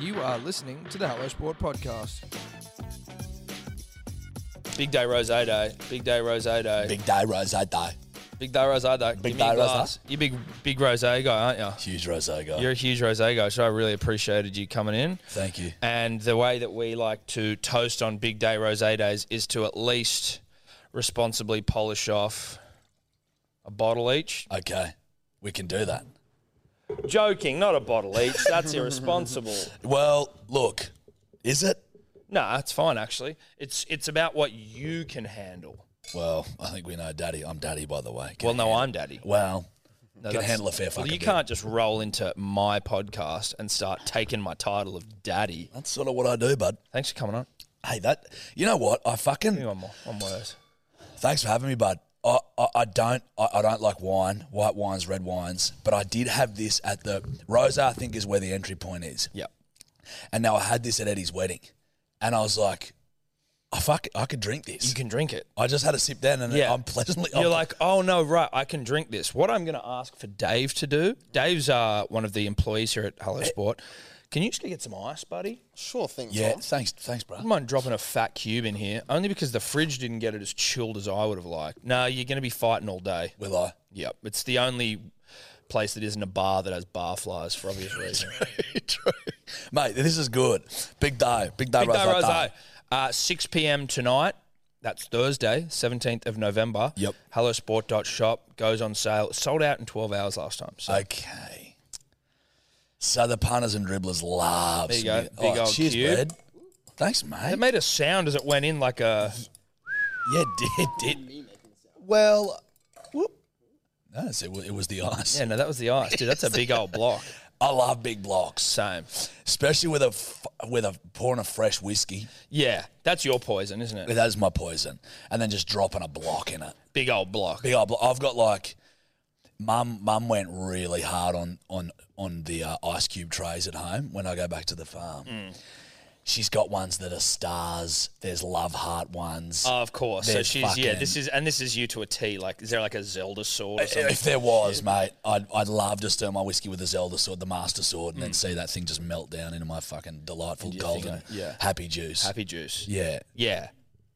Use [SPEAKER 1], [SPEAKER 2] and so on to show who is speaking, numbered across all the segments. [SPEAKER 1] You are listening to the Hello Sport podcast.
[SPEAKER 2] Big day rose day. Big day rose day. Big,
[SPEAKER 3] Big day, rosé day.
[SPEAKER 2] day rose day.
[SPEAKER 3] Big day rosé.
[SPEAKER 2] You big big rose guy, aren't you?
[SPEAKER 3] Huge rosé guy.
[SPEAKER 2] You're a huge rose guy, so I really appreciated you coming in.
[SPEAKER 3] Thank you.
[SPEAKER 2] And the way that we like to toast on big day rose days is to at least responsibly polish off a bottle each.
[SPEAKER 3] Okay, we can do that.
[SPEAKER 2] Joking, not a bottle each. That's irresponsible.
[SPEAKER 3] Well, look, is it?
[SPEAKER 2] No, that's fine actually. It's it's about what you can handle.
[SPEAKER 3] Well, I think we know Daddy. I'm Daddy, by the way. Can
[SPEAKER 2] Well, no,
[SPEAKER 3] handle-
[SPEAKER 2] I'm daddy.
[SPEAKER 3] Well, can
[SPEAKER 2] that's-
[SPEAKER 3] handle a fair
[SPEAKER 2] Well,
[SPEAKER 3] fucking
[SPEAKER 2] you
[SPEAKER 3] bit.
[SPEAKER 2] can't just roll into my podcast and start taking my title of daddy.
[SPEAKER 3] That's sort of what I do, bud.
[SPEAKER 2] Thanks for coming on.
[SPEAKER 3] Hey, that. You know what? I
[SPEAKER 2] Give me
[SPEAKER 3] fucking.
[SPEAKER 2] one more, one more. of those.
[SPEAKER 3] Thanks for having me, bud. I, I, I don't I, I don't like wine, white wines, red wines, but I did have this at the Rosa. I think is where the entry point is.
[SPEAKER 2] Yep.
[SPEAKER 3] And now I had this at Eddie's wedding, and I was like, I fuck, I could drink
[SPEAKER 2] You
[SPEAKER 3] this.
[SPEAKER 2] can drink it.
[SPEAKER 3] I just had a sip then, and
[SPEAKER 2] Yeah.
[SPEAKER 3] I'm pleasantly.
[SPEAKER 2] You're
[SPEAKER 3] I'm-
[SPEAKER 2] like, oh no, right, I can drink this. What I'm going to ask for Dave to do, Dave's uh, one of the employees here at Hello Sport. Can you just go get some ice, buddy?
[SPEAKER 4] Sure thing,
[SPEAKER 3] yeah,
[SPEAKER 4] Tom.
[SPEAKER 3] thanks, thanks, bro.
[SPEAKER 2] I don't mind dropping a fat cube in here, only because the fridge didn't get it as chilled as I would have liked. No, you're going to be fighting all day.
[SPEAKER 3] Will I?
[SPEAKER 2] Yep, it's the only place that isn't a bar that has bar flies for obvious reasons.
[SPEAKER 3] True. Mate, this is good. Big day. Big day,
[SPEAKER 2] Big Day
[SPEAKER 3] Rosé
[SPEAKER 2] Rosé,
[SPEAKER 3] day.
[SPEAKER 2] uh, 6 p.m. tonight. That's Thursday, 17th of November.
[SPEAKER 3] Yep.
[SPEAKER 2] HelloSport.shop goes on sale. Sold out in 12 hours last time. So
[SPEAKER 3] Okay. So the punters and dribblers love
[SPEAKER 2] There you go.
[SPEAKER 3] Smith.
[SPEAKER 2] Big old
[SPEAKER 3] cheers,
[SPEAKER 2] cube.
[SPEAKER 3] Brad. Thanks, mate.
[SPEAKER 2] it made a sound as it went in, like a.
[SPEAKER 3] Yeah, it did, did. Well, whoop. No, it's- it, wa- it was the ice.
[SPEAKER 2] Yeah, no, that was the ice, dude. That's a big old block.
[SPEAKER 3] I love big blocks,
[SPEAKER 2] Same.
[SPEAKER 3] especially with a f- with a pouring a fresh whiskey.
[SPEAKER 2] Yeah, that's your poison, isn't it?
[SPEAKER 3] That is my poison, and then just dropping a block in it.
[SPEAKER 2] Big old block.
[SPEAKER 3] Big old block. I've got like, mum. Mum went really hard on on on the uh, ice cube trays at home when I go back to the farm.
[SPEAKER 2] Hmm.
[SPEAKER 3] She's got ones that are stars. There's love heart ones.
[SPEAKER 2] Oh, Of course. So
[SPEAKER 3] There's
[SPEAKER 2] she's yeah. This
[SPEAKER 3] fucking-
[SPEAKER 2] is and this is you to a T. Like, is there like a Zelda sword or something?
[SPEAKER 3] if there was, mate, I'd, I'd love to stir my whiskey with the Zelda sword, the Master sword,
[SPEAKER 2] Hmm.
[SPEAKER 3] and then see that thing just melt down into my fucking delightful golden
[SPEAKER 2] finger, yeah.
[SPEAKER 3] happy juice.
[SPEAKER 2] happy juice.
[SPEAKER 3] Yeah.
[SPEAKER 2] Yeah.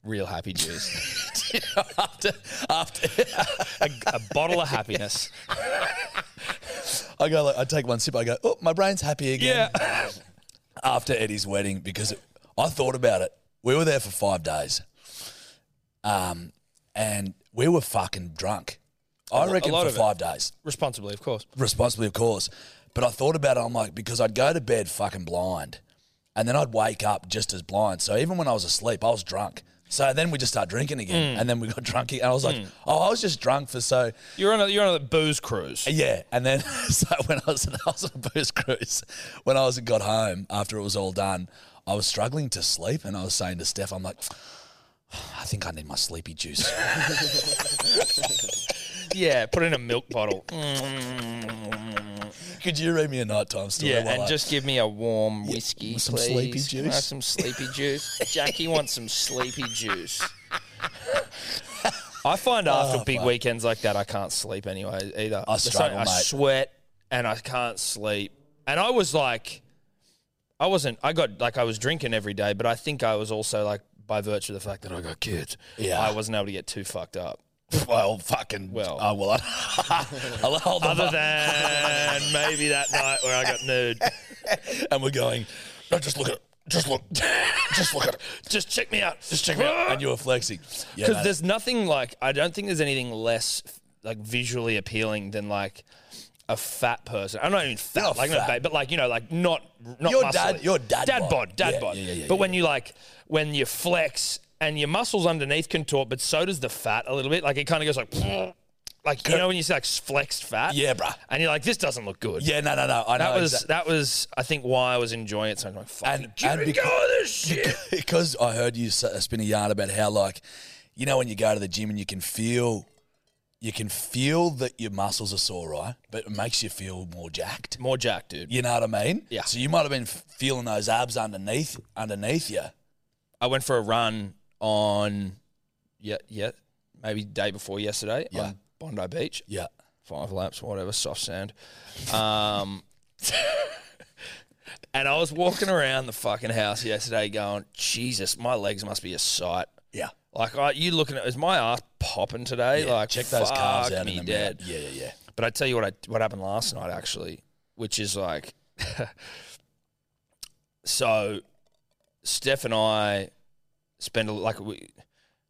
[SPEAKER 2] Real happy juice.
[SPEAKER 3] after, after
[SPEAKER 2] a, a bottle of happiness.
[SPEAKER 3] I go, like, I take one sip, I go, oh, my brain's happy again.
[SPEAKER 2] Yeah.
[SPEAKER 3] after Eddie's wedding because it, I thought about it. We were there for five days, um, and we were fucking drunk. I reckon
[SPEAKER 2] lot
[SPEAKER 3] for
[SPEAKER 2] of it.
[SPEAKER 3] five days,
[SPEAKER 2] Responsibly, of course.
[SPEAKER 3] responsibly, of course. But I thought about it. I'm like, because I'd go to bed fucking blind, and then I'd wake up just as blind. So even when I was asleep, I was drunk. So then we just start drinking
[SPEAKER 2] Mm.
[SPEAKER 3] again, and then we got drunk. again. And I was like, oh, I was just drunk for so
[SPEAKER 2] Hmm. You're on a you're on a booze cruise.
[SPEAKER 3] yeah, and then so when I was, I was on a booze cruise, when I was got home after it was all done, I was struggling to sleep, and I was saying to Steph, "I'm like, I think I need my sleepy juice."
[SPEAKER 2] Yeah, put in a milk bottle.
[SPEAKER 3] Could you read me a nighttime story?
[SPEAKER 2] Mm. yeah,
[SPEAKER 3] while
[SPEAKER 2] and
[SPEAKER 3] I-
[SPEAKER 2] just give me a warm whiskey,
[SPEAKER 3] some
[SPEAKER 2] please.
[SPEAKER 3] sleepy
[SPEAKER 2] Can I have
[SPEAKER 3] juice?
[SPEAKER 2] some sleepy juice. Jackie wants some sleepy juice. I find after big weekends like that, I can't sleep anyway either.
[SPEAKER 3] Oh, I
[SPEAKER 2] There's
[SPEAKER 3] struggle,
[SPEAKER 2] something- I
[SPEAKER 3] mate.
[SPEAKER 2] sweat and I can't sleep. And I was like, I wasn't. I got like I was drinking every day, but I think I was also like by virtue of the fact that I got kids.
[SPEAKER 3] Yeah.
[SPEAKER 2] I wasn't able to get too fucked up.
[SPEAKER 3] well, fucking
[SPEAKER 2] Well.
[SPEAKER 3] well, oh, well, I, I'll hold
[SPEAKER 2] Other
[SPEAKER 3] them up,
[SPEAKER 2] than maybe that night where I got nude.
[SPEAKER 3] and we're going. No, just look at it. Just look. just look at it.
[SPEAKER 2] Just check me out. Just
[SPEAKER 3] Check it out. And you were flexing. Yeah,
[SPEAKER 2] Because
[SPEAKER 3] no,
[SPEAKER 2] there's nothing like I don't think there's anything less like visually appealing than like a fat person. I'm not even fat,
[SPEAKER 3] You're not
[SPEAKER 2] like not
[SPEAKER 3] fat.
[SPEAKER 2] ba- but like you know, like not not
[SPEAKER 3] You're
[SPEAKER 2] muscly.
[SPEAKER 3] dad- you're dad
[SPEAKER 2] dad bod,
[SPEAKER 3] bod.
[SPEAKER 2] dad
[SPEAKER 3] Yeah,
[SPEAKER 2] bod.
[SPEAKER 3] yeah, yeah, yeah,
[SPEAKER 2] but
[SPEAKER 3] yeah,
[SPEAKER 2] when you like when you flex and your muscles underneath contort, but so does the fat a little bit. Like it kind of goes like. Like you know when you say like flexed fat,
[SPEAKER 3] Yeah, bruh.
[SPEAKER 2] and you're like, this doesn't look good.
[SPEAKER 3] yeah, no, no, no. I
[SPEAKER 2] that
[SPEAKER 3] know
[SPEAKER 2] was
[SPEAKER 3] exact-
[SPEAKER 2] that was I think why I was enjoying it so much. Like, fucking
[SPEAKER 3] And-
[SPEAKER 2] give
[SPEAKER 3] and
[SPEAKER 2] me
[SPEAKER 3] because-
[SPEAKER 2] go of this shit.
[SPEAKER 3] because I heard you s- spin a yarn about how, like, you know, when you go to the gym and you can feel, you can feel that your muscles are sore, right? But it makes you feel more jacked.
[SPEAKER 2] More jack, dude.
[SPEAKER 3] You know what I mean?
[SPEAKER 2] Yeah.
[SPEAKER 3] So you might have been f- feeling those abs underneath, underneath you.
[SPEAKER 2] I went for a run on yeah, yeah, maybe day before yesterday
[SPEAKER 3] Yeah.
[SPEAKER 2] on Bondi Beach.
[SPEAKER 3] Yeah.
[SPEAKER 2] Five laps, whatever, soft sand. Um And I was walking around the fucking house yesterday going, Jesus, my legs must be a sight.
[SPEAKER 3] Yeah.
[SPEAKER 2] Like, I, you looking at, is my ass popping today?
[SPEAKER 3] Yeah,
[SPEAKER 2] like,
[SPEAKER 3] check those calves
[SPEAKER 2] fuck
[SPEAKER 3] out
[SPEAKER 2] me
[SPEAKER 3] in the mirror.
[SPEAKER 2] dead.
[SPEAKER 3] Yeah, yeah, yeah.
[SPEAKER 2] But I tell you what, I, what happened last night actually, which is like, so Steph and I spend a, like we,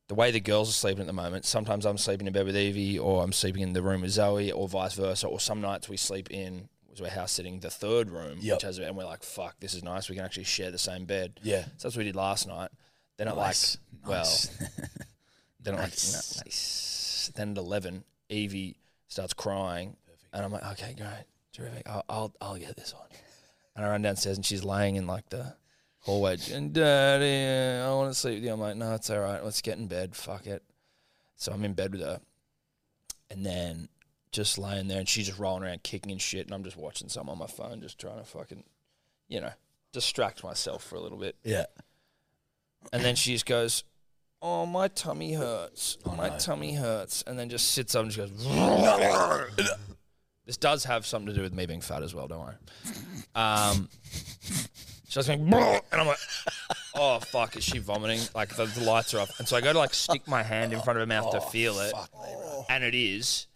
[SPEAKER 2] the way the girls are sleeping at the moment. Sometimes I'm sleeping in bed with Evie, or I'm sleeping in the room with Zoe, or vice versa. Or some nights we sleep in. We're house sitting the third room,
[SPEAKER 3] Yep.
[SPEAKER 2] which has, and we're like, "Fuck, this is nice. We can actually share the same bed."
[SPEAKER 3] Yeah.
[SPEAKER 2] So that's what we did last night. Then at
[SPEAKER 3] Nice.
[SPEAKER 2] like, well,
[SPEAKER 3] Nice.
[SPEAKER 2] then
[SPEAKER 3] Nice.
[SPEAKER 2] nice. like, nice. Then at eleven, Evie starts crying, and I'm like, okay, great, terrific. I'll, I'll, I'll get this on. And I run downstairs, and she's laying in like the hallway. And Daddy, I want to sleep with you. I'm like, no, it's all right. Let's get in bed. Fuck it. So I'm in bed with her, and then just laying there, and she's just rolling around, kicking and shit, and I'm just watching something on my phone, just trying to fucking, you know, distract myself for a little bit.
[SPEAKER 3] yeah.
[SPEAKER 2] And then she just goes, "Oh, my tummy hurts.
[SPEAKER 3] Oh,
[SPEAKER 2] my
[SPEAKER 3] no.
[SPEAKER 2] tummy hurts." And then just sits up and just goes. this does have something to do with me being fat as well. Don't worry. Um, she was going, "Brrr," and I'm like, "Oh fuck, is she vomiting?" Like the, the lights are off, and so I go to like stick my hand in front of her mouth to feel it,
[SPEAKER 3] Oh, Fuck me, bro.
[SPEAKER 2] and it is.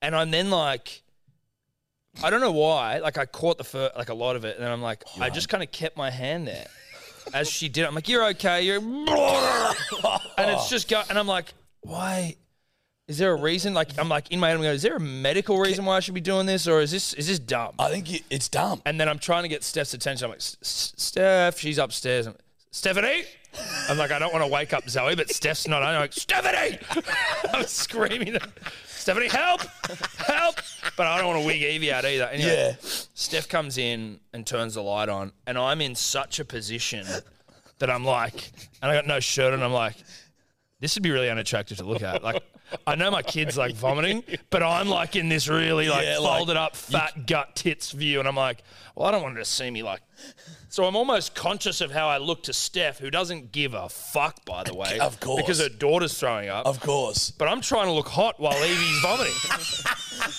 [SPEAKER 2] And I'm then like, I don't know why. Like I caught the fir- like a lot of it, and then I'm like, I just kind of kept my hand there. As she did, it. I'm like, "You're okay." You're, and it's just go. And I'm like, "Why? Is there a reason?" Like I'm like in my head, I'm going, "Is there a medical reason why I should be doing this, or is this is this dumb?"
[SPEAKER 3] I think you, it's dumb.
[SPEAKER 2] And then I'm trying to get Steph's attention. I'm like, "S- S- Steph, she's upstairs. I'm, Stephanie? I'm like, I don't want to wake up Zoe, but Steph's not. I'm like, Stephanie! I'm screaming, Stephanie, help! Help! But I don't want to wig Evie out either. Anyway,
[SPEAKER 3] Yeah.
[SPEAKER 2] Steph comes in and turns the light on, and I'm in such a position that I'm like, and I got no shirt on. I'm like, this would be really unattractive to look at. Like, I know my kid's like vomiting, but I'm like in this really like
[SPEAKER 3] Yeah, like,
[SPEAKER 2] folded up, fat gut tits view, and I'm like, well, I don't want her to see me like. So I'm almost conscious of how I look to Steph, who doesn't give a fuck, by the way,
[SPEAKER 3] Of course.
[SPEAKER 2] because her daughter's throwing up.
[SPEAKER 3] Of course.
[SPEAKER 2] but I'm trying to look hot while Evie's vomiting.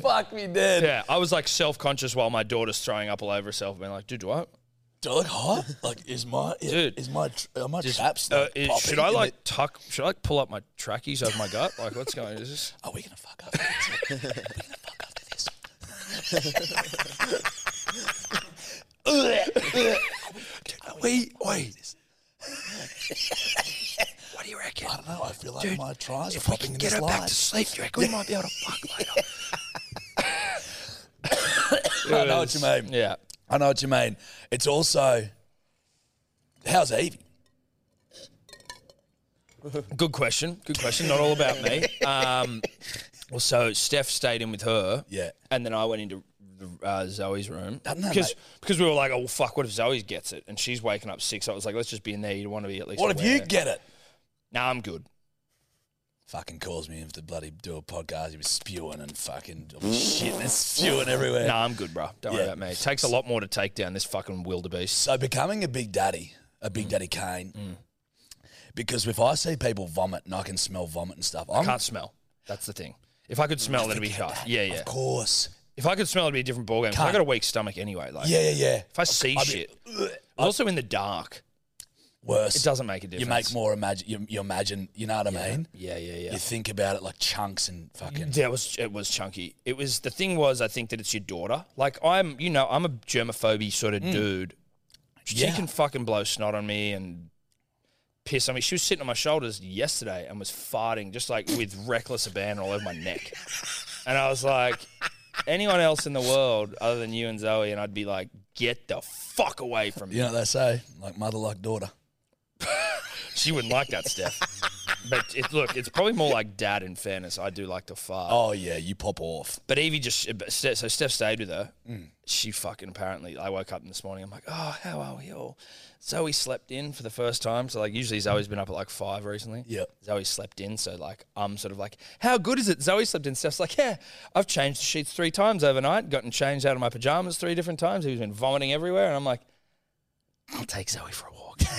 [SPEAKER 3] Fuck me dead.
[SPEAKER 2] yeah, I was like self-conscious while my daughter's throwing up all over herself, being like, dude, do I?
[SPEAKER 3] Do I look hot? Like, is my is,
[SPEAKER 2] Dude.
[SPEAKER 3] is my tr- are my traps?
[SPEAKER 2] Uh,
[SPEAKER 3] like,
[SPEAKER 2] is-
[SPEAKER 3] popping
[SPEAKER 2] should I
[SPEAKER 3] in
[SPEAKER 2] like
[SPEAKER 3] the-
[SPEAKER 2] tuck? Should I like pull up my trackies over my gut? Like, what's going? Is this?
[SPEAKER 3] are we gonna fuck up? Are we gonna fuck after this? Dude, are we, wait.
[SPEAKER 2] What do you reckon?
[SPEAKER 3] I don't know. I feel like my tries are popping in this light.
[SPEAKER 2] sleep, do you reckon we might be able to fuck later?
[SPEAKER 3] I know what you mean.
[SPEAKER 2] Yeah.
[SPEAKER 3] I know what you mean. It's also how's Evie?
[SPEAKER 2] Good question. Good question. Not all about me. Um, well, so Steph stayed in with her.
[SPEAKER 3] Yeah.
[SPEAKER 2] And then I went into the, uh, Zoe's room
[SPEAKER 3] Doesn't that
[SPEAKER 2] because
[SPEAKER 3] make-
[SPEAKER 2] because we were like, oh well, fuck, what if Zoe gets it and she's waking up sick? So I was like, let's just be in there. You want to be at least.
[SPEAKER 3] What if you
[SPEAKER 2] aware.
[SPEAKER 3] get it?
[SPEAKER 2] Nah, I'm good.
[SPEAKER 3] Fucking calls me in to bloody do a podcast. He was spewing and fucking shit. There's spewing everywhere.
[SPEAKER 2] Nah, I'm good, bro. Don't worry
[SPEAKER 3] Yeah.
[SPEAKER 2] about me. It takes a lot more to take down this fucking wildebeest.
[SPEAKER 3] So becoming a big daddy, a
[SPEAKER 2] Mm.
[SPEAKER 3] big daddy Kane, because if I see people vomit and I can smell vomit and stuff, I'm
[SPEAKER 2] Can't smell. That's the thing. If I could smell, it'd be tough. Yeah, yeah.
[SPEAKER 3] of course.
[SPEAKER 2] If I could smell, it'd be a different ballgame. 'cause I
[SPEAKER 3] Can't.
[SPEAKER 2] got a weak stomach anyway. Like,
[SPEAKER 3] Yeah, yeah, yeah.
[SPEAKER 2] if I see
[SPEAKER 3] I'd be-
[SPEAKER 2] shit, also in the dark,
[SPEAKER 3] Worse.
[SPEAKER 2] it doesn't make a
[SPEAKER 3] You
[SPEAKER 2] difference.
[SPEAKER 3] make more imagine. You, you imagine. You know what I mean?
[SPEAKER 2] Yeah, yeah, yeah.
[SPEAKER 3] You think about it like chunks and fucking.
[SPEAKER 2] Yeah, it was it was chunky. It was the thing was I think that it's your daughter. Like I'm, you know, I'm a germaphobe sort of dude. She
[SPEAKER 3] Hmm. Yeah.
[SPEAKER 2] can fucking blow snot on me and piss on me. She was sitting on my shoulders yesterday and was farting just like with reckless abandon all over my neck. And I was like, anyone else in the world other than you and Zoe, and I'd be like, get the fuck away from me.
[SPEAKER 3] You know what they say? Like mother, like daughter.
[SPEAKER 2] She wouldn't like that, Steph. But it, look, it's probably more like dad. In fairness, I do like to fart.
[SPEAKER 3] Oh yeah, you pop off.
[SPEAKER 2] But Evie just so Steph stayed with her. She fucking apparently. I woke up this morning. I'm like, oh, how are we all? Zoe slept in for the first time. So like, usually Zoe's been up at like five recently.
[SPEAKER 3] Yep.
[SPEAKER 2] Zoe slept in. So like, I'm sort of like, how good is it? Zoe slept in. Steph's like, yeah, I've changed the sheets three times overnight. Gotten changed out of my pajamas three different times. He's been vomiting everywhere, and I'm like, I'll take Zoe for a walk.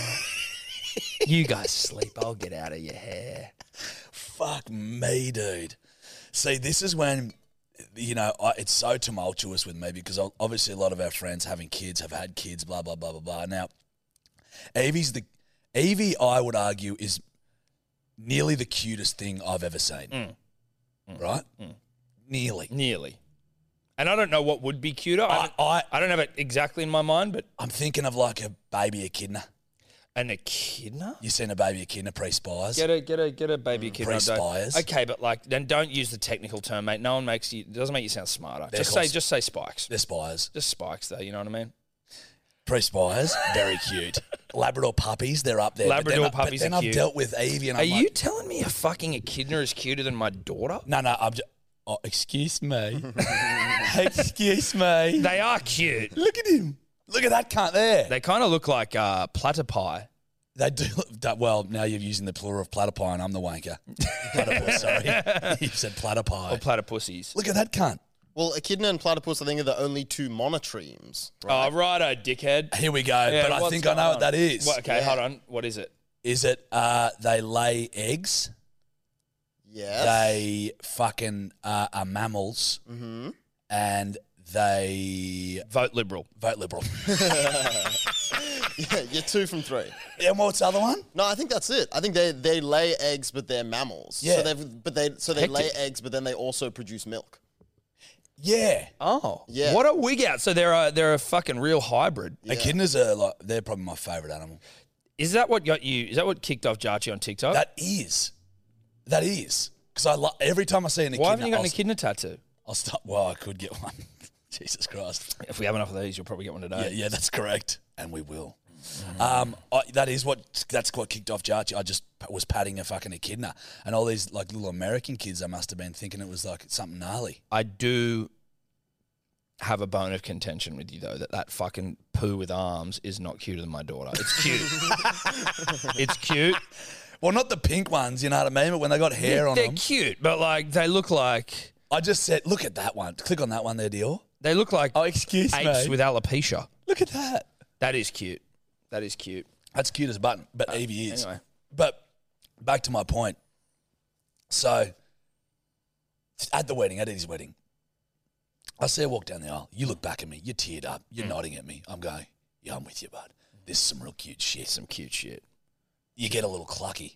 [SPEAKER 2] you guys sleep. I'll get out of your hair.
[SPEAKER 3] Fuck me, dude. See, this is when you know, I, it's so tumultuous with me because o- obviously a lot of our friends having kids have had kids, blah blah blah blah blah. Now, Evie's the Evie, I would argue, is nearly the cutest thing I've ever seen.
[SPEAKER 2] Mm,
[SPEAKER 3] Right? Nearly.
[SPEAKER 2] Nearly. And I don't know what would be cuter. I,
[SPEAKER 3] I,
[SPEAKER 2] don't-
[SPEAKER 3] I
[SPEAKER 2] I don't have it exactly in my mind, but
[SPEAKER 3] I'm thinking of like a baby echidna.
[SPEAKER 2] an echidna?
[SPEAKER 3] You seen a baby echidna pre spires?
[SPEAKER 2] Get a get a get a baby echidna.
[SPEAKER 3] Breast
[SPEAKER 2] don't-
[SPEAKER 3] spires.
[SPEAKER 2] Okay, but like then don't use the technical term, mate. No one makes you doesn't make you sound smarter.
[SPEAKER 3] They're
[SPEAKER 2] just
[SPEAKER 3] called
[SPEAKER 2] say
[SPEAKER 3] sp-
[SPEAKER 2] just say spikes.
[SPEAKER 3] They're spires.
[SPEAKER 2] Just spikes though, you know what I mean?
[SPEAKER 3] Pre spires, very cute. Labrador puppies, they're up there. But then
[SPEAKER 2] Labrador
[SPEAKER 3] I- but
[SPEAKER 2] puppies
[SPEAKER 3] then
[SPEAKER 2] are
[SPEAKER 3] I've
[SPEAKER 2] cute.
[SPEAKER 3] dealt with Evie and
[SPEAKER 2] Are
[SPEAKER 3] I'm like,
[SPEAKER 2] you telling me a fucking echidna is cuter than my daughter?
[SPEAKER 3] no, no, I'm just. Oh, excuse me. excuse me.
[SPEAKER 2] They are cute.
[SPEAKER 3] Look at him. Look at that cunt there.
[SPEAKER 2] They kind of look like uh, platter pie.
[SPEAKER 3] They do that. Well, now you're using the plural of platypie, and I'm the wanker. Platypus, sorry. you said
[SPEAKER 2] Or
[SPEAKER 3] platypie.
[SPEAKER 2] platter pussies.
[SPEAKER 3] Look at that cunt.
[SPEAKER 4] Well, echidna and platypus, I think, are the only two monotremes.
[SPEAKER 2] Oh, righto, dickhead.
[SPEAKER 3] Here we go.
[SPEAKER 2] Yeah,
[SPEAKER 3] but I
[SPEAKER 2] what's
[SPEAKER 3] think I know
[SPEAKER 2] going
[SPEAKER 3] what that
[SPEAKER 2] on?
[SPEAKER 3] is.
[SPEAKER 2] What- okay,
[SPEAKER 4] Yeah.
[SPEAKER 2] hold on. What is it?
[SPEAKER 3] Is it uh, they lay eggs?
[SPEAKER 4] Yes.
[SPEAKER 3] They fucking uh, are mammals,
[SPEAKER 2] Mm.
[SPEAKER 4] Mm-hmm.
[SPEAKER 3] and they
[SPEAKER 2] Vote liberal.
[SPEAKER 3] vote liberal.
[SPEAKER 4] yeah, you're two from three.
[SPEAKER 3] and what's the other one?
[SPEAKER 4] No, I think that's it. I think they, they lay eggs, but they're mammals.
[SPEAKER 3] Yeah.
[SPEAKER 4] So they've but they so they lay
[SPEAKER 2] Hectic.
[SPEAKER 4] eggs, but then they also produce milk.
[SPEAKER 3] Yeah,
[SPEAKER 2] Oh,
[SPEAKER 4] Yeah.
[SPEAKER 2] What a wig out. So they're a, they're a fucking real hybrid.
[SPEAKER 3] echidnas are like they're probably my favorite animal.
[SPEAKER 2] Is that what got you? Is that what kicked off Jarchi on TikTok?
[SPEAKER 3] That is, that is, because I lo- every time I see an echidna,
[SPEAKER 2] Why haven't you got
[SPEAKER 3] I'll
[SPEAKER 2] an echidna tattoo?
[SPEAKER 3] I'll stop. Well, I could get one. Jesus Christ.
[SPEAKER 2] If we have enough of these, you'll probably get one
[SPEAKER 3] Yeah,
[SPEAKER 2] today.
[SPEAKER 3] yeah, that's correct, and we will. Um, I, that is what that's what kicked off Jarchi. I just p- was patting a fucking echidna, and all these like little American kids, I must have been thinking it was like something gnarly.
[SPEAKER 2] I do have a bone of contention with you though that that fucking poo with arms is not cuter than my daughter. It's cute. it's cute.
[SPEAKER 3] Well, not the pink ones, you know what I mean. But when they got hair on
[SPEAKER 2] They're
[SPEAKER 3] them,
[SPEAKER 2] cute, but like they look like
[SPEAKER 3] I just said, "Look at that one. Click on that one there, Dior."
[SPEAKER 2] they look like
[SPEAKER 3] Oh, excuse
[SPEAKER 2] apes
[SPEAKER 3] me.
[SPEAKER 2] with alopecia.
[SPEAKER 3] Look at that.
[SPEAKER 2] That is cute. That is cute. Uh,
[SPEAKER 3] That's cute as a button, but Evie is.
[SPEAKER 2] anyway.
[SPEAKER 3] But back to my point. So at the wedding, at Eddie's wedding, I see her walk down the aisle. You look back at me. You're teared up. You're nodding at me. I'm going, yeah, I'm with you, bud. This is some real cute shit. Some cute shit. You get a little clucky.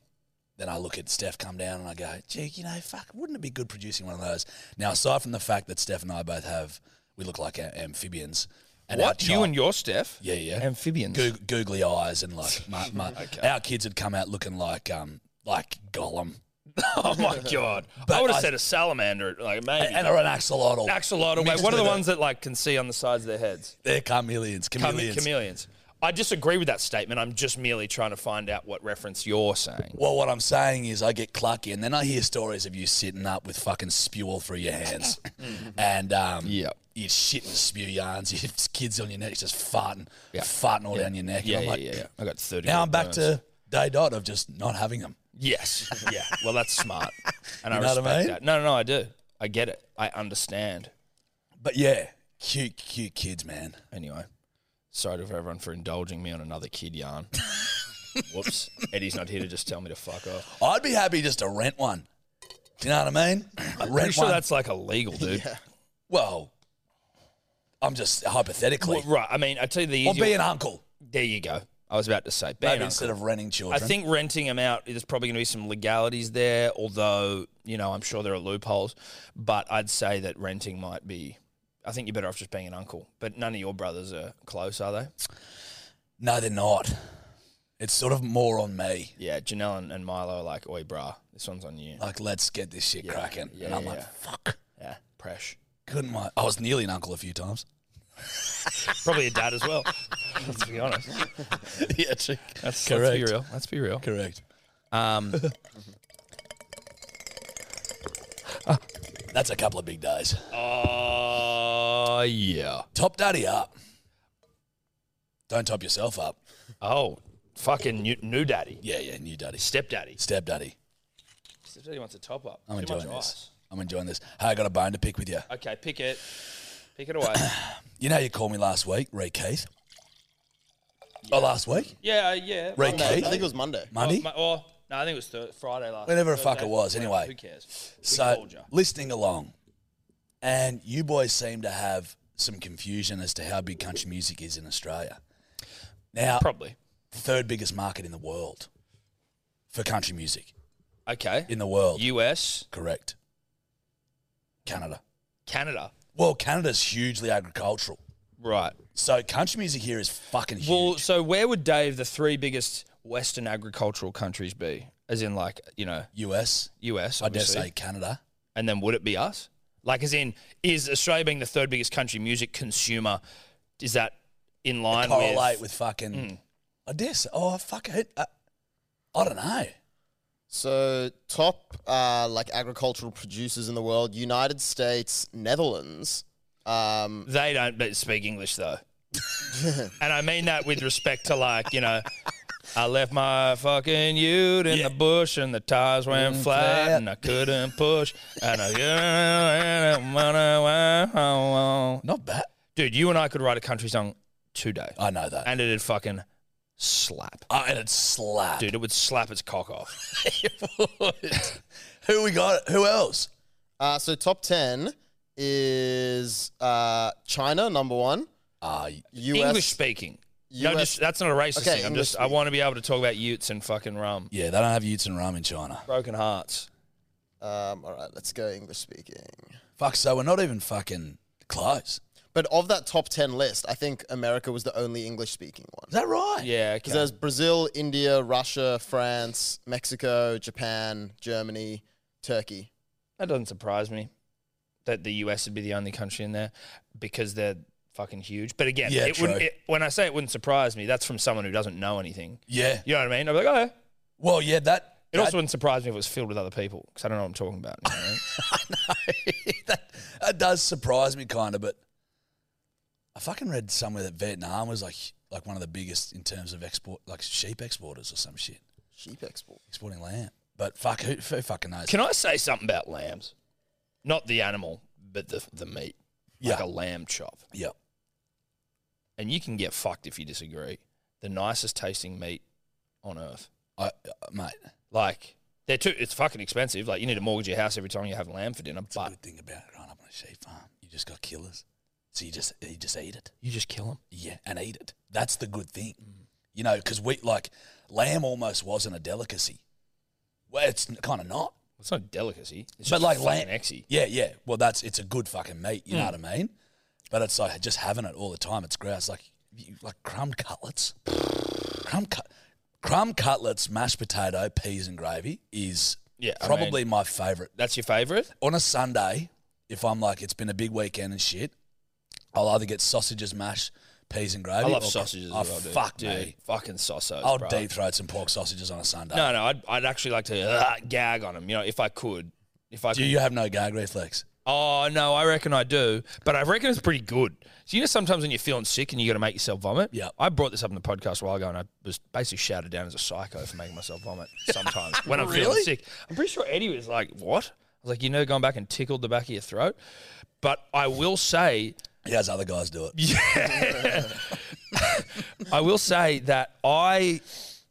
[SPEAKER 3] Then I look at Steph come down and I go, gee, you know, fuck, wouldn't it be good producing one of those? Now, aside from the fact that Steph and I both have, we look like a- amphibians. And our
[SPEAKER 2] what you
[SPEAKER 3] child-
[SPEAKER 2] and your Steph?
[SPEAKER 3] Yeah, yeah
[SPEAKER 2] Amphibians.
[SPEAKER 3] goo- googly eyes and like my, my, our kids had come out looking like um like Gollum
[SPEAKER 2] Oh my god! I
[SPEAKER 3] But
[SPEAKER 2] would have
[SPEAKER 3] I-
[SPEAKER 2] said a salamander, like maybe
[SPEAKER 3] and, or an axolotl.
[SPEAKER 2] axolotl. Wait,
[SPEAKER 3] mixed
[SPEAKER 2] what are the
[SPEAKER 3] with a-
[SPEAKER 2] ones that like can see on the sides of their heads?
[SPEAKER 3] They're chameleons.
[SPEAKER 2] Chame-
[SPEAKER 3] Chameleons.
[SPEAKER 2] chameleons. I disagree with that statement. I'm just merely trying to find out what reference you're saying.
[SPEAKER 3] well, what I'm saying is, I get clucky, and then I hear stories of you sitting up with fucking spew all through your hands,
[SPEAKER 2] Mm-hmm.
[SPEAKER 3] and um,
[SPEAKER 2] Yeah.
[SPEAKER 3] you shit and spew yarns. Your kids on your neck just farting, farting all down your neck. and
[SPEAKER 2] Yeah,
[SPEAKER 3] I'm
[SPEAKER 2] yeah,
[SPEAKER 3] like,
[SPEAKER 2] yeah, yeah. I got thirty.
[SPEAKER 3] Now I'm back to day dot of just not having them.
[SPEAKER 2] yes, yeah. Well, that's smart, and I
[SPEAKER 3] know what I
[SPEAKER 2] respect
[SPEAKER 3] mean?
[SPEAKER 2] that. No, no, no, I do. I get it. I understand.
[SPEAKER 3] But yeah, cute, cute kids, man.
[SPEAKER 2] Anyway, sorry to everyone for indulging me on another kid yarn. Whoops, Eddie's not here to just tell me to fuck off.
[SPEAKER 3] I'd be happy just to rent one. Do you know what I mean?
[SPEAKER 2] Pretty
[SPEAKER 3] rent
[SPEAKER 2] sure
[SPEAKER 3] one.
[SPEAKER 2] that's like illegal, dude.
[SPEAKER 3] Well, I'm just hypothetically.
[SPEAKER 2] Well, right. I mean, I tell you the
[SPEAKER 3] or
[SPEAKER 2] easy.
[SPEAKER 3] be an uncle.
[SPEAKER 2] there you go. I was about to say,
[SPEAKER 3] Maybe
[SPEAKER 2] be an uncle.
[SPEAKER 3] instead of renting
[SPEAKER 2] I
[SPEAKER 3] children.
[SPEAKER 2] think renting them out, there's probably going to be some legalities there, although, you know, I'm sure there are loopholes. But I'd say that renting might be, I think you're better off just being an uncle. But none of your brothers are close, are they?
[SPEAKER 3] No, they're not. It's sort of more on me.
[SPEAKER 2] Yeah, Janelle and, and Milo are like, oi, brah, this one's on you.
[SPEAKER 3] Like, let's get this shit cracking.
[SPEAKER 2] yeah,
[SPEAKER 3] and I'm
[SPEAKER 2] yeah,
[SPEAKER 3] like,
[SPEAKER 2] yeah.
[SPEAKER 3] fuck.
[SPEAKER 2] Yeah, presh.
[SPEAKER 3] Couldn't my. I was nearly an uncle a few times.
[SPEAKER 2] Probably a dad as well, let's be honest.
[SPEAKER 3] yeah, true.
[SPEAKER 2] That's,
[SPEAKER 3] Correct.
[SPEAKER 2] let's be real. Let's be real.
[SPEAKER 3] Correct.
[SPEAKER 2] Um,
[SPEAKER 3] That's a couple of big days.
[SPEAKER 2] uh, yeah.
[SPEAKER 3] Top daddy up. Don't top yourself up.
[SPEAKER 2] Oh, fucking new, new daddy.
[SPEAKER 3] Yeah, yeah, new daddy.
[SPEAKER 2] Stepdaddy.
[SPEAKER 3] Step daddy.
[SPEAKER 2] Stepdaddy wants a top up.
[SPEAKER 3] I'm
[SPEAKER 2] Too much
[SPEAKER 3] enjoying this.
[SPEAKER 2] ice.
[SPEAKER 3] I'm enjoying this. Hey, I got a bone to pick with you.
[SPEAKER 2] Okay, pick it. Pick it away.
[SPEAKER 3] You know, you called me last week, Ray Keith. Oh, last week?
[SPEAKER 2] yeah, uh, yeah.
[SPEAKER 3] Ray
[SPEAKER 4] No, I
[SPEAKER 3] Keith?
[SPEAKER 4] think it was Monday.
[SPEAKER 3] Monday?
[SPEAKER 2] Or, ma- or- no, I think it was Thur- Friday last.
[SPEAKER 3] Whenever the
[SPEAKER 2] Thursday.
[SPEAKER 3] fuck it was,
[SPEAKER 2] Whatever,
[SPEAKER 3] anyway.
[SPEAKER 2] who cares? We
[SPEAKER 3] so
[SPEAKER 2] told ya.
[SPEAKER 3] listening along, And you boys seem to have some confusion as to how big country music is in Australia. Now,
[SPEAKER 2] Probably.
[SPEAKER 3] third biggest market in the world for country music
[SPEAKER 2] Okay.
[SPEAKER 3] in the world.
[SPEAKER 2] US,
[SPEAKER 3] Correct. Canada.
[SPEAKER 2] Canada.
[SPEAKER 3] Well, Canada's hugely agricultural.
[SPEAKER 2] Right.
[SPEAKER 3] So country music here is fucking huge.
[SPEAKER 2] Well, so where would Dave the three biggest Western agricultural countries be? As in, like you know,
[SPEAKER 3] US,
[SPEAKER 2] US.
[SPEAKER 3] I dare
[SPEAKER 2] Obviously.
[SPEAKER 3] say Canada.
[SPEAKER 2] And then would it be us? Like, as in, is Australia being the third biggest country music consumer? Is that in line
[SPEAKER 3] Correlate
[SPEAKER 2] with? Hmm. Mm.
[SPEAKER 3] with fucking. I dare say. Oh, fuck it. Uh, I don't know.
[SPEAKER 4] So top uh, like agricultural producers in the world: United States, Netherlands. Um,
[SPEAKER 2] They don't but speak English though, and I mean that with respect to like you know. I left my fucking ute in the bush and the tires went
[SPEAKER 3] Mm,
[SPEAKER 2] flat,
[SPEAKER 3] flat.
[SPEAKER 2] and I couldn't push. And I,
[SPEAKER 3] Not bad.
[SPEAKER 2] dude, you and I could write a country song today,
[SPEAKER 3] I know that.
[SPEAKER 2] and it'd fucking slap,
[SPEAKER 3] Oh, and it's slap.
[SPEAKER 2] dude. It would slap its cock off.
[SPEAKER 3] Who we got? Who else?
[SPEAKER 4] uh, so top ten is uh, China number one.
[SPEAKER 3] Uh,
[SPEAKER 4] US,
[SPEAKER 2] English speaking. No,
[SPEAKER 4] US
[SPEAKER 2] just that's not a racist
[SPEAKER 4] Okay,
[SPEAKER 2] thing. I'm
[SPEAKER 4] English
[SPEAKER 2] just I
[SPEAKER 4] speaking.
[SPEAKER 2] want to be able to talk about Utes and fucking rum,
[SPEAKER 3] yeah, they don't have utes and rum in China.
[SPEAKER 2] broken hearts.
[SPEAKER 4] Um, all right, let's go English speaking.
[SPEAKER 3] Fuck, so we're not even fucking close.
[SPEAKER 4] But of that top ten list, I think America was the only English speaking one.
[SPEAKER 3] Is that right?
[SPEAKER 2] Yeah,
[SPEAKER 4] Because
[SPEAKER 2] okay.
[SPEAKER 4] there's Brazil, India, Russia, France, Mexico, Japan, Germany, Turkey.
[SPEAKER 2] That doesn't surprise me that the US would be the only country in there because they're fucking huge. But again,
[SPEAKER 3] Yeah,
[SPEAKER 2] it wouldn't,
[SPEAKER 3] true.
[SPEAKER 2] it, when I say it wouldn't surprise me, that's from someone who doesn't know anything.
[SPEAKER 3] Yeah.
[SPEAKER 2] You know what I mean? I'd be like, oh, yeah. It
[SPEAKER 3] Well, yeah, that. that-
[SPEAKER 2] also wouldn't surprise me if it was filled with other people because I don't know what I'm talking about. you know what I mean?
[SPEAKER 3] that, that does surprise me, kind of. But I fucking read somewhere that Vietnam was like like one of the biggest in terms of export, like sheep exporters or some shit,
[SPEAKER 4] Sheep export.
[SPEAKER 3] exporting lamb. But fuck, who, who fucking knows?
[SPEAKER 2] Can I say something about lambs? Not the animal, but the, the meat. Like
[SPEAKER 3] Yeah.
[SPEAKER 2] a lamb chop.
[SPEAKER 3] yeah,
[SPEAKER 2] And you can get fucked if you disagree. The nicest tasting meat on earth.
[SPEAKER 3] I, uh, mate.
[SPEAKER 2] Like, they're too, it's fucking expensive. Like, you need to mortgage your house every time you have lamb for dinner,
[SPEAKER 3] It's a
[SPEAKER 2] but
[SPEAKER 3] good thing about growing up on a sheep farm. You just got killers, so you just you just eat it.
[SPEAKER 2] you just kill them.
[SPEAKER 3] Yeah, and eat it. That's the good thing, you know, because we like lamb almost wasn't a delicacy. Well, it's kind of not.
[SPEAKER 2] It's not a delicacy. It's
[SPEAKER 3] but like lamb,
[SPEAKER 2] fucking Mm. exy.
[SPEAKER 3] yeah, yeah. Well, that's it's a good fucking meat. You know what I mean? But it's like just having it all the time. It's great. It's like you, like crumb cutlets, crumb cut, crumb cutlets, mashed potato, peas and gravy is
[SPEAKER 2] Yeah, I
[SPEAKER 3] probably my favorite
[SPEAKER 2] That's your favorite?
[SPEAKER 3] on a Sunday. If I'm like it's been a big weekend and shit, I'll either get sausages, mashed peas and gravy.
[SPEAKER 2] I love
[SPEAKER 3] or-
[SPEAKER 2] sausages.
[SPEAKER 3] Oh
[SPEAKER 2] as well, dude.
[SPEAKER 3] fuck
[SPEAKER 2] dude,
[SPEAKER 3] me!
[SPEAKER 2] Fucking sausage.
[SPEAKER 3] I'll
[SPEAKER 2] bro.
[SPEAKER 3] deep throat some pork sausages on a Sunday.
[SPEAKER 2] No, no. I'd, I'd actually like to uh, gag on them. You know, if I could. If I
[SPEAKER 3] Do
[SPEAKER 2] could.
[SPEAKER 3] you have no gag reflex?
[SPEAKER 2] oh no, I reckon I do. But I reckon it's pretty good. So you know, sometimes when you're feeling sick and you got to make yourself vomit.
[SPEAKER 3] Yeah.
[SPEAKER 2] I brought this up in the podcast a while ago, and I was basically shouted down as a psycho for making myself vomit. Sometimes when I'm feeling
[SPEAKER 3] Really?
[SPEAKER 2] sick, I'm pretty sure Eddie was like, "What?" I was like, "You know, gone back and tickled the back of your throat." But I will say
[SPEAKER 3] He has other guys do it.
[SPEAKER 2] I will say that I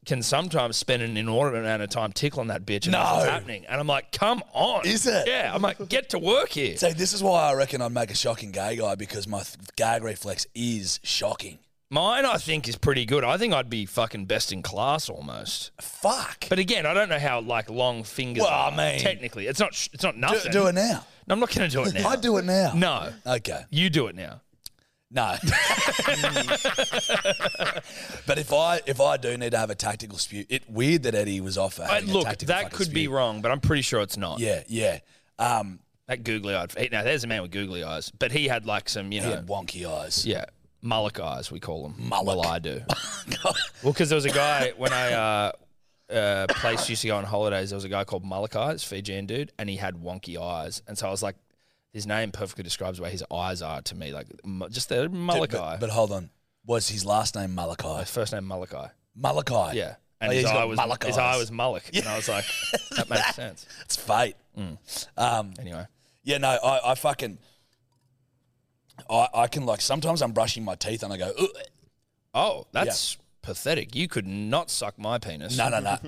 [SPEAKER 2] can sometimes spend an inordinate amount of time tickling that bitch and
[SPEAKER 3] No.
[SPEAKER 2] nothing's happening. And I'm like, come on.
[SPEAKER 3] Is it?
[SPEAKER 2] Yeah. I'm like, get to work here.
[SPEAKER 3] So this is why I reckon I'd make a shocking gay guy because my th- gag reflex is shocking.
[SPEAKER 2] Mine, I think, is pretty good. I think I'd be fucking best in class almost.
[SPEAKER 3] Fuck.
[SPEAKER 2] But again, I don't know how like long fingers
[SPEAKER 3] Well,
[SPEAKER 2] are.
[SPEAKER 3] I mean-
[SPEAKER 2] technically, it's not. sh- It's not
[SPEAKER 3] do,
[SPEAKER 2] nothing.
[SPEAKER 3] do it now.
[SPEAKER 2] No, I'm not going to do it now.
[SPEAKER 3] I do it now.
[SPEAKER 2] No,
[SPEAKER 3] Okay.
[SPEAKER 2] you do it now.
[SPEAKER 3] No. but if I if I do need to have a tactical spew, it weird that Eddie was off.
[SPEAKER 2] I,
[SPEAKER 3] having a
[SPEAKER 2] look,
[SPEAKER 3] tactical
[SPEAKER 2] that
[SPEAKER 3] fucking
[SPEAKER 2] could be
[SPEAKER 3] spew.
[SPEAKER 2] wrong, but I'm pretty sure it's not.
[SPEAKER 3] Yeah, yeah. Um,
[SPEAKER 2] That googly eyed. Now, there's a man with googly eyes, but he had like some, you know,
[SPEAKER 3] he had wonky eyes.
[SPEAKER 2] Yeah, mullock eyes we call them.
[SPEAKER 3] Mullock.
[SPEAKER 2] Well, I do. well, because there was a guy when I uh, uh, place used to go on holidays. There was a guy called Mullock Eyes, Fijian dude, and he had wonky eyes, and so I was like, his name perfectly describes where his eyes are to me, like mu- just the mullock eye.
[SPEAKER 3] But, but hold on, was his last name
[SPEAKER 2] His
[SPEAKER 3] Malachi?
[SPEAKER 2] first name mullock eye.
[SPEAKER 3] Malachi.
[SPEAKER 2] Yeah. And
[SPEAKER 3] Oh,
[SPEAKER 2] his,
[SPEAKER 3] he's
[SPEAKER 2] eye
[SPEAKER 3] got
[SPEAKER 2] was,
[SPEAKER 3] mullock
[SPEAKER 2] his
[SPEAKER 3] eyes.
[SPEAKER 2] eye was mullock. And I was like, that makes sense.
[SPEAKER 3] It's fate. Um,
[SPEAKER 2] Mm. Anyway,
[SPEAKER 3] Yeah, no, I, I fucking, I, I can like sometimes I'm brushing my teeth and I go, "Ugh."
[SPEAKER 2] oh, that's pathetic. You could not suck my penis.
[SPEAKER 3] no, no, no.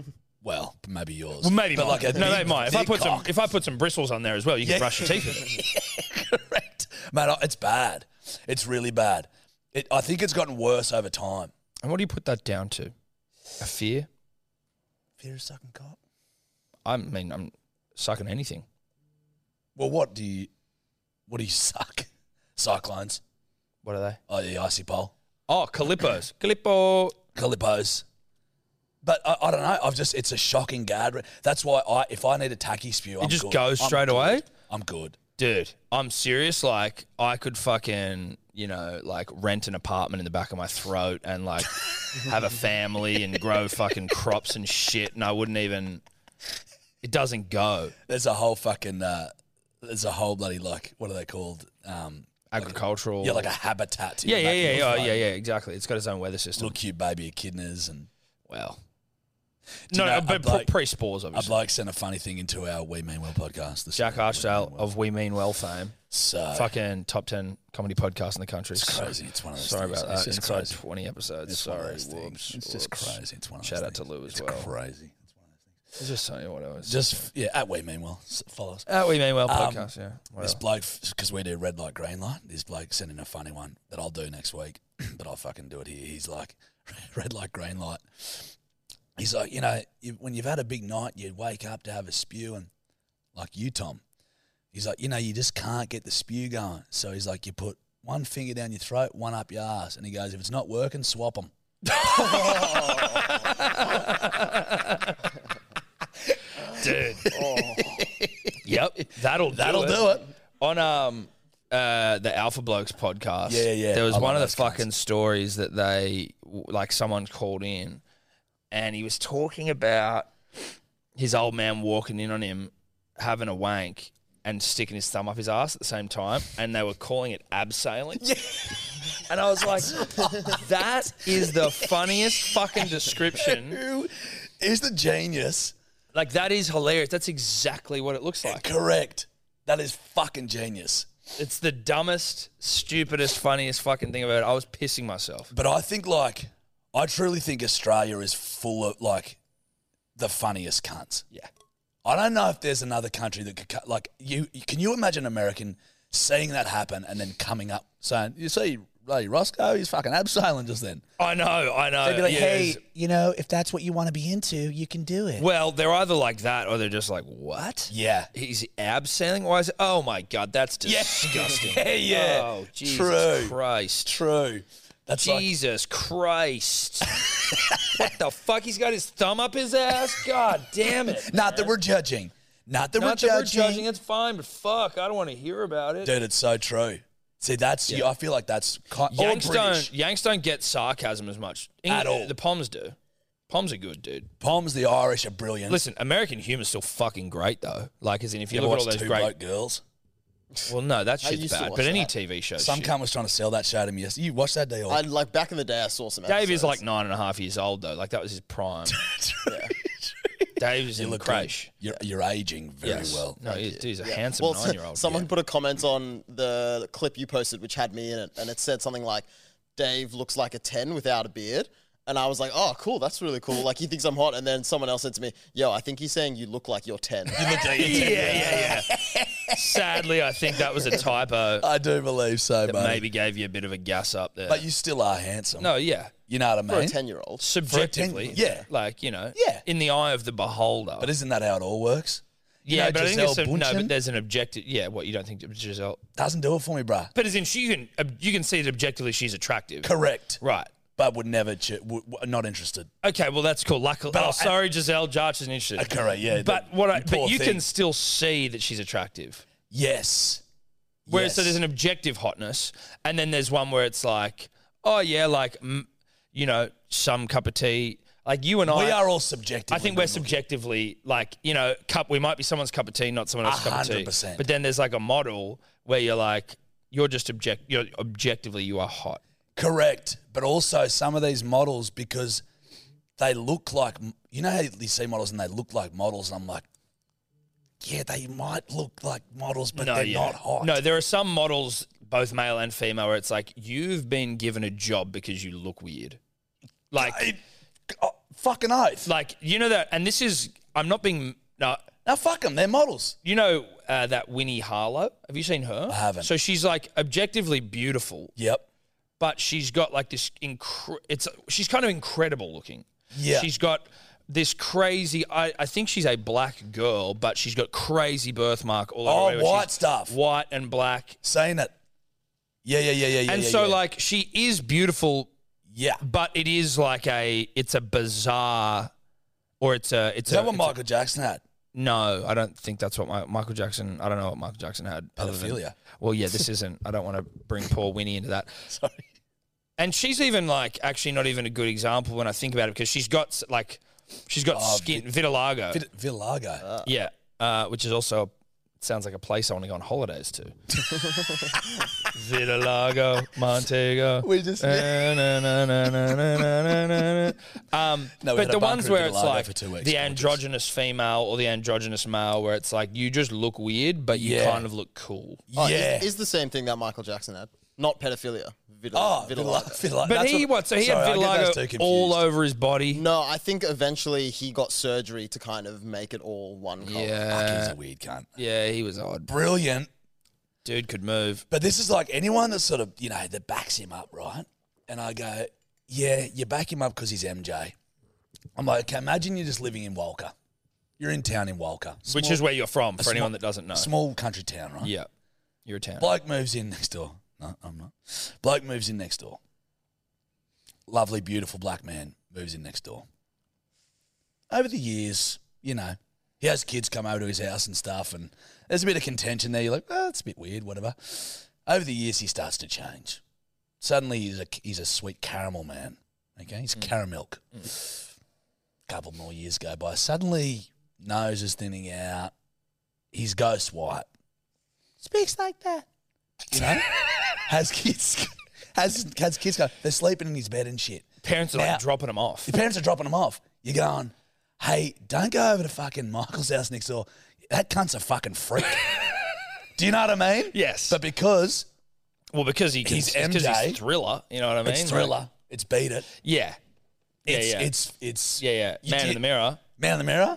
[SPEAKER 3] well, maybe yours.
[SPEAKER 2] Well, maybe
[SPEAKER 3] but
[SPEAKER 2] mine.
[SPEAKER 3] like a
[SPEAKER 2] no,
[SPEAKER 3] big,
[SPEAKER 2] maybe mine. If oh, I
[SPEAKER 3] thick
[SPEAKER 2] put some,
[SPEAKER 3] cock.
[SPEAKER 2] if I put some bristles on there as well, you can brush your teeth with it.
[SPEAKER 3] man. I- It's bad. It's really bad. It, I think it's gotten worse over time.
[SPEAKER 2] And what do you put that down to? A fear?
[SPEAKER 3] Fear of sucking cock.
[SPEAKER 2] I mean, I'm sucking anything.
[SPEAKER 3] Well, what do you? What do you suck? Cyclones.
[SPEAKER 2] What are they?
[SPEAKER 3] Oh, the icy pole.
[SPEAKER 2] Oh, Calippos. Calippo.
[SPEAKER 3] Calippos. But I, I don't know. I've just it's a shocking gad. That's why I if I need a tacky spew, I'm
[SPEAKER 2] just
[SPEAKER 3] good.
[SPEAKER 2] goes
[SPEAKER 3] I'm
[SPEAKER 2] straight
[SPEAKER 3] good.
[SPEAKER 2] away?
[SPEAKER 3] I'm good.
[SPEAKER 2] Dude, I'm serious. Like, I could fucking, you know, like rent an apartment in the back of my throat and like have a family and grow fucking crops and shit. And I wouldn't even, it doesn't go.
[SPEAKER 3] There's a whole fucking uh, there's a whole bloody like what are they called? Um,
[SPEAKER 2] Agricultural.
[SPEAKER 3] yeah, like a habitat. to
[SPEAKER 2] yeah,
[SPEAKER 3] your
[SPEAKER 2] yeah,
[SPEAKER 3] back
[SPEAKER 2] yeah,
[SPEAKER 3] of
[SPEAKER 2] yeah,
[SPEAKER 3] your
[SPEAKER 2] oh,
[SPEAKER 3] throat.
[SPEAKER 2] yeah, yeah, exactly. It's got its own weather system.
[SPEAKER 3] Little cute baby echidnas and
[SPEAKER 2] well,
[SPEAKER 3] you
[SPEAKER 2] no,
[SPEAKER 3] know,
[SPEAKER 2] but
[SPEAKER 3] I'd like-
[SPEAKER 2] pre spores,
[SPEAKER 3] a
[SPEAKER 2] obviously.
[SPEAKER 3] bloke sent a funny thing into our We Mean Well podcast. This
[SPEAKER 2] Jack
[SPEAKER 3] week.
[SPEAKER 2] Archdale of We Mean Well fame,
[SPEAKER 3] so
[SPEAKER 2] fucking top ten comedy podcast in the country.
[SPEAKER 3] it's crazy. It's one of those.
[SPEAKER 2] Sorry
[SPEAKER 3] things.
[SPEAKER 2] about
[SPEAKER 3] It's
[SPEAKER 2] that. It's
[SPEAKER 3] just
[SPEAKER 2] Inside
[SPEAKER 3] crazy.
[SPEAKER 2] twenty episodes.
[SPEAKER 3] It's one of
[SPEAKER 2] Sorry.
[SPEAKER 3] those
[SPEAKER 2] Whoops.
[SPEAKER 3] things. It's just
[SPEAKER 2] whoops.
[SPEAKER 3] crazy. It's one of those
[SPEAKER 2] Shout out to
[SPEAKER 3] things.
[SPEAKER 2] Lou as
[SPEAKER 3] It's
[SPEAKER 2] well.
[SPEAKER 3] crazy. It's one of those things.
[SPEAKER 2] It's just something. What else?
[SPEAKER 3] Just yeah, at We Mean Well, s- follow us.
[SPEAKER 2] At We Mean Well
[SPEAKER 3] Um,
[SPEAKER 2] podcast. yeah.
[SPEAKER 3] This
[SPEAKER 2] whatever.
[SPEAKER 3] bloke, because we do red light, green light. This bloke sent in a funny one that I'll do next week, but I'll fucking do it here. He's like, red light, green light. He's like, you know, you, when you've had a big night, you wake up to have a spew, and like you, Tom. He's like, you know, you just can't get the spew going. So he's like, you put one finger down your throat, one up your ass, and he goes, if it's not working, swap them.
[SPEAKER 2] Dude. Oh. yep. That'll do
[SPEAKER 3] That'll
[SPEAKER 2] it.
[SPEAKER 3] do it.
[SPEAKER 2] on um uh the Alpha Blokes podcast.
[SPEAKER 3] Yeah, yeah, yeah.
[SPEAKER 2] There was
[SPEAKER 3] I love
[SPEAKER 2] one of the
[SPEAKER 3] those cunts.
[SPEAKER 2] fucking stories that they like someone called in, and he was talking about his old man walking in on him having a wank. And sticking his thumb up his ass at the same time, and they were calling it abseiling. And I was like, "That is the funniest fucking description.
[SPEAKER 3] Who is the genius?
[SPEAKER 2] Like, that is hilarious. That's exactly what it looks like."
[SPEAKER 3] Correct. That is fucking genius.
[SPEAKER 2] It's the dumbest, stupidest, funniest fucking thing about it. I was pissing myself.
[SPEAKER 3] But I think like I truly think Australia is full of like the funniest cunts.
[SPEAKER 2] Yeah.
[SPEAKER 3] I don't know if there's another country that could cut like you. Can you imagine American seeing that happen and then coming up saying, "You see, Ray Roscoe, he's fucking abseiling just then."
[SPEAKER 2] I know, I know.
[SPEAKER 3] They'd be like,
[SPEAKER 2] Yeah,
[SPEAKER 3] "Hey,
[SPEAKER 2] it's-
[SPEAKER 3] you know, if that's what you want to be into, you can do it."
[SPEAKER 2] Well, they're either like that or they're just like, what?
[SPEAKER 3] Yeah,
[SPEAKER 2] He's abseiling? Why is it? Oh my God, that's disgusting.
[SPEAKER 3] yeah, yeah.
[SPEAKER 2] Oh, Jesus
[SPEAKER 3] True.
[SPEAKER 2] Christ.
[SPEAKER 3] true. That's like
[SPEAKER 2] Jesus Christ. what the fuck? He's got his thumb up his ass? God damn it.
[SPEAKER 3] not that we're judging. Not that,
[SPEAKER 2] Not
[SPEAKER 3] we're,
[SPEAKER 2] that we're
[SPEAKER 3] judging.
[SPEAKER 2] judging, it's fine, but fuck, I don't want to hear about it.
[SPEAKER 3] dude. It's so true. See, that's you. I feel like that's kind, or
[SPEAKER 2] Yanks
[SPEAKER 3] British.
[SPEAKER 2] don't, Yanks don't get sarcasm as much. Eng-
[SPEAKER 3] At all.
[SPEAKER 2] The Poms do. Poms are good, dude.
[SPEAKER 3] Palms, the Irish are brilliant.
[SPEAKER 2] Listen, American humor's still fucking great though. Like, as in, if you,
[SPEAKER 3] You ever
[SPEAKER 2] look at
[SPEAKER 3] watch
[SPEAKER 2] all those
[SPEAKER 3] Two
[SPEAKER 2] great,
[SPEAKER 3] Broke Girls?
[SPEAKER 2] well, no, that
[SPEAKER 4] I
[SPEAKER 2] shit's
[SPEAKER 4] used to
[SPEAKER 2] bad.
[SPEAKER 4] watch
[SPEAKER 2] But any
[SPEAKER 4] that.
[SPEAKER 2] TV show,
[SPEAKER 3] Some
[SPEAKER 2] shit.
[SPEAKER 3] cunt was trying to sell that show to me yesterday. You watched that deal?
[SPEAKER 4] I like back in the day. I saw some.
[SPEAKER 2] Dave
[SPEAKER 4] episodes.
[SPEAKER 2] is like nine and a half years old though. Like that was his prime. Dave is in the
[SPEAKER 3] look
[SPEAKER 2] crash.
[SPEAKER 3] You're, you're aging very
[SPEAKER 2] Yes.
[SPEAKER 3] well.
[SPEAKER 2] No, he- dude, he's a handsome
[SPEAKER 4] Well,
[SPEAKER 2] nine year old.
[SPEAKER 4] someone put a comment on the clip you posted, which had me in it, and it said something like, "Dave looks like a ten without a beard." And I was like, "Oh, cool, that's really cool." Like he thinks I'm hot, and then someone else said to me, "Yo, I think he's saying you look like you're 10.
[SPEAKER 3] You look like you're
[SPEAKER 2] Yeah,
[SPEAKER 3] 10.
[SPEAKER 2] yeah, yeah. Sadly, I think that was a typo.
[SPEAKER 3] I do believe so,
[SPEAKER 2] that
[SPEAKER 3] mate.
[SPEAKER 2] maybe gave you a bit of a gas up there.
[SPEAKER 3] But you still are handsome.
[SPEAKER 2] no, yeah.
[SPEAKER 3] You know what I
[SPEAKER 4] For a
[SPEAKER 3] mean?
[SPEAKER 4] ten-year-old,
[SPEAKER 2] Subjectively,
[SPEAKER 3] yeah.
[SPEAKER 2] like you know,
[SPEAKER 3] Yeah.
[SPEAKER 2] in the eye of the beholder.
[SPEAKER 3] But isn't that how it all works? You
[SPEAKER 2] yeah,
[SPEAKER 3] know
[SPEAKER 2] but I think there's
[SPEAKER 3] Giselle
[SPEAKER 2] some, no,
[SPEAKER 3] Bundchen?
[SPEAKER 2] but there's an objective. Yeah, what you don't think Giselle
[SPEAKER 3] Doesn't do it for me, bruh.
[SPEAKER 2] But as in, she can ob- you can see that objectively she's attractive,
[SPEAKER 3] Correct.
[SPEAKER 2] right?
[SPEAKER 3] But would never, ch- w- w- not interested.
[SPEAKER 2] Okay, well that's cool. Luckily,
[SPEAKER 3] But
[SPEAKER 2] oh,
[SPEAKER 3] I-
[SPEAKER 2] sorry, Giselle Jarch isn't interested.
[SPEAKER 3] Uh, correct, yeah.
[SPEAKER 2] But
[SPEAKER 3] the-
[SPEAKER 2] what I
[SPEAKER 3] poor
[SPEAKER 2] but you
[SPEAKER 3] thing.
[SPEAKER 2] can still see that she's attractive.
[SPEAKER 3] Yes.
[SPEAKER 2] Whereas so
[SPEAKER 3] Yes.
[SPEAKER 2] there's an objective hotness, and then there's one where it's like, oh yeah, like mm, you know, some cup of tea. Like you and
[SPEAKER 3] We
[SPEAKER 2] I,
[SPEAKER 3] are all subjective.
[SPEAKER 2] I think we're subjectively like you know, cup. We might be someone's cup of tea, not someone else's cup of tea.
[SPEAKER 3] 100%.
[SPEAKER 2] But then there's like a model where you're like, you're just object. You're objectively, you are hot.
[SPEAKER 3] Correct, but also some of these models because they look like you know how you see models and they look like models, and I'm like, yeah, they might look like models, but they're
[SPEAKER 2] yeah.
[SPEAKER 3] not hot.
[SPEAKER 2] No, there are some models, both male and female, where it's like you've been given a job because you look weird. Like,
[SPEAKER 3] It- oh, fucking oath.
[SPEAKER 2] like you know that, and this is I'm not being no.
[SPEAKER 3] Now fuck them. They're models.
[SPEAKER 2] You know uh, that Winnie Harlow? Have you seen her? I
[SPEAKER 3] haven't.
[SPEAKER 2] So she's like objectively beautiful,
[SPEAKER 3] Yep.
[SPEAKER 2] but she's got like this. Incre- it's she's kind of incredible looking.
[SPEAKER 3] Yeah.
[SPEAKER 2] She's got this crazy. I, I think she's a black girl, but she's got crazy birthmark all
[SPEAKER 3] Oh,
[SPEAKER 2] over. her, where
[SPEAKER 3] white
[SPEAKER 2] she's
[SPEAKER 3] stuff.
[SPEAKER 2] White and black.
[SPEAKER 3] Saying it. Yeah, yeah, yeah, yeah, yeah.
[SPEAKER 2] and
[SPEAKER 3] yeah,
[SPEAKER 2] so
[SPEAKER 3] yeah.
[SPEAKER 2] like she is beautiful,
[SPEAKER 3] yeah.
[SPEAKER 2] but it is like a it's a bizarre, or it's a it's
[SPEAKER 3] Is
[SPEAKER 2] a
[SPEAKER 3] that what
[SPEAKER 2] it's a-
[SPEAKER 3] Michael Jackson had?
[SPEAKER 2] No, I don't think that's what my, Michael Jackson. I don't know what Michael Jackson had. other than-
[SPEAKER 3] Pedophilia.
[SPEAKER 2] well, yeah, this isn't. I don't want to bring poor Winnie into that.
[SPEAKER 3] Sorry.
[SPEAKER 2] And she's even like actually not even a good example when I think about it because she's got s- like she's got
[SPEAKER 3] Oh,
[SPEAKER 2] skin vitiligo.
[SPEAKER 3] Vit- Villago.
[SPEAKER 2] yeah, uh, which is also it sounds like a place I want to go on holidays to. vitiligo, Montego.
[SPEAKER 3] We just-
[SPEAKER 2] Na, na, na, na, na, na, na, na, na. Um,
[SPEAKER 3] No, we had
[SPEAKER 2] but
[SPEAKER 3] a bunker
[SPEAKER 2] the ones
[SPEAKER 3] in
[SPEAKER 2] where it's
[SPEAKER 3] Vitiligo
[SPEAKER 2] like
[SPEAKER 3] for two weeks.
[SPEAKER 2] the androgynous female or the androgynous male, where it's like you just look weird, but you
[SPEAKER 3] Yeah.
[SPEAKER 2] kind of look cool.
[SPEAKER 4] Oh, is-
[SPEAKER 3] yeah.
[SPEAKER 4] is, the same thing that Michael Jackson had. Not pedophilia. Vitili-
[SPEAKER 3] oh,
[SPEAKER 4] vitiligo.
[SPEAKER 3] Villago. Villago.
[SPEAKER 2] But
[SPEAKER 3] That's
[SPEAKER 2] he what? So he
[SPEAKER 3] Sorry, I
[SPEAKER 2] had
[SPEAKER 3] get those two
[SPEAKER 2] vitiligo
[SPEAKER 3] confused.
[SPEAKER 2] all over his body.
[SPEAKER 4] No, I think eventually he got surgery to kind of make it all one color.
[SPEAKER 3] Fuck,
[SPEAKER 2] Yeah,
[SPEAKER 3] he's a weird cunt.
[SPEAKER 2] yeah, he was odd.
[SPEAKER 3] Brilliant.
[SPEAKER 2] Dude could move.
[SPEAKER 3] But this is like anyone that sort of, you know, that backs him up, right? And I go, yeah, you back him up because he's MJ. I'm like, okay, imagine you're just living in Walker. You're in town in Walker.
[SPEAKER 2] Which is where you're from, for anyone
[SPEAKER 3] small-
[SPEAKER 2] that doesn't know.
[SPEAKER 3] Small country town, right?
[SPEAKER 2] Yeah, you're a town.
[SPEAKER 3] Bloke moves in next door. No, I'm not. Bloke moves in next door. Lovely, beautiful black man moves in next door. Over the years, you know, he has kids come over to his house and stuff, and there's a bit of contention there. You're like, oh, it's a bit weird, whatever. Over the years, he starts to change. Suddenly, he's a he's a sweet caramel man. Okay,
[SPEAKER 2] Mm.
[SPEAKER 3] he's caramel. Couple more years go by. Suddenly, nose is thinning out. He's ghost white speaks like that. You know, has kids, has has kids go. They're sleeping in his bed and shit.
[SPEAKER 2] Parents are like
[SPEAKER 3] Now-
[SPEAKER 2] dropping him off.
[SPEAKER 3] Your parents are dropping them off. You're going, hey, don't go over to fucking Michael's house next door. That cunt's a fucking freak. Do you know what I mean?
[SPEAKER 2] Yes.
[SPEAKER 3] But because
[SPEAKER 2] Well, because he can,
[SPEAKER 3] He's
[SPEAKER 2] he's because
[SPEAKER 3] MJ.
[SPEAKER 2] he's thriller. You know what I mean?
[SPEAKER 3] it's
[SPEAKER 2] Like,
[SPEAKER 3] thriller, it's beat it.
[SPEAKER 2] yeah. Yeah,
[SPEAKER 3] It's,
[SPEAKER 2] yeah.
[SPEAKER 3] it's it's
[SPEAKER 2] yeah, yeah.
[SPEAKER 3] You
[SPEAKER 2] Man in
[SPEAKER 3] did-
[SPEAKER 2] the mirror.
[SPEAKER 3] man in the mirror.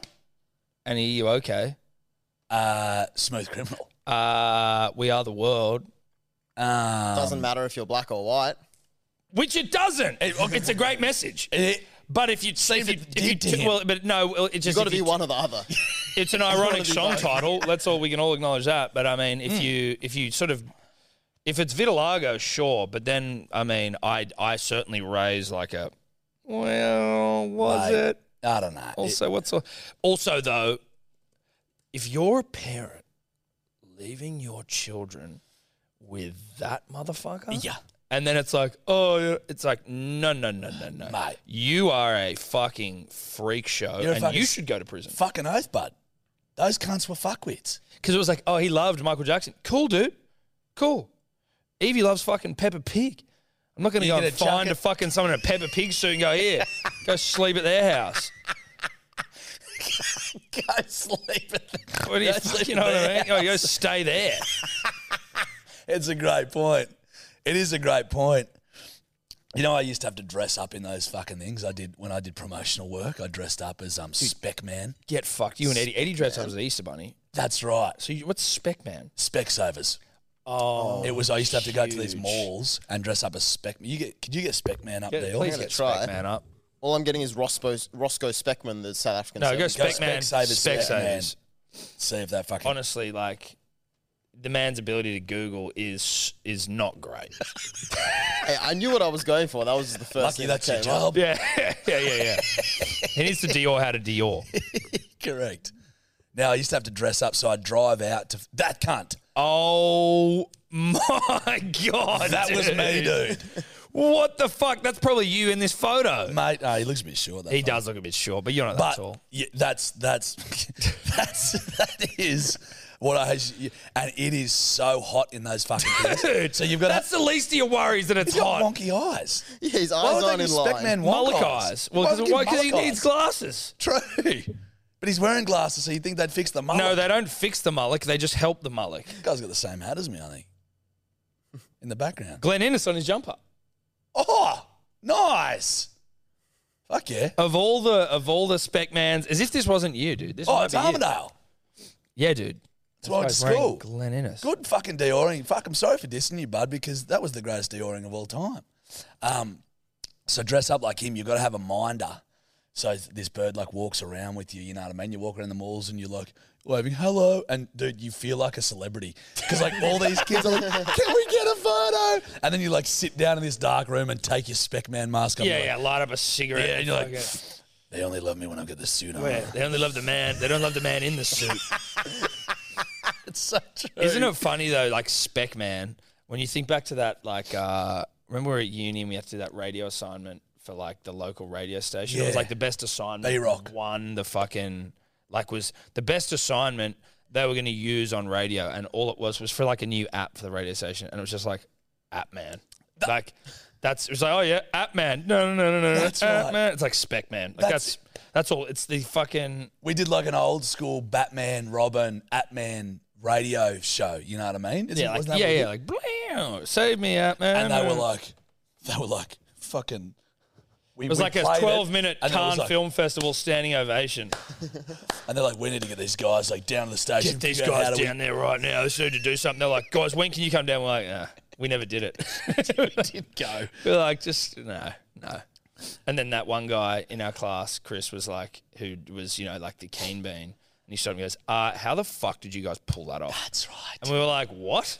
[SPEAKER 2] And are you okay?
[SPEAKER 3] Uh, smooth criminal.
[SPEAKER 2] Uh, we are the world.
[SPEAKER 3] Um,
[SPEAKER 4] Doesn't matter if you're black or white.
[SPEAKER 2] Which it doesn't. It- it's a great message.
[SPEAKER 3] it,
[SPEAKER 2] But if you see, if you,
[SPEAKER 3] it
[SPEAKER 2] if you
[SPEAKER 3] did to
[SPEAKER 2] t-
[SPEAKER 3] him.
[SPEAKER 2] well, but no, well, it's
[SPEAKER 4] You've
[SPEAKER 2] just
[SPEAKER 4] got to
[SPEAKER 2] if you
[SPEAKER 4] be
[SPEAKER 2] t-
[SPEAKER 4] one or the other.
[SPEAKER 2] It's an
[SPEAKER 4] Gotta
[SPEAKER 2] ironic
[SPEAKER 4] be
[SPEAKER 2] song
[SPEAKER 4] both.
[SPEAKER 2] title. That's all we can all acknowledge that. But I mean,
[SPEAKER 3] Hmm.
[SPEAKER 2] if you if you sort of if it's vitiligo, sure. But then I mean, I I certainly raise like a well, was
[SPEAKER 3] Mate.
[SPEAKER 2] it?
[SPEAKER 3] I don't know. It-
[SPEAKER 2] Also, what's a- also though, if you're a parent leaving your children with that motherfucker,
[SPEAKER 3] yeah,
[SPEAKER 2] and then it's like, oh, yeah. it's like, no, no, no, no, no,
[SPEAKER 3] Mate.
[SPEAKER 2] you are a fucking freak show,
[SPEAKER 3] You're a
[SPEAKER 2] and
[SPEAKER 3] fucking
[SPEAKER 2] you
[SPEAKER 3] s-
[SPEAKER 2] should go to prison
[SPEAKER 3] fucking oath, bud. Those cunts were fuckwits.
[SPEAKER 2] because it was like, oh, he loved Michael Jackson, cool dude, cool. Evie loves fucking Peppa Pig. I'm not going to
[SPEAKER 3] You
[SPEAKER 2] go
[SPEAKER 3] gonna
[SPEAKER 2] and
[SPEAKER 3] chuck
[SPEAKER 2] find
[SPEAKER 3] it?
[SPEAKER 2] a fucking someone in a Peppa Pig suit and go here, go sleep at their house.
[SPEAKER 3] go sleep at the
[SPEAKER 2] What do you,
[SPEAKER 3] Go sleep
[SPEAKER 2] you know what
[SPEAKER 3] at
[SPEAKER 2] I
[SPEAKER 3] their
[SPEAKER 2] mean? Oh, you go stay there.
[SPEAKER 3] It's a great point. It is a great point. You know, I used to have to dress up in those fucking things. I did when I did promotional work. I dressed up as um Spec Man.
[SPEAKER 2] Get fucked. You and Eddie. Eddie dressed up as the Easter Bunny.
[SPEAKER 3] That's right,
[SPEAKER 2] So you, what's Spec Man?
[SPEAKER 3] Specsavers.
[SPEAKER 2] Oh,
[SPEAKER 3] it was. I used to have to go to these
[SPEAKER 2] huge.
[SPEAKER 3] malls and dress up as Spec. You get? Could you get Spec Man up there?
[SPEAKER 2] please
[SPEAKER 4] gonna
[SPEAKER 2] get
[SPEAKER 4] try.
[SPEAKER 2] Spec Man up.
[SPEAKER 4] All I'm getting is Roscoe, Roscoe Speckman, the South African.
[SPEAKER 2] No,
[SPEAKER 4] singer.
[SPEAKER 2] go Spec Man.
[SPEAKER 3] Specsavers,
[SPEAKER 2] Spec
[SPEAKER 3] Spec Man.
[SPEAKER 2] Savers.
[SPEAKER 3] See if that fucking.
[SPEAKER 2] Honestly, like the man's ability to Google is is not great.
[SPEAKER 4] Hey, I knew what I was going for. That was the first
[SPEAKER 3] Lucky
[SPEAKER 4] thing
[SPEAKER 3] that's
[SPEAKER 4] that
[SPEAKER 3] your
[SPEAKER 4] came up.
[SPEAKER 3] job.
[SPEAKER 2] yeah, yeah, yeah, yeah. he needs to Dior how to Dior.
[SPEAKER 3] Correct. Now I used to have to dress up, so I'd drive out to that cunt.
[SPEAKER 2] Oh my god,
[SPEAKER 3] That was me, dude.
[SPEAKER 2] What the fuck? That's probably you in this photo.
[SPEAKER 3] Mate, oh, he looks a bit short. That
[SPEAKER 2] He
[SPEAKER 3] fucker.
[SPEAKER 2] does look a bit short, but you're not
[SPEAKER 3] But
[SPEAKER 2] that tall.
[SPEAKER 3] yeah, that's that's that's that is what I and it is so hot in those fucking things.
[SPEAKER 2] Dude,
[SPEAKER 3] so you've got
[SPEAKER 2] that's the least of your worries that it's
[SPEAKER 3] he's got
[SPEAKER 2] hot.
[SPEAKER 3] wonky eyes.
[SPEAKER 4] Yeah, his
[SPEAKER 3] Why
[SPEAKER 4] eyes
[SPEAKER 3] would
[SPEAKER 4] aren't
[SPEAKER 3] they
[SPEAKER 4] in
[SPEAKER 3] give
[SPEAKER 4] line.
[SPEAKER 3] Speckman wonk
[SPEAKER 2] Mollick
[SPEAKER 3] eyes?
[SPEAKER 2] eyes. Well,
[SPEAKER 3] Why would they give
[SPEAKER 2] because he
[SPEAKER 3] Mollick
[SPEAKER 2] needs
[SPEAKER 3] eyes?
[SPEAKER 2] glasses.
[SPEAKER 3] True, but he's wearing glasses, so you would think they'd fix the mullet?
[SPEAKER 2] No, they don't fix the mullock. They just help the mullock.
[SPEAKER 3] That guy's got the same hat as me, I think. In the background.
[SPEAKER 2] Glenn Innes on his jumper.
[SPEAKER 3] Oh, nice. Fuck yeah.
[SPEAKER 2] Of all the of all the spec mans, as if this wasn't you, dude. This
[SPEAKER 3] Oh,
[SPEAKER 2] might
[SPEAKER 3] it's
[SPEAKER 2] be you.
[SPEAKER 3] Armadale.
[SPEAKER 2] Yeah, dude.
[SPEAKER 3] why I went to
[SPEAKER 2] This guy's wearing
[SPEAKER 3] school.
[SPEAKER 2] Glen Innes.
[SPEAKER 3] Good fucking Dioring. Fuck, I'm sorry for dissing you, bud, because that was the greatest Dioring of all time. Um, so dress up like him. You've got to have a minder. So th- this bird like walks around with you. You know what I mean? You walk around the malls and you're like waving hello, and dude, you feel like a celebrity because like all these kids are like, "Can we get a photo?" And then you like sit down in this dark room and take your spec man mask off.
[SPEAKER 2] Yeah,
[SPEAKER 3] You're
[SPEAKER 2] yeah.
[SPEAKER 3] like,
[SPEAKER 2] Light up a cigarette.
[SPEAKER 3] Yeah, and you're like,
[SPEAKER 2] Fuck it.
[SPEAKER 3] They only love me when I get the suit on.
[SPEAKER 2] Yeah, they only love the man. They don't love the man in the suit.
[SPEAKER 3] It's so true.
[SPEAKER 2] Isn't it funny though? Like Spec Man, when you think back to that, like uh, remember we were at uni and we had to do that radio assignment for like the local radio station. It was
[SPEAKER 3] Yeah.
[SPEAKER 2] like the best assignment.
[SPEAKER 3] B-Rock.
[SPEAKER 2] won the fucking like was the best assignment they were going to use on radio, and all it was was for like a new app for the radio station, and it was just like App Man, like. That's it was like oh yeah app man no no no no no
[SPEAKER 3] That's
[SPEAKER 2] app
[SPEAKER 3] right.
[SPEAKER 2] man it's like spec man like
[SPEAKER 3] That's-
[SPEAKER 2] that's that's all it's the fucking
[SPEAKER 3] we did like an old school Batman, Robin, Atman radio show. You know what I mean? Isn't-
[SPEAKER 2] Yeah, like,
[SPEAKER 3] wasn't that
[SPEAKER 2] yeah,
[SPEAKER 3] what we
[SPEAKER 2] yeah,
[SPEAKER 3] did?
[SPEAKER 2] like, "Bleow, save me up, man.
[SPEAKER 3] And they were
[SPEAKER 2] Uh,
[SPEAKER 3] like, they were like, fucking. We,
[SPEAKER 2] it was like a 12 minute Cannes Film Festival standing ovation.
[SPEAKER 3] And they're like, we need to get these guys like down to the station.
[SPEAKER 2] Get these
[SPEAKER 3] figure out
[SPEAKER 2] guys
[SPEAKER 3] how do we-"
[SPEAKER 2] down there right now. They need to do something. They're like, guys, when can you come down? We're like, nah, we never did it. we did go. We're like, just, no, no. And then that one guy in our class, Chris, was like, who was, you know, like the keen bean. And he showed me, goes, uh, how the fuck did you guys pull that off?
[SPEAKER 3] That's right.
[SPEAKER 2] And we were like, what?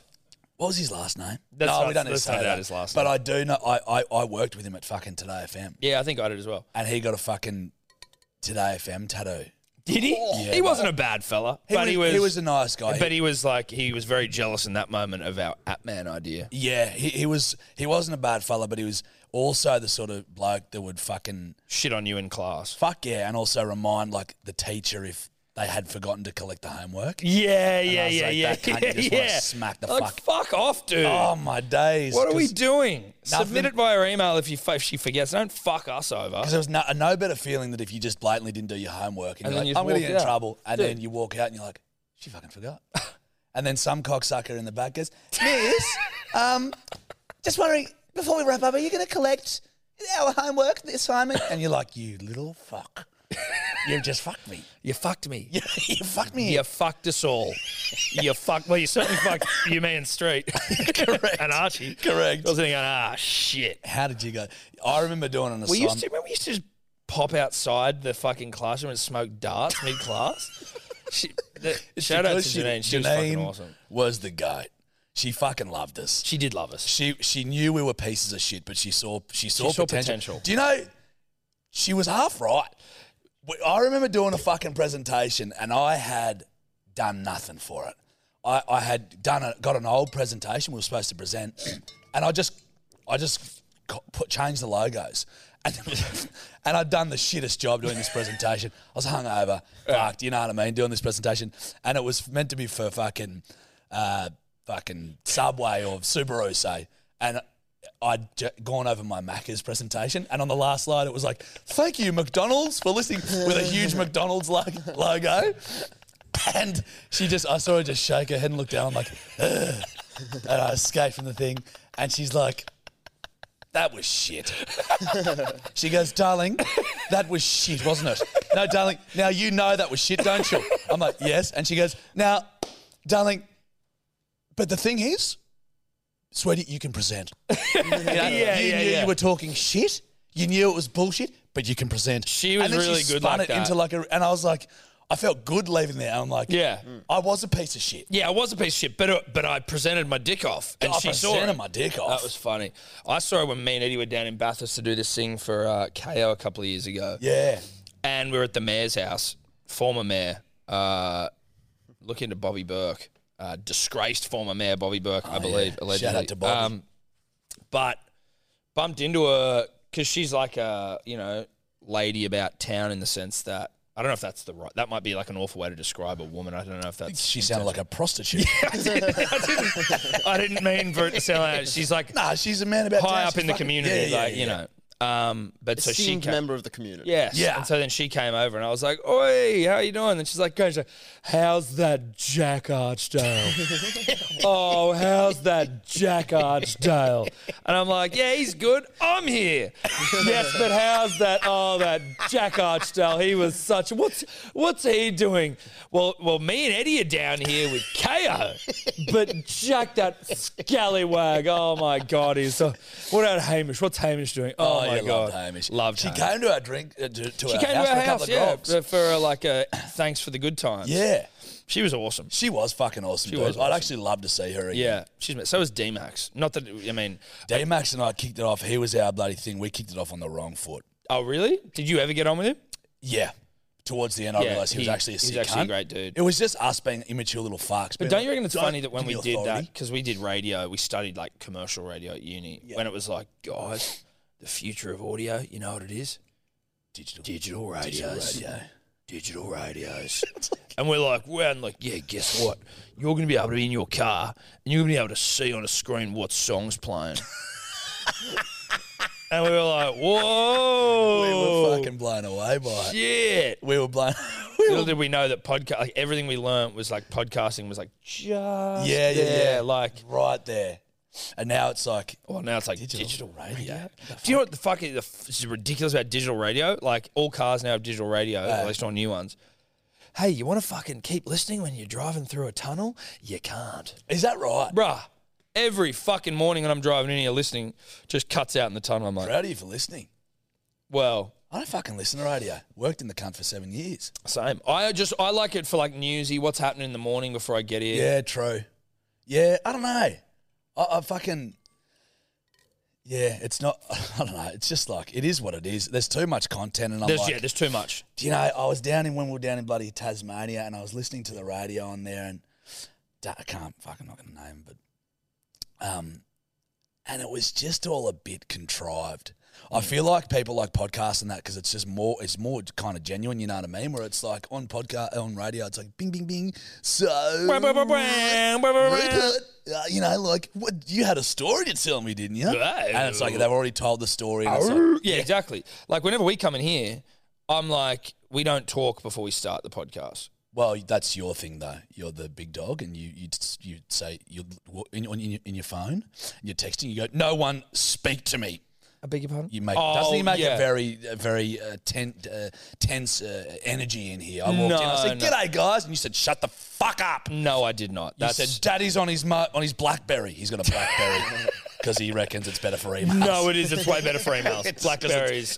[SPEAKER 3] What was his last name?
[SPEAKER 2] That's
[SPEAKER 3] no,
[SPEAKER 2] not-
[SPEAKER 3] we don't need to
[SPEAKER 2] let's
[SPEAKER 3] say
[SPEAKER 2] not
[SPEAKER 3] that.
[SPEAKER 2] add his last
[SPEAKER 3] but
[SPEAKER 2] name.
[SPEAKER 3] I do know. I, I I worked with him at fucking Today FM,
[SPEAKER 2] Yeah, I think I did as well.
[SPEAKER 3] and he got a fucking Today FM tattoo.
[SPEAKER 2] Did he?
[SPEAKER 3] Yeah,
[SPEAKER 2] he wasn't a bad fella,
[SPEAKER 3] He
[SPEAKER 2] but
[SPEAKER 3] was,
[SPEAKER 2] he was.
[SPEAKER 3] he was a nice guy.
[SPEAKER 2] But he was like, he was very jealous in that moment of our App Man idea.
[SPEAKER 3] yeah, he, he was. He wasn't a bad fella, but he was also the sort of bloke that would fucking
[SPEAKER 2] Shit on you in class.
[SPEAKER 3] fuck yeah, and also remind like the teacher if they had forgotten to collect the homework. I
[SPEAKER 2] Yeah, yeah,
[SPEAKER 3] was
[SPEAKER 2] yeah,
[SPEAKER 3] like,
[SPEAKER 2] yeah.
[SPEAKER 3] that cunt, you just wanna smack the
[SPEAKER 2] like,
[SPEAKER 3] fuck-
[SPEAKER 2] off, dude.
[SPEAKER 3] Oh my days!
[SPEAKER 2] what are we
[SPEAKER 3] Because-
[SPEAKER 2] doing?
[SPEAKER 3] Nothing-
[SPEAKER 2] Submit it via email if you if she forgets. Don't fuck us over.
[SPEAKER 3] Because there was no, a no better feeling than if you just blatantly didn't do your homework and,
[SPEAKER 2] And
[SPEAKER 3] you're like,
[SPEAKER 2] then you
[SPEAKER 3] I'm going to
[SPEAKER 2] walk
[SPEAKER 3] get in
[SPEAKER 2] out.
[SPEAKER 3] trouble. And
[SPEAKER 2] Dude.
[SPEAKER 3] then you walk out and you're like, she fucking forgot. and then some cocksucker in the back goes, Miss, um, just wondering, before we wrap up, are you going to collect our homework, the assignment? And you're like, you little fuck. you just fucked me.
[SPEAKER 2] You fucked me.
[SPEAKER 3] You, you fucked me.
[SPEAKER 2] You fucked us all. you fucked. Well, you certainly fucked you, me, and Street. Correct. and Archie.
[SPEAKER 3] Correct.
[SPEAKER 2] I was thinking, ah, shit.
[SPEAKER 3] How did you go? I remember doing an
[SPEAKER 2] We
[SPEAKER 3] assignment.
[SPEAKER 2] used to remember we used to just pop outside the fucking classroom and smoke darts mid class. She, the, shout out to
[SPEAKER 3] Because
[SPEAKER 2] Janine. She was fucking awesome.
[SPEAKER 3] was the goat. She fucking loved us.
[SPEAKER 2] She did love us.
[SPEAKER 3] she she knew we were pieces of shit, but she saw she saw,
[SPEAKER 2] saw
[SPEAKER 3] potential.
[SPEAKER 2] potential.
[SPEAKER 3] Do you know? She was half right. We- I remember doing a fucking presentation, and I had done nothing for it. I, I had done a, got an old presentation we were supposed to present, and I just I just co- put changed the logos. And, and I'd done the shittest job doing this presentation. I was hungover, fucked, you know what I mean, doing this presentation. And it was meant to be for fucking uh, fucking Subway or Subaru, say. And I'd j- gone over my Macca's presentation, and on the last slide, it was like, "Thank you, McDonald's, for listening," with a huge McDonald's lo- logo. And she just, I saw her just shake her head and look down. I'm like, "Ugh." and I escaped from the thing. And she's like, "That was shit." she goes, "Darling, that was shit, wasn't it?" No, darling. Now you know that was shit, don't you? I'm like, "Yes." And she goes, "Now, darling, but the thing is, sweetie, you can present."
[SPEAKER 2] Yeah, yeah,
[SPEAKER 3] you knew you were talking shit. You knew it was bullshit, but you can present.
[SPEAKER 2] She was
[SPEAKER 3] and then
[SPEAKER 2] really
[SPEAKER 3] she
[SPEAKER 2] good
[SPEAKER 3] spun
[SPEAKER 2] like
[SPEAKER 3] it
[SPEAKER 2] that.
[SPEAKER 3] into like a, and I was like, I felt good leaving there. I'm like,
[SPEAKER 2] Yeah. Mm.
[SPEAKER 3] I was a piece of shit.
[SPEAKER 2] yeah, I was a piece of shit, but uh, but I presented my dick off, and
[SPEAKER 3] Oh, I
[SPEAKER 2] she saw
[SPEAKER 3] presented
[SPEAKER 2] it.
[SPEAKER 3] my dick off.
[SPEAKER 2] That was funny. I saw her when me and Eddie were down in Bathurst to do this thing for uh, KO a couple of years ago.
[SPEAKER 3] yeah.
[SPEAKER 2] and we were at the mayor's house, former mayor, uh, looking to Bobby Burke, uh, disgraced former mayor Bobby Burke, I believe,
[SPEAKER 3] Oh, Shout out
[SPEAKER 2] allegedly. Um,
[SPEAKER 3] to Bobby.
[SPEAKER 2] but bumped into her because she's like a you know lady about town in the sense that I don't know if that's the right. That might be like an awful way to describe a woman. I don't know if that's.
[SPEAKER 3] She sounded like a prostitute.
[SPEAKER 2] I didn't mean for it to sound like that. she's like
[SPEAKER 3] Nah, she's a man about
[SPEAKER 2] high
[SPEAKER 3] town.
[SPEAKER 2] up
[SPEAKER 3] She's
[SPEAKER 2] in the
[SPEAKER 3] fucking-
[SPEAKER 2] community,
[SPEAKER 3] Yeah, yeah,
[SPEAKER 2] like
[SPEAKER 3] yeah.
[SPEAKER 2] you know. Um, but so she
[SPEAKER 4] Esteemed
[SPEAKER 2] came.
[SPEAKER 4] member of the community.
[SPEAKER 2] Yes.
[SPEAKER 3] Yeah.
[SPEAKER 2] And so then she came over and I was like, Oi, how you doing? And she's like, "Great." She's like, How's that Jack Archdale? oh, how's that Jack Archdale? And I'm like, Yeah, he's good. I'm here. yes, but how's that? Oh, that Jack Archdale. He was such what's what's he doing? Well well, me and Eddie are down here with KO. But Jack that scallywag. Oh my god, he's so what about Hamish? What's Hamish doing? Oh,
[SPEAKER 3] Oh,
[SPEAKER 2] my
[SPEAKER 3] yeah,
[SPEAKER 2] god.
[SPEAKER 3] loved Hamish.
[SPEAKER 2] Loved
[SPEAKER 3] She
[SPEAKER 2] Hamish.
[SPEAKER 3] came to our drink, uh, to, to
[SPEAKER 2] She
[SPEAKER 3] our
[SPEAKER 2] came
[SPEAKER 3] house
[SPEAKER 2] to our
[SPEAKER 3] for a couple
[SPEAKER 2] house,
[SPEAKER 3] of
[SPEAKER 2] yeah,
[SPEAKER 3] gobs.
[SPEAKER 2] for, for, uh, like a thanks for the good times.
[SPEAKER 3] Yeah,
[SPEAKER 2] she was awesome.
[SPEAKER 3] she was fucking awesome. dude.
[SPEAKER 2] was
[SPEAKER 3] I'd
[SPEAKER 2] awesome.
[SPEAKER 3] actually love to see her again.
[SPEAKER 2] Yeah, she's so was D Max. Not that I mean.
[SPEAKER 3] D Max and I kicked it off. He was our bloody thing. We kicked it off on the wrong foot.
[SPEAKER 2] Oh, really? Did you ever get on with him?
[SPEAKER 3] Yeah. Towards the end, I
[SPEAKER 2] Yeah,
[SPEAKER 3] realised he, was
[SPEAKER 2] he-
[SPEAKER 3] actually a
[SPEAKER 2] he's
[SPEAKER 3] sick
[SPEAKER 2] actually a
[SPEAKER 3] cunt.
[SPEAKER 2] great dude.
[SPEAKER 3] It was just us being immature little fucks.
[SPEAKER 2] But
[SPEAKER 3] being
[SPEAKER 2] don't
[SPEAKER 3] like,
[SPEAKER 2] you reckon it's
[SPEAKER 3] "Don't
[SPEAKER 2] funny that when
[SPEAKER 3] give
[SPEAKER 2] we
[SPEAKER 3] me
[SPEAKER 2] did that,
[SPEAKER 3] authority."
[SPEAKER 2] because we did radio, we studied like commercial radio at uni, when it was like, guys, the future of audio, you know what it is?
[SPEAKER 3] digital,
[SPEAKER 2] Digital radios.
[SPEAKER 3] radio.
[SPEAKER 2] digital radios. and we're like, we're and like, yeah, guess what? You're going to be able to be in your car and you're going to be able to see on a screen what song's playing. and we were like, whoa.
[SPEAKER 3] We were fucking blown away by it.
[SPEAKER 2] shit.
[SPEAKER 3] We were blown. we were-
[SPEAKER 2] Little did we know that podcast, like everything we learned was like podcasting was like just
[SPEAKER 3] yeah, yeah,
[SPEAKER 2] there,
[SPEAKER 3] yeah.
[SPEAKER 2] Like,
[SPEAKER 3] right there. And now it's like
[SPEAKER 2] well, now it's like digital,
[SPEAKER 3] digital, radio.
[SPEAKER 2] Do you know what the fuck is, the f- is ridiculous about digital radio? Like all cars now have digital radio,
[SPEAKER 3] Uh,
[SPEAKER 2] at least on new ones. Hey, you want to fucking keep listening when you're driving through a tunnel? You can't,
[SPEAKER 3] Is that right?
[SPEAKER 2] bruh. Every fucking morning when I'm driving in here listening, just cuts out in the tunnel. I'm like,
[SPEAKER 3] Proud of you for listening.
[SPEAKER 2] well,
[SPEAKER 3] I don't fucking listen to radio. Worked in the cunt for seven years.
[SPEAKER 2] same. I just I like it for like newsy, what's happening in the morning before I get here.
[SPEAKER 3] Yeah, true. Yeah, I don't know. I, I fucking. Yeah, it's not. I don't know. It's just like it is what it is. There's too much content, and I'm
[SPEAKER 2] there's
[SPEAKER 3] like,
[SPEAKER 2] yeah, there's too much.
[SPEAKER 3] Do you know, I was down in when we were down in bloody Tasmania, and I was listening to the radio on there, and da- I can't fucking not gonna name, but um, and it was just all a bit contrived. I feel like people like podcasts and that because it's just more, it's more kind of genuine. You know what I mean? Where it's like on podcast, on radio, it's like bing, bing, bing. So, Rupert, uh, you know, like what you had a story to tell me, didn't you? And it's like they've already told the story. And it's like,
[SPEAKER 2] yeah, exactly. Like whenever we come in here, I'm like, we don't talk before we start the podcast.
[SPEAKER 3] Well, that's your thing though. You're the big dog, and you you you say you in, on- in, your- in your phone, and you're texting. You go, no one speak to me.
[SPEAKER 2] I beg your pardon.
[SPEAKER 3] You make
[SPEAKER 2] Oh,
[SPEAKER 3] doesn't he make
[SPEAKER 2] yeah.
[SPEAKER 3] a very a very uh, ten, uh, tense uh, energy in here? I walked in, I
[SPEAKER 2] No,
[SPEAKER 3] said,
[SPEAKER 2] no.
[SPEAKER 3] "G'day, guys," and you said, "Shut the fuck up." You
[SPEAKER 2] No, I did not. That's
[SPEAKER 3] said, "Daddy's on his mo- on his BlackBerry. He's got a BlackBerry because he reckons it's better for emails."
[SPEAKER 2] no, it is. It's way better for emails. Blackberries.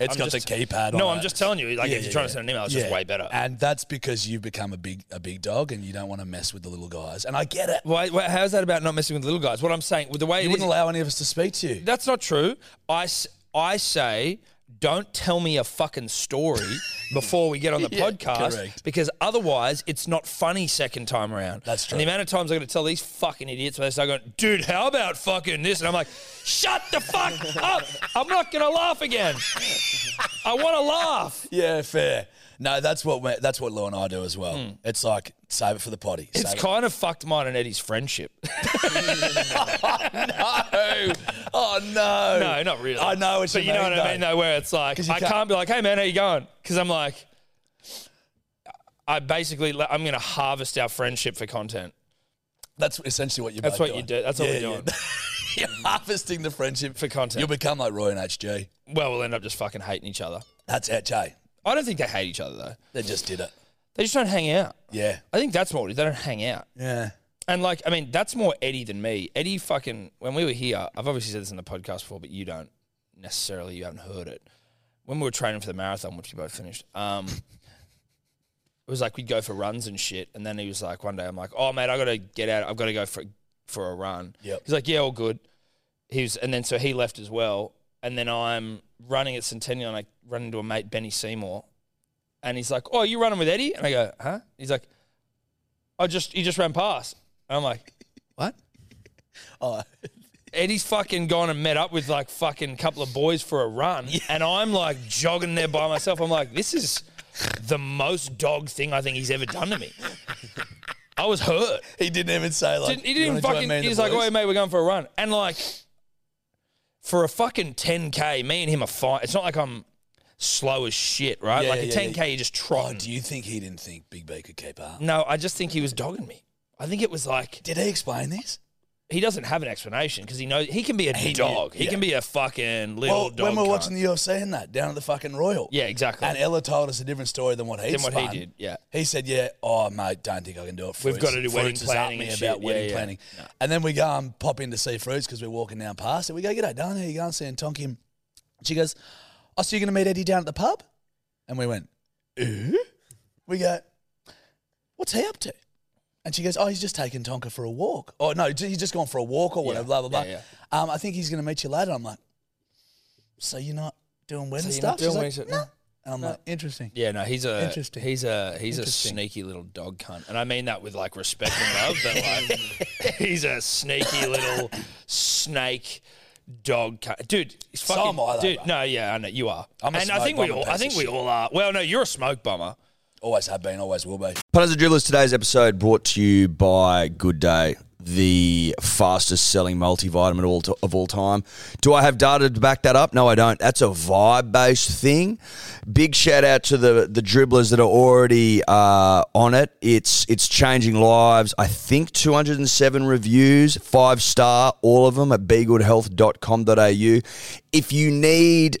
[SPEAKER 3] it's
[SPEAKER 2] I'm
[SPEAKER 3] got
[SPEAKER 2] just-
[SPEAKER 3] the keypad
[SPEAKER 2] No,
[SPEAKER 3] on
[SPEAKER 2] I'm
[SPEAKER 3] it.
[SPEAKER 2] just telling you. Like,
[SPEAKER 3] Yeah,
[SPEAKER 2] if you're
[SPEAKER 3] yeah,
[SPEAKER 2] trying
[SPEAKER 3] yeah.
[SPEAKER 2] to send an email, it's just
[SPEAKER 3] Yeah.
[SPEAKER 2] way better.
[SPEAKER 3] and that's because you've become a big a big dog, and you don't want to mess with the little guys. And I get it.
[SPEAKER 2] Why, why, how's that about not messing with little guys? What I'm saying, with the way
[SPEAKER 3] You
[SPEAKER 2] it is,
[SPEAKER 3] wouldn't allow any of us to speak to you.
[SPEAKER 2] that's not true. I, s- I say, don't tell me a fucking story before we get on the podcast
[SPEAKER 3] correct.
[SPEAKER 2] because otherwise it's not funny second time around.
[SPEAKER 3] That's
[SPEAKER 2] And the
[SPEAKER 3] true.
[SPEAKER 2] amount of times I'm going to tell these fucking idiots when they start going, dude, how about fucking this? And I'm like, shut the fuck up. I'm not going to laugh again. I want to laugh.
[SPEAKER 3] Yeah, fair. No, that's what we that's what Lou and I do as well. It's like save it for the potty.
[SPEAKER 2] Hmm. It's
[SPEAKER 3] Save it-
[SPEAKER 2] kind of fucked mine and Eddie's friendship.
[SPEAKER 3] no, oh no,
[SPEAKER 2] no, not really.
[SPEAKER 3] I know what
[SPEAKER 2] but
[SPEAKER 3] you
[SPEAKER 2] you know
[SPEAKER 3] mean,
[SPEAKER 2] what I mean,
[SPEAKER 3] though.
[SPEAKER 2] though, where it's like,
[SPEAKER 3] 'Cause you
[SPEAKER 2] I can't,
[SPEAKER 3] can't-
[SPEAKER 2] be like, hey, man, how you going? Because I'm like, I basically, I'm going to harvest our friendship for content.
[SPEAKER 3] That's essentially what you're.
[SPEAKER 2] That's
[SPEAKER 3] both
[SPEAKER 2] what you
[SPEAKER 3] doing.
[SPEAKER 2] do. That's what
[SPEAKER 3] Yeah,
[SPEAKER 2] we're
[SPEAKER 3] yeah.
[SPEAKER 2] doing.
[SPEAKER 3] you're harvesting the friendship
[SPEAKER 2] For content.
[SPEAKER 3] You'll become like Roy and HG.
[SPEAKER 2] Well, we'll end up just fucking hating each other.
[SPEAKER 3] That's HA.
[SPEAKER 2] I don't think they hate each other, though.
[SPEAKER 3] They just did it.
[SPEAKER 2] They just don't hang out.
[SPEAKER 3] Yeah,
[SPEAKER 2] I think that's more. They don't hang out.
[SPEAKER 3] yeah.
[SPEAKER 2] And like, I mean, that's more Eddie than me. Eddie fucking when we were here, I've obviously said this in the podcast before, but you don't necessarily you haven't heard it. When we were training for the marathon, which we both finished, um, it was like we'd go for runs and shit. And then he was like, one day I'm like, oh mate, I gotta get out. I've got to go for for a run.
[SPEAKER 3] Yep.
[SPEAKER 2] He's like, yeah, all good. He was, and then so he left as well. And then I'm running at Centennial, and I run into a mate Benny Seymour, and he's like, oh, you running with Eddie? And I go, huh? He's like, I just he just ran past. And I'm like,
[SPEAKER 3] What? Oh,
[SPEAKER 2] Eddie's fucking gone and met up with like fucking couple of boys for a run, and I'm like jogging there by myself. I'm like, this is the most dog thing I think he's ever done to me. I was hurt.
[SPEAKER 3] he didn't even say like.
[SPEAKER 2] Didn't, he
[SPEAKER 3] "You
[SPEAKER 2] didn't
[SPEAKER 3] wanna join
[SPEAKER 2] fucking.
[SPEAKER 3] me and the
[SPEAKER 2] He's like,
[SPEAKER 3] boys?"
[SPEAKER 2] "Oh, hey, mate, we're going for a run," and like, for a fucking 10K, me and him are fine. It's not like I'm slow as shit, right?
[SPEAKER 3] Yeah,
[SPEAKER 2] like
[SPEAKER 3] yeah,
[SPEAKER 2] a
[SPEAKER 3] yeah,
[SPEAKER 2] 10K, you just
[SPEAKER 3] Oh,
[SPEAKER 2] trotting.
[SPEAKER 3] do you think he didn't think Big B could keep up?
[SPEAKER 2] no, I just think he was dogging me. I think it was like
[SPEAKER 3] Did he explain this?
[SPEAKER 2] he doesn't have an explanation because he knows he can be a
[SPEAKER 3] He knew,
[SPEAKER 2] dog. He
[SPEAKER 3] yeah.
[SPEAKER 2] can be a fucking little
[SPEAKER 3] Well,
[SPEAKER 2] dog.
[SPEAKER 3] when we were
[SPEAKER 2] cunt.
[SPEAKER 3] watching the UFC and that down at the fucking Royal,
[SPEAKER 2] yeah, exactly.
[SPEAKER 3] and Ella told us a different story than what he
[SPEAKER 2] Than what he
[SPEAKER 3] spun.
[SPEAKER 2] did, yeah.
[SPEAKER 3] He said, "Yeah, oh mate, don't think I can do it.
[SPEAKER 2] We've
[SPEAKER 3] Fruits-
[SPEAKER 2] got to do wedding
[SPEAKER 3] Fruits has upped
[SPEAKER 2] planning
[SPEAKER 3] me
[SPEAKER 2] and
[SPEAKER 3] about
[SPEAKER 2] shit.
[SPEAKER 3] wedding
[SPEAKER 2] Yeah, yeah.
[SPEAKER 3] planning." And then we go and pop in to see Fruits because we're walking down past it. We go, "G'day, Don. How you going?" Seeing Tonkin. She goes, "Oh, so you're going to meet Eddie down at the pub?" And we went, "Eh?" We go, "What's he up to?" And she goes, "Oh, he's just taking Tonka for a walk. Oh no, he's just gone for a walk or whatever.
[SPEAKER 2] Yeah,
[SPEAKER 3] Blah blah blah.
[SPEAKER 2] yeah,
[SPEAKER 3] Um, I think he's going to meet you later." I'm like, "So you're not doing wedding
[SPEAKER 2] you're
[SPEAKER 3] stuff?"
[SPEAKER 2] not doing
[SPEAKER 3] She's like,
[SPEAKER 2] wedding stuff? No.
[SPEAKER 3] "No." And I'm like, "Interesting."
[SPEAKER 2] yeah, no, he's a
[SPEAKER 3] Interesting.
[SPEAKER 2] he's a he's a
[SPEAKER 3] Interesting.
[SPEAKER 2] sneaky little dog cunt, and I mean that with like respect and love, but like he's a sneaky little snake dog cunt, dude. He's
[SPEAKER 3] So
[SPEAKER 2] fucking,
[SPEAKER 3] am I, though,
[SPEAKER 2] dude.
[SPEAKER 3] bro.
[SPEAKER 2] No, yeah, I know you are,
[SPEAKER 3] I'm a
[SPEAKER 2] and I think
[SPEAKER 3] smoke
[SPEAKER 2] we
[SPEAKER 3] bomber
[SPEAKER 2] all I
[SPEAKER 3] piece
[SPEAKER 2] think
[SPEAKER 3] of
[SPEAKER 2] we
[SPEAKER 3] shit.
[SPEAKER 2] all are. Well, no, you're a smoke bummer.
[SPEAKER 3] Always have been, always will be.
[SPEAKER 5] Punters and Dribblers, today's episode brought to you by Good Day, the fastest selling multivitamin all to, of all time. Do I have data to back that up? No, I don't. That's a vibe based thing. Big shout out to the, the dribblers that are already uh, on it. It's, it's changing lives. I think 207 reviews, five star, all of them at begoodhealth.com.au. If you need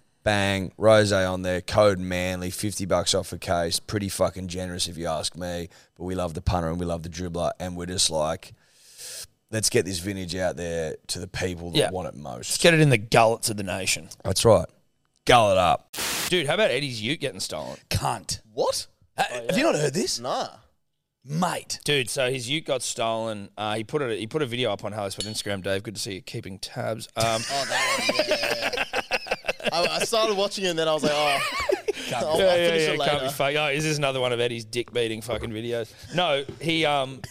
[SPEAKER 5] bang, rose on there, code manly, 50 bucks off a case. Pretty fucking generous if you ask me. But we love the punter and we love the dribbler. And we're just like, let's get this vintage out there to the people that
[SPEAKER 2] Yeah.
[SPEAKER 5] want it
[SPEAKER 2] Let's
[SPEAKER 5] most.
[SPEAKER 2] get it in the gullets of the nation,
[SPEAKER 5] That's right. Gull it up.
[SPEAKER 2] dude. How about Eddie's Ute getting stolen,
[SPEAKER 3] Cunt.
[SPEAKER 4] What?
[SPEAKER 3] Ha- Uh, Have you not heard this?
[SPEAKER 4] Nah.
[SPEAKER 3] Mate.
[SPEAKER 2] dude? So his Ute got stolen. Uh, he put it. He put a video up on Hallosport Instagram. Dave, good to see you keeping tabs. Um,
[SPEAKER 4] Oh, that one. Yeah, yeah, yeah. I, I started watching it and then I was like, oh, I'll,
[SPEAKER 2] yeah,
[SPEAKER 4] I'll
[SPEAKER 2] yeah,
[SPEAKER 4] finish
[SPEAKER 2] yeah,
[SPEAKER 4] it
[SPEAKER 2] Can't be
[SPEAKER 4] later.
[SPEAKER 2] fake. Oh, is this another one of Eddie's dick beating fucking videos? No, he um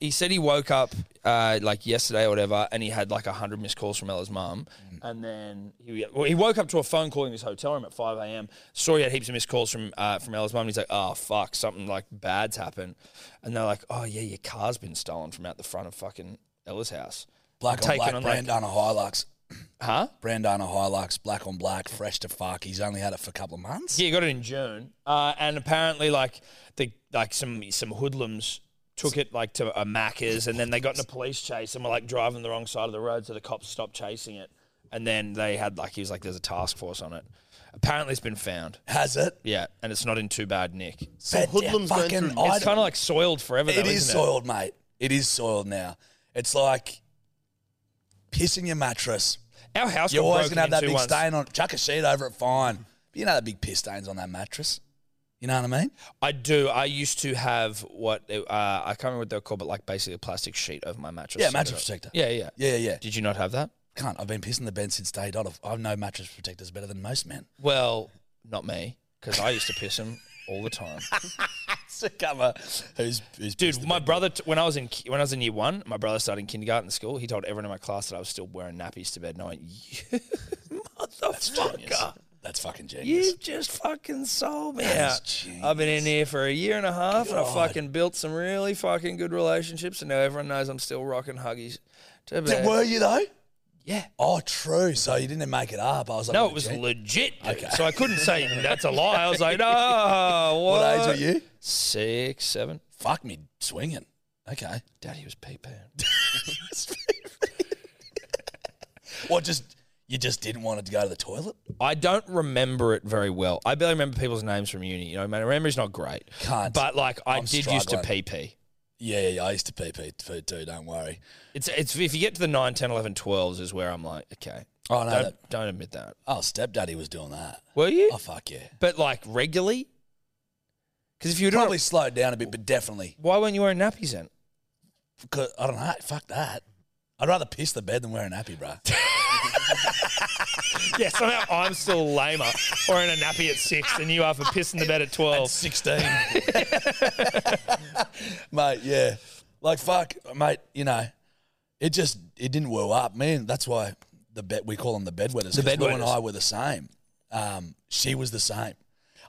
[SPEAKER 2] he said he woke up uh, like yesterday or whatever, and he had like hundred missed calls from Ella's mum, and then he well, he woke up to a phone call in his hotel room at five a.m. Saw he had heaps of missed calls from uh, from Ella's mum. and He's like, oh fuck, something like bad's happened, and they're like, oh yeah, your car's been stolen from out the front of fucking Ella's house,
[SPEAKER 3] Black on
[SPEAKER 2] Taken
[SPEAKER 3] black,
[SPEAKER 2] on, like-
[SPEAKER 3] Brandana Hilux.
[SPEAKER 2] huh?
[SPEAKER 3] Brandana Hilux, black on black, fresh to fuck. He's only had it for a couple of months.
[SPEAKER 2] Yeah, you got it in June, uh, and apparently, like the like some some hoodlums took it like to a Macca's, and then they got in a police chase and were like driving the wrong side of the road, so the cops stopped chasing it. And then they had like he was like, "There's a task force on it." Apparently, it's been found.
[SPEAKER 3] Has it?
[SPEAKER 2] Yeah, and it's not in too bad nick. It's
[SPEAKER 3] But
[SPEAKER 4] hoodlums going
[SPEAKER 3] fucking,
[SPEAKER 4] through-
[SPEAKER 3] I
[SPEAKER 2] kind of like soiled forever. Though,
[SPEAKER 3] It is
[SPEAKER 2] isn't
[SPEAKER 3] soiled, mate. It is soiled now. It's like pissing your mattress.
[SPEAKER 2] It? Our house.
[SPEAKER 3] You're
[SPEAKER 2] got
[SPEAKER 3] always
[SPEAKER 2] broken
[SPEAKER 3] gonna have that
[SPEAKER 2] into
[SPEAKER 3] big
[SPEAKER 2] once.
[SPEAKER 3] stain on. Chuck a sheet over it, fine. But you know that big piss stains on that mattress. You know what I mean?
[SPEAKER 2] I do. I used to have what uh, I can't remember what they're called, but like basically a plastic sheet over my mattress.
[SPEAKER 3] Yeah,
[SPEAKER 2] so
[SPEAKER 3] mattress
[SPEAKER 2] that-
[SPEAKER 3] protector.
[SPEAKER 2] Yeah, yeah,
[SPEAKER 3] Yeah, yeah.
[SPEAKER 2] Did you not have that?
[SPEAKER 3] Can't. I've been pissing the bed since day dot. I've- I know mattress protectors better than most men.
[SPEAKER 2] Well, not me, because I used to piss them all the time.
[SPEAKER 3] Cover. Who's who's
[SPEAKER 2] Dude, my brother t- when I was in ki- when I was in year one, my brother started in kindergarten at school. He told everyone in my class that I was still wearing nappies to bed, and I went, "You motherfucker,
[SPEAKER 3] That's fucking genius.
[SPEAKER 2] you just fucking sold me
[SPEAKER 3] That
[SPEAKER 2] out."
[SPEAKER 3] is
[SPEAKER 2] I've been in here for a year and a half, and I fucking built some really fucking good relationships, and now everyone knows I'm still rocking huggies to bed.
[SPEAKER 3] Were you though?
[SPEAKER 2] Yeah.
[SPEAKER 3] Oh, true. So you didn't make it up. I was like,
[SPEAKER 2] No,
[SPEAKER 3] what
[SPEAKER 2] it
[SPEAKER 3] a
[SPEAKER 2] was
[SPEAKER 3] gen-
[SPEAKER 2] legit. dude. So I couldn't say that's a lie. I was like, no. What,
[SPEAKER 3] What age were you?
[SPEAKER 2] Six, seven.
[SPEAKER 3] Fuck me, swinging. Okay.
[SPEAKER 2] Daddy was pee paying.
[SPEAKER 3] What? Just you just didn't want to go to the toilet?
[SPEAKER 2] I don't remember it very well. I barely remember people's names from uni. You know, my memory's not great.
[SPEAKER 3] Can't.
[SPEAKER 2] But like, I
[SPEAKER 3] I'm
[SPEAKER 2] did used to
[SPEAKER 3] struggling.
[SPEAKER 2] pee pee.
[SPEAKER 3] Yeah, yeah, yeah. I used to pee pee poo too. Don't worry.
[SPEAKER 2] It's it's if you get to the 9, 10, 11, 12s is where I'm like, okay,
[SPEAKER 3] Oh no.
[SPEAKER 2] don't
[SPEAKER 3] That,
[SPEAKER 2] don't admit that.
[SPEAKER 3] oh, stepdaddy was doing that.
[SPEAKER 2] Were you?
[SPEAKER 3] Oh fuck yeah.
[SPEAKER 2] But like regularly, because if you were doing,
[SPEAKER 3] Probably
[SPEAKER 2] it-
[SPEAKER 3] slowed down a bit, but definitely.
[SPEAKER 2] why weren't you wearing nappies then?
[SPEAKER 3] Cause, I don't know. Fuck that. I'd rather piss the bed than wear an nappy, bro.
[SPEAKER 2] yeah, somehow I'm still lamer or in a nappy at six than you are for pissing the bed at twelve.
[SPEAKER 3] Sixteen. mate, yeah. Like fuck, mate. You know, it just it didn't well up, man. That's why the bed we call them the bedwetters. The bedwetters. and
[SPEAKER 2] bedwetters.
[SPEAKER 3] I were the same. Um, she was the same.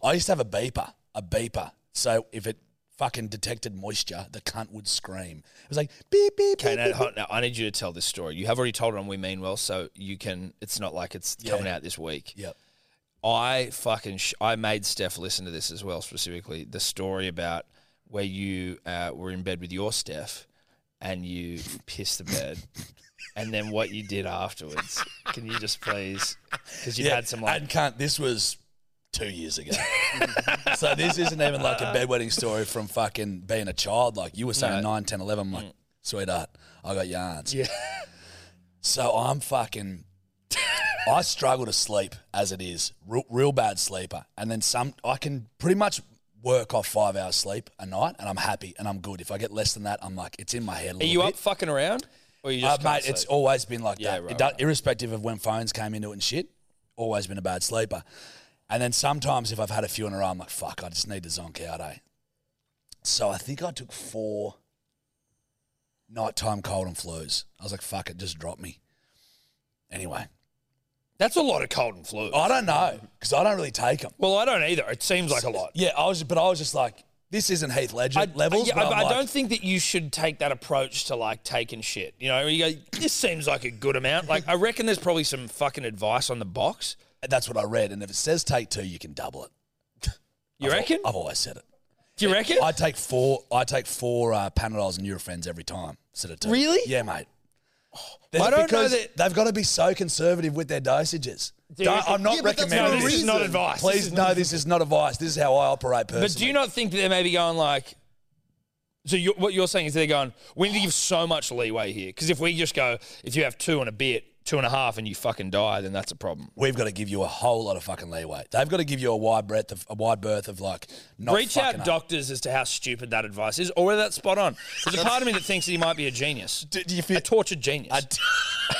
[SPEAKER 3] I used to have a beeper, a beeper. So if it fucking detected moisture, the cunt would scream. It was like beep beep.
[SPEAKER 2] Okay,
[SPEAKER 3] beep,
[SPEAKER 2] now,
[SPEAKER 3] beep,
[SPEAKER 2] hold- now I need you to tell this story. You have already told it on We Mean Well, so you can. It's not like it's
[SPEAKER 3] Yeah.
[SPEAKER 2] coming out this week.
[SPEAKER 3] Yep.
[SPEAKER 2] I fucking sh- I made Steph listen to this as well, specifically the story about where you uh, were in bed with your Steph and you pissed the bed, and then what you did afterwards. Can you just please? Because you
[SPEAKER 3] Yeah,
[SPEAKER 2] had some like
[SPEAKER 3] and cunt. This was two years ago, so this isn't even like a bedwetting story from fucking being a child. Like you were saying,
[SPEAKER 2] Uh, No. Mm.
[SPEAKER 3] nine, ten, eleven. I'm like, sweetheart, I got yarns. Yeah. So I'm fucking. I struggle to sleep as it is, real, real bad sleeper, and then some. I can pretty much work off five hours sleep a night, and I'm happy and I'm good. If I get less than that, I'm like, it's in my head. A
[SPEAKER 2] are
[SPEAKER 3] little
[SPEAKER 2] you
[SPEAKER 3] bit.
[SPEAKER 2] up fucking around? Or you
[SPEAKER 3] Uh,
[SPEAKER 2] just
[SPEAKER 3] mate, it's always been like
[SPEAKER 2] Yeah,
[SPEAKER 3] that.
[SPEAKER 2] right,
[SPEAKER 3] it does,
[SPEAKER 2] right.
[SPEAKER 3] Irrespective of when phones came into it and shit, always been a bad sleeper. And then sometimes if I've had a few in a row, I'm like, fuck, I just need to zonk out, eh? So I think I took four nighttime cold and flus. I was like, fuck it, just drop me. Anyway,
[SPEAKER 2] that's a lot of cold and flu.
[SPEAKER 3] I don't know because I don't really take them.
[SPEAKER 2] well, I don't either. It seems like a lot.
[SPEAKER 3] Yeah, I was, but I was just like, this isn't Heath Ledger
[SPEAKER 2] I,
[SPEAKER 3] levels.
[SPEAKER 2] yeah,
[SPEAKER 3] but
[SPEAKER 2] I,
[SPEAKER 3] I'm
[SPEAKER 2] I
[SPEAKER 3] like-
[SPEAKER 2] don't think that you should take that approach to like taking shit. You know, you go, this seems like a good amount. Like, I reckon there's probably some fucking advice on the box.
[SPEAKER 3] That's what I read, and if it says take two, you can double it.
[SPEAKER 2] You
[SPEAKER 3] I've al-
[SPEAKER 2] reckon?
[SPEAKER 3] I've always said it.
[SPEAKER 2] Do you reckon?
[SPEAKER 3] I take four. I take four uh, Panadols and Eurofriends every time instead of two.
[SPEAKER 2] Really? Oh,
[SPEAKER 3] Yeah, mate.
[SPEAKER 2] I don't know
[SPEAKER 3] Because
[SPEAKER 2] that-
[SPEAKER 3] They've got to be so conservative with their dosages.
[SPEAKER 2] Do you
[SPEAKER 3] Don't-
[SPEAKER 2] reckon-
[SPEAKER 3] I'm not
[SPEAKER 4] Yeah, but that's
[SPEAKER 2] no,
[SPEAKER 4] for
[SPEAKER 3] recommending
[SPEAKER 4] a
[SPEAKER 2] this
[SPEAKER 3] this.
[SPEAKER 2] is not
[SPEAKER 4] reason.
[SPEAKER 2] advice. This
[SPEAKER 3] Please,
[SPEAKER 2] is-
[SPEAKER 3] no, this is not advice. This is how I operate personally.
[SPEAKER 2] But do you not think that they may be going like? So you, what you're saying is they're going, we need to give so much leeway here because if we just go, if you have two and a bit, two and a half, and you fucking die, then that's a problem.
[SPEAKER 3] We've got to give you a whole lot of fucking leeway. They've got to give you a wide breadth of a wide berth of like not
[SPEAKER 2] Reach out
[SPEAKER 3] fucking up.
[SPEAKER 2] doctors as to how stupid that advice is, or whether that's spot on. There's a part of me that thinks that he might be a genius,
[SPEAKER 3] Do, do you
[SPEAKER 2] a
[SPEAKER 3] feel?
[SPEAKER 2] tortured genius.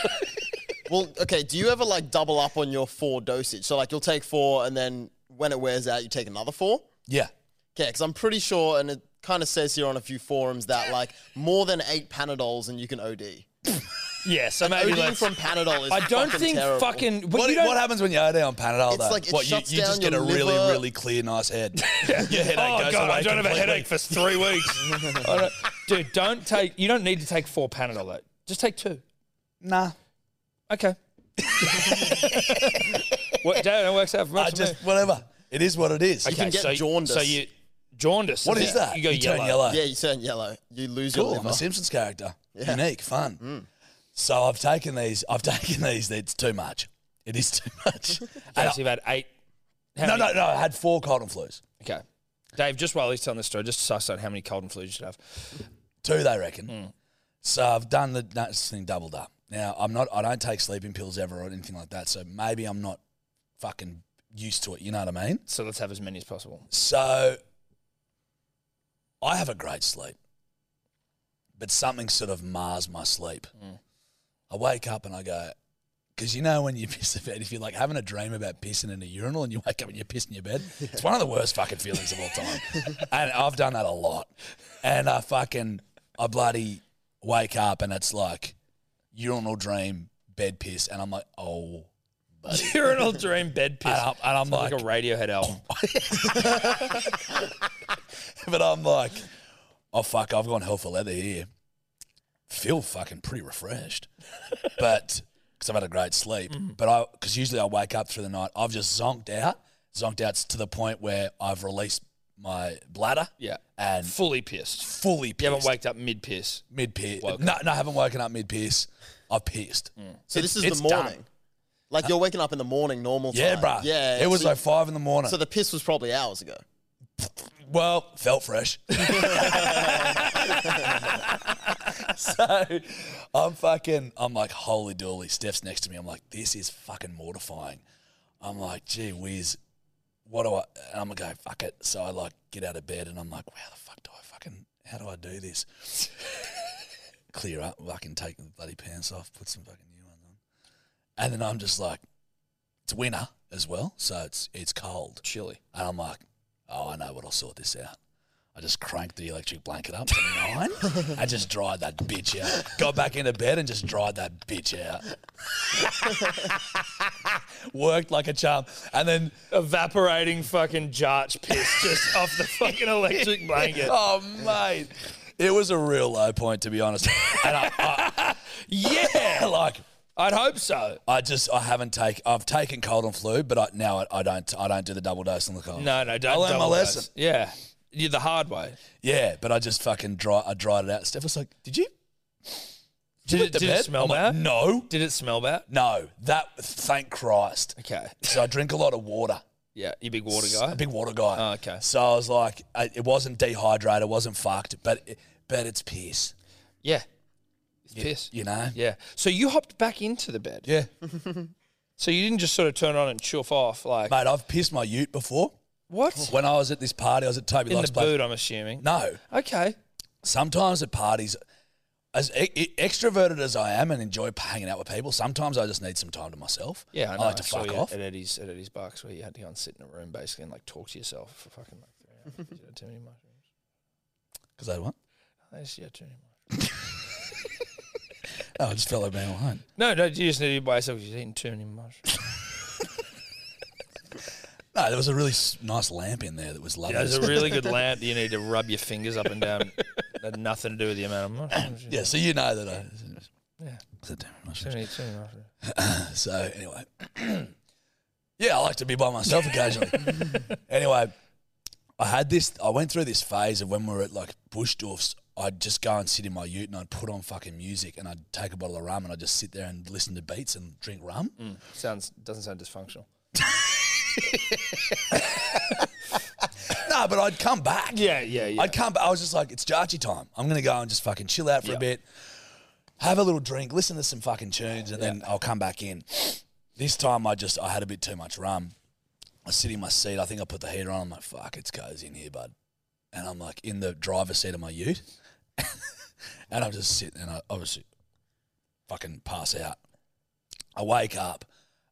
[SPEAKER 4] Well, okay. Do you ever like double up on your four dosage? So like you'll take four, and then when it wears out, you take another four.
[SPEAKER 3] yeah.
[SPEAKER 4] Okay, because I'm pretty sure, and it kind of says here on a few forums that like more than eight Panadols and you can OD.
[SPEAKER 2] yeah, so maybe
[SPEAKER 4] ODing
[SPEAKER 2] let's.
[SPEAKER 4] from Panadol is
[SPEAKER 2] I don't
[SPEAKER 4] fucking
[SPEAKER 2] think
[SPEAKER 4] terrible.
[SPEAKER 2] fucking. But
[SPEAKER 3] What,
[SPEAKER 2] you don't,
[SPEAKER 3] what happens when you OD on Panadol?
[SPEAKER 4] It's
[SPEAKER 3] though?
[SPEAKER 4] like it
[SPEAKER 3] what,
[SPEAKER 4] shuts
[SPEAKER 3] you, you just
[SPEAKER 4] down
[SPEAKER 3] get a
[SPEAKER 4] your
[SPEAKER 3] really,
[SPEAKER 4] liver.
[SPEAKER 3] really clear, nice head. Your headache
[SPEAKER 2] Oh
[SPEAKER 3] goes
[SPEAKER 2] god,
[SPEAKER 3] away
[SPEAKER 2] I don't have a
[SPEAKER 3] completely.
[SPEAKER 2] headache for three weeks. I don't- dude, don't take. You don't need to take four Panadol. Though. Just take two.
[SPEAKER 3] Nah.
[SPEAKER 2] Okay. what, that works out for
[SPEAKER 3] I
[SPEAKER 2] much.
[SPEAKER 3] just whatever. It is what it is.
[SPEAKER 4] can get
[SPEAKER 2] so,
[SPEAKER 4] jaundice.
[SPEAKER 2] So you jaundice.
[SPEAKER 3] What
[SPEAKER 2] isn't
[SPEAKER 3] is
[SPEAKER 2] it?
[SPEAKER 3] that?
[SPEAKER 2] You go
[SPEAKER 3] turn
[SPEAKER 2] yellow.
[SPEAKER 3] yellow.
[SPEAKER 4] Yeah, you turn yellow. You lose your
[SPEAKER 3] cool. I'm a
[SPEAKER 4] liver. Mm.
[SPEAKER 3] Simpsons character. Unique, fun. So I've taken these. I've taken these. It's too much. It is too much.
[SPEAKER 2] Okay,
[SPEAKER 3] And
[SPEAKER 2] so you've had eight.
[SPEAKER 3] I-
[SPEAKER 2] How
[SPEAKER 3] no,
[SPEAKER 2] many-
[SPEAKER 3] no, no. I had four cold and flus.
[SPEAKER 2] Okay. Dave, just while he's telling this story, just suss out how many cold and flus you should have. Hmm.
[SPEAKER 3] Two, they reckon. So I've done the nuts thing doubled up. Now I'm not. I don't take sleeping pills ever or anything like that. So maybe I'm not fucking used to it. You know what I mean?
[SPEAKER 2] So let's have as many as possible.
[SPEAKER 3] So I have a great sleep, but something sort of mars my sleep.
[SPEAKER 2] Mm.
[SPEAKER 3] I wake up and I go, because you know when you piss the bed, if you're like having a dream about pissing in a urinal and you wake up and you're pissing your bed, it's one of the worst fucking feelings of all time. and I've done that a lot. And I fucking, I bloody wake up and it's like urinal dream, bed piss. And I'm like, oh.
[SPEAKER 2] Urinal dream bed piss.
[SPEAKER 3] And I'm, and I'm
[SPEAKER 2] like,
[SPEAKER 3] like,
[SPEAKER 2] a Radiohead album.
[SPEAKER 3] but I'm like, oh fuck, I've gone hell for leather here. Feel fucking pretty refreshed, but because I've had a great sleep.
[SPEAKER 2] Mm-hmm.
[SPEAKER 3] But I, because usually I wake up through the night, I've just zonked out, zonked out to the point where I've released my bladder
[SPEAKER 2] Yeah.
[SPEAKER 3] and
[SPEAKER 2] Fully pissed.
[SPEAKER 3] fully
[SPEAKER 2] You haven't
[SPEAKER 3] pissed.
[SPEAKER 2] waked up mid piss.
[SPEAKER 3] mid piss.
[SPEAKER 2] woke Mm.
[SPEAKER 3] No, no, I haven't woken up mid piss. I've pissed.
[SPEAKER 4] So this
[SPEAKER 3] It's-
[SPEAKER 4] is
[SPEAKER 3] it's
[SPEAKER 4] the
[SPEAKER 3] done.
[SPEAKER 4] morning. Like you're waking up in the morning, normal time.
[SPEAKER 3] Yeah, bruh.
[SPEAKER 4] Yeah.
[SPEAKER 3] It was
[SPEAKER 4] so,
[SPEAKER 3] like five in the morning.
[SPEAKER 4] so the piss was probably hours ago.
[SPEAKER 3] Well, felt fresh. so I'm fucking, I'm like, holy dooly. Steph's next to me. I'm like, this is fucking mortifying. I'm like, gee whiz, what do I, and I'm going to go, fuck it. So I like get out of bed and I'm like, wow, the fuck do I fucking, how do I do this? Clear up, fucking take the bloody pants off, put some fucking new ones on. And then I'm just like, it's winter as well. So it's, it's cold.
[SPEAKER 2] Chilly.
[SPEAKER 3] And I'm like, oh, I know what, I'll sort this out. I just cranked the electric blanket up to nine and just dried that bitch out. Got back into bed and just dried that bitch out. Worked like a charm. And then,
[SPEAKER 2] Evaporating fucking jarch piss just off the fucking electric blanket.
[SPEAKER 3] oh, mate, it was a real low point, to be honest. And I, I- yeah, like,
[SPEAKER 2] I'd hope so.
[SPEAKER 3] I just, I haven't taken, I've taken cold and flu, but I, now I, I don't, I don't do the double dose on the cold.
[SPEAKER 2] No, no, don't.
[SPEAKER 3] I learned my
[SPEAKER 2] double dose.
[SPEAKER 3] lesson.
[SPEAKER 2] Yeah. You're the hard way.
[SPEAKER 3] Yeah, but I just fucking dry, I dried it out. Steph was like, did you?
[SPEAKER 2] Did,
[SPEAKER 3] put
[SPEAKER 2] it,
[SPEAKER 3] the
[SPEAKER 2] did
[SPEAKER 3] bed?
[SPEAKER 2] it smell
[SPEAKER 3] I'm like,
[SPEAKER 2] bad?
[SPEAKER 3] no.
[SPEAKER 2] Did it smell bad?
[SPEAKER 3] No, that thank Christ.
[SPEAKER 2] Okay.
[SPEAKER 3] So I drink a lot of water.
[SPEAKER 2] Yeah. You big water
[SPEAKER 3] A
[SPEAKER 2] guy?
[SPEAKER 3] big water guy.
[SPEAKER 2] Oh, okay.
[SPEAKER 3] So I was like, I, it wasn't dehydrated, it wasn't fucked, but it, but it's piss,
[SPEAKER 2] Yeah. It's piss.
[SPEAKER 3] you know.
[SPEAKER 2] Yeah. So you hopped back into the bed.
[SPEAKER 3] Yeah.
[SPEAKER 2] So you didn't just sort of turn on and chuff off like
[SPEAKER 3] Mate, I've pissed my Ute before.
[SPEAKER 2] what?
[SPEAKER 3] When I was at this party, I was at Toby
[SPEAKER 2] In the
[SPEAKER 3] Locke's place.
[SPEAKER 2] boot, I'm assuming.
[SPEAKER 3] No,
[SPEAKER 2] Okay.
[SPEAKER 3] sometimes at parties, as e- e- extroverted as I am and enjoy hanging out with people, sometimes I just need some time to myself.
[SPEAKER 2] Yeah, I, know.
[SPEAKER 3] like to
[SPEAKER 2] I saw
[SPEAKER 3] fuck
[SPEAKER 2] you
[SPEAKER 3] off.
[SPEAKER 2] at Eddie's at Eddie's Bucks where you had to go and sit in a room basically and like talk to yourself for fucking like three hours. 'cause You had too many mushrooms.
[SPEAKER 3] Because I what?
[SPEAKER 2] I just, you had too many mushrooms.
[SPEAKER 3] No, I Oh, just felt like being alone.
[SPEAKER 2] No, no, you just need to be by yourself because you're eating too many mushrooms.
[SPEAKER 3] No, there was a really s- nice lamp in there that was lovely.
[SPEAKER 2] yeah, there's a really good lamp that you need to rub your fingers up and down. That had nothing to do with the amount of mushrooms. you
[SPEAKER 3] Yeah, so you know that I.
[SPEAKER 2] Yeah.
[SPEAKER 3] It's a different
[SPEAKER 2] know.
[SPEAKER 3] mushroom.
[SPEAKER 2] Too many, too many mushrooms.
[SPEAKER 3] So anyway, yeah, I like to be by myself occasionally. anyway, I had this. I went through this phase of when we were at like Bushdorf's. I'd just go and sit in my ute and I'd put on fucking music and I'd take a bottle of rum and I'd just sit there and listen to beats and drink rum.
[SPEAKER 2] Mm. Sounds doesn't sound dysfunctional.
[SPEAKER 3] No, but I'd come back.
[SPEAKER 2] Yeah, yeah, yeah.
[SPEAKER 3] I'd come back. I was just like, it's Jarchi time. I'm gonna go and just fucking chill out for
[SPEAKER 2] Yeah.
[SPEAKER 3] a bit, have a little drink, listen to some fucking tunes, and then I'll come back in. This time I just I had a bit too much rum. I sit in my seat. I think I put the heater on. I'm like, fuck, it's cozy in here, bud. And I'm like in the driver's seat of my Ute, and I'm just sitting and I obviously fucking pass out. I wake up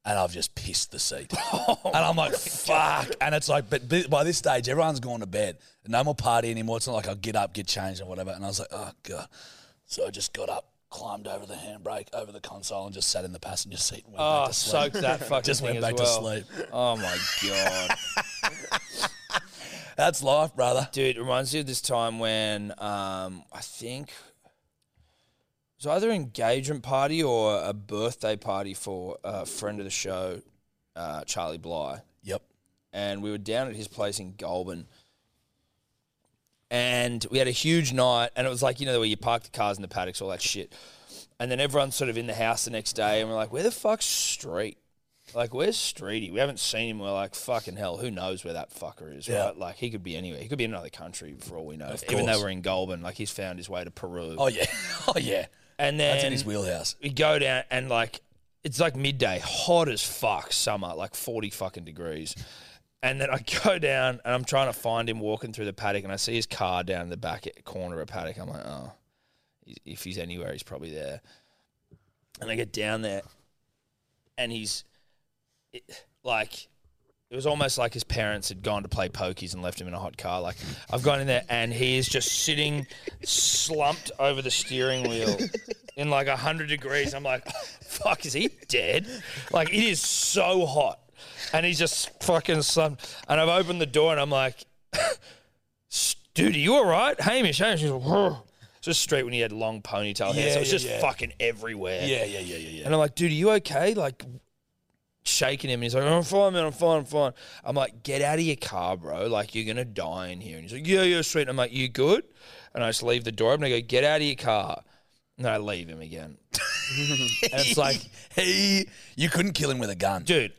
[SPEAKER 3] and I've just pissed the seat. and I'm like, fuck. And it's like, but bi- by this stage, everyone's gone to bed. No more party anymore. It's not like I'll get up, get changed, or whatever. And I was like, oh, God. So I just got up, climbed over the handbrake, over the console, and just sat in the passenger seat and went
[SPEAKER 2] Oh,
[SPEAKER 3] back to sleep.
[SPEAKER 2] soaked that fucking
[SPEAKER 3] Just
[SPEAKER 2] thing
[SPEAKER 3] went
[SPEAKER 2] as
[SPEAKER 3] back to
[SPEAKER 2] well.
[SPEAKER 3] sleep.
[SPEAKER 2] Oh my god.
[SPEAKER 3] That's life, brother.
[SPEAKER 2] Dude, it reminds me of this time when um, I think it was either an engagement party or a birthday party for a friend of the show, uh, Charlie Bly.
[SPEAKER 3] Yep.
[SPEAKER 2] And we were down at his place in Goulburn. and we had a huge night, and it was like you know where you park the cars in the paddocks, all that shit, and then everyone's sort of in the house the next day, and we're like, where the fuck's Street? Like, where's Streety? We haven't seen him. We're like, fucking hell, who knows where that fucker is,
[SPEAKER 3] Yeah.
[SPEAKER 2] right? Like, he could be anywhere. He could be in another country for all we know.
[SPEAKER 3] Of
[SPEAKER 2] Even though
[SPEAKER 3] course.
[SPEAKER 2] we're in Goulburn, like, he's found his way to Peru.
[SPEAKER 3] Oh yeah, oh yeah.
[SPEAKER 2] and then
[SPEAKER 3] That's in his wheelhouse.
[SPEAKER 2] we go down and like it's like midday, hot as fuck, summer, like forty fucking degrees. And then I go down and I'm trying to find him walking through the paddock, and I see his car down in the back corner of a paddock. I'm like, oh, if he's anywhere, he's probably there. And I get down there, and he's it, like, it was almost like his parents had gone to play pokies and left him in a hot car. Like, I've gone in there, and he is just sitting slumped over the steering wheel in like 100 degrees. I'm like, fuck, is he dead? Like, it is so hot. And he's just fucking slumped. And I've opened the door, and I'm like, dude, are you all right? Hamish, Hamish. He's like, "Whoa." It's just straight when he had long ponytail hair.
[SPEAKER 3] Yeah,
[SPEAKER 2] Oh, so it's
[SPEAKER 3] yeah,
[SPEAKER 2] just
[SPEAKER 3] yeah.
[SPEAKER 2] fucking everywhere.
[SPEAKER 3] Yeah, yeah, yeah, yeah, yeah.
[SPEAKER 2] And I'm like, dude, are you okay? Like, shaking him. And he's like, I'm fine, man. I'm fine. I'm fine. I'm like, get out of your car, bro. Like, you're going to die in here. And he's like, yeah, yeah, sweet. And I'm like, you good? And I just leave the door open. I go, get out of your car. And I leave him again. and it's like,
[SPEAKER 3] He, you couldn't kill him with a gun.
[SPEAKER 2] dude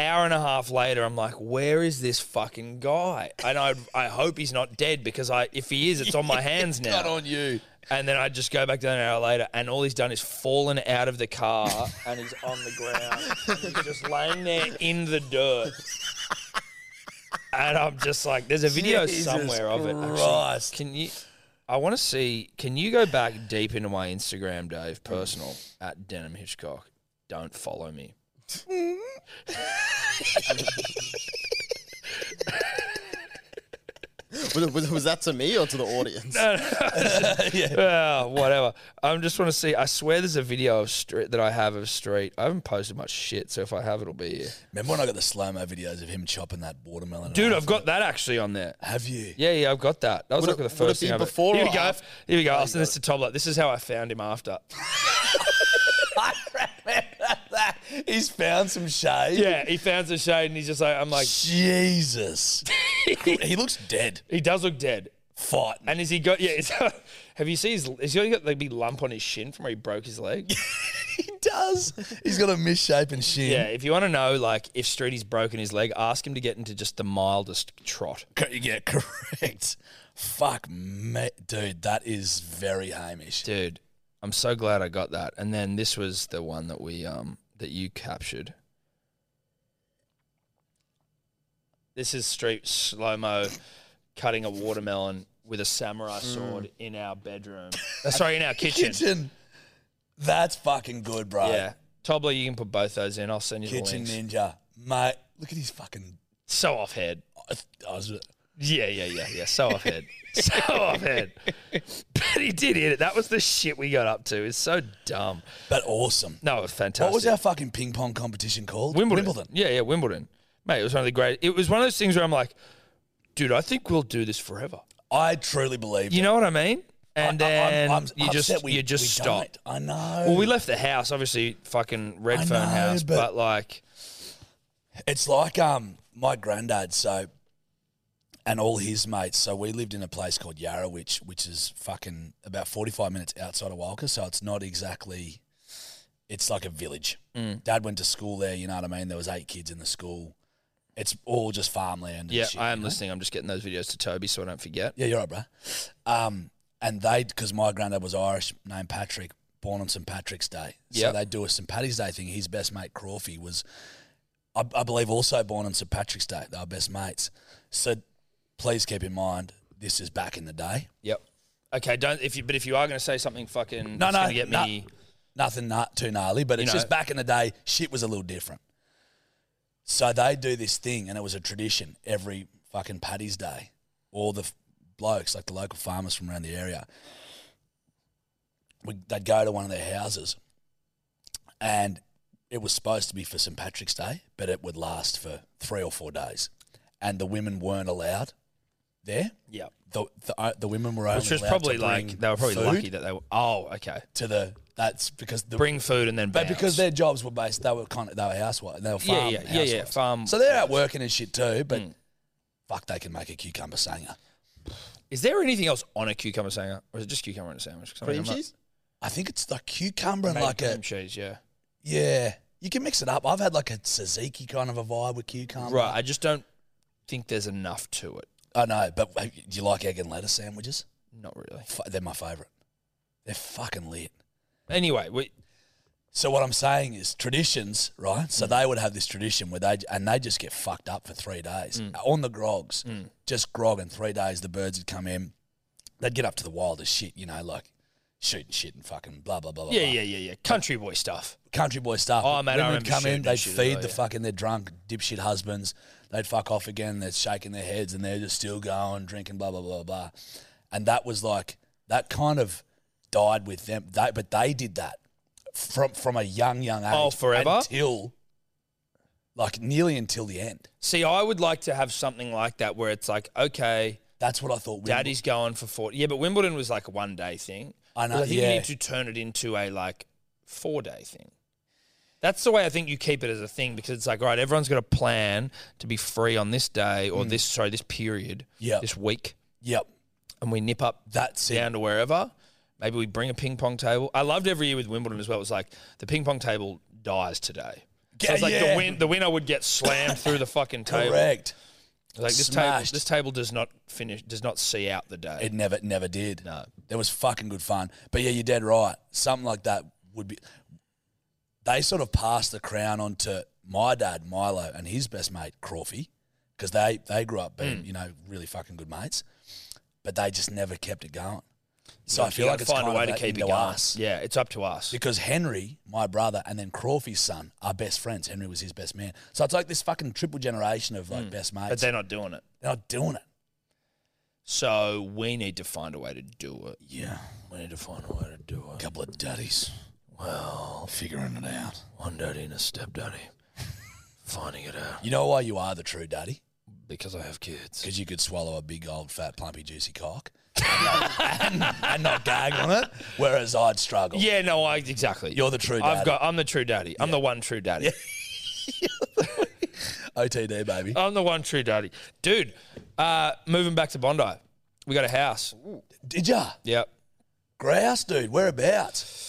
[SPEAKER 2] hour and a half later i'm like where is this fucking guy and i i hope he's not dead because i if he is it's on my hands now
[SPEAKER 3] Not on you.
[SPEAKER 2] and then i just go back down an hour later and all he's done is fallen out of the car and he's on the ground and he's just laying there in the dirt and i'm just like there's a video
[SPEAKER 3] Jesus
[SPEAKER 2] somewhere of it actually.
[SPEAKER 3] Christ.
[SPEAKER 2] can you I want to see. Can you go back deep into my Instagram, Dave? Personal at Denham Hitchcock. Don't follow me.
[SPEAKER 4] was, was- was that to me or to the audience?
[SPEAKER 2] Ah, whatever. I am just want to see. I swear there's a video of street that I have of street. I haven't posted much shit, so if I have, it'll be here.
[SPEAKER 3] Remember when I got the slow mo videos of him chopping that watermelon?
[SPEAKER 2] Dude,
[SPEAKER 3] off?
[SPEAKER 2] I've got that actually on there.
[SPEAKER 3] have you?
[SPEAKER 2] Yeah, yeah, I've got that. That was
[SPEAKER 4] Would it-
[SPEAKER 2] like the
[SPEAKER 4] would it
[SPEAKER 2] first
[SPEAKER 4] be
[SPEAKER 2] thing. I
[SPEAKER 4] before
[SPEAKER 2] Here
[SPEAKER 4] or
[SPEAKER 2] we go.
[SPEAKER 4] after?
[SPEAKER 2] Here we go. I'll send this to Tom. Like, this is how I found him after.
[SPEAKER 3] He's found some shade.
[SPEAKER 2] yeah, he found the shade, and he's just like, I'm like,
[SPEAKER 3] Jesus. he looks dead.
[SPEAKER 2] he does look dead.
[SPEAKER 3] Fight.
[SPEAKER 2] And has he got? Yeah, is, have you seen? His, has he got the big lump on his shin from where he broke his leg?
[SPEAKER 3] he does. He's got a misshapen shin.
[SPEAKER 2] yeah. If you want to know, like, if Streety's broken his leg, ask him to get into just the mildest trot.
[SPEAKER 3] Co- Yeah, correct. Fuck me, dude. That is very Hamish.
[SPEAKER 2] dude i'm so glad i got that and then this was the one that we um that you captured this is street slow mo cutting a watermelon with a samurai sword in our bedroom Uh, sorry in our kitchen,
[SPEAKER 3] Mm. Kitchen. That's fucking good, bro.
[SPEAKER 2] yeah Tobler, you can put both those in. I'll send you
[SPEAKER 3] Kitchen
[SPEAKER 2] the links.
[SPEAKER 3] ninja, mate. Look at his fucking.
[SPEAKER 2] So off head.
[SPEAKER 3] I I was,
[SPEAKER 2] Yeah, yeah, yeah, yeah. So off head. so off head. But he did hit it. That was the shit we got up to. It's so dumb.
[SPEAKER 3] but awesome.
[SPEAKER 2] No, it was fantastic.
[SPEAKER 3] What was our fucking ping pong competition called?
[SPEAKER 2] Wimbledon. Yeah, yeah, Wimbledon. Mate, it was one of the great. It was one of those things where I'm like, dude, I think we'll do this forever.
[SPEAKER 3] I truly believe.
[SPEAKER 2] You know what I mean? And
[SPEAKER 3] I- I- I'm-
[SPEAKER 2] then
[SPEAKER 3] I'm
[SPEAKER 2] you
[SPEAKER 3] upset
[SPEAKER 2] just
[SPEAKER 3] we-
[SPEAKER 2] you just
[SPEAKER 3] we
[SPEAKER 2] stop.
[SPEAKER 3] don't. I know.
[SPEAKER 2] Well, we left the house, obviously, fucking
[SPEAKER 3] I
[SPEAKER 2] Red Phone
[SPEAKER 3] know,
[SPEAKER 2] House, but,
[SPEAKER 3] but-
[SPEAKER 2] like,
[SPEAKER 3] It's like um my granddad, so and all his mates. So we lived in a place called Yarrowitch, which is fucking about forty five minutes outside of Walker. So it's not exactly it's like a village.
[SPEAKER 2] Mm.
[SPEAKER 3] Dad went to school there, you know what I mean? There was eight kids in the school. It's all just farmland and
[SPEAKER 2] yeah,
[SPEAKER 3] shit.
[SPEAKER 2] I am listening. I'm just getting those videos to Toby so I don't forget.
[SPEAKER 3] Yeah, you're right, bro. Um, and they, because my granddad was Irish, named Patrick, born on St Patrick's Day. So
[SPEAKER 2] Yep.
[SPEAKER 3] they do a St Paddy's Day thing. His best mate Crawfy was, I, I believe, also born on St Patrick's Day. They were best mates. So please keep in mind, this is back in the day.
[SPEAKER 2] Yep. Okay, don't if you but if you are going to say something fucking
[SPEAKER 3] No,
[SPEAKER 2] that's
[SPEAKER 3] no,
[SPEAKER 2] Mm, gonna get
[SPEAKER 3] no.
[SPEAKER 2] me
[SPEAKER 3] Nothing na- too gnarly, but
[SPEAKER 2] You
[SPEAKER 3] it's
[SPEAKER 2] know.
[SPEAKER 3] just back in the day, shit was a little different. So they do this thing, and it was a tradition every fucking Paddy's Day. All the f- blokes, like the local farmers from around the area, we, they'd go to one of their houses, and it was supposed to be for St Patrick's Day, but it would last for three or four days, and the women weren't allowed there.
[SPEAKER 2] yeah,
[SPEAKER 3] The the, uh, the women were only
[SPEAKER 2] which was
[SPEAKER 3] allowed
[SPEAKER 2] probably
[SPEAKER 3] to bring
[SPEAKER 2] like they were probably
[SPEAKER 3] food
[SPEAKER 2] lucky that they were. Oh, okay.
[SPEAKER 3] to the. That's because the
[SPEAKER 2] Bring food and then
[SPEAKER 3] but
[SPEAKER 2] bounce.
[SPEAKER 3] because their jobs were based, they were kind of they were housewives, they were
[SPEAKER 2] yeah,
[SPEAKER 3] farm
[SPEAKER 2] yeah, yeah, yeah,
[SPEAKER 3] housewives.
[SPEAKER 2] farm. Mm.
[SPEAKER 3] So they're out working and shit too. But fuck, they can make a cucumber sanger.
[SPEAKER 2] Is there anything else on a cucumber sandwich, or is it just cucumber in a sandwich? 'Cause I
[SPEAKER 4] Cream
[SPEAKER 2] mean, I'm not-
[SPEAKER 4] cheese?
[SPEAKER 3] I think it's like cucumber and
[SPEAKER 2] Maybe
[SPEAKER 3] like
[SPEAKER 2] cream
[SPEAKER 3] a
[SPEAKER 2] cheese, yeah.
[SPEAKER 3] yeah. You can mix it up. I've had like a tzatziki kind of a vibe with cucumber.
[SPEAKER 2] Right, I just don't think there's enough to it.
[SPEAKER 3] I know, but wait, do you like egg and lettuce sandwiches?
[SPEAKER 2] Not really.
[SPEAKER 3] F- They're my favorite. They're fucking lit.
[SPEAKER 2] Anyway, we,
[SPEAKER 3] So what I'm saying is traditions, right?
[SPEAKER 2] Mm.
[SPEAKER 3] So they would have this tradition where they and they just get fucked up for three days
[SPEAKER 2] Mm.
[SPEAKER 3] on the grogs, just grog and three days. The birds would come in, they'd get up to the wildest shit, you know, like shooting shit and fucking blah blah blah. blah
[SPEAKER 2] yeah,
[SPEAKER 3] blah.
[SPEAKER 2] yeah, yeah, yeah. Country boy stuff.
[SPEAKER 3] country boy stuff.
[SPEAKER 2] Oh, mate,
[SPEAKER 3] Women
[SPEAKER 2] I
[SPEAKER 3] would
[SPEAKER 2] remember
[SPEAKER 3] come
[SPEAKER 2] shooting
[SPEAKER 3] in,
[SPEAKER 2] and
[SPEAKER 3] they'd
[SPEAKER 2] shit as
[SPEAKER 3] feed
[SPEAKER 2] well,
[SPEAKER 3] the
[SPEAKER 2] yeah.
[SPEAKER 3] fucking their drunk dipshit husbands. They'd fuck off again. They're shaking their heads and they're just still going, drinking, blah blah blah blah. And that was like that kind of died with them. They, but they did that from from a young young age.
[SPEAKER 2] Oh, forever?
[SPEAKER 3] until like nearly until the end.
[SPEAKER 2] See, I would like to have something like that where it's like, okay,
[SPEAKER 3] That's what I thought. Wimbledon-
[SPEAKER 2] daddy's going for 40. Yeah, but Wimbledon was like a one day thing.
[SPEAKER 3] I know,
[SPEAKER 2] Well, I think
[SPEAKER 3] yeah.
[SPEAKER 2] you need to turn it into a like four day thing. That's the way I think you keep it as a thing because it's like, all right, everyone's got a plan to be free on this day or this, sorry, this period,
[SPEAKER 3] Yeah.
[SPEAKER 2] this week,
[SPEAKER 3] Mm. Yep,
[SPEAKER 2] and we nip up
[SPEAKER 3] that's it.
[SPEAKER 2] down to wherever. Maybe we bring a ping pong table. I loved every year with Wimbledon as well. It was like the ping pong table dies today. So it's like the,
[SPEAKER 3] Yeah.
[SPEAKER 2] win, the winner would get slammed through the fucking table.
[SPEAKER 3] Correct.
[SPEAKER 2] Like this
[SPEAKER 3] Smashed.
[SPEAKER 2] table, this table does not finish, does not see out the day.
[SPEAKER 3] It never never did.
[SPEAKER 2] No.
[SPEAKER 3] That was fucking good fun. But yeah, you're dead right. Something like that would be they sort of passed the crown on to my dad, Milo, and his best mate, Crawfy, because they, they grew up
[SPEAKER 2] Mm.
[SPEAKER 3] being, you know, really fucking good mates. But they just never kept it going. So I feel
[SPEAKER 2] You
[SPEAKER 3] like
[SPEAKER 2] gotta
[SPEAKER 3] it's kind of that into us.
[SPEAKER 2] Yeah, it's up to us.
[SPEAKER 3] Because Henry, my brother, and then Crawfy's son are best friends. Henry was his best man. So it's like this fucking triple generation of like best mates.
[SPEAKER 2] Mm. But they're not doing it.
[SPEAKER 3] they're not doing it.
[SPEAKER 2] So we need to find a way to do it.
[SPEAKER 3] Yeah, we need to find a way to do it. Couple of daddies. Well, figuring it out.
[SPEAKER 2] One daddy and a step daddy. Finding it out.
[SPEAKER 3] You know why you are the true daddy?
[SPEAKER 2] Because I have kids.
[SPEAKER 3] Because you could swallow a big old fat plumpy juicy cock and, and not gag on it, whereas I'd struggle.
[SPEAKER 2] Yeah, no, I exactly.
[SPEAKER 3] You're the true daddy.
[SPEAKER 2] I've got I'm the true daddy. I'm the one true daddy.
[SPEAKER 3] OTD baby.
[SPEAKER 2] I'm the one true daddy. Dude, uh, moving back to Bondi. We got a house.
[SPEAKER 3] Did ya?
[SPEAKER 2] Yep.
[SPEAKER 3] Grouse, dude. Whereabouts?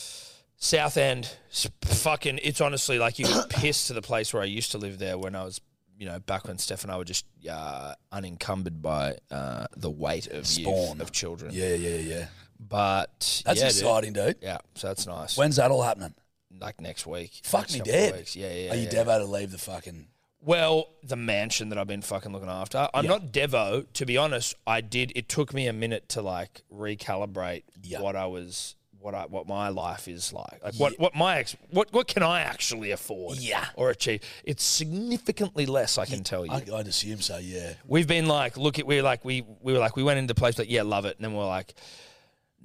[SPEAKER 2] South End, s- fucking. It's honestly like you could piss to the place where I used to live there when I was, you know, back when Steph and I were just uh, unencumbered by uh, the weight of youth,
[SPEAKER 3] Spawn.
[SPEAKER 2] of children.
[SPEAKER 3] Yeah, yeah, yeah.
[SPEAKER 2] But
[SPEAKER 3] That's
[SPEAKER 2] yeah, dude.
[SPEAKER 3] exciting, dude.
[SPEAKER 2] Yeah, so that's nice.
[SPEAKER 3] When's that all happening?
[SPEAKER 2] like next week.
[SPEAKER 3] Fuck
[SPEAKER 2] next
[SPEAKER 3] me
[SPEAKER 2] couple of
[SPEAKER 3] dead.
[SPEAKER 2] weeks. Yeah, yeah.
[SPEAKER 3] Are you
[SPEAKER 2] yeah.
[SPEAKER 3] devo to leave the fucking?
[SPEAKER 2] Well, the mansion that I've been fucking looking after. I'm not Devo, to be honest. I did. It took me a minute to like recalibrate
[SPEAKER 3] Yeah.
[SPEAKER 2] what I was, what I, what my life is like, like what, what my ex, what, what can I actually afford,
[SPEAKER 3] Yeah.
[SPEAKER 2] or achieve. It's significantly less, I can tell you.
[SPEAKER 3] I, I'd assume so. Yeah.
[SPEAKER 2] We've been like, look at, we're like, we, we were like, we went into the place, like, yeah, love it, and then we're like,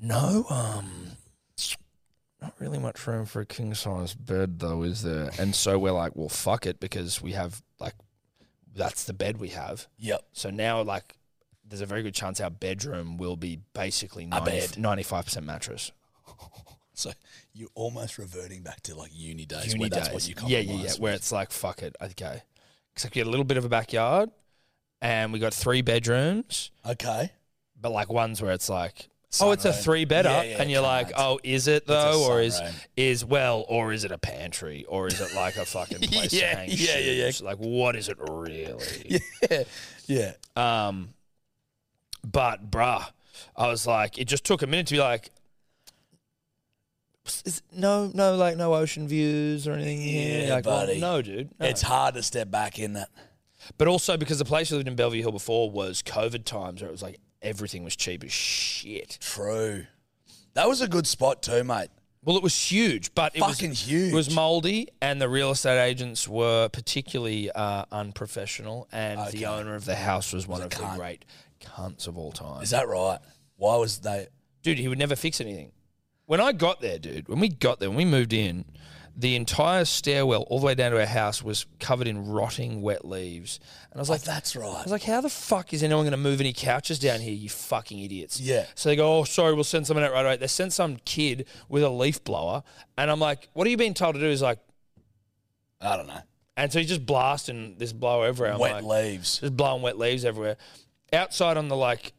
[SPEAKER 2] no, um. Not really much room for a king size bed, though, is there? And so we're like, well, fuck it, because we have like, that's the bed we have.
[SPEAKER 3] Yep.
[SPEAKER 2] So now, like, there's a very good chance our bedroom will be basically 90, 95% mattress.
[SPEAKER 3] So you're almost reverting back to like uni days.
[SPEAKER 2] Uni
[SPEAKER 3] where
[SPEAKER 2] days.
[SPEAKER 3] That's what you
[SPEAKER 2] yeah, yeah, yeah.
[SPEAKER 3] compromise
[SPEAKER 2] Where
[SPEAKER 3] with.
[SPEAKER 2] it's like, fuck it, okay. Except we had a little bit of a backyard and we got three bedrooms,
[SPEAKER 3] Okay.
[SPEAKER 2] but like ones where it's like, oh, it's a
[SPEAKER 3] Sunroom.
[SPEAKER 2] three bedder.
[SPEAKER 3] Yeah, yeah,
[SPEAKER 2] and you're like,
[SPEAKER 3] correct.
[SPEAKER 2] oh, is it though? Or is,
[SPEAKER 3] sunroom.
[SPEAKER 2] is, well, or is it a pantry? Or is it like a fucking place
[SPEAKER 3] Yeah,
[SPEAKER 2] to hang
[SPEAKER 3] yeah, yeah, yeah.
[SPEAKER 2] shoes? Like, what is it really?
[SPEAKER 3] Yeah.
[SPEAKER 2] Um, but bruh, I was like, it just took a minute to be like, is, no, no, like no ocean views or anything. here.
[SPEAKER 3] Yeah,
[SPEAKER 2] like, well,
[SPEAKER 3] buddy.
[SPEAKER 2] no, dude. no.
[SPEAKER 3] It's hard to step back in that.
[SPEAKER 2] but also because the place we lived in Bellevue Hill before was COVID times, where it was like everything was cheap as shit.
[SPEAKER 3] True. That was a good spot too, mate.
[SPEAKER 2] Well, it was huge, but it
[SPEAKER 3] Fucking
[SPEAKER 2] was
[SPEAKER 3] huge.
[SPEAKER 2] It was moldy, and the real estate agents were particularly uh, unprofessional, and
[SPEAKER 3] Okay.
[SPEAKER 2] the owner of the house was one
[SPEAKER 3] a
[SPEAKER 2] of
[SPEAKER 3] cunt.
[SPEAKER 2] the great cunts of all time.
[SPEAKER 3] Is that right? Why was they?
[SPEAKER 2] dude, he would never fix anything. When I got there, dude, when we got there, when we moved in, the entire stairwell all the way down to our house was covered in rotting wet leaves. And I was
[SPEAKER 3] Like
[SPEAKER 2] like,
[SPEAKER 3] Oh, that's
[SPEAKER 2] I
[SPEAKER 3] right.
[SPEAKER 2] was like, how the fuck is anyone going to move any couches down here, you fucking idiots?
[SPEAKER 3] Yeah.
[SPEAKER 2] So they go, oh, sorry, we'll send someone out right away. They sent some kid with a leaf blower. And I'm like, what are you being told to do? He's like,
[SPEAKER 3] I don't know.
[SPEAKER 2] and so he's just blasting this blower everywhere. I'm
[SPEAKER 3] Wet
[SPEAKER 2] like,
[SPEAKER 3] leaves.
[SPEAKER 2] just blowing wet leaves everywhere. Outside on the like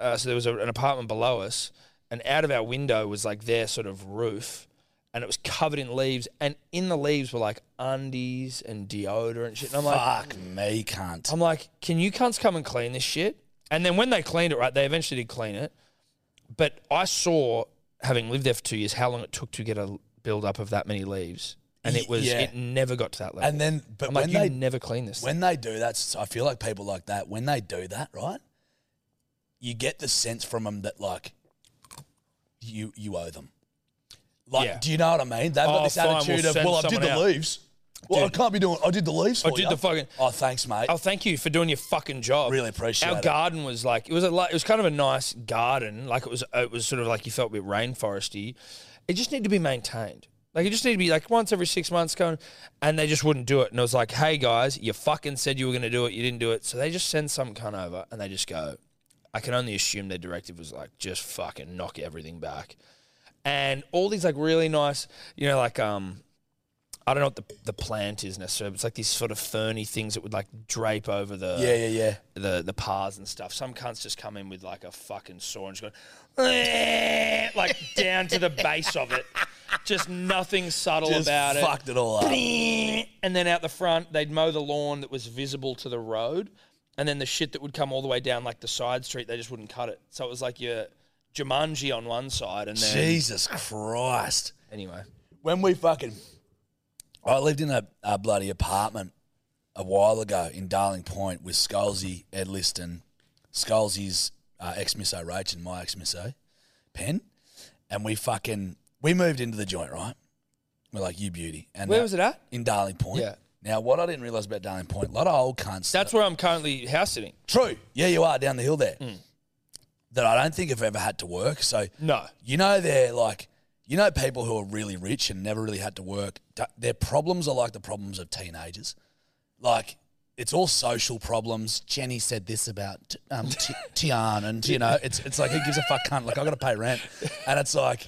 [SPEAKER 2] uh, so there was a, an apartment below us, and out of our window was like their sort of roof, and it was covered in leaves, and in the leaves were like undies and deodorant shit. And I'm like,
[SPEAKER 3] Fuck me, cunt.
[SPEAKER 2] I'm like, can you cunts come and clean this shit? And then when they cleaned it, right, they eventually did clean it. But I saw, having lived there for two years, how long it took to get a build up of that many leaves. And it was,
[SPEAKER 3] Yeah.
[SPEAKER 2] it never got to that level.
[SPEAKER 3] And then, but
[SPEAKER 2] I'm
[SPEAKER 3] when
[SPEAKER 2] like, you
[SPEAKER 3] they
[SPEAKER 2] never clean this.
[SPEAKER 3] when they do that, so I feel like people like that when they do that, right? You get the sense from them that like you you owe them. Like,
[SPEAKER 2] Yeah.
[SPEAKER 3] do you know what I mean? They've got
[SPEAKER 2] Oh,
[SPEAKER 3] this
[SPEAKER 2] fine, we'll
[SPEAKER 3] attitude of,
[SPEAKER 2] send
[SPEAKER 3] well, I did
[SPEAKER 2] someone
[SPEAKER 3] the
[SPEAKER 2] out."
[SPEAKER 3] leaves. Well,
[SPEAKER 2] Dude.
[SPEAKER 3] I can't be doing. I did the leaves.
[SPEAKER 2] I
[SPEAKER 3] for
[SPEAKER 2] did
[SPEAKER 3] ya."
[SPEAKER 2] the fucking-
[SPEAKER 3] Oh, thanks, mate.
[SPEAKER 2] Oh, thank you for doing your fucking job.
[SPEAKER 3] Really appreciate
[SPEAKER 2] Our
[SPEAKER 3] it.
[SPEAKER 2] garden was like it was a li- it was kind of a nice garden. Like it was it was sort of like you felt a bit rainforesty. It just needed to be maintained. Like it just needed to be like once every six months going, and they just wouldn't do it. And I was like, hey guys, you fucking said you were going to do it, you didn't do it. So they just send some cunt over, and they just go. I can only assume their directive was like just fucking knock everything back, and all these like really nice, you know, like um I don't know what the, the plant is necessarily. But it's like these sort of ferny things that would like drape over the
[SPEAKER 3] yeah, yeah, yeah.
[SPEAKER 2] the the paths and stuff. Some cunts just come in with like a fucking saw and just go like down to the base of it. Just nothing subtle
[SPEAKER 3] Just
[SPEAKER 2] about it
[SPEAKER 3] fucked it all up.
[SPEAKER 2] and then out the front they'd mow the lawn that was visible to the road and then the shit that would come all the way down like the side street they just wouldn't cut it so it was like your Jumanji on one side and then
[SPEAKER 3] Jesus Christ.
[SPEAKER 2] anyway
[SPEAKER 3] when we fucking I lived in a, a bloody apartment a while ago in Darling Point with Scalzi, Ed Liston, Scalzi's uh, ex misso Rach and my ex misso Pen, and we fucking we moved into the joint right. We're like you beauty. And
[SPEAKER 2] where
[SPEAKER 3] now-
[SPEAKER 2] was it at
[SPEAKER 3] In Darling Point.
[SPEAKER 2] Yeah.
[SPEAKER 3] Now what I didn't realize about Darling Point, a lot of old cunts.
[SPEAKER 2] that's where I'm currently house sitting Mm.
[SPEAKER 3] true. Yeah, you are down the hill there. That I don't think have ever had to work. So
[SPEAKER 2] no
[SPEAKER 3] you know, they're like, you know, people who are really rich and never really had to work, d- their problems are like the problems of teenagers. Like, it's all social problems. Jenny said this about um, T- Tian, and you know, it's it's like who gives a fuck cunt? Like I got to pay rent, and it's like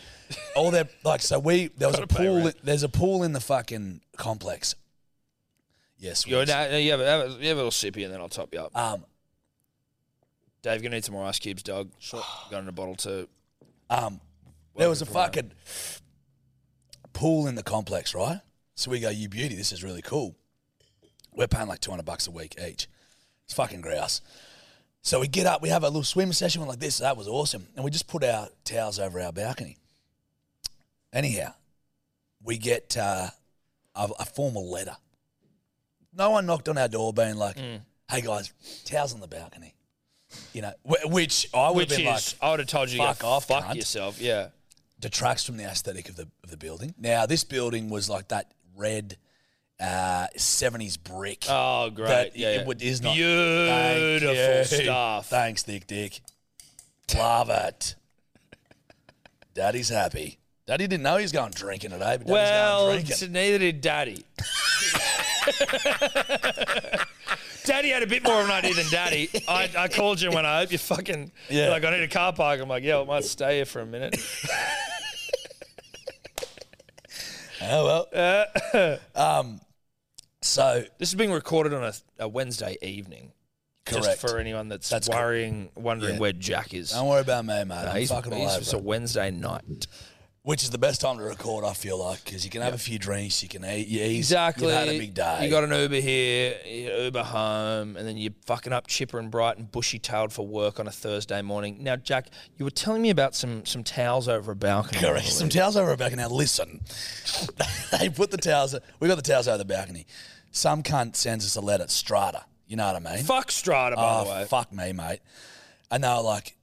[SPEAKER 3] all their like. So we there was a pool. in- There's a pool in the fucking complex. Yes,
[SPEAKER 2] you're
[SPEAKER 3] Wigs.
[SPEAKER 2] nah, you, have a, have a, you have a little sippy and then I'll top you up
[SPEAKER 3] Um,
[SPEAKER 2] Dave you're gonna need some more ice cubes dog sure got in a bottle too
[SPEAKER 3] Um, there was a fucking pool in the complex, right? So we go, you beauty, this is really cool. We're paying like 200 bucks a week each. It's fucking grouse. So we get up, we have a little swim session. We're like, this, that was awesome. And we just put our towels over our balcony. Anyhow, we get uh, a, a formal letter. No one knocked on our door being like,
[SPEAKER 2] Mm.
[SPEAKER 3] hey guys, towels on the balcony. You know, wh- which I would
[SPEAKER 2] which
[SPEAKER 3] have
[SPEAKER 2] is
[SPEAKER 3] been like,
[SPEAKER 2] I would have told you to
[SPEAKER 3] "Fuck
[SPEAKER 2] go
[SPEAKER 3] off,
[SPEAKER 2] fuck
[SPEAKER 3] cunt."
[SPEAKER 2] yourself yeah
[SPEAKER 3] detracts from the aesthetic of the of the building. Now, this building was like that red uh, '70s brick.
[SPEAKER 2] oh great
[SPEAKER 3] that
[SPEAKER 2] yeah,
[SPEAKER 3] it
[SPEAKER 2] yeah.
[SPEAKER 3] would- is not Thank
[SPEAKER 2] beautiful
[SPEAKER 3] you.
[SPEAKER 2] stuff
[SPEAKER 3] Thanks, Dick Dick. Love it. Daddy's happy. Daddy didn't know he was going drinking today, but Daddy's
[SPEAKER 2] Well,
[SPEAKER 3] going drinking.
[SPEAKER 2] t- neither did Daddy. Daddy had a bit more of an idea than Daddy. I, I called you when I hope you fucking yeah.
[SPEAKER 3] Yeah.
[SPEAKER 2] like I need a car park. I'm like, yeah, I might stay here for a minute.
[SPEAKER 3] Oh well. um. So
[SPEAKER 2] Uh, This is being recorded on a, a Wednesday evening.
[SPEAKER 3] correct.
[SPEAKER 2] Just for anyone that's,
[SPEAKER 3] That's cor-
[SPEAKER 2] worrying, wondering
[SPEAKER 3] Yeah.
[SPEAKER 2] where Jack is.
[SPEAKER 3] Don't worry about me, mate.
[SPEAKER 2] Uh,
[SPEAKER 3] I'm
[SPEAKER 2] he's,
[SPEAKER 3] fucking all
[SPEAKER 2] he's-
[SPEAKER 3] over
[SPEAKER 2] it's
[SPEAKER 3] it.
[SPEAKER 2] a Wednesday night.
[SPEAKER 3] Which is the best time to record, I feel like, because you can have a few drinks, you can eat, you ease.
[SPEAKER 2] Exactly.
[SPEAKER 3] You've had a big day.
[SPEAKER 2] You got an Uber here, you Uber home, and then you're fucking up chipper and bright and bushy tailed for work on a Thursday morning. Now, Jack, you were telling me about some some towels over a balcony. I
[SPEAKER 3] Correct. Some
[SPEAKER 2] believe.
[SPEAKER 3] towels over our balcony. Now listen, they put the towels. We got the towels over the balcony. Some cunt sends us a letter, Strata. You know what I mean?
[SPEAKER 2] Fuck Strata, by the
[SPEAKER 3] oh
[SPEAKER 2] way.
[SPEAKER 3] fuck me, mate. And they were like,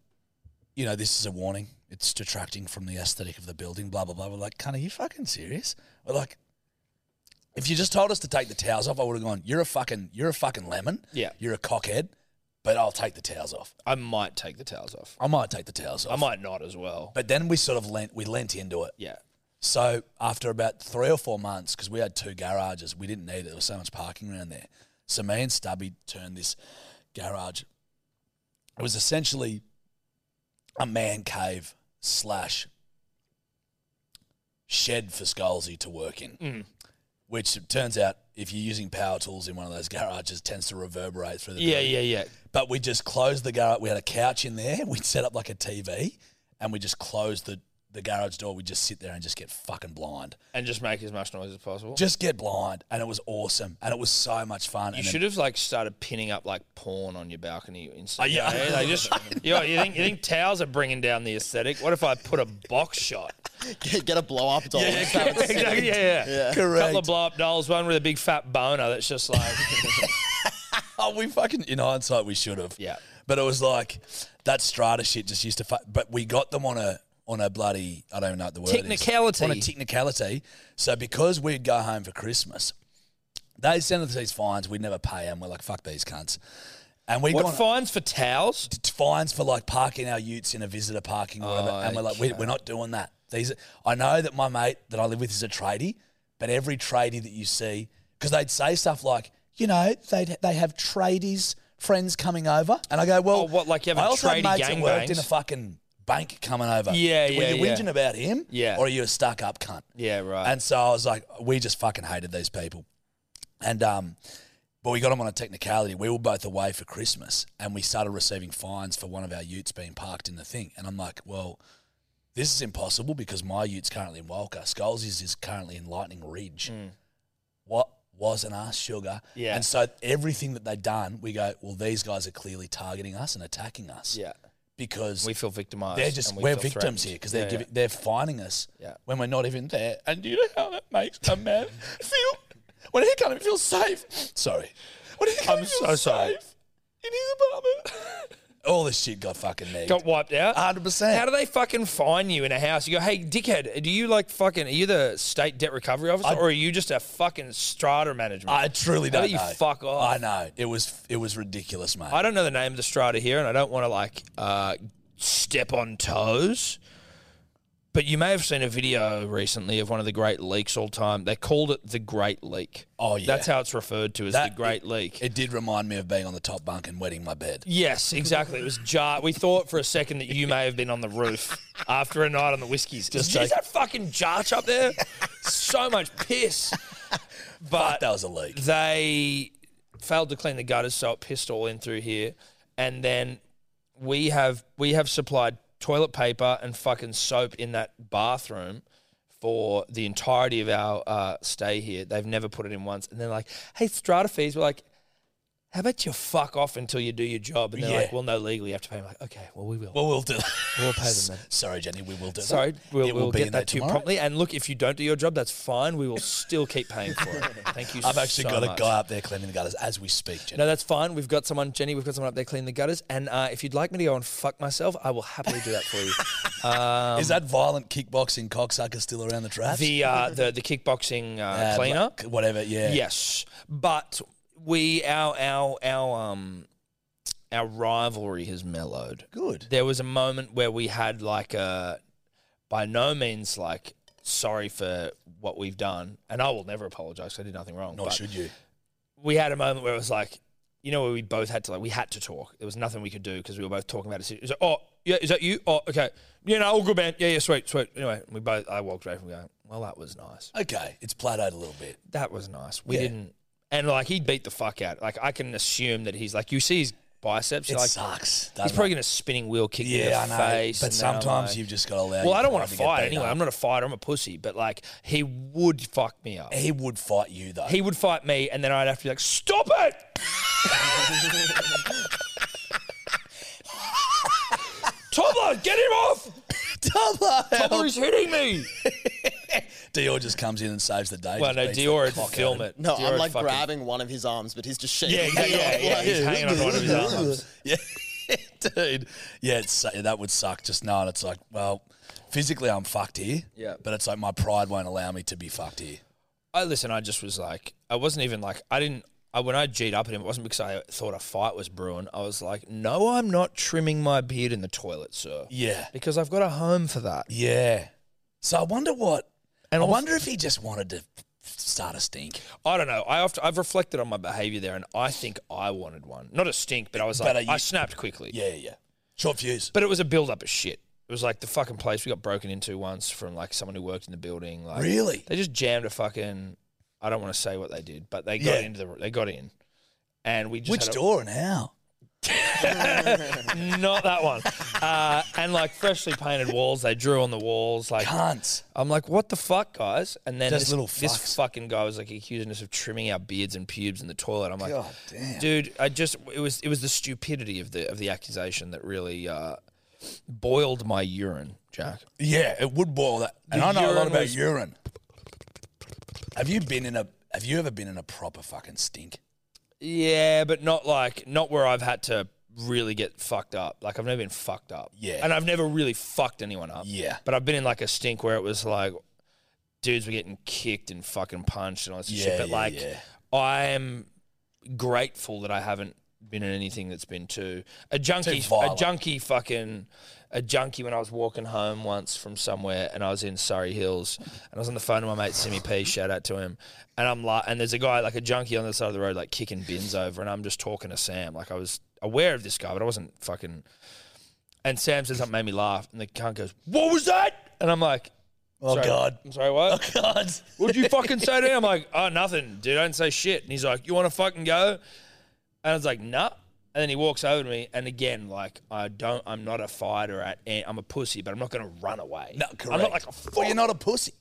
[SPEAKER 3] you know, this is a warning. It's detracting from the aesthetic of the building. Blah blah blah. We're like, cunt, are you fucking serious? We're like, if you just told us to take the towels off, I would have gone. You're a fucking, you're a fucking lemon.
[SPEAKER 2] Yeah.
[SPEAKER 3] You're a cockhead. But I'll take the towels off.
[SPEAKER 2] I might take the towels off.
[SPEAKER 3] I might take the towels off.
[SPEAKER 2] I might not as well.
[SPEAKER 3] But then we sort of lent, we lent into it.
[SPEAKER 2] yeah.
[SPEAKER 3] So after about three or four months, because we had two garages, we didn't need it. There was so much parking around there. So me and Stubby turned this garage. It was essentially a man cave
[SPEAKER 2] Mm.
[SPEAKER 3] slash shed for Scalzi to work in. which it turns out if you're using power tools in one of those garages tends to reverberate through the
[SPEAKER 2] Yeah,
[SPEAKER 3] building.
[SPEAKER 2] yeah, yeah.
[SPEAKER 3] But we just closed the garage. We had a couch in there. We'd set up like a TV, and we just closed the the garage door. We just sit there and just get fucking blind.
[SPEAKER 2] And just make as much noise as possible.
[SPEAKER 3] Just get blind, and it was awesome, and it was so much fun.
[SPEAKER 2] you
[SPEAKER 3] and then-
[SPEAKER 2] should have like started pinning up like porn on your balcony instantly.
[SPEAKER 3] Oh, yeah.
[SPEAKER 2] yeah, like just you, know, you think you think towels are bringing down the aesthetic? What if I put a box shot?
[SPEAKER 4] Get, get a blow up doll. Just have it sit.
[SPEAKER 2] exactly. Yeah, yeah.
[SPEAKER 3] Correct.
[SPEAKER 2] Couple of blow up dolls, one with a big fat boner that's just like
[SPEAKER 3] Oh, we fucking in hindsight we should have.
[SPEAKER 2] Yeah.
[SPEAKER 3] But it was like that strata shit just used to. Fu- but we got them on a on a bloody I don't know what the word is.
[SPEAKER 2] Technicality.
[SPEAKER 3] on a technicality. So because we'd go home for Christmas, they sent us these fines. We'd never pay them. We're like fuck these cunts. And we
[SPEAKER 2] what
[SPEAKER 3] got
[SPEAKER 2] fines for towels?
[SPEAKER 3] fines for like parking our utes in a visitor parking or whatever. And we're like,
[SPEAKER 2] Oh,
[SPEAKER 3] we, we're not doing that. These, are, I know that my mate that I live with is a tradie, but every tradie that you see, because they'd say stuff like, you know, they they have tradies friends coming over, and I go, well,
[SPEAKER 2] Oh, what, like you have
[SPEAKER 3] I
[SPEAKER 2] a
[SPEAKER 3] also had
[SPEAKER 2] tradie
[SPEAKER 3] mates that worked
[SPEAKER 2] gangbangs?
[SPEAKER 3] in a fucking bank coming over.
[SPEAKER 2] Yeah,
[SPEAKER 3] Were
[SPEAKER 2] yeah,
[SPEAKER 3] you
[SPEAKER 2] yeah.
[SPEAKER 3] whinging about him?
[SPEAKER 2] Yeah.
[SPEAKER 3] Or are you a stuck up cunt?
[SPEAKER 2] Yeah, right.
[SPEAKER 3] And so I was like, we just fucking hated these people. And um, but we got them on a technicality. We were both away for Christmas, and we started receiving fines for one of our Utes being parked in the thing. And I'm like, well, this is impossible because my Ute's currently in Walker. Skulls is, is currently in Lightning Ridge. What was an ass sugar?
[SPEAKER 2] Hmm. Yeah.
[SPEAKER 3] And so everything that they done, we go, well, these guys are clearly targeting us and attacking us.
[SPEAKER 2] yeah.
[SPEAKER 3] Because
[SPEAKER 2] We feel victimized.
[SPEAKER 3] they're just
[SPEAKER 2] and we
[SPEAKER 3] we are
[SPEAKER 2] feel
[SPEAKER 3] victims
[SPEAKER 2] threatened.
[SPEAKER 3] here because they're
[SPEAKER 2] Yeah,
[SPEAKER 3] giving, they're fining us
[SPEAKER 2] Yeah.
[SPEAKER 3] when we're not even there. And do you know how that makes a man feel when he can't even feel safe? Sorry, when he can't
[SPEAKER 2] I'm
[SPEAKER 3] even feel
[SPEAKER 2] so sorry.
[SPEAKER 3] safe in his apartment. All this shit got fucking negged.
[SPEAKER 2] Got wiped out.
[SPEAKER 3] hundred percent.
[SPEAKER 2] How do they fucking find you in a house? You go, hey, dickhead, do you like fucking, are you the state debt recovery officer
[SPEAKER 3] I-
[SPEAKER 2] or are you just a fucking strata management?
[SPEAKER 3] I truly
[SPEAKER 2] How
[SPEAKER 3] don't
[SPEAKER 2] do you
[SPEAKER 3] know.
[SPEAKER 2] fuck off?
[SPEAKER 3] I know it was it was ridiculous, mate.
[SPEAKER 2] I don't know the name of the strata here, and I don't want to like uh, step on toes. But you may have seen a video recently of one of the great leaks all time. They called it the Great Leak.
[SPEAKER 3] Oh, yeah.
[SPEAKER 2] that's how it's referred to as
[SPEAKER 3] That-
[SPEAKER 2] the Great Leak.
[SPEAKER 3] it did remind me of being on the top bunk and wetting my bed.
[SPEAKER 2] yes, exactly. It was jar. We thought for a second that you may have been on the roof after a night on the whiskies. Just
[SPEAKER 3] take-
[SPEAKER 2] is that fucking jarch up there? so much piss. But
[SPEAKER 3] That was a leak.
[SPEAKER 2] they failed to clean the gutters, so it pissed all in through here. And then we have we have supplied toilet paper and fucking soap in that bathroom for the entirety of our uh, stay here. They've never put it in once. And they're like, "Hey, strata fees." We're like. How about you fuck off until you do your job? And they're like,
[SPEAKER 3] Yeah.
[SPEAKER 2] well, no, legally you have to pay. I'm like, okay, well, we will.
[SPEAKER 3] Well, we'll do.
[SPEAKER 2] we'll pay them then.
[SPEAKER 3] Sorry, Jenny. We will do. that.
[SPEAKER 2] Sorry, we'll,
[SPEAKER 3] It will
[SPEAKER 2] we'll
[SPEAKER 3] be
[SPEAKER 2] get
[SPEAKER 3] in there
[SPEAKER 2] that to you
[SPEAKER 3] tomorrow.
[SPEAKER 2] promptly. And look, if you don't do your job, that's fine. We will still keep paying for it. Thank you
[SPEAKER 3] I've actually
[SPEAKER 2] so
[SPEAKER 3] got
[SPEAKER 2] much.
[SPEAKER 3] a guy up there cleaning the gutters as we speak, Jenny.
[SPEAKER 2] No, that's fine. We've got someone, Jenny. We've got someone up there cleaning the gutters. And uh, if you'd like me to go and fuck myself, I will happily do that for you.
[SPEAKER 3] Is that violent kickboxing cocksucker still around the traps?
[SPEAKER 2] Um, the uh, the the kickboxing uh,
[SPEAKER 3] Uh,
[SPEAKER 2] cleaner.
[SPEAKER 3] like, whatever. Yeah.
[SPEAKER 2] Yes, but we our our our um our rivalry has mellowed.
[SPEAKER 3] Good.
[SPEAKER 2] There was a moment where we had like a by no means like sorry for what we've done, and I will never apologize. 'cause I did nothing wrong.
[SPEAKER 3] Nor
[SPEAKER 2] but
[SPEAKER 3] should you.
[SPEAKER 2] we had a moment where it was like, you know, where we both had to like, we had to talk. There was nothing we could do because we were both talking about it. It was like, oh, yeah, is that you? Oh, okay. Yeah, no, all good, man. Yeah, yeah, sweet, sweet. Anyway, we both, I walked away from going, well, that was nice.
[SPEAKER 3] Okay, it's plateaued a little bit.
[SPEAKER 2] That was nice. We
[SPEAKER 3] Yeah.
[SPEAKER 2] didn't, and like, he beat the fuck out. Like, I can assume that he's like, you see his biceps,
[SPEAKER 3] It
[SPEAKER 2] you're like,
[SPEAKER 3] sucks.
[SPEAKER 2] he's
[SPEAKER 3] doesn't it?
[SPEAKER 2] probably going to spinning wheel kick me in
[SPEAKER 3] yeah, I
[SPEAKER 2] the
[SPEAKER 3] know.
[SPEAKER 2] face.
[SPEAKER 3] but
[SPEAKER 2] and then I'm
[SPEAKER 3] sometimes
[SPEAKER 2] like-
[SPEAKER 3] you've just got to allow.
[SPEAKER 2] well,
[SPEAKER 3] your
[SPEAKER 2] I don't want
[SPEAKER 3] pride
[SPEAKER 2] to
[SPEAKER 3] get
[SPEAKER 2] fight
[SPEAKER 3] beat
[SPEAKER 2] anyway.
[SPEAKER 3] up.
[SPEAKER 2] I'm not a fighter. I'm a pussy. But like, he would fuck me up.
[SPEAKER 3] He would fight you though.
[SPEAKER 2] He would fight me, and then I'd have to be like, "Stop it!" Toddler, get him off! Toddler's hitting me.
[SPEAKER 3] Dior just comes in and saves the day.
[SPEAKER 2] Well,
[SPEAKER 3] just
[SPEAKER 2] no,
[SPEAKER 3] beats the
[SPEAKER 2] Dior
[SPEAKER 3] cock
[SPEAKER 2] would
[SPEAKER 3] out
[SPEAKER 2] film
[SPEAKER 3] of
[SPEAKER 2] it.
[SPEAKER 4] No,
[SPEAKER 2] Dior
[SPEAKER 4] I'm
[SPEAKER 2] would
[SPEAKER 4] like
[SPEAKER 2] fucking-
[SPEAKER 4] grabbing one of his arms, but he's just shaking.
[SPEAKER 2] Yeah, yeah,
[SPEAKER 4] it
[SPEAKER 2] yeah,
[SPEAKER 4] off,
[SPEAKER 2] yeah.
[SPEAKER 4] like-
[SPEAKER 2] He's hanging on to one of his arms.
[SPEAKER 3] him. Dude, yeah, it's, su- that would suck. Just knowing it's like, well, physically I'm fucked here.
[SPEAKER 2] Yeah.
[SPEAKER 3] but it's like my pride won't allow me to be fucked here.
[SPEAKER 2] I listen. I just was like, I wasn't even like, I didn't. I, when I G'd up at him, it wasn't because I thought a fight was brewing. I was like, no, I'm not trimming my beard in the toilet, sir,
[SPEAKER 3] Yeah,
[SPEAKER 2] because I've got a home for that.
[SPEAKER 3] yeah. So I wonder what.
[SPEAKER 2] And
[SPEAKER 3] I
[SPEAKER 2] also-
[SPEAKER 3] wonder if he just wanted to start a stink.
[SPEAKER 2] I don't know. I often, I've reflected on my behaviour there, and I think I wanted one, not a stink, but I was like,
[SPEAKER 3] But are you-
[SPEAKER 2] I snapped quickly.
[SPEAKER 3] Yeah, yeah. Short fuse.
[SPEAKER 2] But it was a build up of shit. It was like the fucking place we got broken into once from like someone who worked in the building. Like
[SPEAKER 3] Really?
[SPEAKER 2] they just jammed a fucking I don't want to say what they did, but they
[SPEAKER 3] Yeah.
[SPEAKER 2] got into the they got in, and we just
[SPEAKER 3] Which
[SPEAKER 2] had a-
[SPEAKER 3] door and how?
[SPEAKER 2] not that one, uh, and like freshly painted walls. They drew on the walls like
[SPEAKER 3] Cunts.
[SPEAKER 2] I'm like, what the fuck, guys? And then
[SPEAKER 3] Just
[SPEAKER 2] this,
[SPEAKER 3] little
[SPEAKER 2] this
[SPEAKER 3] fucks.
[SPEAKER 2] fucking guy was like accusing us of trimming our beards and pubes in the toilet. I'm like,
[SPEAKER 3] God damn.
[SPEAKER 2] dude, I just it was it was the stupidity of the of the accusation that really uh, boiled my urine, Jack.
[SPEAKER 3] Yeah, it would boil that. And
[SPEAKER 2] The
[SPEAKER 3] I know a lot
[SPEAKER 2] urine
[SPEAKER 3] about
[SPEAKER 2] was-
[SPEAKER 3] urine. Have you been in a? Have you ever been in a proper fucking stink?
[SPEAKER 2] Yeah, but not like not where I've had to really get fucked up. Like I've never been fucked up.
[SPEAKER 3] Yeah.
[SPEAKER 2] and I've never really fucked anyone up.
[SPEAKER 3] Yeah.
[SPEAKER 2] but I've been in like a stink where it was like dudes were getting kicked and fucking punched and all this shit.
[SPEAKER 3] Yeah,
[SPEAKER 2] But
[SPEAKER 3] yeah,
[SPEAKER 2] like,
[SPEAKER 3] yeah.
[SPEAKER 2] I'm grateful that I haven't been in anything that's been too a junkie. a
[SPEAKER 3] violent.
[SPEAKER 2] junkie fucking. A junkie when I was walking home once from somewhere, and I was in Surrey Hills, and I was on the phone to my mate Simi P. Shout out to him, and I'm like, and there's a guy like a junkie on the side of the road, like kicking bins over, and I'm just talking to Sam, like I was aware of this guy, but I wasn't fucking. And Sam says something made me laugh, and the cunt goes, "What was that?" And I'm like,
[SPEAKER 3] Oh
[SPEAKER 2] Sorry.
[SPEAKER 3] God.
[SPEAKER 2] I'm sorry, what?
[SPEAKER 3] God.
[SPEAKER 2] What'd you fucking say to him? I'm like, oh, nothing, dude. I didn't say shit. And he's like, you want to fucking go? And I was like, nah. And then he walks over to me, and again, like, I don't, I'm not a fighter at, and I'm a pussy, but I'm not going to run away.
[SPEAKER 3] No, correct.
[SPEAKER 2] I'm not like a
[SPEAKER 3] Well,
[SPEAKER 2] fuck.
[SPEAKER 3] you're not a pussy.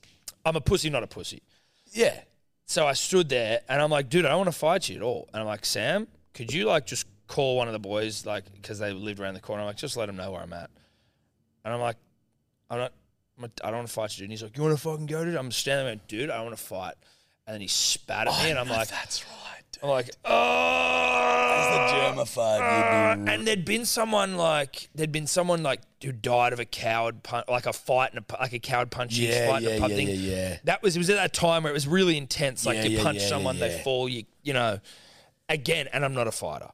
[SPEAKER 2] I'm a pussy, not a pussy.
[SPEAKER 3] Yeah.
[SPEAKER 2] So I stood there, and I'm like, dude, I don't want to fight you at all. And I'm like, Sam, could you like just call one of the boys, like, because they lived around the corner? I'm like, just let them know where I'm at. And I'm like, I'm not, I'm not- I don't want to fight you, dude. And he's like, you want to fucking go, dude? I'm standing there, dude, I don't want to fight. And then he spat at me, and I'm like,
[SPEAKER 3] that's right. Dude.
[SPEAKER 2] I'm like, oh.
[SPEAKER 3] As the germaphobe, you'd be
[SPEAKER 2] Ah. And there'd been someone like there'd been someone like who died of a coward punch, like a fight and a pu- like a coward punching
[SPEAKER 3] Yeah,
[SPEAKER 2] fight in
[SPEAKER 3] yeah,
[SPEAKER 2] a pub
[SPEAKER 3] yeah,
[SPEAKER 2] thing.
[SPEAKER 3] yeah, yeah.
[SPEAKER 2] That was it was at that time where it was really intense. Like
[SPEAKER 3] Yeah,
[SPEAKER 2] you
[SPEAKER 3] yeah,
[SPEAKER 2] punch
[SPEAKER 3] yeah, yeah,
[SPEAKER 2] someone, they
[SPEAKER 3] yeah.
[SPEAKER 2] fall. You you know, again. And I'm not a fighter,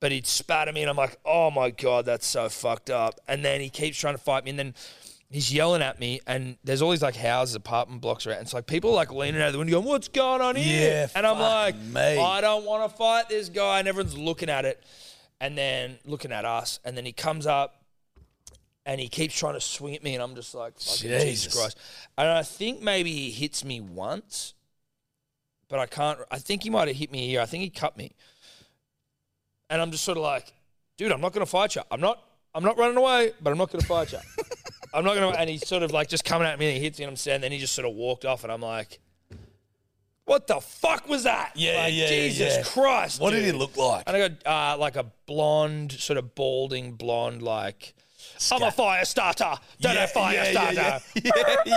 [SPEAKER 2] but he'd spat at me, and I'm like, oh my god, that's so fucked up. And then he keeps trying to fight me, and then. He's yelling at me, and there's all these like houses, apartment blocks around. And it's like people are, like leaning out of the window, going, "What's going on here?"
[SPEAKER 3] Yeah,
[SPEAKER 2] and I'm
[SPEAKER 3] fuck
[SPEAKER 2] like,
[SPEAKER 3] me.
[SPEAKER 2] "I don't want to fight this guy." And everyone's looking at it, and then looking at us, and then he comes up, and he keeps trying to swing at me, and I'm just like, fucking Jesus,
[SPEAKER 3] Jesus.
[SPEAKER 2] Christ. And I think maybe he hits me once, but I can't. I think he might have hit me here. I think he cut me, and I'm just sort of like, dude, I'm not going to fight you. I'm not. I'm not running away, but I'm not going to fight you. I'm not going to. And he's sort of like just coming at me, and he hits me, and I'm standing. Then he just sort of walked off, and I'm like. What the fuck was that?
[SPEAKER 3] Yeah,
[SPEAKER 2] Like,
[SPEAKER 3] yeah,
[SPEAKER 2] Jesus
[SPEAKER 3] yeah.
[SPEAKER 2] Christ!
[SPEAKER 3] What did he
[SPEAKER 2] dude.
[SPEAKER 3] look like?
[SPEAKER 2] And I got uh, like a blonde, sort of balding blonde, like I'm a fire starter. Don't
[SPEAKER 3] Yeah,
[SPEAKER 2] have fire
[SPEAKER 3] yeah, yeah,
[SPEAKER 2] starter.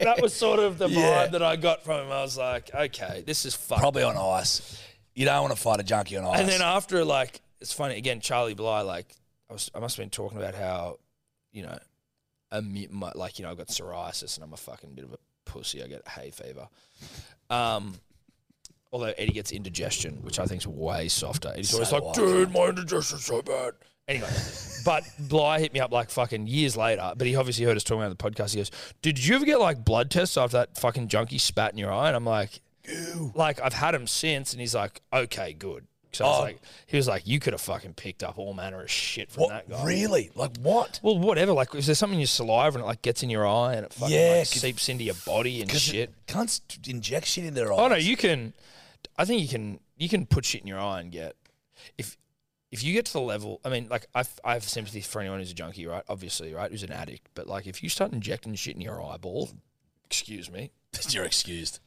[SPEAKER 2] That was sort of the vibe
[SPEAKER 3] Yeah.
[SPEAKER 2] that I got from him. I was like, okay, this is fucked.
[SPEAKER 3] Probably on ice. You don't want to fight a junkie on ice.
[SPEAKER 2] And then after, like, it's funny again. Charlie Bly, like, I was, I must have been talking about how, you know, a, mu- my, like, you know, I've got psoriasis and I'm a fucking bit of a pussy. I get hay fever. Um, although Eddie gets indigestion, which I think's way softer. Eddie's always
[SPEAKER 3] So
[SPEAKER 2] like,
[SPEAKER 3] what?
[SPEAKER 2] dude, my indigestion's so bad. Anyway, but Bly hit me up like fucking years later. But he obviously heard us talking about the podcast. He goes, "Did you ever get like blood tests after that fucking junkie spat in your eye?" And I'm like, like I've had him since, and he's like, okay, good. So I was
[SPEAKER 3] Oh.
[SPEAKER 2] like, he was like, you could have fucking picked up all manner of shit from
[SPEAKER 3] what?
[SPEAKER 2] that guy.
[SPEAKER 3] Really? Like what?
[SPEAKER 2] Well, whatever. Like, is there something in your saliva and it like gets in your eye and it fucking
[SPEAKER 3] Yeah,
[SPEAKER 2] like,
[SPEAKER 3] 'cause-
[SPEAKER 2] seeps into your body and shit?
[SPEAKER 3] Cunts inject shit in their eyes.
[SPEAKER 2] Oh no, you can. I think you can. You can put shit in your eye and get if if you get to the level. I mean, like I've, I have sympathy for anyone who's a junkie, right? Obviously, right? Who's an addict, but like if you start injecting shit in your eyeball, excuse me,
[SPEAKER 3] You're excused.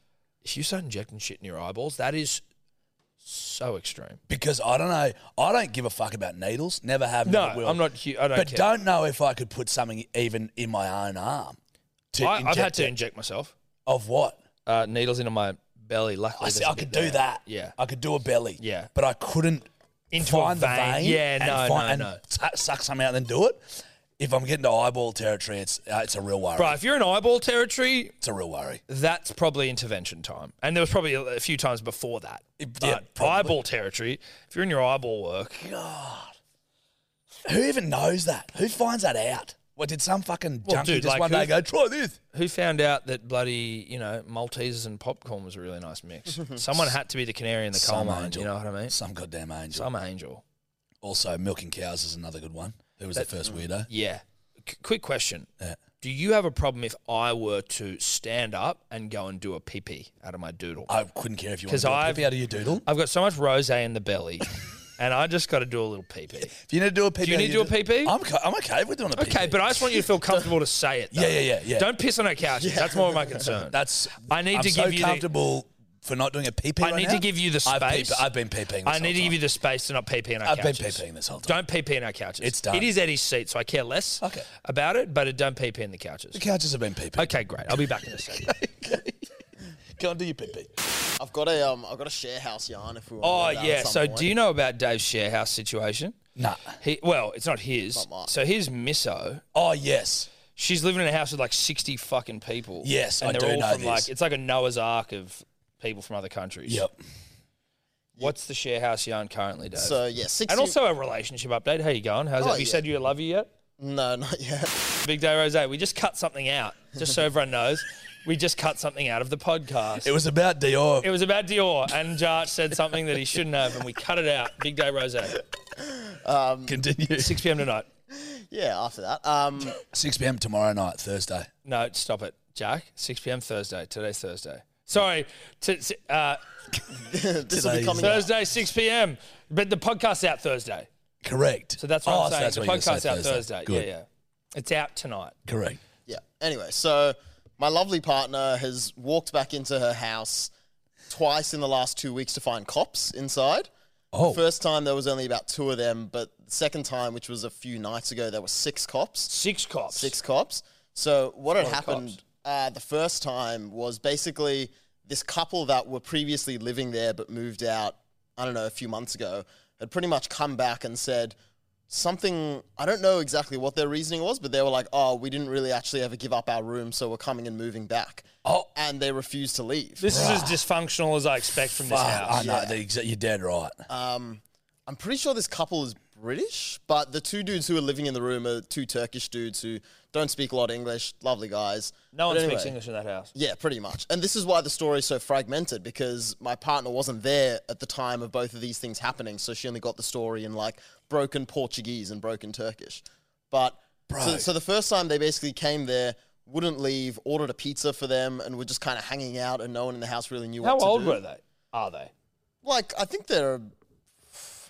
[SPEAKER 2] if you start injecting shit in your eyeballs, that is so extreme.
[SPEAKER 3] Because I don't know. I don't give a fuck about needles. Never have.
[SPEAKER 2] No,
[SPEAKER 3] never will.
[SPEAKER 2] I'm not. hu- I don't.
[SPEAKER 3] But
[SPEAKER 2] care.
[SPEAKER 3] don't know if I could put something even in my own arm. To
[SPEAKER 2] I, I've had
[SPEAKER 3] inject
[SPEAKER 2] to
[SPEAKER 3] it.
[SPEAKER 2] inject myself
[SPEAKER 3] Of what?
[SPEAKER 2] uh, needles into my belly. Luckily,
[SPEAKER 3] I
[SPEAKER 2] there's
[SPEAKER 3] see,
[SPEAKER 2] a
[SPEAKER 3] I
[SPEAKER 2] bit
[SPEAKER 3] could
[SPEAKER 2] there.
[SPEAKER 3] do that.
[SPEAKER 2] Yeah.
[SPEAKER 3] I could do a belly.
[SPEAKER 2] Yeah.
[SPEAKER 3] But I couldn't
[SPEAKER 2] Into
[SPEAKER 3] find
[SPEAKER 2] a
[SPEAKER 3] the
[SPEAKER 2] vein.
[SPEAKER 3] vein.
[SPEAKER 2] Yeah,
[SPEAKER 3] and
[SPEAKER 2] no,
[SPEAKER 3] find,
[SPEAKER 2] no,
[SPEAKER 3] and
[SPEAKER 2] no.
[SPEAKER 3] su- suck some out and then do it. If I'm getting to eyeball territory, it's uh, it's a real worry.
[SPEAKER 2] Bro, if you're in eyeball territory,
[SPEAKER 3] It's a real worry.
[SPEAKER 2] that's probably intervention time. And there was probably a, a few times before that.
[SPEAKER 3] It- yeah,
[SPEAKER 2] But
[SPEAKER 3] probably.
[SPEAKER 2] eyeball territory, if you're in your eyeball work,
[SPEAKER 3] Who even knows that? Who finds that out? What did some fucking
[SPEAKER 2] Well,
[SPEAKER 3] junkie
[SPEAKER 2] dude,
[SPEAKER 3] just
[SPEAKER 2] like,
[SPEAKER 3] one day
[SPEAKER 2] who-
[SPEAKER 3] go try this?
[SPEAKER 2] who found out that bloody, you know, Maltesers and popcorn was a really nice mix? Someone had to be the canary in the coal
[SPEAKER 3] Some
[SPEAKER 2] mine,
[SPEAKER 3] angel.
[SPEAKER 2] you know what I mean?
[SPEAKER 3] Some goddamn angel.
[SPEAKER 2] Some angel.
[SPEAKER 3] Also, milking cows is another good one. Who was the first weirdo?
[SPEAKER 2] Yeah. C- Mm. quick question.
[SPEAKER 3] Yeah.
[SPEAKER 2] Do you have a problem if I were to stand up and go and do a pee pee out of my doodle?
[SPEAKER 3] I couldn't care if you want
[SPEAKER 2] 'Cause
[SPEAKER 3] to do a
[SPEAKER 2] I've-
[SPEAKER 3] pee out of your doodle.
[SPEAKER 2] I've got so much rose in the belly, and I just got to do a little pee pee.
[SPEAKER 3] If you need to do a pee,
[SPEAKER 2] Do you need to do a pee pee?
[SPEAKER 3] I'm co- I'm okay with doing a pee.
[SPEAKER 2] Okay, but I just want you to feel comfortable to say it. Though.
[SPEAKER 3] Yeah, yeah, yeah, yeah.
[SPEAKER 2] Don't piss on our couches. That's more of my concern.
[SPEAKER 3] that's
[SPEAKER 2] I need
[SPEAKER 3] I'm
[SPEAKER 2] to
[SPEAKER 3] so
[SPEAKER 2] give you the-
[SPEAKER 3] comfortable for not doing a pee pee.
[SPEAKER 2] I need to give you the
[SPEAKER 3] I've, pee-
[SPEAKER 2] space.
[SPEAKER 3] I've been pee peeing.
[SPEAKER 2] I need to give you the space to not pee pee on our
[SPEAKER 3] I've been
[SPEAKER 2] couches.
[SPEAKER 3] pee peeing this whole time.
[SPEAKER 2] Don't pee pee on our couches.
[SPEAKER 3] It's done.
[SPEAKER 2] It is Eddie's seat, so I care less
[SPEAKER 3] Okay.
[SPEAKER 2] about it. But it don't pee pee in the couches.
[SPEAKER 3] The couches have been pee pee.
[SPEAKER 2] Okay, great. I'll be back in a second.
[SPEAKER 3] Go and do your pee pee.
[SPEAKER 4] I've got a um, I've got a share house yarn if we
[SPEAKER 2] Oh
[SPEAKER 4] want. to
[SPEAKER 2] yeah. So do you know about Dave's sharehouse situation?
[SPEAKER 3] Nah.
[SPEAKER 2] He well, it's not his.
[SPEAKER 4] mine.
[SPEAKER 2] so his misso.
[SPEAKER 3] Oh yes.
[SPEAKER 2] She's living in a house with like sixty fucking people.
[SPEAKER 3] Yes,
[SPEAKER 2] and
[SPEAKER 3] I
[SPEAKER 2] they're
[SPEAKER 3] do
[SPEAKER 2] all
[SPEAKER 3] know
[SPEAKER 2] from like
[SPEAKER 3] this.
[SPEAKER 2] it's like a Noah's Ark of people from other countries.
[SPEAKER 3] Yep.
[SPEAKER 2] What's the sharehouse yarn currently, Dave?
[SPEAKER 4] So yeah, sixty.
[SPEAKER 2] and also a relationship update. How you going? How's it?
[SPEAKER 4] Oh,
[SPEAKER 2] Have you
[SPEAKER 4] yeah.
[SPEAKER 2] said you love you yet?
[SPEAKER 4] no, not yet.
[SPEAKER 2] Big Day Rose. We just cut something out, just so everyone knows. We just cut something out of the podcast.
[SPEAKER 3] It was about Dior.
[SPEAKER 2] It was about Dior, and Jarch said something that he shouldn't have, and we cut it out. Big Day Rose.
[SPEAKER 3] Um, Continue.
[SPEAKER 2] 6 p.m. tonight.
[SPEAKER 4] Yeah, after that. Um,
[SPEAKER 3] 6 p.m. tomorrow night, Thursday.
[SPEAKER 2] No, stop it, Jack. 6 p.m. Thursday. Today's Thursday. Sorry, t- t- uh,
[SPEAKER 4] this will be
[SPEAKER 3] Today's-
[SPEAKER 4] coming out.
[SPEAKER 2] Thursday, 6 p.m. But the podcast's out Thursday.
[SPEAKER 3] Correct.
[SPEAKER 2] So that's what
[SPEAKER 3] oh,
[SPEAKER 2] I'm
[SPEAKER 3] so
[SPEAKER 2] saying.
[SPEAKER 3] that's
[SPEAKER 2] the
[SPEAKER 3] what you said
[SPEAKER 2] podcast's out Thursday.
[SPEAKER 3] Good.
[SPEAKER 2] Yeah, yeah. It's out tonight.
[SPEAKER 3] Correct.
[SPEAKER 4] Yeah. Anyway, so my lovely partner has walked back into her house twice in the last two weeks to find cops inside.
[SPEAKER 3] Oh.
[SPEAKER 4] First time there was only about two of them, but the second time, which was a few nights ago, there were six cops.
[SPEAKER 2] Six cops.
[SPEAKER 4] Six cops. So what had
[SPEAKER 2] lot of
[SPEAKER 4] happened uh, the first time was basically this couple that were previously living there but moved out, I don't know, a few months ago, had pretty much come back and said something, I don't know exactly what their reasoning was, but they were like, oh, we didn't really actually ever give up our room, so we're coming and moving back.
[SPEAKER 3] Oh.
[SPEAKER 4] And they refused to leave.
[SPEAKER 2] This is as dysfunctional as I expect from this house.
[SPEAKER 3] Ah, I know. the exa- You're dead right.
[SPEAKER 4] Um, I'm pretty sure this couple is British, but the two dudes who are living in the room are two Turkish dudes who don't speak a lot of English, lovely guys.
[SPEAKER 2] No one
[SPEAKER 4] But
[SPEAKER 2] speaks
[SPEAKER 4] anyway.
[SPEAKER 2] English in that house.
[SPEAKER 4] Yeah, pretty much. And this is why the story is so fragmented because my partner wasn't there at the time of both of these things happening, so she only got the story in like broken Portuguese and broken Turkish. But so, so the first time they basically came there, wouldn't leave, ordered a pizza for them, and were just kind of hanging out, and no one in the house really knew
[SPEAKER 2] How
[SPEAKER 4] what to
[SPEAKER 2] old
[SPEAKER 4] do.
[SPEAKER 2] were they? Are they?
[SPEAKER 4] Like, I think they're,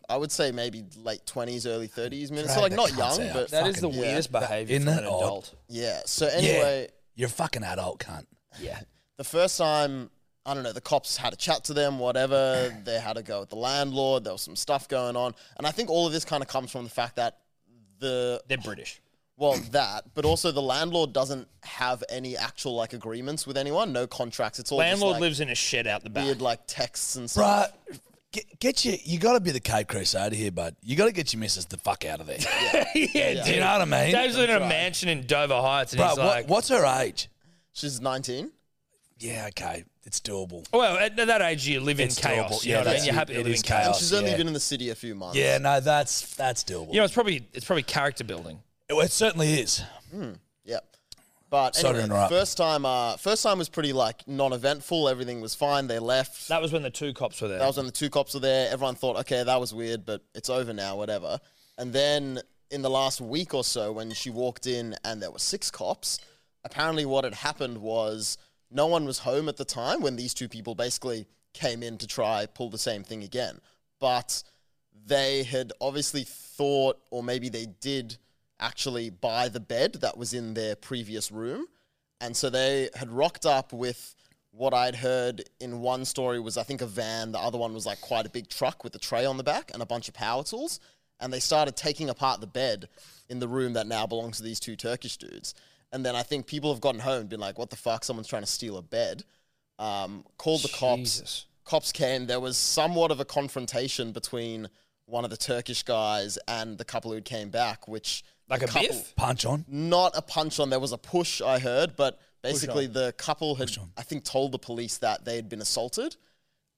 [SPEAKER 4] I would say maybe late twenties, early thirties, minutes. So
[SPEAKER 3] Drag
[SPEAKER 4] like
[SPEAKER 3] the
[SPEAKER 4] not
[SPEAKER 3] cunts
[SPEAKER 4] young,
[SPEAKER 3] out.
[SPEAKER 4] but
[SPEAKER 2] That is the
[SPEAKER 3] Fucking-
[SPEAKER 4] yeah.
[SPEAKER 2] weirdest behavior
[SPEAKER 3] Isn't
[SPEAKER 2] from an
[SPEAKER 3] that odd?
[SPEAKER 2] adult.
[SPEAKER 4] yeah. So
[SPEAKER 3] Yeah.
[SPEAKER 4] anyway.
[SPEAKER 3] You're a fucking adult cunt.
[SPEAKER 2] Yeah.
[SPEAKER 4] the first time, I don't know, the cops had a chat to them, whatever. they had a go at the landlord. There was some stuff going on. And I think all of this kind of comes from the fact that the,
[SPEAKER 2] They're British.
[SPEAKER 4] well, that, but also the landlord doesn't have any actual like agreements with anyone, no contracts. It's all just,
[SPEAKER 2] Landlord
[SPEAKER 4] like,
[SPEAKER 2] lives in a shed out the back.
[SPEAKER 4] weird like texts and stuff.
[SPEAKER 3] Bruh, get, get your, you got to be the Cape Crusader here, bud. You got to get your missus the fuck out of there.
[SPEAKER 2] yeah,
[SPEAKER 3] Do you know what I mean?
[SPEAKER 2] Dave's living in a mansion in Dover Heights, and
[SPEAKER 3] Bruh,
[SPEAKER 2] he's
[SPEAKER 3] what,
[SPEAKER 2] like,
[SPEAKER 3] what's her age?
[SPEAKER 4] She's 19.
[SPEAKER 3] Yeah, okay. It's doable.
[SPEAKER 2] "Well, at that age, you live in
[SPEAKER 3] It's
[SPEAKER 2] chaos.
[SPEAKER 3] doable.
[SPEAKER 2] You
[SPEAKER 3] Yeah,
[SPEAKER 2] know what I mean?
[SPEAKER 3] that's-
[SPEAKER 2] You're happy to
[SPEAKER 3] it
[SPEAKER 2] live in
[SPEAKER 3] is
[SPEAKER 2] chaos.
[SPEAKER 3] chaos.
[SPEAKER 4] She's only
[SPEAKER 3] yeah.
[SPEAKER 4] been in the city a few months.
[SPEAKER 3] Yeah, no, that's that's doable.
[SPEAKER 2] You know, it's probably it's probably character building.
[SPEAKER 3] it, it certainly is.
[SPEAKER 4] Hmm. Yeah. But
[SPEAKER 3] Sorry to
[SPEAKER 4] anyway,
[SPEAKER 3] interrupt.
[SPEAKER 4] first time, uh, first time was pretty like non-eventful. Everything was fine. They left.
[SPEAKER 2] That was when the two cops were there.
[SPEAKER 4] That was when the two cops were there. Everyone thought, okay, that was weird, but it's over now, whatever. And then in the last week or so, when she walked in and there were six cops, apparently what had happened was no one was home at the time when these two people basically came in to try pull the same thing again. But they had obviously thought, or maybe they did actually buy the bed that was in their previous room. And so they had rocked up with what I'd heard in one story was, I think, a van. The other one was like quite a big truck with a tray on the back and a bunch of power tools. And they started taking apart the bed in the room that now belongs to these two Turkish dudes. And then I think people have gotten home and been like, what the fuck? Someone's trying to steal a bed. Um, called the cops
[SPEAKER 2] Jesus.
[SPEAKER 4] cops came, there was somewhat of a confrontation between one of the Turkish guys and the couple who came back, which
[SPEAKER 2] Like
[SPEAKER 4] the
[SPEAKER 2] a
[SPEAKER 4] couple,
[SPEAKER 2] biff?
[SPEAKER 3] Punch on.
[SPEAKER 4] not a punch on. There was a push, I heard, but basically the couple had, I think, told the police that they had been assaulted,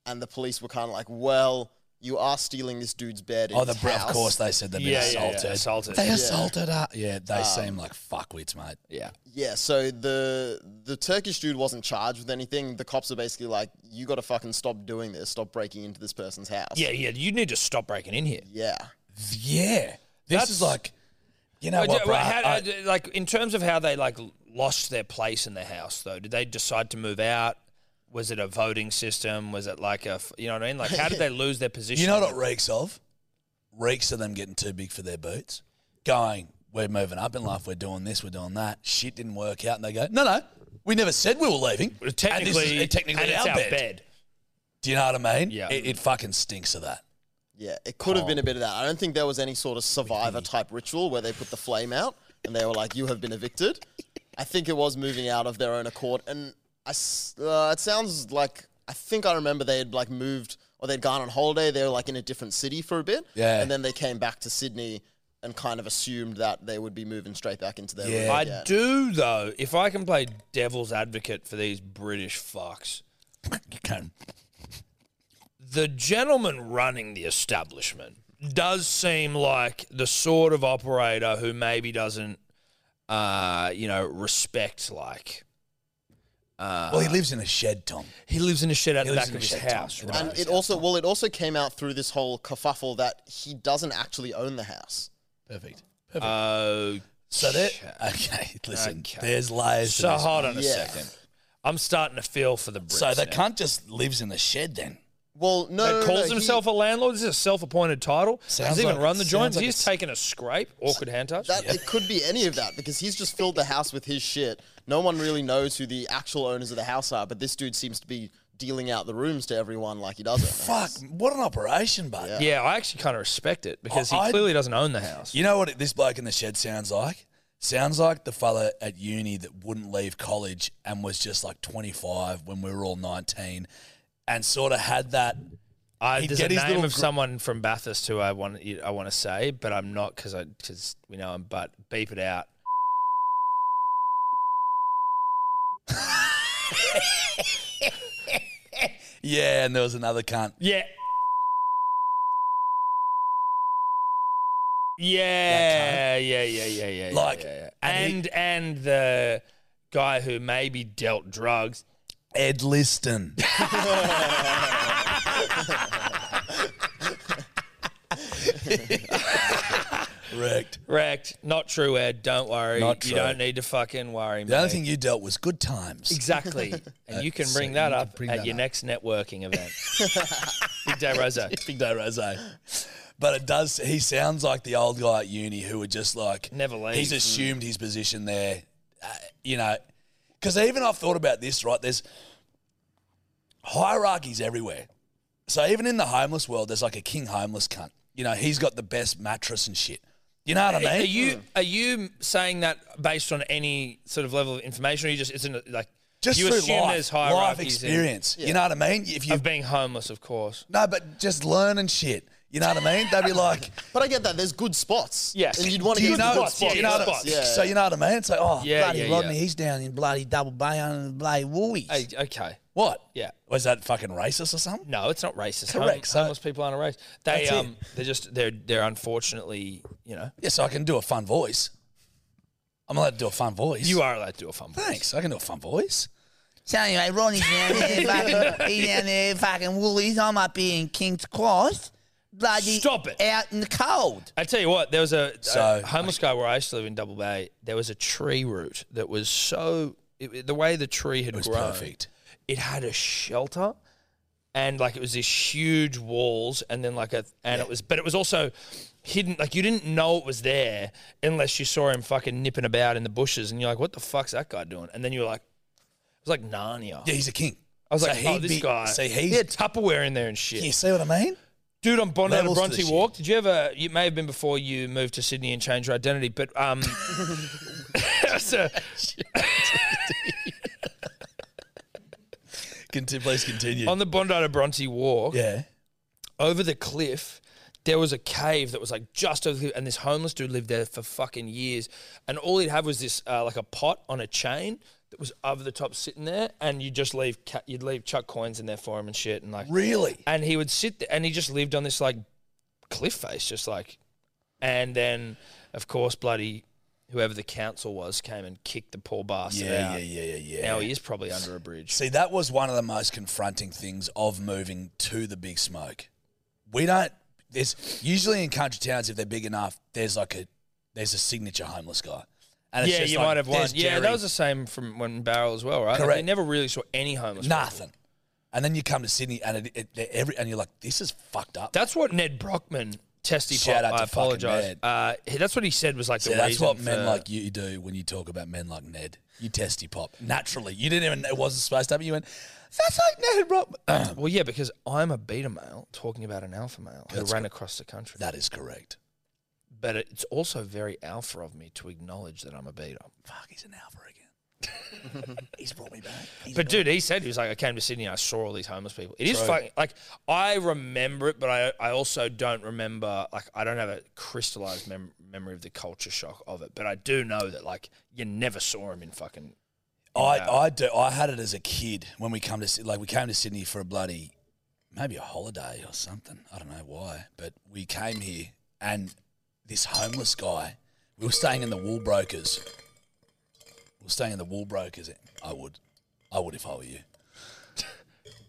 [SPEAKER 4] and the police were kind of like, "Well, you are stealing this dude's bed." in
[SPEAKER 3] Oh, the
[SPEAKER 4] his
[SPEAKER 3] br- of
[SPEAKER 4] house."
[SPEAKER 3] course they said they've been
[SPEAKER 2] Yeah, yeah, yeah,
[SPEAKER 3] assaulted.
[SPEAKER 2] assaulted.
[SPEAKER 3] They
[SPEAKER 2] Yeah.
[SPEAKER 3] assaulted her. Yeah, they seem like fuckwits, mate.
[SPEAKER 2] Yeah.
[SPEAKER 4] Um, Yeah, so the the Turkish dude wasn't charged with anything. The cops are basically like, "You got to fucking stop doing this. Stop breaking into this person's house."
[SPEAKER 2] Yeah, yeah. You need to stop breaking in here.
[SPEAKER 4] yeah.
[SPEAKER 3] Yeah, this
[SPEAKER 2] That's-
[SPEAKER 3] is like, you know
[SPEAKER 2] Well,
[SPEAKER 3] what,
[SPEAKER 2] d-
[SPEAKER 3] bro?
[SPEAKER 2] well, how- uh,
[SPEAKER 3] I-
[SPEAKER 2] how d- like in terms of how they like l- lost their place in the house though? Did they decide to move out? Was it a voting system? Was it like a f- you know what I mean? Like how did they lose their position?
[SPEAKER 3] You know what it reeks of? Reeks of them getting too big for their boots. Going, we're moving up in life, we're doing this, we're doing that. Shit didn't work out. And they go, no, no, we never said we were leaving.
[SPEAKER 2] Well,
[SPEAKER 3] And this
[SPEAKER 2] technically,
[SPEAKER 3] is- technically
[SPEAKER 2] and it's
[SPEAKER 3] our, bed. Do you know what I mean?
[SPEAKER 2] Yeah.
[SPEAKER 3] It, it fucking stinks of that.
[SPEAKER 4] Yeah, it could have
[SPEAKER 2] Um,
[SPEAKER 4] been a bit of that. I don't think there was any sort of survivor type ritual where they put the flame out and they were like, "You have been evicted." I think it was moving out of their own accord, and I s uh, it sounds like I think I remember they had like moved or they'd gone on holiday. They were like in a different city for a bit,
[SPEAKER 3] Yeah.
[SPEAKER 4] and then they came back to Sydney and kind of assumed that they would be moving straight back into their.
[SPEAKER 3] Yeah.
[SPEAKER 4] room
[SPEAKER 2] I
[SPEAKER 4] again.
[SPEAKER 2] do though. If I can play devil's advocate for these British fucks,
[SPEAKER 3] You can.
[SPEAKER 2] the gentleman running the establishment does seem like the sort of operator who maybe doesn't, uh, you know, respect like. Uh,
[SPEAKER 3] Well, he lives in a shed, Tom.
[SPEAKER 2] he lives in a shed out
[SPEAKER 3] He
[SPEAKER 2] the
[SPEAKER 3] lives
[SPEAKER 2] back
[SPEAKER 3] in a
[SPEAKER 2] of his
[SPEAKER 3] shed, Tom.
[SPEAKER 2] house,
[SPEAKER 3] And
[SPEAKER 2] right?
[SPEAKER 4] And it also well, it also came out through this whole kerfuffle that he doesn't actually own the house.
[SPEAKER 3] Perfect. Perfect.
[SPEAKER 2] Oh,
[SPEAKER 3] so there. Okay, listen. There's layers. to
[SPEAKER 2] so
[SPEAKER 3] this.
[SPEAKER 2] hold on a
[SPEAKER 4] Yeah.
[SPEAKER 2] second. I'm starting to feel for the Brits.
[SPEAKER 3] So the
[SPEAKER 2] now.
[SPEAKER 3] cunt just lives in a shed then.
[SPEAKER 4] Well, no, no,
[SPEAKER 2] that
[SPEAKER 4] no,
[SPEAKER 2] calls
[SPEAKER 4] he-
[SPEAKER 2] himself a landlord. This is a self-appointed title.
[SPEAKER 3] Sounds
[SPEAKER 2] Does he even
[SPEAKER 3] like-
[SPEAKER 2] run the joint?
[SPEAKER 3] sounds like
[SPEAKER 2] He's
[SPEAKER 3] it's-
[SPEAKER 2] taken a scrape. Awkward hand touch.
[SPEAKER 4] That it could be any of that because he's just filled the house with his shit. No one really knows who the actual owners of the house are, but this dude seems to be dealing out the rooms to everyone like he doesn't.
[SPEAKER 3] Fuck, what an operation, bud.
[SPEAKER 2] yeah, I actually kind of respect it because
[SPEAKER 3] I-
[SPEAKER 2] he clearly doesn't own the house.
[SPEAKER 3] You know what this bloke in the shed sounds like? Sounds like the fella at uni that wouldn't leave college and was just like 25 when we were all 19 and sort of had that.
[SPEAKER 2] I,
[SPEAKER 3] He'd
[SPEAKER 2] Uh, there's a
[SPEAKER 3] get his
[SPEAKER 2] name
[SPEAKER 3] little
[SPEAKER 2] of
[SPEAKER 3] gr-
[SPEAKER 2] someone from Bathurst who I want I want to say, but I'm not because I because we know him. But beep it out.
[SPEAKER 3] Yeah, and there was another cunt.
[SPEAKER 2] Yeah.
[SPEAKER 3] That
[SPEAKER 2] Yeah, yeah, yeah, yeah, yeah. yeah,
[SPEAKER 3] Like,
[SPEAKER 2] yeah, yeah.
[SPEAKER 3] and
[SPEAKER 2] and and the guy who maybe dealt drugs.
[SPEAKER 3] Ed Liston. Wrecked.
[SPEAKER 2] Correct. Not true, Ed. Don't worry.
[SPEAKER 3] Not
[SPEAKER 2] You
[SPEAKER 3] true.
[SPEAKER 2] don't need to fucking worry,
[SPEAKER 3] The only
[SPEAKER 2] mate.
[SPEAKER 3] thing you dealt was good times.
[SPEAKER 2] exactly. And you can
[SPEAKER 3] so
[SPEAKER 2] bring
[SPEAKER 3] you
[SPEAKER 2] that
[SPEAKER 3] can
[SPEAKER 2] up
[SPEAKER 3] bring
[SPEAKER 2] at
[SPEAKER 3] that
[SPEAKER 2] your
[SPEAKER 3] up.
[SPEAKER 2] next networking event. Big day, Rosa.
[SPEAKER 3] Big day, Rose. But it does, he sounds like the old guy at uni who would just like.
[SPEAKER 2] Never
[SPEAKER 3] He's
[SPEAKER 2] leave.
[SPEAKER 3] assumed his position there. Uh, you know, because even I've thought about this, right? There's hierarchies everywhere. So even in the homeless world, there's like a king homeless cunt. You know, he's got the best mattress and shit. You know what I mean?
[SPEAKER 2] Are you are you saying that based on any sort of level of information, or you just isn't like
[SPEAKER 3] just
[SPEAKER 2] you
[SPEAKER 3] through
[SPEAKER 2] assume
[SPEAKER 3] life,
[SPEAKER 2] there's
[SPEAKER 3] life
[SPEAKER 2] hierarchies in-
[SPEAKER 3] experience. You know what I mean? If you
[SPEAKER 2] of being homeless, of course.
[SPEAKER 3] no, but just learning shit. You know what I mean? They'd be like,
[SPEAKER 4] But I get that. There's good spots.
[SPEAKER 2] Yes.
[SPEAKER 4] And you'd want
[SPEAKER 3] do
[SPEAKER 4] to
[SPEAKER 3] you
[SPEAKER 4] get
[SPEAKER 3] know?
[SPEAKER 4] the good
[SPEAKER 2] spots,
[SPEAKER 4] spots.
[SPEAKER 3] do you
[SPEAKER 2] yeah,
[SPEAKER 3] know
[SPEAKER 2] spots.
[SPEAKER 3] what- So you know what I mean? It's like, oh,
[SPEAKER 2] Yeah,
[SPEAKER 3] bloody
[SPEAKER 2] yeah, yeah.
[SPEAKER 3] Rodney, he's down in bloody Double Bay on bloody Woolies.
[SPEAKER 2] Hey, okay.
[SPEAKER 3] what?
[SPEAKER 2] Yeah.
[SPEAKER 3] Was that fucking racist or something?
[SPEAKER 2] No, it's not racist.
[SPEAKER 3] Correct, so-
[SPEAKER 2] homeless people aren't a race. They
[SPEAKER 3] That's it.
[SPEAKER 2] um they're just they're they're unfortunately, you know.
[SPEAKER 3] Yes, I can do a fun voice. I'm allowed to do a fun voice.
[SPEAKER 2] You are allowed to do a fumble.
[SPEAKER 3] Thanks. I can do a fun voice.
[SPEAKER 6] So anyway, Ronnie's down there fucking, he's down there fucking woolies. I'm up here in King's Cross. Bloody
[SPEAKER 2] Stop it.
[SPEAKER 6] out in the cold.
[SPEAKER 2] I tell you what, there was a, a
[SPEAKER 3] So-
[SPEAKER 2] homeless guy where I used to live in Double Bay. There was a tree root that was so it, it- the way the tree had
[SPEAKER 3] It was
[SPEAKER 2] grown,
[SPEAKER 3] perfect.
[SPEAKER 2] It had a shelter, and like it was this huge walls, and then like a and it was, but it was also hidden. Like you didn't know it was there unless you saw him fucking nipping about in the bushes, and you're like, what the fuck's that guy doing? And then you were like, it was like Narnia.
[SPEAKER 3] Yeah, he's a king.
[SPEAKER 2] I was
[SPEAKER 3] So
[SPEAKER 2] like, oh,
[SPEAKER 3] he'd
[SPEAKER 2] this
[SPEAKER 3] be-
[SPEAKER 2] guy.
[SPEAKER 3] So
[SPEAKER 2] he
[SPEAKER 3] he's.
[SPEAKER 2] had Tupperware in there and shit.
[SPEAKER 3] You see what I mean?
[SPEAKER 2] Dude, on Bondi to
[SPEAKER 3] Levels to
[SPEAKER 2] Bronte
[SPEAKER 3] the shit.
[SPEAKER 2] Walk, did you ever? You may have been before you moved to Sydney and changed your identity, but um, so,
[SPEAKER 3] Conti- please continue.
[SPEAKER 2] on the Bondi to Bronte Walk,
[SPEAKER 3] yeah.
[SPEAKER 2] over the cliff, there was a cave that was like just over, the, and this homeless dude lived there for fucking years, and all he'd have was this uh, like a pot on a chain that was over the top sitting there, and you just leave ca- you'd leave chuck coins in there for him and shit, and like
[SPEAKER 3] Really?
[SPEAKER 2] and he would sit there and he just lived on this like cliff face just like and then of course bloody whoever the council was came and kicked the poor bastard
[SPEAKER 3] Yeah, yeah,
[SPEAKER 2] out
[SPEAKER 3] yeah, yeah, yeah.
[SPEAKER 2] now he is probably under a bridge
[SPEAKER 3] See, that was one of the most confronting things of moving to the big smoke. We don't. There's usually in country towns, if they're big enough, there's like a there's a signature homeless guy, And it's
[SPEAKER 2] Yeah,
[SPEAKER 3] just
[SPEAKER 2] you
[SPEAKER 3] like,
[SPEAKER 2] might have one.
[SPEAKER 3] there's
[SPEAKER 2] Yeah,
[SPEAKER 3] Jerry,
[SPEAKER 2] that was the same from when Barrel as well, right? Like,
[SPEAKER 3] Correct.
[SPEAKER 2] they never really saw any homeless. people.
[SPEAKER 3] nothing. And then you come to Sydney and it, it, they're every and you're like, this is fucked up.
[SPEAKER 2] That's what Ned Brockman, testy
[SPEAKER 3] Shout
[SPEAKER 2] pop.
[SPEAKER 3] out
[SPEAKER 2] I
[SPEAKER 3] to fucking
[SPEAKER 2] apologize.
[SPEAKER 3] Ned.
[SPEAKER 2] Uh, that's what he said was like
[SPEAKER 3] See,
[SPEAKER 2] the
[SPEAKER 3] that's
[SPEAKER 2] reason
[SPEAKER 3] what men
[SPEAKER 2] for-
[SPEAKER 3] like you do when you talk about men like Ned. You testy pop naturally. You didn't even it wasn't supposed to happen. You went, that's like Ned Rob.
[SPEAKER 2] Well, yeah, because I'm a beta male talking about an alpha male who
[SPEAKER 3] That's
[SPEAKER 2] ran across the country.
[SPEAKER 3] that is correct.
[SPEAKER 2] but it's also very alpha of me to acknowledge that I'm a beta.
[SPEAKER 3] Fuck, he's an alpha again. he's brought me back. He's
[SPEAKER 2] But dude, he said he was like, I came to Sydney, I saw all these homeless people. It is fucking like I remember it, but I I also don't remember like I don't have a crystallized mem- memory of the culture shock of it. But I do know that like you never saw him in fucking.
[SPEAKER 3] I, I do. I had it as a kid when we come to Sy- like we came to Sydney for a bloody maybe a holiday or something. I don't know why, but we came here and this homeless guy. We were staying in the Woolbrokers. We were staying in the Woolbrokers. I would, I would if I were you.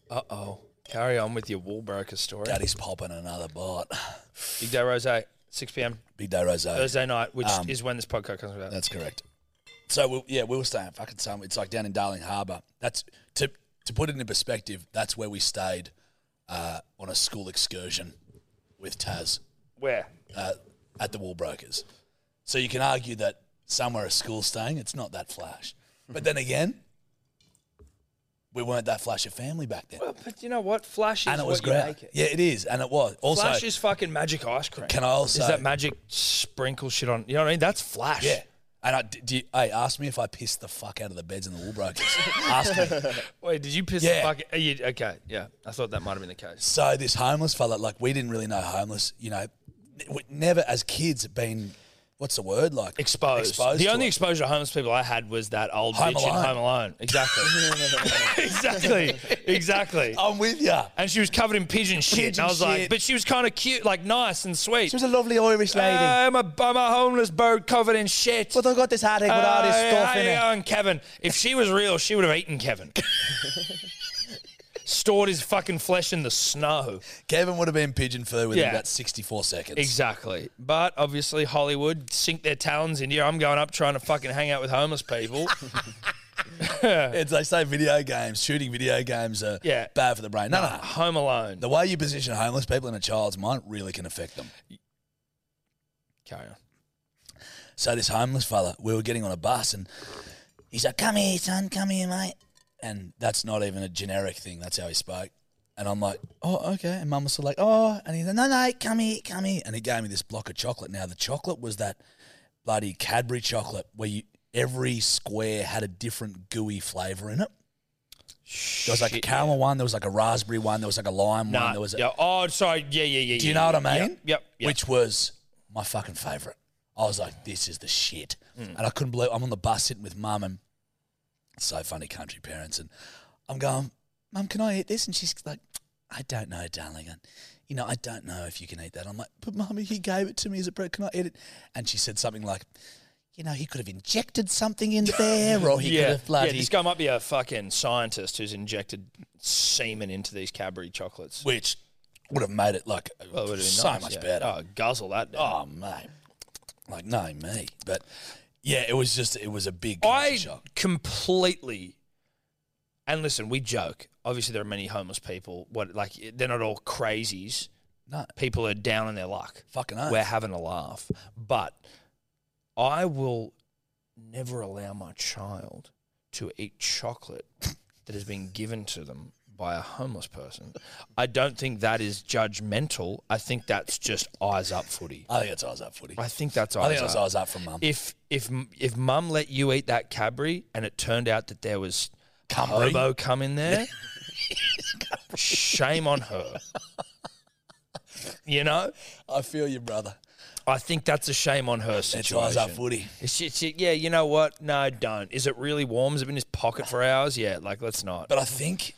[SPEAKER 2] Uh oh. Carry on with your wall broker story.
[SPEAKER 3] Daddy's popping another bite.
[SPEAKER 2] Big Day Rose, 6 p.m.
[SPEAKER 3] Big day, Rose.
[SPEAKER 2] Thursday night, which
[SPEAKER 3] Um,
[SPEAKER 2] is when this podcast comes out.
[SPEAKER 3] That's correct. So we, yeah, we were staying fucking somewhere. It's like down in Darling Harbour. That's to to put it into perspective. That's where we stayed uh, on a school excursion with Taz
[SPEAKER 2] Where?
[SPEAKER 3] uh, at the Wallbrokers. So you can argue that somewhere a school staying, it's not that flash. But then again, we weren't that flash a family back then,
[SPEAKER 2] Well, but you know what? Flash is
[SPEAKER 3] and it was
[SPEAKER 2] what you
[SPEAKER 3] great.
[SPEAKER 2] make it.
[SPEAKER 3] Yeah, it is, and it was also.
[SPEAKER 2] flash is fucking magic ice cream.
[SPEAKER 3] can I also
[SPEAKER 2] is that magic sprinkle shit on? You know what I mean? That's flash.
[SPEAKER 3] Yeah. And I, d- do you, hey, ask me if I pissed the fuck out of the beds in the Woolbrokers. ask me.
[SPEAKER 2] Wait, did you piss
[SPEAKER 3] Yeah.
[SPEAKER 2] the fuck? Are you, okay, yeah. I thought that might have been the case.
[SPEAKER 3] So this homeless fella, like we didn't really know homeless, you know, n- we never as kids been, what's the word like?
[SPEAKER 2] Exposed.
[SPEAKER 3] Exposed.
[SPEAKER 2] the
[SPEAKER 3] to
[SPEAKER 2] only
[SPEAKER 3] it.
[SPEAKER 2] exposure to homeless people I had was that old
[SPEAKER 3] Home
[SPEAKER 2] bitch
[SPEAKER 3] Alone.
[SPEAKER 2] in Home Alone. Exactly. exactly. Exactly.
[SPEAKER 3] I'm with ya.
[SPEAKER 2] And she was covered in pigeon shit. and
[SPEAKER 3] Pigeon
[SPEAKER 2] I was like,
[SPEAKER 3] shit.
[SPEAKER 2] but she was kind of cute, like nice and sweet.
[SPEAKER 7] was a lovely Irish lady.
[SPEAKER 2] I'm Um, a, I'm a homeless bird covered in shit.
[SPEAKER 7] but I got this headache with all this
[SPEAKER 2] Hey,
[SPEAKER 7] stuff
[SPEAKER 2] hey,
[SPEAKER 7] in it.
[SPEAKER 2] on Kevin. If she was real, she would have eaten Kevin. Stored his fucking flesh in the snow.
[SPEAKER 3] Kevin would have been pigeon fur within
[SPEAKER 2] Yeah.
[SPEAKER 3] about 64 seconds.
[SPEAKER 2] Exactly. But obviously, Hollywood sink their talons in here. I'm going up trying to fucking hang out with homeless people.
[SPEAKER 3] It's, they say video games, shooting video games are
[SPEAKER 2] Yeah.
[SPEAKER 3] bad for the brain. No, no, no.
[SPEAKER 2] Home alone.
[SPEAKER 3] The way you position homeless people in a child's mind really can affect them.
[SPEAKER 2] Carry on.
[SPEAKER 3] So this homeless fella, we were getting on a bus and he's like, Come here, son, come here, mate. And that's not even a generic thing, that's how he spoke. And I'm like, Oh, okay. And mum was sort of like, Oh and he's like, No, no, come here, come here and he gave me this block of chocolate. Now the chocolate was that bloody Cadbury chocolate where you every square had a different gooey flavour in it. There was like a
[SPEAKER 2] Shit.
[SPEAKER 3] caramel one, there was like a raspberry one, there was like a lime
[SPEAKER 2] Nah,
[SPEAKER 3] one, there was a
[SPEAKER 2] yeah. Oh, sorry. Yeah, yeah, yeah.
[SPEAKER 3] do you know what I mean?
[SPEAKER 2] Yep. yep, yep.
[SPEAKER 3] Which was my fucking favorite. I was like, this is the shit.
[SPEAKER 2] Mm.
[SPEAKER 3] And I couldn't believe I'm on the bus sitting with mum and it's so funny country parents and I'm going, Mum, can I eat this? And she's like, I don't know, darling. And, you know, I don't know if you can eat that. I'm like, but mummy, he gave it to me as a bread. Can I eat it? And she said something like, you know, he could have injected something in there or he could
[SPEAKER 2] yeah.
[SPEAKER 3] have bloody
[SPEAKER 2] yeah, this guy might be a fucking scientist who's injected semen into these Cadbury chocolates.
[SPEAKER 3] which would have made it like
[SPEAKER 2] Well, it would've been
[SPEAKER 3] so
[SPEAKER 2] nice,
[SPEAKER 3] much
[SPEAKER 2] yeah.
[SPEAKER 3] better.
[SPEAKER 2] Oh, guzzle that. down.
[SPEAKER 3] Oh mate, like no me, but yeah, it was just it was a big culture
[SPEAKER 2] I
[SPEAKER 3] shock.
[SPEAKER 2] completely. And listen, we joke. Obviously, there are many homeless people. What like they're not all crazies.
[SPEAKER 3] No,
[SPEAKER 2] People are down on their luck.
[SPEAKER 3] fucking oath.
[SPEAKER 2] We're having a laugh, but I will never allow my child to eat chocolate that has been given to them by a homeless person. I don't think that is judgmental. I think that's just eyes up footy.
[SPEAKER 3] I think it's I was up footy.
[SPEAKER 2] I think that's eyes
[SPEAKER 3] I think it
[SPEAKER 2] up
[SPEAKER 3] was I was up from mum.
[SPEAKER 2] if if if mum let you eat that Cadbury and it turned out that there was
[SPEAKER 3] Cumbry.
[SPEAKER 2] hobo cum in there, shame on her. You know,
[SPEAKER 3] I feel you, brother.
[SPEAKER 2] I think that's a shame on her
[SPEAKER 3] It's I was up
[SPEAKER 2] situation.
[SPEAKER 3] footy.
[SPEAKER 2] It's just- it- yeah, you know what? No, don't. Is it really warm? Has it been in his pocket for hours? Yeah, like let's not.
[SPEAKER 3] But I think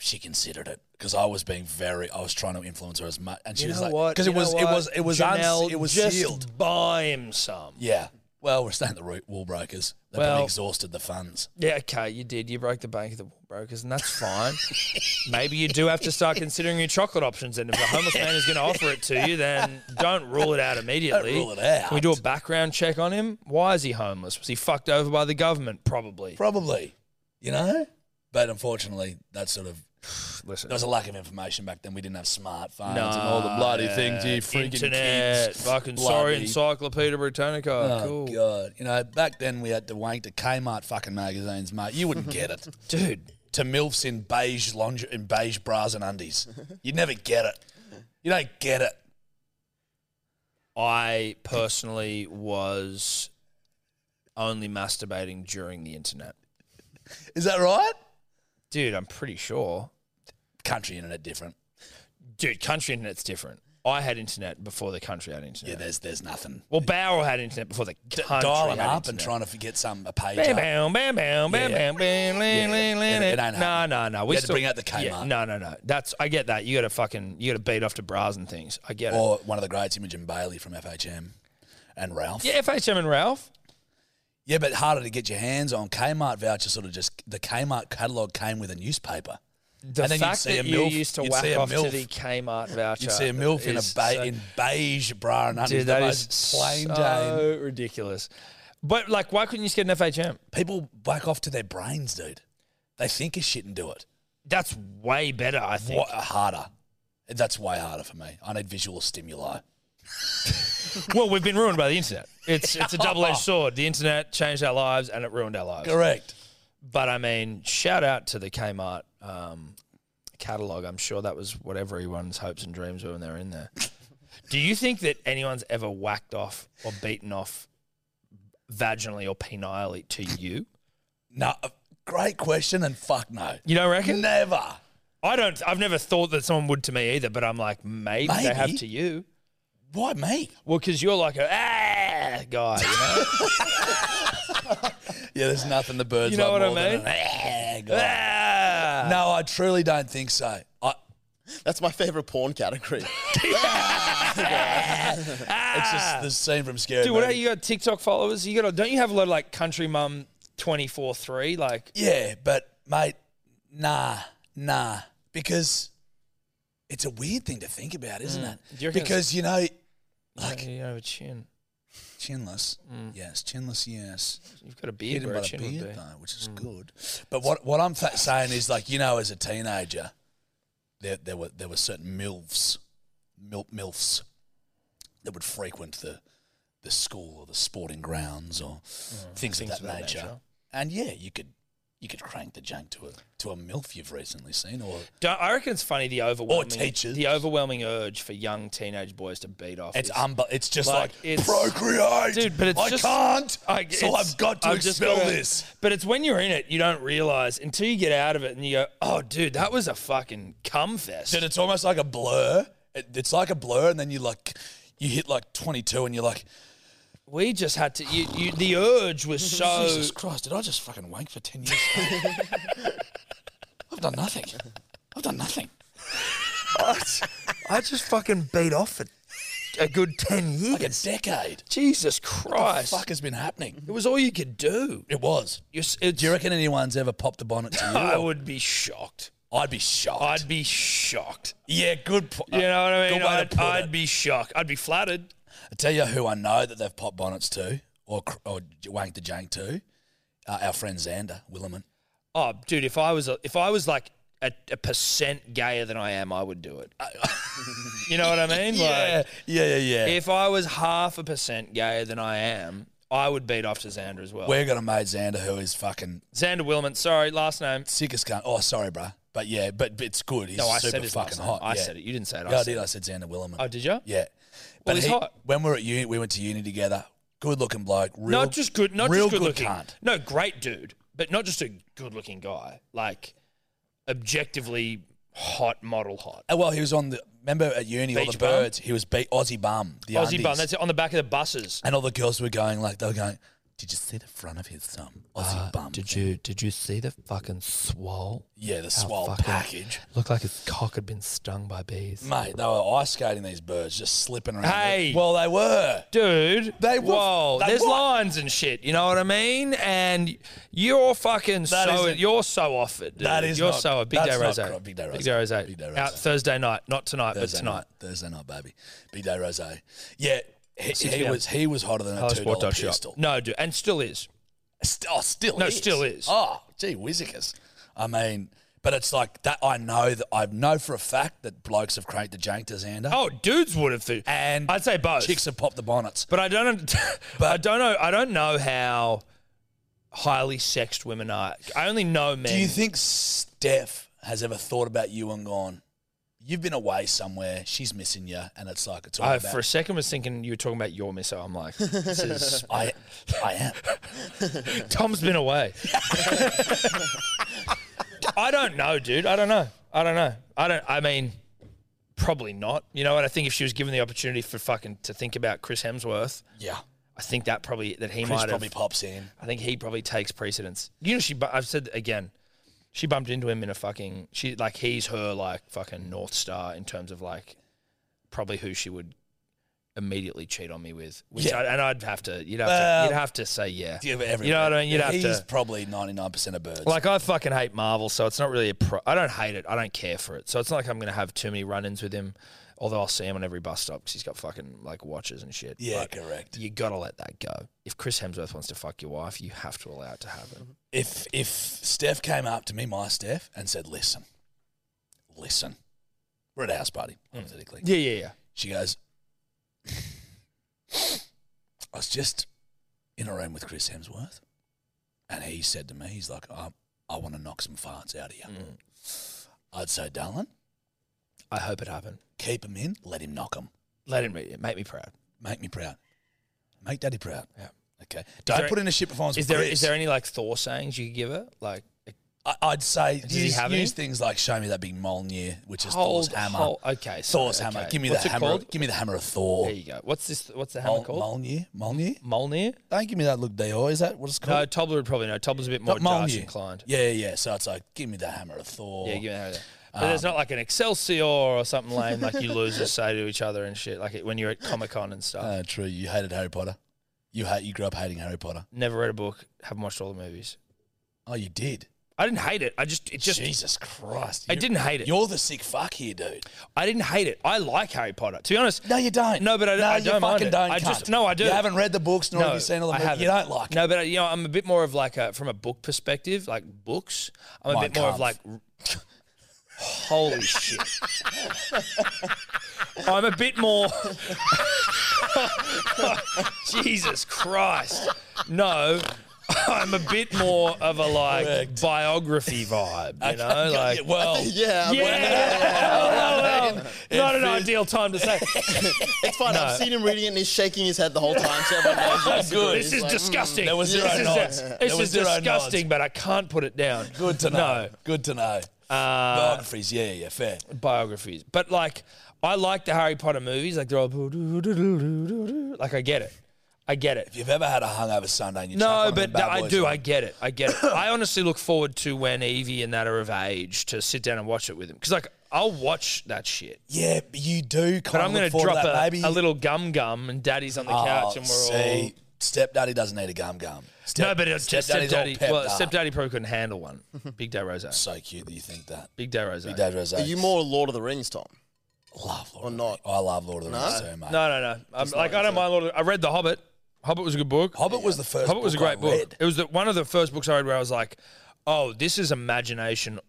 [SPEAKER 3] she considered it because I was being very. I was trying to influence her as much, and she
[SPEAKER 2] you
[SPEAKER 3] was
[SPEAKER 2] know
[SPEAKER 3] like,
[SPEAKER 2] what?
[SPEAKER 3] because
[SPEAKER 2] You
[SPEAKER 3] it was,
[SPEAKER 2] know
[SPEAKER 3] it
[SPEAKER 2] what?
[SPEAKER 3] was it was uns-
[SPEAKER 2] Janelle,
[SPEAKER 3] it was
[SPEAKER 2] just
[SPEAKER 3] sealed.
[SPEAKER 2] Buy him some.
[SPEAKER 3] Yeah, Well, we're staying at the Root Wall Brokers. They've
[SPEAKER 2] Well-
[SPEAKER 3] probably exhausted the funds.
[SPEAKER 2] Yeah, okay, you did. You broke the bank of the wall brokers, and that's fine. Maybe you do have to start considering your chocolate options. And if a homeless man is going to offer it to you, then don't rule it out immediately.
[SPEAKER 3] rule it out.
[SPEAKER 2] Can we do a background check on him? Why is he homeless? Was he fucked over by the government? Probably.
[SPEAKER 3] Probably, you know. But unfortunately, that sort of
[SPEAKER 2] Listen,
[SPEAKER 3] there was a lack of information back then. We didn't have smartphones
[SPEAKER 2] Nah,
[SPEAKER 3] and all the bloody
[SPEAKER 2] yeah,
[SPEAKER 3] things. You freaking
[SPEAKER 2] internet,
[SPEAKER 3] kids.
[SPEAKER 2] fucking sorry,
[SPEAKER 3] Bloody-
[SPEAKER 2] Encyclopedia Britannica.
[SPEAKER 3] Oh
[SPEAKER 2] cool,
[SPEAKER 3] god! You know, back then we had to wank to Kmart fucking magazines, mate. You wouldn't get it.
[SPEAKER 2] dude.
[SPEAKER 3] to milfs in beige linge- in beige bras and undies. You'd never get it. You don't get it.
[SPEAKER 2] I personally was only masturbating during the internet,
[SPEAKER 3] Is that right?
[SPEAKER 2] dude. I'm pretty sure.
[SPEAKER 3] Country internet different.
[SPEAKER 2] Dude, country internet's different. I had internet before the country had internet.
[SPEAKER 3] Yeah, there's there's nothing.
[SPEAKER 2] well, Barrel had internet before the country
[SPEAKER 3] Dialing
[SPEAKER 2] had
[SPEAKER 3] up and
[SPEAKER 2] internet.
[SPEAKER 3] trying to get some a page.
[SPEAKER 2] Bam,
[SPEAKER 3] up.
[SPEAKER 2] bam, bam, bam, bam,
[SPEAKER 3] Yeah.
[SPEAKER 2] bam, bam,
[SPEAKER 3] Yeah, yeah. It- it ain't
[SPEAKER 2] No,
[SPEAKER 3] happening.
[SPEAKER 2] no, no. We
[SPEAKER 3] You had to
[SPEAKER 2] still-
[SPEAKER 3] bring out the Kmart.
[SPEAKER 2] Yeah, no, no, no. That's I get that. You got to fucking you got to beat off to bras and things. I get it.
[SPEAKER 3] Or one of the greats, Imogen Bailey from FHM, and Ralph.
[SPEAKER 2] Yeah, FHM and Ralph.
[SPEAKER 3] Yeah, but harder to get your hands on. Kmart voucher sort of just the Kmart catalog came with a newspaper.
[SPEAKER 2] The
[SPEAKER 3] And then you'd
[SPEAKER 2] fact
[SPEAKER 3] see a
[SPEAKER 2] that you
[SPEAKER 3] MILF-
[SPEAKER 2] used to
[SPEAKER 3] you'd
[SPEAKER 2] whack
[SPEAKER 3] see a
[SPEAKER 2] off to
[SPEAKER 3] MILF.
[SPEAKER 2] the Kmart voucher.
[SPEAKER 3] You'd see a milf in a
[SPEAKER 2] is
[SPEAKER 3] ba-
[SPEAKER 2] so-
[SPEAKER 3] in beige bra and undies.
[SPEAKER 2] Dude,
[SPEAKER 3] the
[SPEAKER 2] that is
[SPEAKER 3] most plain Jane.
[SPEAKER 2] so ridiculous. But like, why couldn't you just get an FHM?
[SPEAKER 3] People whack off to their brains, dude. They think of shit and do it.
[SPEAKER 2] That's way better, I think.
[SPEAKER 3] What harder? That's way harder for me. I need visual stimuli.
[SPEAKER 2] Well, we've been ruined by the internet. It's it's a double edged sword. The internet changed our lives and it ruined our lives.
[SPEAKER 3] Correct.
[SPEAKER 2] But I mean, shout out to the Kmart um, catalog. I'm sure that was what everyone's hopes and dreams were when they were in there. Do you think that anyone's ever whacked off or beaten off vaginally or penile to you?
[SPEAKER 3] No, great question. And fuck no,
[SPEAKER 2] You don't reckon?
[SPEAKER 3] never.
[SPEAKER 2] I don't. I've never thought that someone would to me either. But I'm like, maybe, they have
[SPEAKER 3] Maybe.
[SPEAKER 2] to you.
[SPEAKER 3] Why me?
[SPEAKER 2] Well, because you're like a ah guy. You know?
[SPEAKER 3] Yeah, there's nothing the birds.
[SPEAKER 2] You know
[SPEAKER 3] love
[SPEAKER 2] what I
[SPEAKER 3] more than
[SPEAKER 2] mean?
[SPEAKER 3] an guy.
[SPEAKER 2] ah.
[SPEAKER 3] no, I truly don't think so. I,
[SPEAKER 4] That's my favorite porn category.
[SPEAKER 3] it's just the scene from Scary
[SPEAKER 2] Dude, what are
[SPEAKER 3] Movie.
[SPEAKER 2] you got TikTok followers? You got don't you have a lot of like country mum twenty four three? Like
[SPEAKER 3] Yeah, but mate, nah, nah, because it's a weird thing to think about, isn't
[SPEAKER 2] Mm. Do you
[SPEAKER 3] it?
[SPEAKER 2] reckon
[SPEAKER 3] Because you know,
[SPEAKER 2] like you have a chin.
[SPEAKER 3] chinless, yes, chinless, yes.
[SPEAKER 2] You've got a beard
[SPEAKER 3] Hidden
[SPEAKER 2] where a
[SPEAKER 3] by the
[SPEAKER 2] chin would
[SPEAKER 3] beard,
[SPEAKER 2] be. Mm.
[SPEAKER 3] though, which is good. But what what I'm fa- saying is, like you know, as a teenager, there there were there were certain milfs, mil- milfs, that would frequent the the school or the sporting grounds or
[SPEAKER 2] Mm.
[SPEAKER 3] things, of that, nature. And yeah, you could you could crank the junk to a to a milf you've recently seen, or
[SPEAKER 2] Don't, I reckon it's funny the overwhelming
[SPEAKER 3] teachers.
[SPEAKER 2] the overwhelming urge for young teenage boys to beat off.
[SPEAKER 3] it's
[SPEAKER 2] is-
[SPEAKER 3] um, it's just
[SPEAKER 2] Like,
[SPEAKER 3] like,
[SPEAKER 2] it's-
[SPEAKER 3] procreate,
[SPEAKER 2] Dude, but it's
[SPEAKER 3] I
[SPEAKER 2] just-
[SPEAKER 3] can't,
[SPEAKER 2] I-
[SPEAKER 3] so
[SPEAKER 2] it's-
[SPEAKER 3] I've got to
[SPEAKER 2] I've just
[SPEAKER 3] expel
[SPEAKER 2] gotta-
[SPEAKER 3] this.
[SPEAKER 2] But it's when you're in it, you don't realize until you get out of it and you go, "Oh, dude, that was a fucking cum fest."
[SPEAKER 3] Dude, it's almost like a blur. It, it's like a blur, and then you like, you hit like 22, and you're like,
[SPEAKER 2] We just had to. You, you, the urge was so.
[SPEAKER 3] Jesus Christ, did I just fucking wank for 10 years? I've done nothing. I've done nothing.
[SPEAKER 2] I just fucking beat off for a good ten years.
[SPEAKER 3] Like a decade.
[SPEAKER 2] Jesus Christ!
[SPEAKER 3] Fuck has been happening.
[SPEAKER 2] It was all you could do.
[SPEAKER 3] It was.
[SPEAKER 2] You're, s- it's,
[SPEAKER 3] Do you reckon anyone's ever popped the bonnet to you?
[SPEAKER 2] I would be shocked.
[SPEAKER 3] I'd be shocked.
[SPEAKER 2] I'd be shocked.
[SPEAKER 3] yeah, good. Po-
[SPEAKER 2] You know what I mean?
[SPEAKER 3] Good way to
[SPEAKER 2] I'd,
[SPEAKER 3] put
[SPEAKER 2] I'd
[SPEAKER 3] it.
[SPEAKER 2] be shocked. I'd be flattered.
[SPEAKER 3] I tell you who I know that they've popped bonnets to, or cr- or wanked the jank to. Uh, our friend Xander Willerman.
[SPEAKER 2] Oh, dude, if I was a, if I was like a, a percent gayer than I am, I would do it. you know what I mean? Like,
[SPEAKER 3] yeah, yeah, yeah.
[SPEAKER 2] if I was half a percent gayer than I am, I would beat off to Xander as well.
[SPEAKER 3] We're gonna mate Xander, who is fucking
[SPEAKER 2] Xander Wilman, sorry, last name.
[SPEAKER 3] sickest cunt. Oh, sorry, bruh. But yeah, but, but it's good. He's
[SPEAKER 2] No, I
[SPEAKER 3] super
[SPEAKER 2] said his
[SPEAKER 3] fucking
[SPEAKER 2] last name.
[SPEAKER 3] hot.
[SPEAKER 2] I
[SPEAKER 3] yeah.
[SPEAKER 2] said it. You didn't say it.
[SPEAKER 3] Yeah, I
[SPEAKER 2] said
[SPEAKER 3] did.
[SPEAKER 2] it.
[SPEAKER 3] I said Xander Willerman.
[SPEAKER 2] Oh, did you?
[SPEAKER 3] Yeah.
[SPEAKER 2] Well, he's hot.
[SPEAKER 3] When we were at uni, we went to uni together. Good looking bloke. Real,
[SPEAKER 2] not just good, not
[SPEAKER 3] real
[SPEAKER 2] just good, looking.
[SPEAKER 3] cunt.
[SPEAKER 2] No, great dude, but not just a good looking guy. Like objectively hot model hot.
[SPEAKER 3] Oh, well, he was on the. Remember at uni, all
[SPEAKER 2] Beach
[SPEAKER 3] the
[SPEAKER 2] bum?
[SPEAKER 3] birds. He was be- Aussie bum. The
[SPEAKER 2] Aussie bum.
[SPEAKER 3] undies.
[SPEAKER 2] That's it, on the back of the buses.
[SPEAKER 3] And all the girls were going like they were going, Did you see the front of his thumb? Aussie bum.
[SPEAKER 2] Uh, Did you did you see the fucking swole?
[SPEAKER 3] Yeah, the
[SPEAKER 2] How
[SPEAKER 3] swole
[SPEAKER 2] fucking-
[SPEAKER 3] package.
[SPEAKER 2] Looked like his cock had been stung by bees.
[SPEAKER 3] Mate, they were ice skating these birds, just slipping around.
[SPEAKER 2] Hey.
[SPEAKER 3] Well, they were.
[SPEAKER 2] Dude,
[SPEAKER 3] They were-
[SPEAKER 2] whoa,
[SPEAKER 3] they
[SPEAKER 2] there's
[SPEAKER 3] were.
[SPEAKER 2] lines and shit. You know what I mean? And you're fucking
[SPEAKER 3] That
[SPEAKER 2] so
[SPEAKER 3] isn't-
[SPEAKER 2] you're so off it. Dude.
[SPEAKER 3] That is
[SPEAKER 2] you're
[SPEAKER 3] not-
[SPEAKER 2] so big
[SPEAKER 3] that's
[SPEAKER 2] day
[SPEAKER 3] not
[SPEAKER 2] rose.
[SPEAKER 3] correct. Big Day Rosé.
[SPEAKER 2] Big day rosé.
[SPEAKER 3] Big Day
[SPEAKER 2] Out
[SPEAKER 3] Rosé.
[SPEAKER 2] Thursday night, not tonight,
[SPEAKER 3] Thursday
[SPEAKER 2] but tonight.
[SPEAKER 3] night. Thursday night, baby. Big day rose. Yeah, he,
[SPEAKER 2] Six Oh,
[SPEAKER 3] he
[SPEAKER 2] p.m.
[SPEAKER 3] was he was hotter than a
[SPEAKER 2] Hello
[SPEAKER 3] two dollar
[SPEAKER 2] Sport Shop.
[SPEAKER 3] pistol.
[SPEAKER 2] No, dude, and still is.
[SPEAKER 3] St- oh, still
[SPEAKER 2] No,
[SPEAKER 3] is.
[SPEAKER 2] still is.
[SPEAKER 3] Oh, gee whizzicus. I mean, but it's like that. I know that I know for a fact that blokes have cranked the jank to Xander,
[SPEAKER 2] Oh, dudes would have. Th-
[SPEAKER 3] and
[SPEAKER 2] I'd say both.
[SPEAKER 3] chicks have popped the bonnets.
[SPEAKER 2] But I don't. I don't know. I don't know how highly sexed women are. I only know men.
[SPEAKER 3] Do you think Steph has ever thought about you and gone? You've been away somewhere. She's missing you, and it's like it's all
[SPEAKER 2] I,
[SPEAKER 3] about.
[SPEAKER 2] for a second, was thinking you were talking about your missile. I'm like, this is.
[SPEAKER 3] I, I am.
[SPEAKER 2] Tom's been away. I don't know, dude. I don't know. I don't know. I don't. I mean, probably not. You know what? I think if she was given the opportunity for fucking to think about Chris Hemsworth,
[SPEAKER 3] Yeah,
[SPEAKER 2] I think that probably that he
[SPEAKER 3] Chris
[SPEAKER 2] might have.
[SPEAKER 3] probably pops in.
[SPEAKER 2] I think he probably takes precedence. You know, she. bu- I've said again, she bumped into him in a fucking. She like he's her like fucking north star in terms of like, probably who she would immediately cheat on me with. Which
[SPEAKER 3] Yeah.
[SPEAKER 2] I, and I'd have to. You'd have
[SPEAKER 3] Well,
[SPEAKER 2] to. You'd have to say yeah.
[SPEAKER 3] Yeah, but everywhere.
[SPEAKER 2] You know what I mean? You'd have
[SPEAKER 3] he's
[SPEAKER 2] to-
[SPEAKER 3] probably ninety nine percent of birds.
[SPEAKER 2] Like I fucking hate Marvel, so it's not really a pro. I don't hate it. I don't care for it. So it's not like I'm gonna have too many run-ins with him. Although I'll see him on every bus stop because he's got fucking like watches and shit.
[SPEAKER 3] yeah,
[SPEAKER 2] But
[SPEAKER 3] correct.
[SPEAKER 2] you gotta let that go. If Chris Hemsworth wants to fuck your wife, you have to allow it to happen.
[SPEAKER 3] if if Steph came up to me, my Steph, and said, "Listen, listen, we're at a house party, hypothetically."
[SPEAKER 2] Hmm. Yeah, yeah, yeah.
[SPEAKER 3] She goes, "I was just in a room with Chris Hemsworth, and he said to me, he's like, I, I want to knock some farts out of you.' I'd say, darling,
[SPEAKER 2] Mm. I hope it happened.
[SPEAKER 3] keep him in, let him knock him,
[SPEAKER 2] Let him it make me proud.
[SPEAKER 3] make me proud, make Daddy proud."
[SPEAKER 2] Yeah.
[SPEAKER 3] Okay. Don't
[SPEAKER 2] there-
[SPEAKER 3] put in a shit performance.
[SPEAKER 2] Is
[SPEAKER 3] with
[SPEAKER 2] there
[SPEAKER 3] Chris.
[SPEAKER 2] is there any like Thor sayings you could give her? Like
[SPEAKER 3] I, I'd say
[SPEAKER 2] Does he
[SPEAKER 3] use,
[SPEAKER 2] have
[SPEAKER 3] use
[SPEAKER 2] any?
[SPEAKER 3] things like show me that big Mjolnir, which is Thor's hammer.
[SPEAKER 2] hold- okay, sorry,
[SPEAKER 3] Thor's hammer.
[SPEAKER 2] okay.
[SPEAKER 3] Give me
[SPEAKER 2] What's
[SPEAKER 3] the
[SPEAKER 2] it
[SPEAKER 3] hammer.
[SPEAKER 2] called?
[SPEAKER 3] Give me the hammer of Thor.
[SPEAKER 2] There you go. What's this? What's the hammer
[SPEAKER 3] Mol-
[SPEAKER 2] called?
[SPEAKER 3] Mjolnir. Mjolnir.
[SPEAKER 2] Molnir?
[SPEAKER 3] Don't give me that look, Dior. Is that what it's
[SPEAKER 2] No,
[SPEAKER 3] called?
[SPEAKER 2] Tobler would probably know. Tobler's a bit more
[SPEAKER 3] Not Mjolnir.
[SPEAKER 2] Josh inclined.
[SPEAKER 3] Yeah, yeah. yeah. So it's like, give me the hammer of Thor. Um,
[SPEAKER 2] Yeah, give me that. But there's not like an Excelsior or something lame like you losers say to each other and shit. Like it, when you're at Comic Con and stuff.
[SPEAKER 3] Uh, true. You hated Harry Potter. You hate. You grew up hating Harry Potter.
[SPEAKER 2] Never read a book. Haven't watched all the movies.
[SPEAKER 3] Oh, you did.
[SPEAKER 2] I didn't hate it. I just it just
[SPEAKER 3] Jesus Christ.
[SPEAKER 2] I
[SPEAKER 3] You-
[SPEAKER 2] didn't hate it.
[SPEAKER 3] You're the sick fuck here, dude.
[SPEAKER 2] I didn't hate it. I like Harry Potter. To be honest,
[SPEAKER 3] No, you don't.
[SPEAKER 2] No, but I,
[SPEAKER 3] no,
[SPEAKER 2] I
[SPEAKER 3] you
[SPEAKER 2] don't mind
[SPEAKER 3] fucking
[SPEAKER 2] it.
[SPEAKER 3] don't.
[SPEAKER 2] I just
[SPEAKER 3] cunt.
[SPEAKER 2] no, I do.
[SPEAKER 3] You haven't read the books, nor have you seen all the
[SPEAKER 2] I
[SPEAKER 3] movies. You
[SPEAKER 2] haven't.
[SPEAKER 3] don't like.
[SPEAKER 2] No, but uh, you know, I'm a bit more of like a from a book perspective, like books. I'm a
[SPEAKER 3] Mein
[SPEAKER 2] bit more of like,
[SPEAKER 3] Kampf.
[SPEAKER 2] holy shit. I'm a bit more. Jesus Christ! No, I'm a bit more of a like biography vibe. You know, like
[SPEAKER 3] well,
[SPEAKER 4] Yeah,
[SPEAKER 2] yeah.
[SPEAKER 4] well,
[SPEAKER 2] well, well, Not an ideal time to say.
[SPEAKER 4] it's fine. I've seen him reading it and he's shaking his head the whole time. So everyone knows that's
[SPEAKER 3] Good.
[SPEAKER 2] This is
[SPEAKER 4] like, mm,
[SPEAKER 2] disgusting.
[SPEAKER 3] there was zero
[SPEAKER 2] this
[SPEAKER 3] nods.
[SPEAKER 2] Is, a-
[SPEAKER 3] There
[SPEAKER 2] this
[SPEAKER 3] was
[SPEAKER 2] is
[SPEAKER 3] zero nods.
[SPEAKER 2] disgusting, but I can't put it down.
[SPEAKER 3] Good to know.
[SPEAKER 2] No. Uh,
[SPEAKER 3] Good to know. Biographies, yeah, yeah, fair.
[SPEAKER 2] biographies. But like, I like the Harry Potter movies. Like they're all like I get it, I get it.
[SPEAKER 3] If you've ever had a hungover Sunday, and you chuck one
[SPEAKER 2] No,
[SPEAKER 3] of them
[SPEAKER 2] but
[SPEAKER 3] bad
[SPEAKER 2] I
[SPEAKER 3] boys
[SPEAKER 2] do.
[SPEAKER 3] on,
[SPEAKER 2] I get it. I get it. I honestly look forward to when Evie and that are of age to sit down and watch it with them. Because like I'll watch that shit,
[SPEAKER 3] yeah, but you do. Kind
[SPEAKER 2] but I'm
[SPEAKER 3] going to
[SPEAKER 2] gonna drop
[SPEAKER 3] that,
[SPEAKER 2] a,
[SPEAKER 3] baby. Oh,
[SPEAKER 2] a little gum gum and Daddy's on the couch and we're
[SPEAKER 3] see,
[SPEAKER 2] all.
[SPEAKER 3] Stepdaddy doesn't need a gum gum. Step,
[SPEAKER 2] No, but it's just
[SPEAKER 3] stepdaddy's all
[SPEAKER 2] stepdaddy.
[SPEAKER 3] pepped
[SPEAKER 2] Well,
[SPEAKER 3] up.
[SPEAKER 2] stepdaddy probably couldn't handle one. Big day rose.
[SPEAKER 3] So cute that you think that.
[SPEAKER 2] Big day rose.
[SPEAKER 3] Big Dad Rose.
[SPEAKER 4] Are you more Lord of the Rings, Tom?
[SPEAKER 3] love Lord
[SPEAKER 4] or
[SPEAKER 3] of the
[SPEAKER 4] not?
[SPEAKER 3] Rings. I love Lord of the Rings too, mate.
[SPEAKER 2] No, no, no. I'm, like I don't mind. Lord of, I read The Hobbit. Hobbit was a good book.
[SPEAKER 3] Hobbit was the first.
[SPEAKER 2] Hobbit was a
[SPEAKER 3] book
[SPEAKER 2] great
[SPEAKER 3] I
[SPEAKER 2] book.
[SPEAKER 3] read.
[SPEAKER 2] It was the, one of the first books I read where I was like, "Oh, this is imagination,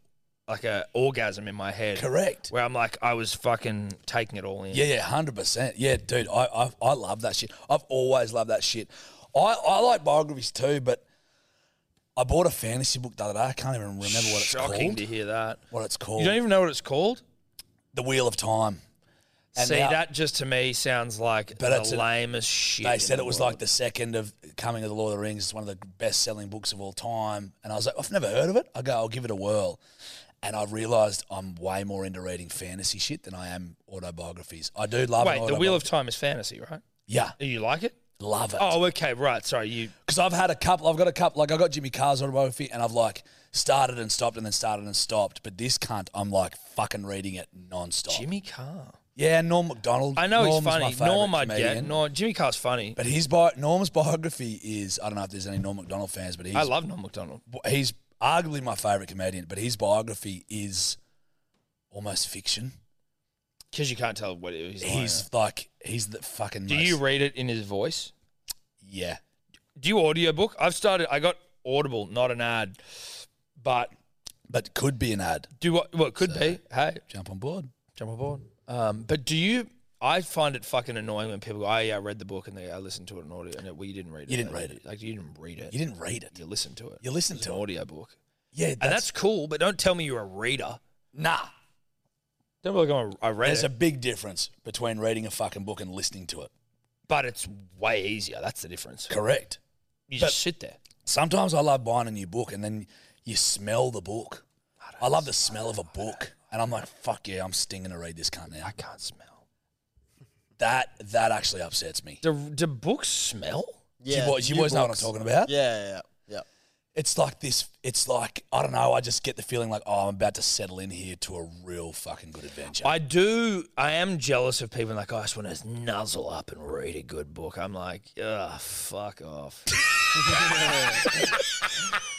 [SPEAKER 2] like a orgasm in my head."
[SPEAKER 3] Correct.
[SPEAKER 2] Where I'm like, I was fucking taking it all in.
[SPEAKER 3] Yeah, yeah, hundred percent. Yeah, dude, I, I I love that shit. I've always loved that shit. I, I like biographies too, but I bought a fantasy book the other day. I can't even remember what it's
[SPEAKER 2] Shocking
[SPEAKER 3] called.
[SPEAKER 2] to hear that.
[SPEAKER 3] What it's called?
[SPEAKER 2] You don't even know what it's called.
[SPEAKER 3] the Wheel of Time. And
[SPEAKER 2] See,
[SPEAKER 3] now-
[SPEAKER 2] that just to me sounds like
[SPEAKER 3] But it's
[SPEAKER 2] the
[SPEAKER 3] an-
[SPEAKER 2] lamest shit.
[SPEAKER 3] They
[SPEAKER 2] in
[SPEAKER 3] said
[SPEAKER 2] the
[SPEAKER 3] it was
[SPEAKER 2] world.
[SPEAKER 3] like the second of Coming of the Lord of the Rings. It's one of the best selling books of all time. And I was like, I've never heard of it. I go, I'll give it a whirl. And I realised I'm way more into reading fantasy shit than I am autobiographies. I do love an
[SPEAKER 2] Wait, the Wheel of
[SPEAKER 3] autobiography.
[SPEAKER 2] Time is fantasy, right?
[SPEAKER 3] yeah,
[SPEAKER 2] You like it?
[SPEAKER 3] Love it.
[SPEAKER 2] Oh, okay, right. Sorry, you.
[SPEAKER 3] Because I've had a couple, I've got a couple, like I got Jimmy Carr's autobiography and I've like started and stopped and then started and stopped. But this cunt, I'm like fucking reading it nonstop.
[SPEAKER 2] Jimmy Carr.
[SPEAKER 3] Yeah, Norm MacDonald.
[SPEAKER 2] I know
[SPEAKER 3] Norm's
[SPEAKER 2] he's
[SPEAKER 3] my
[SPEAKER 2] funny.
[SPEAKER 3] favourite
[SPEAKER 2] Norm, I'd get.
[SPEAKER 3] comedian.
[SPEAKER 2] Norm, Jimmy Carr's funny.
[SPEAKER 3] But his bi- Norm's biography is, I don't know if there's any Norm MacDonald fans, but he's,
[SPEAKER 2] I love Norm McDonald.
[SPEAKER 3] he's arguably my favorite comedian, but his biography is almost fiction.
[SPEAKER 2] Because you can't tell what it- he's. lying
[SPEAKER 3] He's like, he's the fucking
[SPEAKER 2] Do
[SPEAKER 3] most-
[SPEAKER 2] you read it in his voice?
[SPEAKER 3] Yeah.
[SPEAKER 2] Do you audiobook? I've started. I got Audible, not an ad, but
[SPEAKER 3] But could be an ad.
[SPEAKER 2] do what? What could be? Hey,
[SPEAKER 3] Jump on board.
[SPEAKER 2] jump aboard. Um, but do you? I find it fucking annoying when people go, "Oh yeah, I read the book," and they, "I listened to it in audio." And it, well, you didn't read it.
[SPEAKER 3] You didn't
[SPEAKER 2] Like,
[SPEAKER 3] read it.
[SPEAKER 2] Like you didn't read it.
[SPEAKER 3] You didn't read it.
[SPEAKER 2] You listened to it.
[SPEAKER 3] You listened
[SPEAKER 2] It's
[SPEAKER 3] to
[SPEAKER 2] an
[SPEAKER 3] it.
[SPEAKER 2] audiobook,
[SPEAKER 3] Yeah,
[SPEAKER 2] and that's cool. But don't tell me you're a reader.
[SPEAKER 3] nah.
[SPEAKER 2] Don't be like, "Oh, I read
[SPEAKER 3] There's
[SPEAKER 2] it,"
[SPEAKER 3] a big difference between reading a fucking book and listening to it.
[SPEAKER 2] but it's way easier. That's the difference.
[SPEAKER 3] Correct.
[SPEAKER 2] You
[SPEAKER 3] But-
[SPEAKER 2] just sit there.
[SPEAKER 3] Sometimes I love buying a new book and then you smell the book. I, love the smell of a book. And I'm like, fuck yeah, I'm stinging to read this cunt now.
[SPEAKER 2] I can't smell.
[SPEAKER 3] That that actually upsets me.
[SPEAKER 2] Do, do books smell?
[SPEAKER 3] Do
[SPEAKER 4] Yeah,
[SPEAKER 3] you boys, you
[SPEAKER 4] new
[SPEAKER 3] boys know what I'm
[SPEAKER 4] books.
[SPEAKER 3] talking about?
[SPEAKER 4] Yeah, yeah, yeah. yeah.
[SPEAKER 3] It's like this, it's like, I don't know, I just get the feeling like, oh, I'm about to settle in here to a real fucking good adventure.
[SPEAKER 2] I do. I am jealous of people like, oh, I just want to nuzzle up and read a good book. I'm like, ah, fuck off.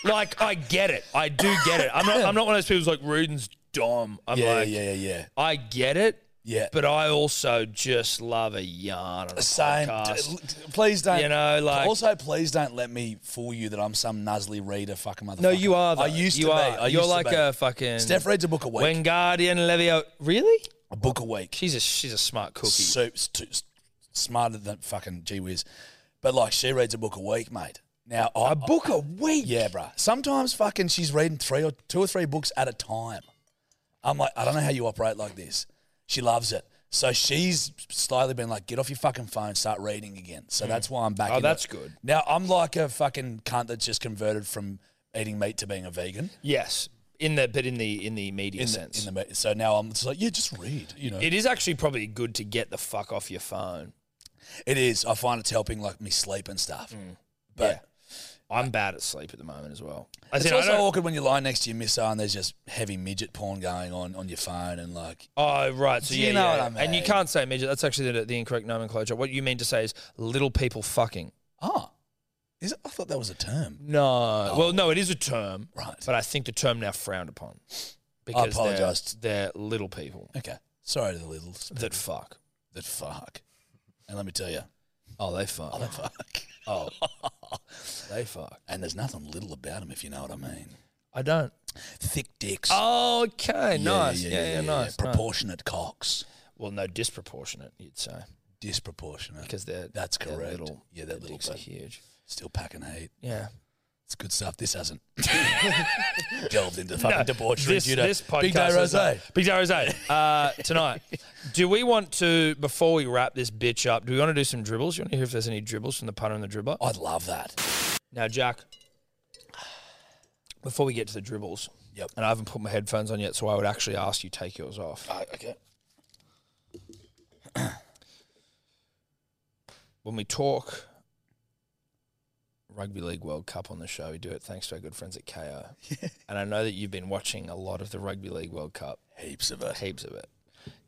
[SPEAKER 2] like, I get it. I do get it. I'm not. I'm not one of those people who's like reading's dumb. I'm
[SPEAKER 3] yeah,
[SPEAKER 2] like,
[SPEAKER 3] yeah, yeah, yeah.
[SPEAKER 2] I get it,
[SPEAKER 3] Yeah.
[SPEAKER 2] but I also just love a yarn on a
[SPEAKER 3] Same.
[SPEAKER 2] podcast.
[SPEAKER 3] d- please don't.
[SPEAKER 2] You know, like-
[SPEAKER 3] Also, please don't let me fool you that I'm some nuzzly reader, fucking motherfucker.
[SPEAKER 2] no, you are. Though.
[SPEAKER 3] I used
[SPEAKER 2] you
[SPEAKER 3] to
[SPEAKER 2] are.
[SPEAKER 3] be. I used
[SPEAKER 2] You're
[SPEAKER 3] to
[SPEAKER 2] like
[SPEAKER 3] be.
[SPEAKER 2] a fucking
[SPEAKER 3] Steph reads a book a week.
[SPEAKER 2] Wingardium Levio. Really?
[SPEAKER 3] a book a week.
[SPEAKER 2] She's a she's a smart cookie.
[SPEAKER 3] So, s- t- s- smarter than fucking gee whiz. But like, she reads a book a week, mate. Now, I,
[SPEAKER 2] a book a week.
[SPEAKER 3] yeah, bruh. Sometimes fucking she's reading three or two or three books at a time. I'm like, I don't know how you operate like this. She loves it. So she's slightly been like, get off your fucking phone, start reading again. So that's why I'm back.
[SPEAKER 2] Oh,
[SPEAKER 3] in it.
[SPEAKER 2] that's good.
[SPEAKER 3] Now I'm like a fucking cunt that's just converted from eating meat to being a vegan.
[SPEAKER 2] Yes, in the but in the in the media
[SPEAKER 3] In the,
[SPEAKER 2] sense,
[SPEAKER 3] in the meat. So now I'm just like, yeah, just read. You know,
[SPEAKER 2] it is actually probably good to get the fuck off your phone.
[SPEAKER 3] it is. I find it's helping like me sleep and stuff. But
[SPEAKER 2] Mm. I'm bad at sleep at the moment as well. I
[SPEAKER 3] it's
[SPEAKER 2] said, I
[SPEAKER 3] also
[SPEAKER 2] don't-
[SPEAKER 3] awkward when you lie next to your missile and there's just heavy midget porn going on on your phone and like
[SPEAKER 2] oh right, so
[SPEAKER 3] Do
[SPEAKER 2] yeah,
[SPEAKER 3] you know
[SPEAKER 2] yeah,
[SPEAKER 3] what I
[SPEAKER 2] yeah. and you
[SPEAKER 3] mean?
[SPEAKER 2] can't say midget. That's actually the, the incorrect nomenclature. What you mean to say is little people fucking.
[SPEAKER 3] Oh, is it? I thought that was a term.
[SPEAKER 2] No, well, no, it is a term,
[SPEAKER 3] Right.
[SPEAKER 2] But I think the term now frowned upon. they're-
[SPEAKER 3] apologise.
[SPEAKER 2] They're, little people
[SPEAKER 3] Okay. Sorry to the littles
[SPEAKER 2] that fuck.
[SPEAKER 3] that fuck. And let me tell you,
[SPEAKER 2] Oh, they fuck.
[SPEAKER 3] they fuck.
[SPEAKER 2] Oh, they fuck.
[SPEAKER 3] And there's nothing little about them, if you know what I mean.
[SPEAKER 2] I don't. Oh.
[SPEAKER 3] Thick dicks.
[SPEAKER 2] Okay, nice. Yeah, yeah, nice. nice.
[SPEAKER 3] Proportionate cocks.
[SPEAKER 2] Well, no, disproportionate, you'd say,
[SPEAKER 3] Disproportionate.
[SPEAKER 2] because they're
[SPEAKER 3] That's
[SPEAKER 2] they're
[SPEAKER 3] correct.
[SPEAKER 2] little,
[SPEAKER 3] Yeah, they're
[SPEAKER 2] their
[SPEAKER 3] little,
[SPEAKER 2] dicks are
[SPEAKER 3] but-
[SPEAKER 2] huge.
[SPEAKER 3] Still packing hate.
[SPEAKER 2] Yeah,
[SPEAKER 3] It's good stuff. This hasn't delved into fucking debauchery.
[SPEAKER 2] This,
[SPEAKER 3] due to
[SPEAKER 2] this podcast,
[SPEAKER 3] Big Day
[SPEAKER 2] is-
[SPEAKER 3] Rose.
[SPEAKER 2] Big Day Rose. Uh, tonight, do we want to before we wrap this bitch up? Do we want to do some dribbles? You want to hear if there's any dribbles from the punter and the dribbler?
[SPEAKER 3] I'd love that.
[SPEAKER 2] Now, Jack, before we get to the dribbles,
[SPEAKER 3] Yep.
[SPEAKER 2] and I haven't put my headphones on yet, so I would actually ask you take yours off.
[SPEAKER 3] okay.
[SPEAKER 2] when we talk Rugby League World Cup on the show, we do it thanks to our good friends at KO. and I know that you've been watching a lot of the Rugby League World Cup,
[SPEAKER 3] Heaps of it.
[SPEAKER 2] heaps of it.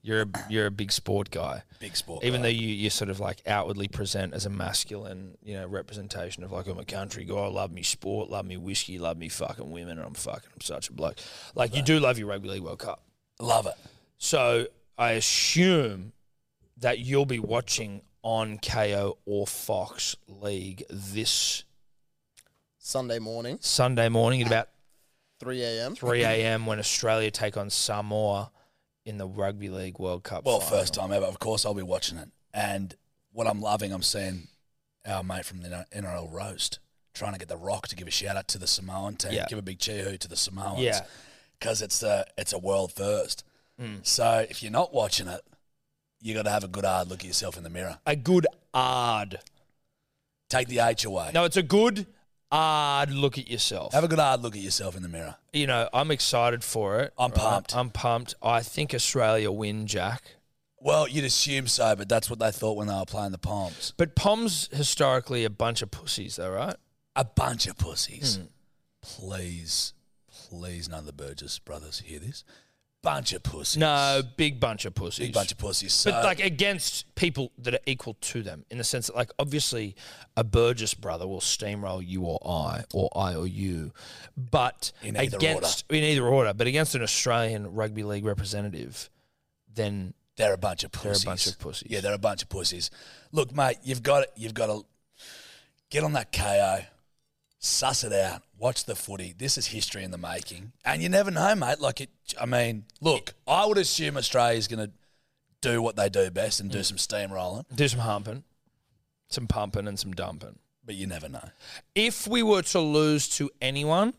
[SPEAKER 2] You're a, you're a big sport guy,
[SPEAKER 3] Big sport.
[SPEAKER 2] even
[SPEAKER 3] guy.
[SPEAKER 2] though you, you sort of like outwardly present as a masculine, you know, representation of like I'm a country guy, I love me sport, love me whiskey, love me fucking women, and I'm fucking I'm such a bloke. Like you do love your Rugby League World Cup.
[SPEAKER 3] love it.
[SPEAKER 2] So I assume that you'll be watching on KO or Fox League this
[SPEAKER 4] Sunday morning,
[SPEAKER 2] Sunday morning at about
[SPEAKER 4] 3 a.m.
[SPEAKER 2] 3 a.m. when Australia take on Samoa in the Rugby League World Cup.
[SPEAKER 3] Well,
[SPEAKER 2] final.
[SPEAKER 3] first time ever. Of course, I'll be watching it. And what I'm loving, I'm seeing our mate from the NRL roast trying to get the Rock to give a shout out to the Samoan team,
[SPEAKER 2] Yeah.
[SPEAKER 3] give a big cheer to the Samoans,
[SPEAKER 2] Yeah. Mm.
[SPEAKER 3] because it's a it's a world first. So if you're not watching it, you got to have a good hard look at yourself in the mirror.
[SPEAKER 2] A good ard.
[SPEAKER 3] Take the H away.
[SPEAKER 2] No, it's a good ard look at yourself.
[SPEAKER 3] Have a good hard look at yourself in the mirror.
[SPEAKER 2] you know, I'm excited for it.
[SPEAKER 3] I'm pumped.
[SPEAKER 2] I'm pumped. I think Australia win, Jack.
[SPEAKER 3] Well, you'd assume so, but that's what they thought when they were playing the Palms.
[SPEAKER 2] But Pom's historically a bunch of pussies, though, right? Hmm.
[SPEAKER 3] A bunch of pussies. Please, please, none of the Burgess brothers hear this. Bunch of pussies.
[SPEAKER 2] No, big bunch of pussies.
[SPEAKER 3] Big bunch of pussies. So,
[SPEAKER 2] but like against people that are equal to them, in the sense that, like, obviously, a Burgess brother will steamroll you or I, or I or you, but
[SPEAKER 3] In either
[SPEAKER 2] against in either order, but against an Australian rugby league representative, then
[SPEAKER 3] they're a bunch of
[SPEAKER 2] they're a
[SPEAKER 3] pussies.
[SPEAKER 2] bunch of pussies.
[SPEAKER 3] Yeah, they're a bunch of pussies. Look, mate, you've got you've got to get on that KO, suss it out, watch the footy. This is history in the making, and you never know, mate. Like it, I mean, look, I would assume Australia's going to do what they do best and do some steamrolling,
[SPEAKER 2] Mm. do some humping, some pumping, and some dumping.
[SPEAKER 3] but you never know.
[SPEAKER 2] If we were to lose to anyone,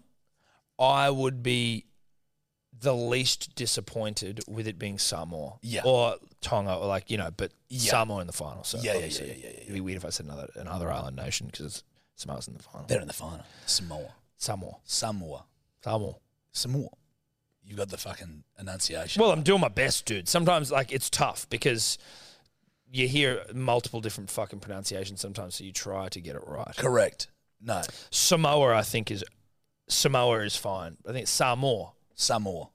[SPEAKER 2] I would be the least disappointed with it being Samoa
[SPEAKER 3] Yeah.
[SPEAKER 2] or Tonga or like you know, but
[SPEAKER 3] Yeah.
[SPEAKER 2] Samoa in the final. So
[SPEAKER 3] Yeah, yeah,
[SPEAKER 2] obviously
[SPEAKER 3] yeah, yeah, yeah, yeah.
[SPEAKER 2] It'd be weird if I said another another island nation because Samoa's in the final.
[SPEAKER 3] They're in the final. Samoa,
[SPEAKER 2] Samoa,
[SPEAKER 3] Samoa,
[SPEAKER 2] Samoa.
[SPEAKER 3] Samoa. You've got the fucking enunciation.
[SPEAKER 2] Well, I'm doing my best, dude. Sometimes like it's tough because you hear multiple different fucking pronunciations sometimes, so you try to get it right.
[SPEAKER 3] correct. No,
[SPEAKER 2] Samoa, I think is Samoa is fine. I think it's Samoa.
[SPEAKER 3] Samoa.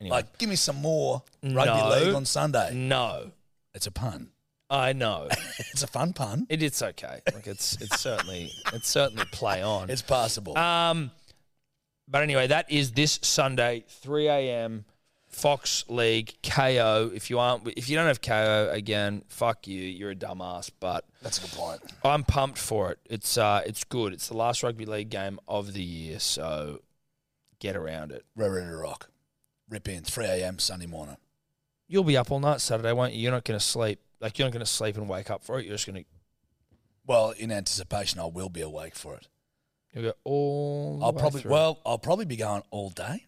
[SPEAKER 2] Anyway.
[SPEAKER 3] Like, give me some more rugby
[SPEAKER 2] No.
[SPEAKER 3] league on Sunday.
[SPEAKER 2] No,
[SPEAKER 3] It's a pun.
[SPEAKER 2] I know
[SPEAKER 3] It's a fun pun.
[SPEAKER 2] it, it's okay. Like it's it's certainly it's certainly play on.
[SPEAKER 3] It's passable.
[SPEAKER 2] Um, but anyway, that is this Sunday, three a.m. Fox League KO. If you aren't, if you don't have KO again, fuck you. You're a dumbass. But
[SPEAKER 3] That's a good point.
[SPEAKER 2] I'm pumped for it. It's uh, it's good. It's the last rugby league game of the year, so get around it.
[SPEAKER 3] We're ready to rock. Rip in 3 a.m. Sunday morning.
[SPEAKER 2] You'll be up all night Saturday, won't you? You're not going to sleep. Like you're not going to sleep and wake up for it. You're just going to
[SPEAKER 3] Well, in anticipation, I will be awake for it.
[SPEAKER 2] you'll go all. The
[SPEAKER 3] I'll
[SPEAKER 2] way
[SPEAKER 3] probably
[SPEAKER 2] through.
[SPEAKER 3] well, I'll probably be going all day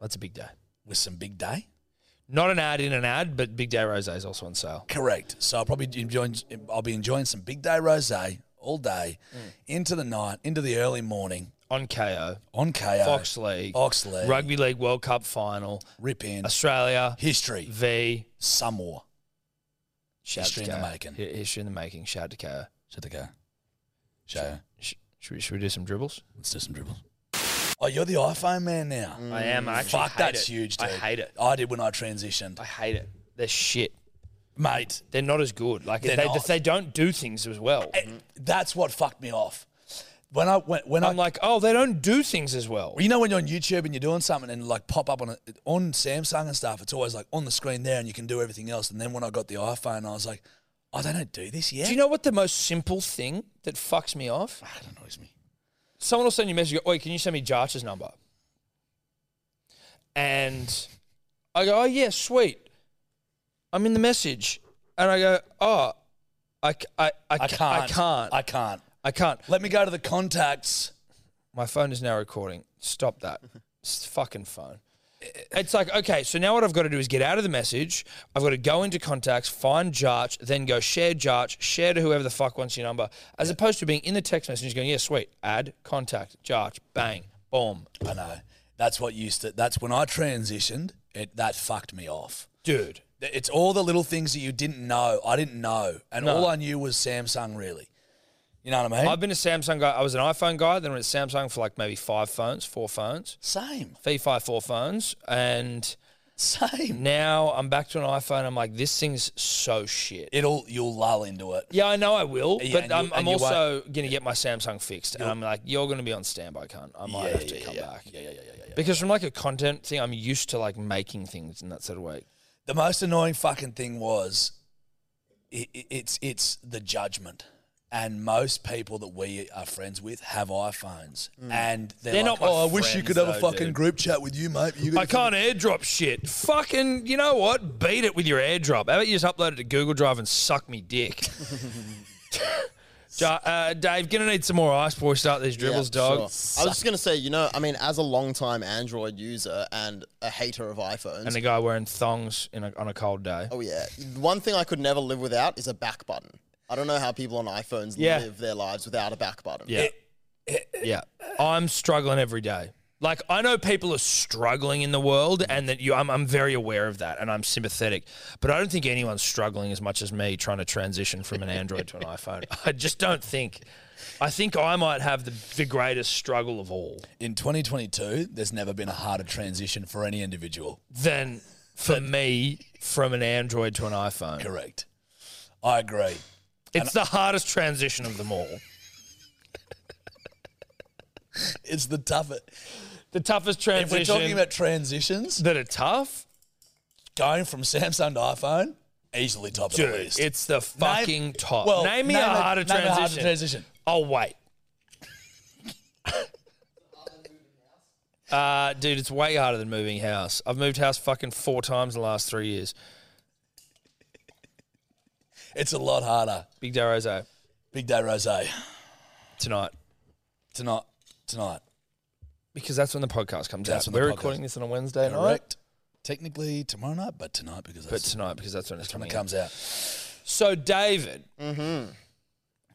[SPEAKER 2] that's a big day.
[SPEAKER 3] with some big day.
[SPEAKER 2] Not an ad in an ad, but Big Day Rose is also on sale.
[SPEAKER 3] Correct. So I'll probably enjoy. I'll be enjoying some big day rosé all day, into the night, into the early morning
[SPEAKER 2] On KO,
[SPEAKER 3] on KO
[SPEAKER 2] Fox League,
[SPEAKER 3] Fox League,
[SPEAKER 2] Rugby League World Cup final,
[SPEAKER 3] rip in
[SPEAKER 2] Australia
[SPEAKER 3] history,
[SPEAKER 2] v.
[SPEAKER 3] some more.
[SPEAKER 2] Shout
[SPEAKER 3] History
[SPEAKER 2] to
[SPEAKER 3] in the
[SPEAKER 2] KO.
[SPEAKER 3] making.
[SPEAKER 2] Hi- History in the making. Shout to KO.
[SPEAKER 3] Should they go? Show.
[SPEAKER 2] Sh- should, we, should we do some dribbles?
[SPEAKER 3] Let's do some dribbles. Oh, you're the iPhone man now.
[SPEAKER 2] I am. I actually
[SPEAKER 3] Fuck,
[SPEAKER 2] hate
[SPEAKER 3] that's
[SPEAKER 2] it.
[SPEAKER 3] huge. Dude.
[SPEAKER 2] I hate it.
[SPEAKER 3] I did when I transitioned,
[SPEAKER 2] I hate it. They're shit.
[SPEAKER 3] mate.
[SPEAKER 2] They're not as good. Like
[SPEAKER 3] They're
[SPEAKER 2] they,
[SPEAKER 3] not.
[SPEAKER 2] they don't do things as well.
[SPEAKER 3] Eh, That's what fucked me off. When I went, when
[SPEAKER 2] I'm
[SPEAKER 3] I,
[SPEAKER 2] like, oh, they don't do things as well.
[SPEAKER 3] you know, when you're on YouTube and you're doing something and like pop up on a, on Samsung and stuff, it's always like on the screen there, and you can do everything else. And then when I got the iPhone, I was like, oh, they don't do this yet.
[SPEAKER 2] Do you know what the most simple thing that fucks me off?
[SPEAKER 3] It annoys me.
[SPEAKER 2] Someone will send you a message. Go, Oi, can you send me Jarch's number? And I go, oh yeah, sweet. I'm in the message, and I go, oh, I, c- I, I,
[SPEAKER 3] I
[SPEAKER 2] c-
[SPEAKER 3] can't.
[SPEAKER 2] I can't.
[SPEAKER 3] I
[SPEAKER 2] I,
[SPEAKER 3] can't.
[SPEAKER 2] can't.
[SPEAKER 3] Let me go to the contacts.
[SPEAKER 2] My phone is now recording. Stop that. It's fucking phone. It's like, okay, so now what I've got to do is get out of the message. I've got to go into contacts, find Jarch, then go share Jarch, share to whoever the fuck wants your number, as opposed to being in the text message going, yeah, sweet, add, contact, Jarch, bang, boom.
[SPEAKER 3] I know. That's what used to. That's when I transitioned. It that fucked me off.
[SPEAKER 2] Dude.
[SPEAKER 3] It's all the little things that you didn't know. I didn't know, and all I knew was Samsung. Really, you know what I mean?
[SPEAKER 2] I've been a Samsung guy. I was an iPhone guy, then I was at Samsung for like maybe five phones, four phones,
[SPEAKER 3] same,
[SPEAKER 2] FIFA, four phones. And
[SPEAKER 3] same.
[SPEAKER 2] now I'm back to an iPhone. I'm like, this thing's so shit.
[SPEAKER 3] it'll you'll lull into it.
[SPEAKER 2] Yeah, I know I will,
[SPEAKER 3] Yeah,
[SPEAKER 2] but
[SPEAKER 3] and you-
[SPEAKER 2] I'm, I'm
[SPEAKER 3] and you won't-
[SPEAKER 2] also going to get my Samsung fixed. And I'm like, you're going to be on standby, cunt. I might have to come back.
[SPEAKER 3] Yeah, yeah, yeah, yeah, yeah.
[SPEAKER 2] Because from like a content thing, I'm used to like making things in that sort of way.
[SPEAKER 3] The most annoying fucking thing was i i- it's it's the judgment. And most people that we are friends with have iPhones, and they're,
[SPEAKER 2] They're
[SPEAKER 3] like,
[SPEAKER 2] not my
[SPEAKER 3] "Oh, I wish you
[SPEAKER 2] friends
[SPEAKER 3] could have a
[SPEAKER 2] though,
[SPEAKER 3] fucking
[SPEAKER 2] dude.
[SPEAKER 3] group chat with you, mate." You
[SPEAKER 2] I can't airdrop shit. Fucking, you know what? Beat it with your airdrop. How about you just upload it to Google Drive and suck me dick? Ja- uh, Dave, gonna need some more ice before we start these dribbles,
[SPEAKER 4] Yeah,
[SPEAKER 2] dog.
[SPEAKER 4] sure. I was just gonna say, you know, I mean, as a long-time Android user and a hater of iPhones,
[SPEAKER 2] And the guy wearing thongs in a, on a cold day.
[SPEAKER 4] oh yeah, one thing I could never live without is a back button. I don't know how people on iPhones
[SPEAKER 2] Yeah.
[SPEAKER 4] live their lives without a back button.
[SPEAKER 2] Yeah. yeah. I'm struggling every day. Like I know people are struggling in the world,
[SPEAKER 4] Mm-hmm.
[SPEAKER 2] and that you, I'm, I'm very aware of that, and I'm sympathetic. But I don't think anyone's struggling as much as me trying to transition from an Android to an iPhone. I just don't think. I think I might have the, the greatest struggle of all.
[SPEAKER 3] In 2022, there's never been a harder transition for any individual.
[SPEAKER 2] Than for me from an Android to an iPhone.
[SPEAKER 3] Correct. I agree.
[SPEAKER 2] It's the hardest transition of them all.
[SPEAKER 3] It's the toughest.
[SPEAKER 2] The toughest
[SPEAKER 3] If
[SPEAKER 2] transition
[SPEAKER 3] we're talking about transitions,
[SPEAKER 2] that are tough,
[SPEAKER 3] going from Samsung to iPhone, easily top of the
[SPEAKER 2] dude,
[SPEAKER 3] list.
[SPEAKER 2] it's the fucking top.
[SPEAKER 3] well,
[SPEAKER 2] name me
[SPEAKER 3] name
[SPEAKER 2] a
[SPEAKER 3] a-
[SPEAKER 2] harder
[SPEAKER 3] name a
[SPEAKER 2] transition.
[SPEAKER 3] harder transition.
[SPEAKER 2] Oh wait. uh, dude, it's way harder than moving house. I've moved house fucking four times in the last three years.
[SPEAKER 3] It's a lot harder.
[SPEAKER 2] Big Day Rosé
[SPEAKER 3] Big day rose
[SPEAKER 2] tonight
[SPEAKER 3] tonight. Tonight,
[SPEAKER 2] because that's when the podcast comes
[SPEAKER 3] That's
[SPEAKER 2] out.
[SPEAKER 3] when the
[SPEAKER 2] We're
[SPEAKER 3] podcast-
[SPEAKER 2] recording this on a Wednesday night,
[SPEAKER 3] correct. Technically tomorrow night, but tonight because
[SPEAKER 2] but
[SPEAKER 3] that's
[SPEAKER 2] tonight because that's when it's
[SPEAKER 3] when
[SPEAKER 2] coming
[SPEAKER 3] it
[SPEAKER 2] out.
[SPEAKER 3] comes out.
[SPEAKER 2] So, David,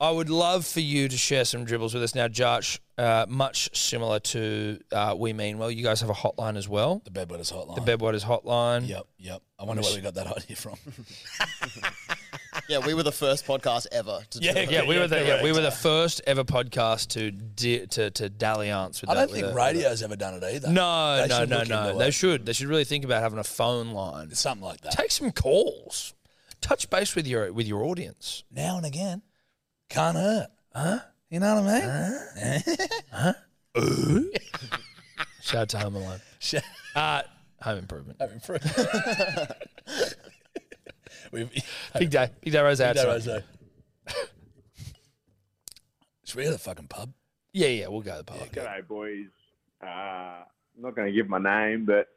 [SPEAKER 2] I would love for you to share some dribbles with us now, Josh. Uh, much similar to uh, We Mean Well, you guys have a hotline as well,
[SPEAKER 3] The Bedwetters hotline.
[SPEAKER 2] the Bedwaters hotline.
[SPEAKER 3] Yep, yep. I wonder where we got that idea from.
[SPEAKER 4] Yeah, we were the first podcast ever to do it.
[SPEAKER 2] Yeah, we were the yeah, we were the first ever podcast to di- to to dalliance with
[SPEAKER 3] I
[SPEAKER 2] that.
[SPEAKER 3] don't
[SPEAKER 2] with a-
[SPEAKER 3] think
[SPEAKER 2] with a-
[SPEAKER 3] radio's ever done it either.
[SPEAKER 2] No,
[SPEAKER 3] They
[SPEAKER 2] no,
[SPEAKER 3] should
[SPEAKER 2] no,
[SPEAKER 3] look
[SPEAKER 2] no.
[SPEAKER 3] into
[SPEAKER 2] They
[SPEAKER 3] it.
[SPEAKER 2] should they should really think about having a phone line.
[SPEAKER 3] Something like that.
[SPEAKER 2] Take some calls. Touch base with your with your audience.
[SPEAKER 3] now and again, can't hurt. Huh? You know what I mean?
[SPEAKER 2] Shout out to Home Alone.
[SPEAKER 3] Shout-
[SPEAKER 2] uh, home Improvement.
[SPEAKER 3] I've improved. We've,
[SPEAKER 2] Big day. Big day. Rose
[SPEAKER 3] Big day
[SPEAKER 2] outside.
[SPEAKER 3] rose Should we go to the fucking pub?
[SPEAKER 2] Yeah, yeah, we'll go to the park.
[SPEAKER 8] G'day, boys. Uh, I'm not going to give my name, but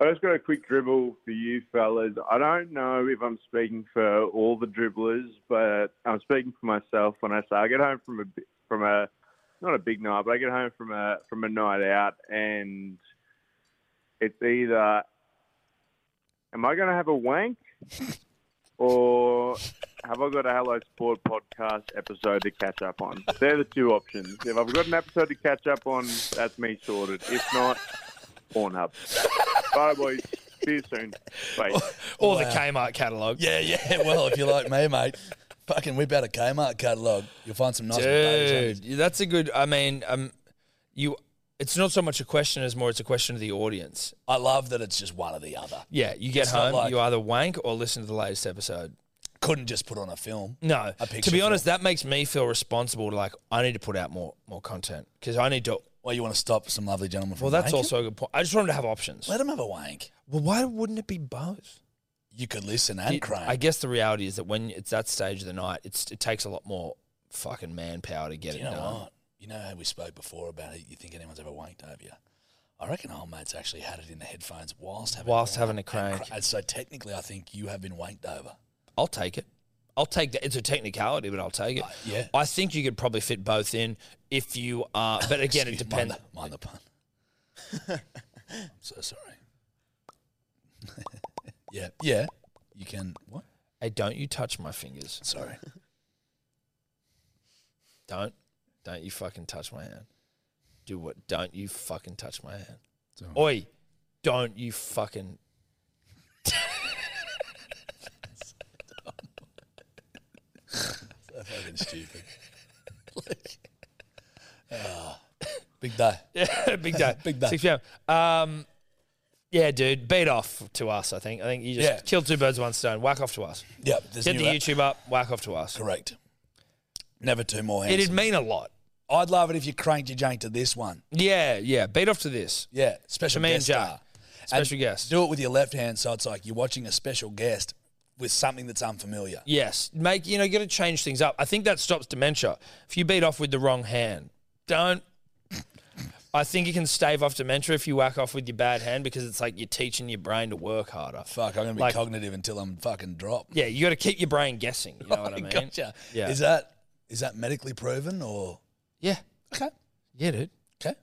[SPEAKER 8] I just got a quick dribble for you fellas. I don't know if I'm speaking for all the dribblers, but I'm speaking for myself when I say I get home from a bi- from a not a big night, but I get home from a from a night out, and it's either am I going to have a wank or have I got a Hello Sport podcast episode to catch up on? They're the two options. If I've got an episode to catch up on, that's me sorted. If not, Pornhub. Bye, boys. See you soon. Bye.
[SPEAKER 2] Or the Kmart catalogue.
[SPEAKER 3] Yeah, yeah. Well, if you're like me, mate, fucking whip out a Kmart catalogue. You'll find some nice potatoes.
[SPEAKER 2] Dude, that's a good. I mean, um, you. It's not so much a question as more it's a question to the audience.
[SPEAKER 3] I love that it's just one or the other.
[SPEAKER 2] Yeah, you get
[SPEAKER 3] not
[SPEAKER 2] home,
[SPEAKER 3] like-
[SPEAKER 2] you either wank or listen to the latest episode.
[SPEAKER 3] Couldn't just put on a film.
[SPEAKER 2] No,
[SPEAKER 3] A
[SPEAKER 2] to
[SPEAKER 3] picture
[SPEAKER 2] be honest, that makes me feel responsible. To like, I need to put out more more content because I need to.
[SPEAKER 3] Well, you want to stop some lovely gentlemen from
[SPEAKER 2] Well, that's
[SPEAKER 3] wanking?
[SPEAKER 2] also a good point. I just want them to have options.
[SPEAKER 3] Let them have a wank.
[SPEAKER 2] Well, why wouldn't it be both?
[SPEAKER 3] You could listen and
[SPEAKER 2] You-
[SPEAKER 3] crank.
[SPEAKER 2] I guess the reality is that when it's that stage of the night, it's it takes a lot more fucking manpower to get
[SPEAKER 3] you
[SPEAKER 2] it
[SPEAKER 3] know
[SPEAKER 2] done.
[SPEAKER 3] what? You know how we spoke before about it. You think anyone's ever wanked over you? I reckon old mates actually had it in the headphones whilst having
[SPEAKER 2] Whilst
[SPEAKER 3] a
[SPEAKER 2] having
[SPEAKER 3] wank
[SPEAKER 2] a
[SPEAKER 3] and
[SPEAKER 2] crank.
[SPEAKER 3] cra- and so technically, I think you have been wanked over.
[SPEAKER 2] I'll take it. I'll take that. It's a technicality, but I'll take it.
[SPEAKER 3] Uh, yeah.
[SPEAKER 2] I think you could probably fit both in if you are. But again, it
[SPEAKER 3] Excuse-
[SPEAKER 2] depends.
[SPEAKER 3] Mind the, mind the pun. I'm so sorry. yeah, yeah. You can. What?
[SPEAKER 2] Hey, don't you touch my fingers.
[SPEAKER 3] Sorry.
[SPEAKER 2] Don't. Don't you fucking touch my hand. Do what? Don't you fucking touch my hand. Oi. Don't you fucking.
[SPEAKER 3] so fucking stupid. Ah, big day.
[SPEAKER 2] Big day.
[SPEAKER 3] Big day.
[SPEAKER 2] 6 p.m. Um, yeah, dude. Beat off to us, I think. I think you just
[SPEAKER 3] Yeah.
[SPEAKER 2] kill two birds with one stone. Whack off to us.
[SPEAKER 3] Yep. There's
[SPEAKER 2] Get
[SPEAKER 3] new
[SPEAKER 2] the
[SPEAKER 3] app.
[SPEAKER 2] YouTube up. Whack off to us.
[SPEAKER 3] Correct. Never two more hands.
[SPEAKER 2] It'd mean a lot.
[SPEAKER 3] I'd love it if you cranked your jank to this one.
[SPEAKER 2] Yeah, yeah. Beat off to this.
[SPEAKER 3] Yeah, special
[SPEAKER 2] To me and
[SPEAKER 3] guest
[SPEAKER 2] Jack.
[SPEAKER 3] star.
[SPEAKER 2] Special guest.
[SPEAKER 3] Do it with your left hand, so it's like you're watching a special guest with something that's unfamiliar.
[SPEAKER 2] Yes, make you know, you got to change things up. I think that stops dementia. If you beat off with the wrong hand, don't. I think you can stave off dementia if you whack off with your bad hand because it's like you're teaching your brain to work harder.
[SPEAKER 3] Fuck, I'm gonna be
[SPEAKER 2] Like-
[SPEAKER 3] cognitive until I'm fucking dropped.
[SPEAKER 2] Yeah, you got to keep your brain guessing. You know what I mean?
[SPEAKER 3] Oh, Gotcha.
[SPEAKER 2] Yeah.
[SPEAKER 3] Is that is that medically proven or
[SPEAKER 2] Yeah,
[SPEAKER 3] okay?
[SPEAKER 2] yeah, dude.
[SPEAKER 3] Okay.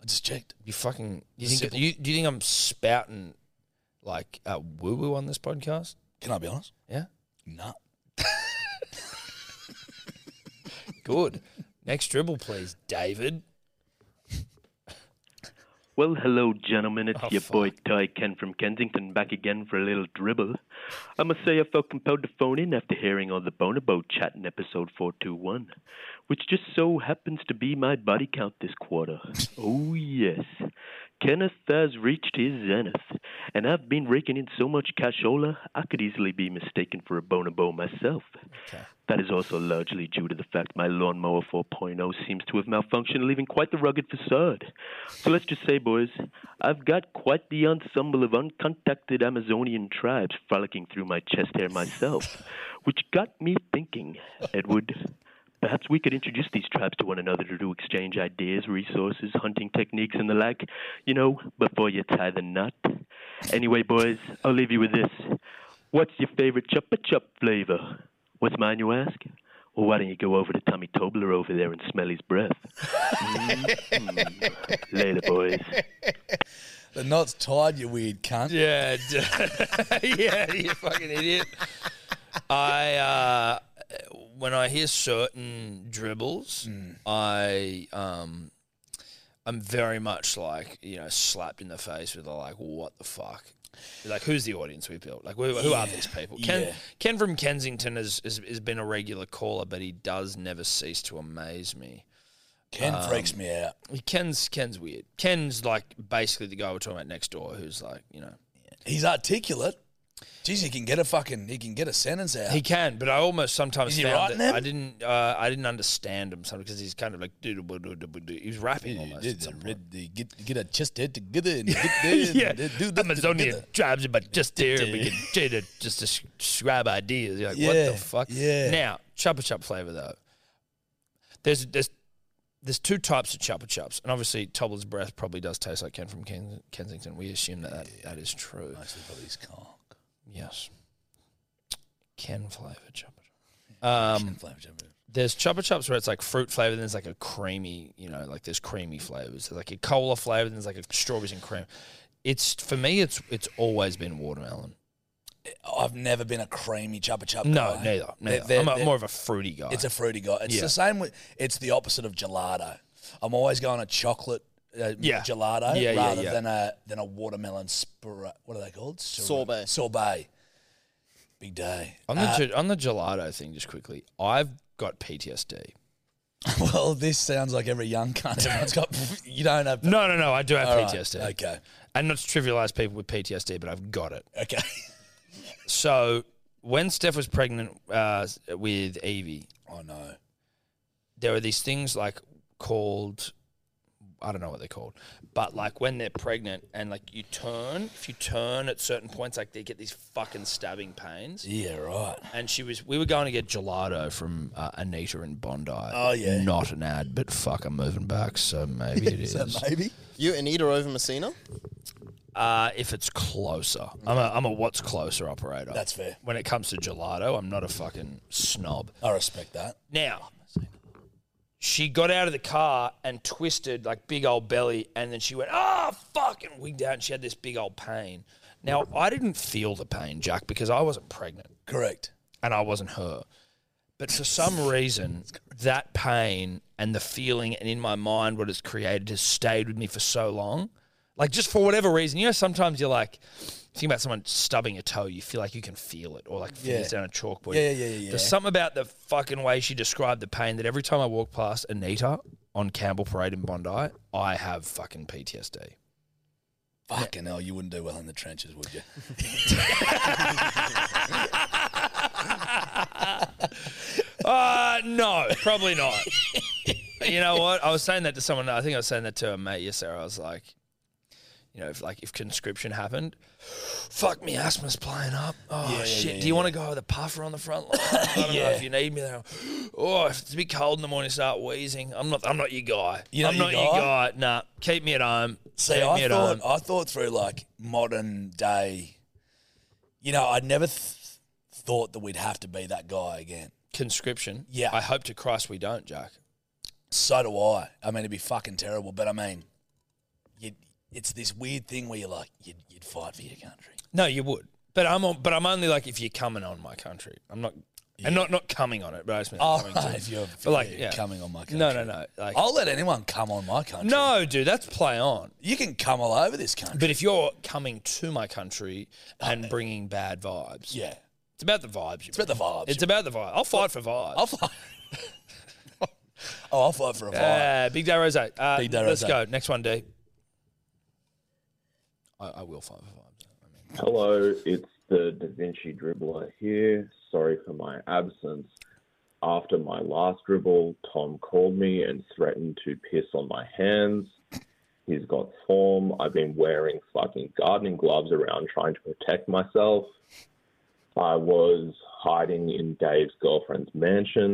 [SPEAKER 3] I just checked.
[SPEAKER 2] You fucking. You
[SPEAKER 3] It's
[SPEAKER 2] think you, do you think I'm spouting like uh, woo woo on this podcast?
[SPEAKER 3] Can I be honest?
[SPEAKER 2] Yeah,
[SPEAKER 3] No.
[SPEAKER 2] good. Next dribble, please, David.
[SPEAKER 9] Well, hello, gentlemen. It's
[SPEAKER 2] Oh,
[SPEAKER 9] your boy Ty Ken from Kensington back again for a little dribble. I must say I felt compelled to phone in after hearing all the Bonobo chat in episode 421, which just so happens to be my body count this quarter. oh, yes. Kenneth has reached his zenith, and I've been raking in so much cashola, I could easily be mistaken for a bonobo myself. That is also largely due to the fact my lawnmower 4.0 seems to have malfunctioned, leaving quite the rugged facade. So let's just say, boys, I've got quite the ensemble of uncontacted Amazonian tribes frolicking through my chest hair myself, which got me thinking, Edward. Perhaps we could introduce these tribes to one another to exchange ideas, resources, hunting techniques, and the like, you know, before you tie the knot. Anyway, boys, I'll leave you with this. What's your favorite chupa chup flavor? What's mine, you ask? Well, why don't you go over to Tommy Tobler over there and smell his breath?
[SPEAKER 3] Hmm.
[SPEAKER 9] Mm-mm. Later, boys.
[SPEAKER 3] The knot's tied, you weird cunt.
[SPEAKER 2] Yeah, d- yeah, you fucking idiot. I uh, when I hear certain dribbles,
[SPEAKER 3] Hmm.
[SPEAKER 2] I um, I'm very much like you know slapped in the face with like what the fuck. Like who's the audience we built? Like who, who are these people? Ken
[SPEAKER 3] yeah.
[SPEAKER 2] Ken from Kensington has, has has been a regular caller, but he does never cease to amaze me.
[SPEAKER 3] Ken freaks me out.
[SPEAKER 2] Um, Ken's Ken's weird. Ken's like basically the guy we're talking about next door, who's like you know
[SPEAKER 3] He's articulate. Jeez, he can get a fucking, he can get a sentence out.
[SPEAKER 2] He can, but I almost sometimes
[SPEAKER 3] Is he
[SPEAKER 2] found
[SPEAKER 3] writing
[SPEAKER 2] that
[SPEAKER 3] them?
[SPEAKER 2] I didn't uh, I didn't understand him sometimes because he's kind of like doo doo doo doo doo doo. he was rapping almost. at some point.
[SPEAKER 3] get, get a chest head together and get
[SPEAKER 2] yeah, Amazonian tribes, but just there we can try to just des- describe ideas. You're like, what
[SPEAKER 3] Yeah,
[SPEAKER 2] the fuck?
[SPEAKER 3] yeah.
[SPEAKER 2] Now, chupa chup flavor though. There's there's there's two types of chupa chups, and obviously Tobler's breath probably does taste like Ken from Ken- Kensington. We assume that that, that is true.
[SPEAKER 3] Mostly probably his cock.
[SPEAKER 2] Yes. Ken flavor chupa chup. Um, there's chupa chups where it's like fruit flavor, then there's like a creamy, you know, like there's creamy flavors. There's like a cola flavor, then there's like a strawberries and cream. It's for me, it's it's always been watermelon.
[SPEAKER 3] I've never been a creamy chubba chub.
[SPEAKER 2] No,
[SPEAKER 3] guy.
[SPEAKER 2] neither. neither.
[SPEAKER 3] They're-
[SPEAKER 2] I'm a-
[SPEAKER 3] they're-
[SPEAKER 2] more of a fruity guy.
[SPEAKER 3] It's a fruity guy. It's
[SPEAKER 2] Yeah.
[SPEAKER 3] the same with. It's the opposite of gelato. I'm always going a chocolate uh,
[SPEAKER 2] Yeah.
[SPEAKER 3] gelato
[SPEAKER 2] Yeah, yeah,
[SPEAKER 3] rather
[SPEAKER 2] yeah.
[SPEAKER 3] than a than a watermelon spra- What are they called? Sor-
[SPEAKER 4] Sorbet.
[SPEAKER 3] Sorbet. Big day. Uh,
[SPEAKER 2] on the ge- on the gelato thing, just quickly, I've got PTSD.
[SPEAKER 3] well, this sounds like every young cunt. Everyone's got. You don't have.
[SPEAKER 2] No, no, no, I do have
[SPEAKER 3] All right,
[SPEAKER 2] PTSD,
[SPEAKER 3] Okay.
[SPEAKER 2] and not to trivialize people with PTSD, but I've got it.
[SPEAKER 3] Okay.
[SPEAKER 2] So when Steph was pregnant uh, with Evie,
[SPEAKER 3] Oh no.
[SPEAKER 2] there are these things like called I don't know what they're called, but like when they're pregnant and like you turn, if you turn at certain points, like they get these fucking stabbing pains.
[SPEAKER 3] Yeah. Right.
[SPEAKER 2] And she was, we were going to get gelato from uh, Anita and Bondi.
[SPEAKER 3] Oh, yeah.
[SPEAKER 2] Uh, not an ad, but fuck, I'm moving back, so maybe it is.
[SPEAKER 3] Maybe.
[SPEAKER 4] You Anita over Messina?
[SPEAKER 2] uh, if it's closer, I'm a, I'm a what's closer operator.
[SPEAKER 3] That's fair.
[SPEAKER 2] When it comes to gelato, I'm not a fucking snob.
[SPEAKER 3] I respect that.
[SPEAKER 2] Now, she got out of the car and twisted like big old belly, and then she went, ah, fuck, and wigged out, and she had this big old pain. Now, I didn't feel the pain, Jack, because I wasn't pregnant
[SPEAKER 3] Correct.
[SPEAKER 2] and I wasn't her. But for some reason, that pain and the feeling and in my mind what it's created has stayed with me for so long. Like just for whatever reason, you know, sometimes you're like, think about someone stubbing a toe, you feel like you can feel it, or like fingers down a chalkboard.
[SPEAKER 3] Yeah, yeah, yeah, yeah.
[SPEAKER 2] There's something about the fucking way she described the pain that every time I walk past Anita on Campbell Parade in Bondi, I have fucking PTSD.
[SPEAKER 3] Fucking hell, you wouldn't do well in the trenches, would you?
[SPEAKER 2] Uh, no, probably not. you know what? I was saying that to someone. I think I was saying that to a mate yesterday. I was like, you know, if like if conscription happened, fuck me, asthma's playing up. Oh
[SPEAKER 3] yeah,
[SPEAKER 2] shit!
[SPEAKER 3] yeah,
[SPEAKER 2] Do you want to go with a puffer on the front line? I don't know if you need me there. Oh, if it's a bit cold in the morning, start wheezing. I'm not. I'm not your guy.
[SPEAKER 3] You're
[SPEAKER 2] I'm
[SPEAKER 3] not
[SPEAKER 2] not
[SPEAKER 3] your
[SPEAKER 2] your guy. Nah, keep me at home.
[SPEAKER 3] See,
[SPEAKER 2] keep me
[SPEAKER 3] I
[SPEAKER 2] at
[SPEAKER 3] thought
[SPEAKER 2] home.
[SPEAKER 3] I thought through like modern day. You know, I never th- thought that we'd have to be that guy again.
[SPEAKER 2] conscription.
[SPEAKER 3] Yeah.
[SPEAKER 2] I hope to Christ we don't, Jack.
[SPEAKER 3] So do I. I mean, it'd be fucking terrible, but I mean, you'd, it's this weird thing where you're like, you'd, you'd fight for your country.
[SPEAKER 2] No, you would. But I'm on, but I'm only like if you're coming on my country. I'm not and not not coming on it, but I just meant
[SPEAKER 3] Oh,
[SPEAKER 2] coming to it.
[SPEAKER 3] if you're,
[SPEAKER 2] But like,
[SPEAKER 3] you're
[SPEAKER 2] yeah.
[SPEAKER 3] coming on my country.
[SPEAKER 2] No, no, no. Like,
[SPEAKER 3] I'll let anyone come on my country.
[SPEAKER 2] no, dude, that's play on.
[SPEAKER 3] You can come all over this country.
[SPEAKER 2] But if you're coming to my country and bringing bad vibes,
[SPEAKER 3] yeah.
[SPEAKER 2] it's about the vibes. You
[SPEAKER 3] It's about the vibes.
[SPEAKER 2] It's about the vibe. I'll fight for vibes.
[SPEAKER 3] I'll fight. oh, I'll fight for a vibe.
[SPEAKER 2] Uh, Big Day Rose. Uh,
[SPEAKER 3] Big Day
[SPEAKER 2] Let's
[SPEAKER 3] Rosé.
[SPEAKER 2] go. Next one, D. I, I will fight for vibes.
[SPEAKER 10] Hello, it's the Da Vinci dribbler here. Sorry for my absence. After my last dribble, Tom called me and threatened to piss on my hands. He's got form. I've been wearing fucking gardening gloves around trying to protect myself. I was hiding in Dave's girlfriend's mansion.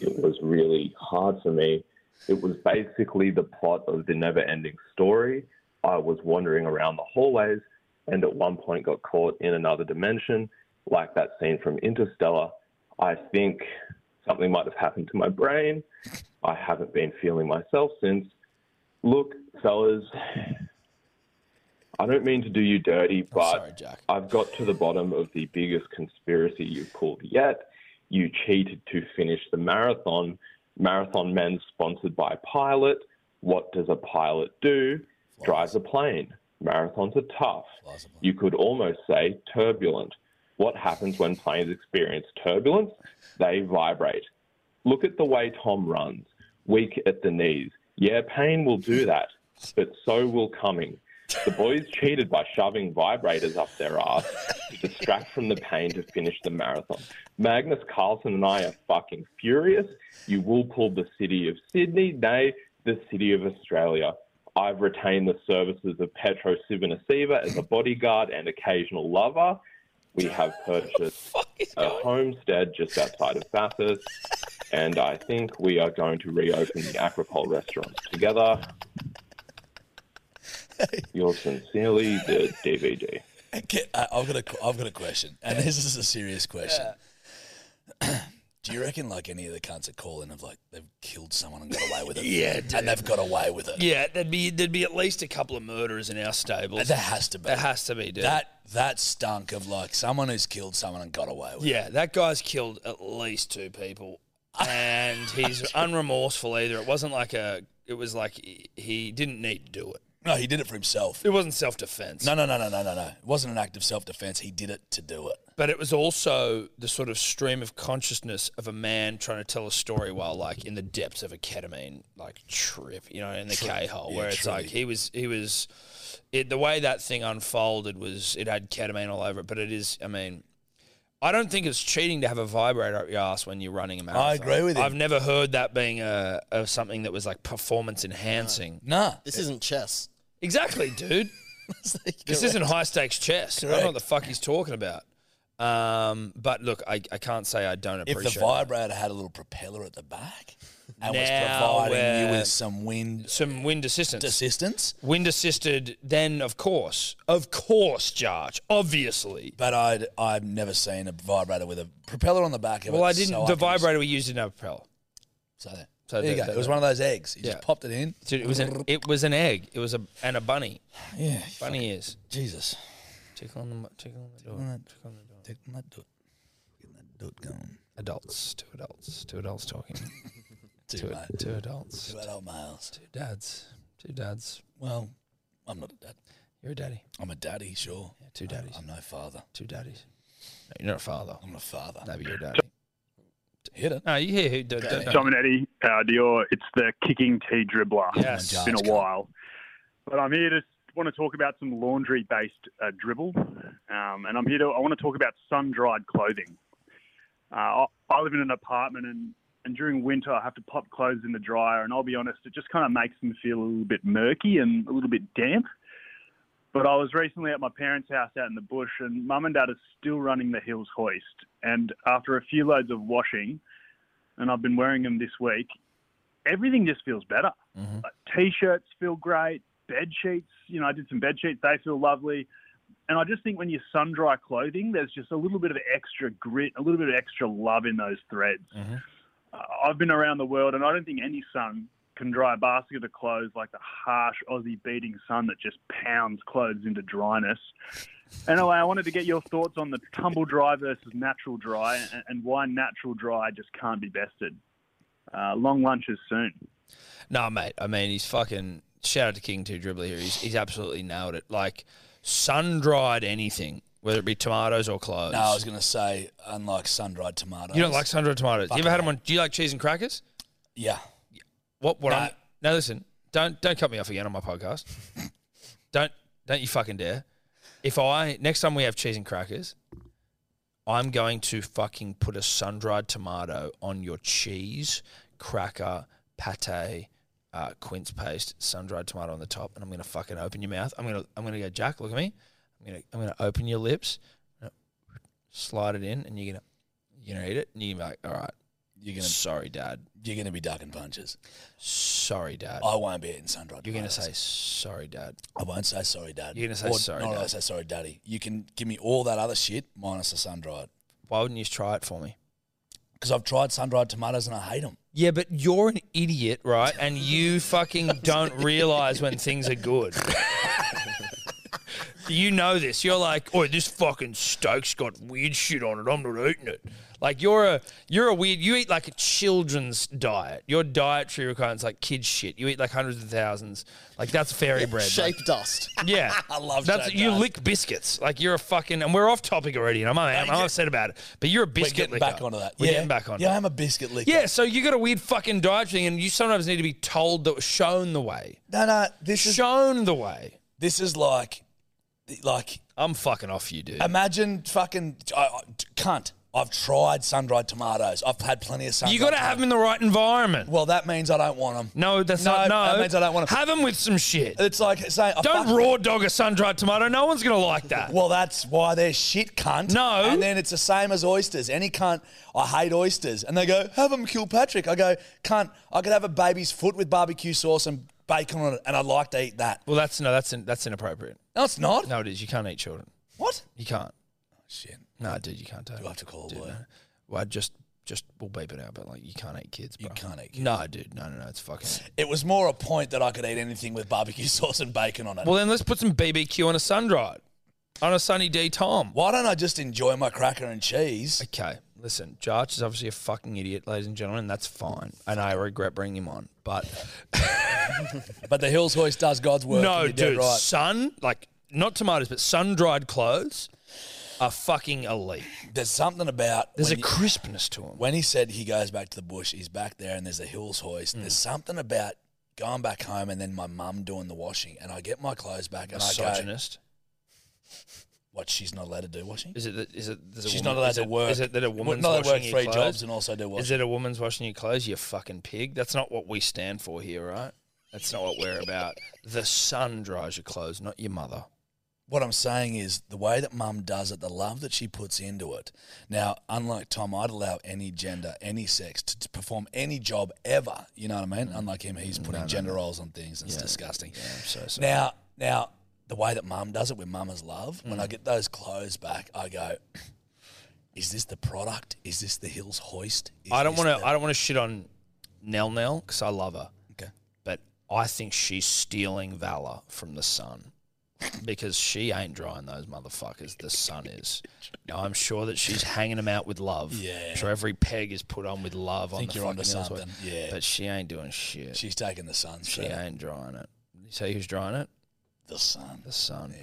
[SPEAKER 10] It was really hard for me. It was basically the plot of the never ending story. I was wandering around the hallways and at one point got caught in another dimension, like that scene from Interstellar. I think something might have happened to my brain. I haven't been feeling myself since. Look, fellas, I don't mean to do you dirty, but
[SPEAKER 2] Sorry, Jack.
[SPEAKER 10] I've got to the bottom of the biggest conspiracy you've pulled yet. You cheated to finish the marathon. Marathon men sponsored by Pilot. What does a pilot do? Drives a plane. Marathons are tough. You could almost say turbulent. What happens when planes experience turbulence? They vibrate. Look at the way Tom runs, weak at the knees. Yeah, pain will do that, but so will coming. The boys cheated by shoving vibrators up their ass to distract from the pain to finish the marathon. Magnus Carlsen and I are fucking furious. You will pull the city of Sydney, nay, the city of Australia. I've retained the services of Petro Sivanasiva as a bodyguard and occasional lover. We have purchased a homestead just outside of Bathurst, and I think we are going to reopen the Acropole restaurant together. Yours sincerely, the DVD.
[SPEAKER 3] Okay, I- uh, I've got a, qu- I've got a question, and this is a serious question. Do you reckon like any of the cunts that call in have like they've killed someone and got away with it? yeah, and they've got away with it.
[SPEAKER 2] Yeah, there'd be there'd be at least a couple of murderers in our stables.
[SPEAKER 3] There has to be.
[SPEAKER 2] There has to be, dude.
[SPEAKER 3] That that stunk of like someone who's killed someone and got away with it.
[SPEAKER 2] yeah, that guy's killed at least two people, and he's unremorseful either. It wasn't like a. It was like he- he didn't need to do it.
[SPEAKER 3] No, he did it for himself.
[SPEAKER 2] It wasn't self defense.
[SPEAKER 3] No, no, no, no, no, no, no. It wasn't an act of self defense. He did it to do it.
[SPEAKER 2] But it was also the sort of stream of consciousness of a man trying to tell a story while, like, in the depths of a ketamine, like trip, you know, in the K hole, where it's like he was, he was, it, the way that thing unfolded was it had ketamine all over it. But it is, I mean, I don't think it's cheating to have a vibrator up your ass when you're running a marathon.
[SPEAKER 3] agree with him.
[SPEAKER 2] I've never heard that being a, of something that was like performance enhancing.
[SPEAKER 3] Nah,
[SPEAKER 4] This isn't chess.
[SPEAKER 2] Exactly, dude. this isn't high stakes chess. I don't know what the fuck he's talking about. Um, but look, I, I can't say I don't
[SPEAKER 3] if
[SPEAKER 2] appreciate
[SPEAKER 3] the
[SPEAKER 2] that.
[SPEAKER 3] vibrator had a little propeller at the back and was
[SPEAKER 2] Now
[SPEAKER 3] providing you
[SPEAKER 2] we're-
[SPEAKER 3] with some wind
[SPEAKER 2] some wind assistance.
[SPEAKER 3] assistance,
[SPEAKER 2] wind assisted, then of course, of course, Jarge, obviously.
[SPEAKER 3] but I'd I've never seen a vibrator with a propeller on the back of it.
[SPEAKER 2] Well, I didn't.
[SPEAKER 3] so
[SPEAKER 2] the
[SPEAKER 3] can just-
[SPEAKER 2] vibrator we used didn't have a propeller.
[SPEAKER 3] So there.
[SPEAKER 2] So
[SPEAKER 3] there you
[SPEAKER 2] there-
[SPEAKER 3] go. It was one of those eggs. You
[SPEAKER 2] Yeah.
[SPEAKER 3] just popped it in.
[SPEAKER 2] Dude, it was an it was an egg. It was a and a bunny.
[SPEAKER 3] Yeah.
[SPEAKER 2] Bunny ears.
[SPEAKER 3] Jesus.
[SPEAKER 2] Tickle on the tickle on the door. Tickle on the door.
[SPEAKER 3] Take that do it. Get that do it going.
[SPEAKER 2] Adults, two adults, two adults talking.
[SPEAKER 3] Too
[SPEAKER 2] two,
[SPEAKER 3] bad.
[SPEAKER 2] two adults,
[SPEAKER 3] Too bad, old males.
[SPEAKER 2] two dads, two dads.
[SPEAKER 3] Well, I'm not a dad.
[SPEAKER 2] You're a daddy.
[SPEAKER 3] I'm a daddy, sure.
[SPEAKER 2] Yeah, two daddies.
[SPEAKER 3] I'm no father.
[SPEAKER 2] Two daddies. No, you're not a father.
[SPEAKER 3] I'm not a father.
[SPEAKER 2] No, but you're a daddy.
[SPEAKER 3] Hit it.
[SPEAKER 2] No, you hear who? Don't, don't, don't.
[SPEAKER 11] Dominetti, uh, Dior, it's the kicking tea dribbler.
[SPEAKER 2] Yes.
[SPEAKER 11] It's been a while. But I'm here to want to talk about some laundry based uh, dribble. Um, and I'm here to, I want to talk about sun dried clothing. Uh, I, I live in an apartment and, and during winter I have to pop clothes in the dryer. And I'll be honest, it just kind of makes them feel a little bit murky and a little bit damp. But I was recently at my parents' house out in the bush, and mum and dad are still running the Hills hoist. And after a few loads of washing, and I've been wearing them this week, everything just feels better. Like,
[SPEAKER 3] Mm-hmm.
[SPEAKER 11] t-shirts feel great, bed sheets. You know, I did some bed sheets; they feel lovely. And I just think when you sun dry clothing, there's just a little bit of extra grit, a little bit of extra love in those threads.
[SPEAKER 2] Mm-hmm.
[SPEAKER 11] I- I've been around the world, and I don't think any sun can dry a basket of clothes like the harsh Aussie beating sun that just pounds clothes into dryness. Anyway, I wanted to get your thoughts on the tumble dry versus natural dry and, and why natural dry just can't be bested. Uh, long lunches soon.
[SPEAKER 2] No, mate. I mean, he's fucking. Shout out to King Two Dribbler here. He's, he's absolutely nailed it. Like sun dried anything, whether it be tomatoes or cloves.
[SPEAKER 3] No, I was going to say, unlike sun dried tomatoes.
[SPEAKER 2] You don't like sun dried tomatoes.
[SPEAKER 3] Fuck
[SPEAKER 2] you ever had
[SPEAKER 3] no.
[SPEAKER 2] them on? Do you like cheese and crackers?
[SPEAKER 3] Yeah.
[SPEAKER 2] What? What?
[SPEAKER 3] No.
[SPEAKER 2] I'm, now listen. Don't don't cut me off again on my podcast. don't don't you fucking dare. If I next time we have cheese and crackers, I'm going to fucking put a sun dried tomato on your cheese, cracker, pate, uh, quince paste, sun dried tomato on the top, and I'm gonna fucking open your mouth. I'm gonna I'm gonna go, Jack, look at me. I'm gonna I'm gonna open your lips, I'm gonna slide it in, and you're gonna you're gonna eat it, and you're gonna be like, all right.
[SPEAKER 3] You're gonna
[SPEAKER 2] sorry, Dad.
[SPEAKER 3] You're gonna be ducking punches.
[SPEAKER 2] Sorry, Dad.
[SPEAKER 3] I won't be eating sun dried
[SPEAKER 2] You're gonna say
[SPEAKER 3] tomatoes.
[SPEAKER 2] sorry, Dad.
[SPEAKER 3] I won't say sorry, Dad.
[SPEAKER 2] You're gonna say
[SPEAKER 3] Or-
[SPEAKER 2] sorry,
[SPEAKER 3] No, no,
[SPEAKER 2] Dad.
[SPEAKER 3] I say sorry, Daddy. You can give me all that other shit minus the sun dried.
[SPEAKER 2] Why wouldn't you try it for me?
[SPEAKER 3] Because I've tried sun dried tomatoes and I hate them.
[SPEAKER 2] Yeah, but you're an idiot, right? And you fucking don't realize when things are good. you know this. You're like, oh, this fucking steak's got weird shit on it. I'm not eating it. Like you're a you're a weird. You eat like a children's diet. Your dietary requirements like kids shit. You eat like hundreds of thousands. Like that's fairy bread.
[SPEAKER 4] Shape
[SPEAKER 2] like-
[SPEAKER 4] dust.
[SPEAKER 2] Yeah, I
[SPEAKER 4] love
[SPEAKER 2] that's
[SPEAKER 4] shape
[SPEAKER 2] you
[SPEAKER 4] dust.
[SPEAKER 2] lick biscuits like you're a fucking and we're off topic already and I'm I'm, I'm upset about it. But you're a biscuit
[SPEAKER 3] getting
[SPEAKER 2] licker.
[SPEAKER 3] back onto that.
[SPEAKER 2] We're
[SPEAKER 3] Yeah.
[SPEAKER 2] getting back on.
[SPEAKER 3] Yeah, I'm a biscuit licker.
[SPEAKER 2] Yeah, so you got a weird fucking diet thing, and you sometimes need to be told that shown the way.
[SPEAKER 3] No, no, this
[SPEAKER 2] is shown the way.
[SPEAKER 3] This is like, like
[SPEAKER 2] I'm fucking off you, dude.
[SPEAKER 3] Imagine fucking I, I, cunt. I've tried sun dried tomatoes. I've had plenty of sun.
[SPEAKER 2] You gotta have 'em in the right environment.
[SPEAKER 3] Well, that means I don't want them.
[SPEAKER 2] No, that's not- no.
[SPEAKER 3] That means I don't want them.
[SPEAKER 2] Have 'em with some shit.
[SPEAKER 3] It's like saying I
[SPEAKER 2] Don't
[SPEAKER 3] fuck-
[SPEAKER 2] raw dog a sun dried tomato. No one's gonna like that.
[SPEAKER 3] Well, that's why they're shit, cunt. No. And then it's the same as oysters. Any cunt, I hate oysters. And they go, have them Kilpatrick. I go, cunt, I could have a baby's foot with barbecue sauce and bacon on it, and I'd like to eat that.
[SPEAKER 2] Well, that's no, that's in, that's inappropriate.
[SPEAKER 3] No, it's not.
[SPEAKER 2] No, it is. You can't eat children.
[SPEAKER 3] What? Oh,
[SPEAKER 2] You can't.
[SPEAKER 3] shit.
[SPEAKER 2] No, dude, you can't. Do
[SPEAKER 3] I have to call a lawyer?
[SPEAKER 2] Well, I just just we'll beep it out, but like you can't eat kids. Bro. You
[SPEAKER 3] can't eat.
[SPEAKER 2] kids. No, dude, no, no, no. It's fucking.
[SPEAKER 3] It was more a point that I could eat anything with barbecue sauce and bacon on it.
[SPEAKER 2] Well, then let's put some BBQ on a sun dried, on a sunny D Tom.
[SPEAKER 3] Why don't I just enjoy my cracker and cheese?
[SPEAKER 2] Okay, listen, Jarch is obviously a fucking idiot, ladies and gentlemen. and That's fine, and I regret bringing him on, but
[SPEAKER 3] but the Hills Hoist does God's work.
[SPEAKER 2] No,
[SPEAKER 3] and you're dead
[SPEAKER 2] dude,
[SPEAKER 3] right.
[SPEAKER 2] sun like not tomatoes, but sun dried clothes are fucking elite.
[SPEAKER 3] There's something about
[SPEAKER 2] There's
[SPEAKER 3] when
[SPEAKER 2] a
[SPEAKER 3] you-
[SPEAKER 2] crispness to them.
[SPEAKER 3] When he said he goes back to the bush, he's back there and there's the hills hoist.
[SPEAKER 2] Mm.
[SPEAKER 3] There's something about going back home and then my mum doing the washing and I get my clothes back and
[SPEAKER 2] Misogynist.
[SPEAKER 3] I go, what, she's not allowed to do washing?
[SPEAKER 2] Is it that? Is it? There's a
[SPEAKER 3] She's
[SPEAKER 2] woman-
[SPEAKER 3] not allowed
[SPEAKER 2] is
[SPEAKER 3] to
[SPEAKER 2] it-
[SPEAKER 3] work.
[SPEAKER 2] Is it that a
[SPEAKER 3] Not
[SPEAKER 2] woman's
[SPEAKER 3] allowed to
[SPEAKER 2] washing
[SPEAKER 3] work
[SPEAKER 2] your
[SPEAKER 3] three
[SPEAKER 2] clothes?
[SPEAKER 3] jobs and also do
[SPEAKER 2] Is
[SPEAKER 3] washing.
[SPEAKER 2] it a woman's washing your clothes? You fucking pig. That's not what we stand for here, right? That's not what we're about. The sun dries your clothes, not your mother.
[SPEAKER 3] What I'm saying is the way that mum does it, the love that she puts into it. Now, unlike Tom, I'd allow any gender, any sex to, to perform any job ever. You know what I mean?
[SPEAKER 2] Mm.
[SPEAKER 3] Unlike him, he's putting gender roles on things. It's disgusting.
[SPEAKER 2] so sorry.
[SPEAKER 3] Now, now the way that mum does it with mama's love, when
[SPEAKER 2] Mm.
[SPEAKER 3] I get those clothes back, I go, is this the product? Is this the Hills hoist? Is
[SPEAKER 2] I don't
[SPEAKER 3] this
[SPEAKER 2] want to.
[SPEAKER 3] the-
[SPEAKER 2] I don't want to shit on Nell Nell because I love her.
[SPEAKER 3] Okay.
[SPEAKER 2] But I think she's stealing valor from the sun because she ain't drying those motherfuckers. The sun is. Now I'm sure that she's hanging them out with love.
[SPEAKER 3] Yeah.
[SPEAKER 2] So every peg is put on with love
[SPEAKER 3] I
[SPEAKER 2] on
[SPEAKER 3] think
[SPEAKER 2] the
[SPEAKER 3] you're
[SPEAKER 2] fucking
[SPEAKER 3] onto
[SPEAKER 2] Hills Hoist.
[SPEAKER 3] something. Yeah.
[SPEAKER 2] But she ain't doing shit.
[SPEAKER 3] She's taking the sun's
[SPEAKER 2] She
[SPEAKER 3] credit.
[SPEAKER 2] ain't drying it. You see who's drying it?
[SPEAKER 3] The sun.
[SPEAKER 2] The sun.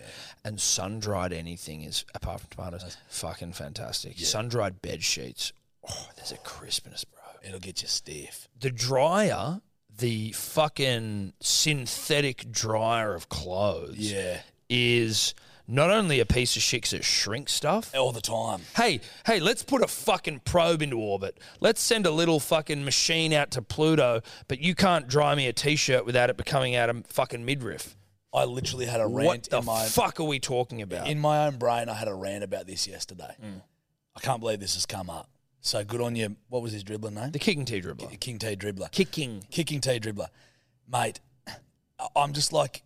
[SPEAKER 2] And sun dried anything is apart from tomatoes, fucking fantastic. Sun dried bed sheets. Oh, there's a crispness, bro.
[SPEAKER 3] It'll get you stiff.
[SPEAKER 2] The dryer, the fucking synthetic dryer of clothes.
[SPEAKER 3] Yeah.
[SPEAKER 2] Is not only a piece of shit 'cause it shrinks stuff
[SPEAKER 3] all the time.
[SPEAKER 2] Hey, hey, let's put a fucking probe into orbit. Let's send a little fucking machine out to Pluto, but you can't dry me a t-shirt without it becoming out of fucking midriff.
[SPEAKER 3] I literally had a rant
[SPEAKER 2] What the
[SPEAKER 3] in my
[SPEAKER 2] fuck are we talking about? Mm.
[SPEAKER 3] In my own brain, I had a rant about this yesterday. I can't believe this has come up. So good on you. What was his dribbler name? The
[SPEAKER 2] Kicking T dribbler.
[SPEAKER 3] King T dribbler.
[SPEAKER 2] Kicking.
[SPEAKER 3] Kicking T dribbler. Mate, I- I'm just like,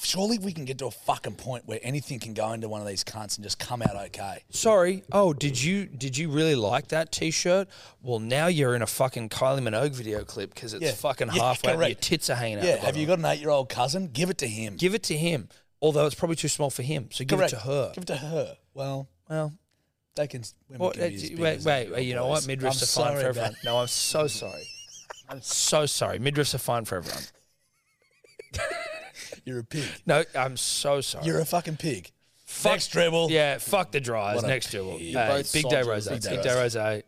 [SPEAKER 3] surely we can get to a fucking point where anything can go into one of these cunts and just come out okay.
[SPEAKER 2] Sorry. Oh, did you did you really like that t-shirt? Well, now you're in a fucking Kylie Minogue video clip because it's
[SPEAKER 3] Yeah.
[SPEAKER 2] fucking
[SPEAKER 3] Yeah,
[SPEAKER 2] halfway. up and
[SPEAKER 3] correct.
[SPEAKER 2] Your tits are hanging out.
[SPEAKER 3] Yeah.
[SPEAKER 2] the
[SPEAKER 3] Have you got an eight year old cousin? Give it to him.
[SPEAKER 2] Give it to him. Although it's probably too small for him, so give it to her.
[SPEAKER 3] Give it to her. Well, well, they can. Women
[SPEAKER 2] Well,
[SPEAKER 3] can be
[SPEAKER 2] uh,
[SPEAKER 3] as
[SPEAKER 2] d-
[SPEAKER 3] big
[SPEAKER 2] wait,
[SPEAKER 3] as
[SPEAKER 2] wait,
[SPEAKER 3] little
[SPEAKER 2] wait, you know
[SPEAKER 3] boys.
[SPEAKER 2] what? Midriffs
[SPEAKER 3] I'm
[SPEAKER 2] are fine
[SPEAKER 3] sorry
[SPEAKER 2] for
[SPEAKER 3] about
[SPEAKER 2] everyone. No, I'm so sorry. I'm so sorry. Midriffs are fine for everyone.
[SPEAKER 3] You're a pig.
[SPEAKER 2] No, I'm so sorry.
[SPEAKER 3] You're a fucking pig.
[SPEAKER 2] Fuck
[SPEAKER 3] Next dribble.
[SPEAKER 2] Yeah, fuck the dries.
[SPEAKER 3] What a
[SPEAKER 2] Next dribble.
[SPEAKER 3] pig.
[SPEAKER 2] Hey,
[SPEAKER 3] You're both
[SPEAKER 2] big day
[SPEAKER 3] soldiers.
[SPEAKER 2] rose. Big
[SPEAKER 3] Big day
[SPEAKER 2] day rose. eh?